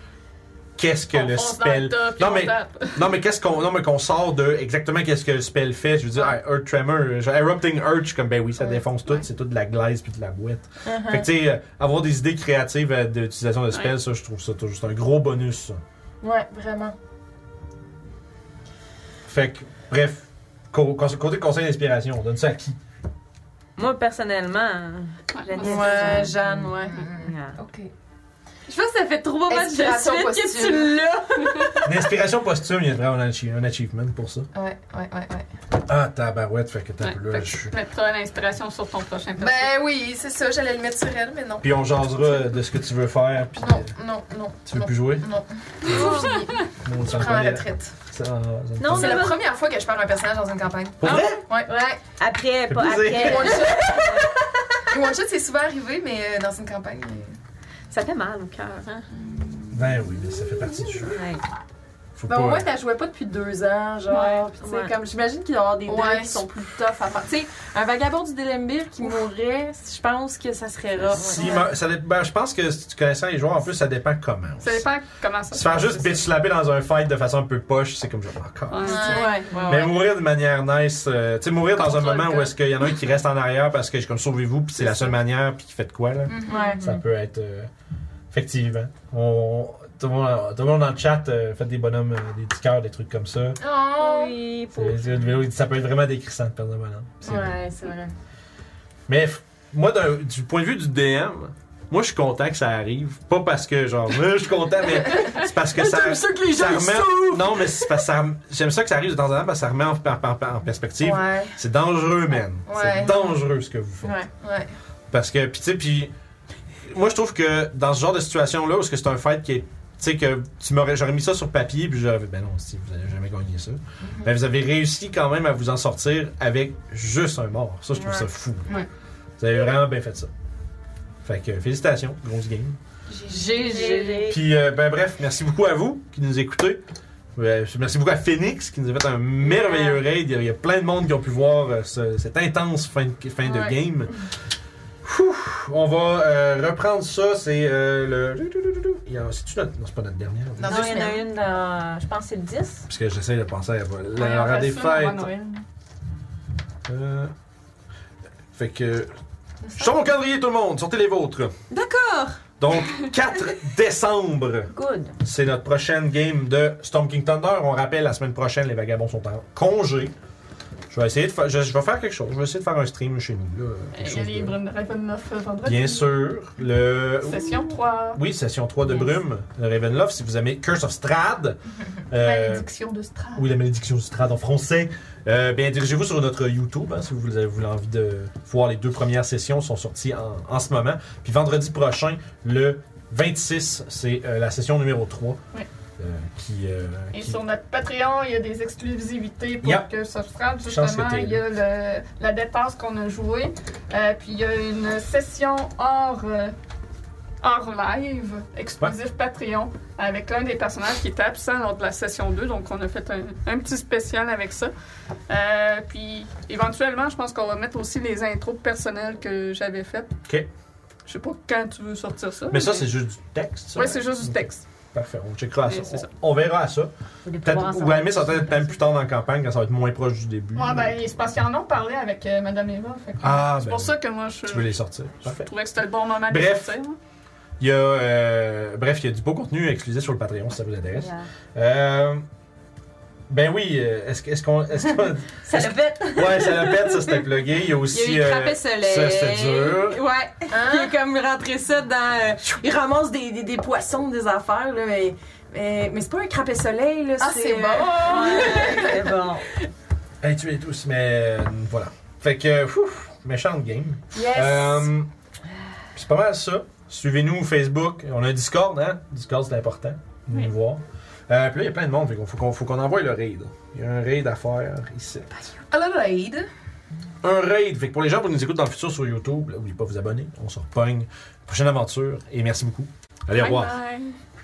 Speaker 1: Qu'est-ce que
Speaker 3: On
Speaker 1: le
Speaker 3: fonce dans
Speaker 1: spell.
Speaker 3: le top, puis
Speaker 1: non,
Speaker 3: on
Speaker 1: mais,
Speaker 3: tape.
Speaker 1: non, mais qu'est-ce qu'on non, mais qu'on sort de exactement qu'est-ce que le spell fait. Je veux dire, hey, Earth Tremor, euh, genre, Erupting Earth, je suis comme, ben oui, ça défonce tout, c'est tout de la glaise puis de la boîte.
Speaker 4: Uh-huh.
Speaker 1: Fait que, tu sais, euh, avoir des idées créatives euh, d'utilisation de spells, ça, je trouve ça toujours c'est un gros bonus. ça.
Speaker 6: Ouais, vraiment.
Speaker 1: Fait que, bref, co- cons- côté conseil d'inspiration, on donne ça à qui
Speaker 5: Moi, personnellement, euh,
Speaker 3: Ouais,
Speaker 5: Jeanne,
Speaker 6: Ouais, Jeanne, ouais.
Speaker 5: yeah.
Speaker 4: Ok.
Speaker 6: Je pense que ça fait trop mal de suite
Speaker 4: Hum, Inspiration
Speaker 6: que
Speaker 4: posthume.
Speaker 6: tu l'as.
Speaker 1: Une inspiration posthume, il y a vraiment un, achie- un achievement pour ça.
Speaker 4: Ouais, ouais, ouais, ouais.
Speaker 1: Ah, tabarouette, fait que t'as
Speaker 3: Ouais,
Speaker 1: plus là,
Speaker 3: fait que
Speaker 1: je suis.
Speaker 3: Tu mettras l'inspiration sur ton prochain perso.
Speaker 4: Ben oui, c'est ça, j'allais le mettre sur elle, mais non.
Speaker 1: Puis on jasera de ce que tu veux faire, puis
Speaker 4: Non,
Speaker 1: euh,
Speaker 4: non, non.
Speaker 1: tu veux
Speaker 4: non.
Speaker 1: plus jouer Ah.
Speaker 4: Non. Faut finir.
Speaker 1: Non, ça me
Speaker 4: Prends la
Speaker 1: prenait-
Speaker 4: retraite.
Speaker 1: ça- ça me
Speaker 5: Non,
Speaker 1: prenait-
Speaker 4: C'est la première fois que je perds un personnage dans une campagne.
Speaker 1: Pour vrai?
Speaker 4: Ouais, ouais.
Speaker 5: Après,
Speaker 1: Fait
Speaker 5: pas
Speaker 1: plaisir.
Speaker 5: après.
Speaker 4: One shot. One shot, c'est souvent arrivé, mais euh, dans une campagne. euh,
Speaker 5: Ça fait mal au cœur, hein?
Speaker 1: Ben oui, mais ça fait partie du jeu.
Speaker 5: Ouais.
Speaker 1: Faut
Speaker 6: Ben,
Speaker 1: pas.
Speaker 6: au moins, t'as joué pas depuis deux ans, genre. Puis, tu sais,
Speaker 5: Ouais.
Speaker 6: comme j'imagine qu'il doit y avoir des dés
Speaker 4: Ouais.
Speaker 6: qui sont plus tough à faire. Tu sais, un vagabond du Délembir qui mourrait, je pense que ça serait rare.
Speaker 1: Si, ben, ça dé- ben, je pense que si tu connaissant les joueurs, en plus, ça dépend comment.
Speaker 3: Ça dépend comment ça
Speaker 1: Se faire juste bitch slapper dans un fight de façon un peu poche, c'est comme genre encore.
Speaker 3: Ouais.
Speaker 6: Ouais, ouais,
Speaker 1: Mais
Speaker 6: ouais.
Speaker 1: mourir de manière nice, euh, tu sais, mourir dans un
Speaker 3: Contrôle
Speaker 1: moment
Speaker 3: le
Speaker 1: où est-ce qu'il y en a un qui reste en arrière parce que je suis comme sauvez-vous, puis c'est la seule manière, puis qui fait de quoi,
Speaker 3: Mm-hmm.
Speaker 1: là.
Speaker 6: Ouais.
Speaker 1: Ça peut être. euh, effectivement. On, tout, le monde, tout le monde dans le chat, euh, faites des bonhommes, euh, des petits cœurs, des trucs comme ça.
Speaker 4: Oh!
Speaker 5: Oui, pour...
Speaker 1: C'est- c'est- le vélo, il dit, ça peut être vraiment décrissant de perdre un bonhomme. C'est vrai.
Speaker 6: Ouais, c'est vrai.
Speaker 1: Mais f- moi, d'un- du point de vue du DM, moi, je suis content que ça arrive. Pas parce que, genre, euh, je suis content, mais c'est parce que ça.
Speaker 6: J'aime ça que les
Speaker 1: ça
Speaker 6: gens
Speaker 1: remet-
Speaker 6: souffrent!
Speaker 1: Non, mais c'est parce que ça rem- j'aime ça que ça arrive de temps en temps parce que ça remet en, par- par- par- en perspective.
Speaker 4: Ouais,
Speaker 1: C'est dangereux, man. C'est
Speaker 4: Ouais.
Speaker 1: dangereux ce que vous faites.
Speaker 6: Ouais.
Speaker 4: ouais.
Speaker 1: Parce que, puis tu sais, puis moi je trouve que dans ce genre de situation-là, où est-ce que c'est un fight qui est, tu sais, que tu m'aurais, j'aurais mis ça sur papier, puis j'aurais, ben non, si vous n'avez jamais gagné
Speaker 3: Mhm.
Speaker 1: ça, ben vous avez réussi quand même à vous en sortir avec juste un mort. Ça, je trouve ça fou.
Speaker 3: Ouais.
Speaker 1: Vous avez vraiment bien fait ça. Fait que félicitations, grosse game.
Speaker 5: GG.
Speaker 1: Puis euh, ben bref, merci beaucoup à vous qui nous écoutez. Euh, merci beaucoup à Phoenix qui nous a fait un merveilleux raid. Il y a, il y a plein de monde qui ont pu voir euh, ce- cette intense fin de, fin de
Speaker 6: Ouais.
Speaker 1: game. Ouh, on va euh, reprendre ça. C'est euh, le. Il y a- C'est-tu notre. Non, c'est pas notre dernière.
Speaker 4: Dans
Speaker 5: Non,
Speaker 4: deux
Speaker 5: il y en a
Speaker 4: semaines.
Speaker 5: une dans... Je pense que c'est le 10.
Speaker 1: Parce que j'essaie de penser à
Speaker 3: Ouais, on
Speaker 1: la
Speaker 3: fait
Speaker 1: des
Speaker 3: ça avant
Speaker 1: fêtes.
Speaker 3: Noël.
Speaker 1: Euh, fait que. Je sors mon calendrier, tout le monde. Sortez les vôtres.
Speaker 6: D'accord!
Speaker 1: Donc, 4 décembre.
Speaker 5: Good.
Speaker 1: C'est notre prochaine game de Storm King Thunder. On rappelle, la semaine prochaine, les vagabonds sont en congé. Je vais essayer de faire. Je, je vais faire quelque chose. Je vais essayer de faire un stream chez nous. là, quelque
Speaker 3: Il y a
Speaker 1: chose
Speaker 3: les
Speaker 1: de-
Speaker 3: brumes de Ravenloft euh, vendredi.
Speaker 1: Bien sûr. Le...
Speaker 3: Session 3.
Speaker 1: Oui, session 3 de
Speaker 3: Yes.
Speaker 1: Brume, de Ravenloft, si vous aimez Curse of Strad. euh,
Speaker 3: Malédiction de Strahd.
Speaker 1: oui, la malédiction du Strad en français. Euh, bien, dirigez-vous sur notre YouTube hein, si vous avez voulez envie de voir les deux premières sessions sont sorties en, en ce moment. Puis vendredi prochain, le 26, c'est euh, la session numéro 3.
Speaker 3: Ouais.
Speaker 1: euh, qui, euh,
Speaker 3: Et
Speaker 1: qui-
Speaker 3: sur notre Patreon, il y a des exclusivités pour
Speaker 1: Yep.
Speaker 3: que ça se frappe.
Speaker 1: Je pense que
Speaker 3: Justement,
Speaker 1: t'es
Speaker 3: il y a le- la dépense qu'on a jouée. Euh, puis il y a une session hors, euh, hors live, exclusive Patreon, avec l'un des personnages qui était absent lors de la session 2, donc on a fait un, un petit spécial avec ça. Euh, puis éventuellement, je pense qu'on va mettre aussi les intros personnelles que j'avais faites.
Speaker 1: OK.
Speaker 3: Je sais pas quand tu veux sortir ça.
Speaker 1: Mais ça, c'est juste Ben du texte, ça?
Speaker 3: Oui, c'est juste du texte.
Speaker 1: Parfait, on checkera à
Speaker 3: Oui,
Speaker 1: ça.
Speaker 3: c'est ça.
Speaker 1: On, on verra à ça. Peut-être, ou à la limite, ça va peut-être même plus tard dans la campagne quand ça va être moins proche du début.
Speaker 3: Ouais, ben, c'est parce qu'ils en ont parlé avec euh, Madame Eva. fait que-
Speaker 1: Ah,
Speaker 3: c'est
Speaker 1: ben
Speaker 3: pour
Speaker 1: oui.
Speaker 3: ça que moi, je,
Speaker 1: Tu veux les sortir. Parfait.
Speaker 3: je trouvais que c'était le bon moment de
Speaker 1: Bref.
Speaker 3: sortir. hein.
Speaker 1: Il y a, euh, bref, il y a du beau contenu exclusif sur le Patreon si ça vous intéresse. Euh, ben oui, euh, est-ce, que- est-ce qu'on. Est-ce qu'on
Speaker 7: Ça le fait.
Speaker 1: ouais, ça le pète, ça c'était plugué. Il y a aussi.
Speaker 6: Il y a eu
Speaker 1: euh,
Speaker 6: Crapet Soleil.
Speaker 1: ça, c'était dur.
Speaker 6: Ouais.
Speaker 4: Hein?
Speaker 6: Il a comme rentré ça dans. euh, il ramasse des, des, des poissons, des affaires, là, mais. Mais, mais c'est pas un crapet soleil, là. euh,
Speaker 4: Ah, c'est bon!
Speaker 6: c'est bon.
Speaker 1: Hey, tu es tous, mais euh, voilà. Fait que, ouf, méchante game.
Speaker 6: Yes!
Speaker 1: Euh, c'est pas mal ça. Suivez-nous Facebook. On a un Discord, hein? Discord, c'est important. Venez nous voir. Euh, puis là, il y a plein de monde. Fait qu'on faut qu'on, faut qu'on envoie le raid. Il y a un raid à faire ici.
Speaker 4: Hello, Aid.
Speaker 1: Un raid. Fait que pour les gens qui nous écoutent dans le futur sur YouTube, là, n'oubliez pas de vous abonner. On se repogne. Prochaine aventure. Et merci beaucoup. Allez, au revoir.
Speaker 3: Bye bye.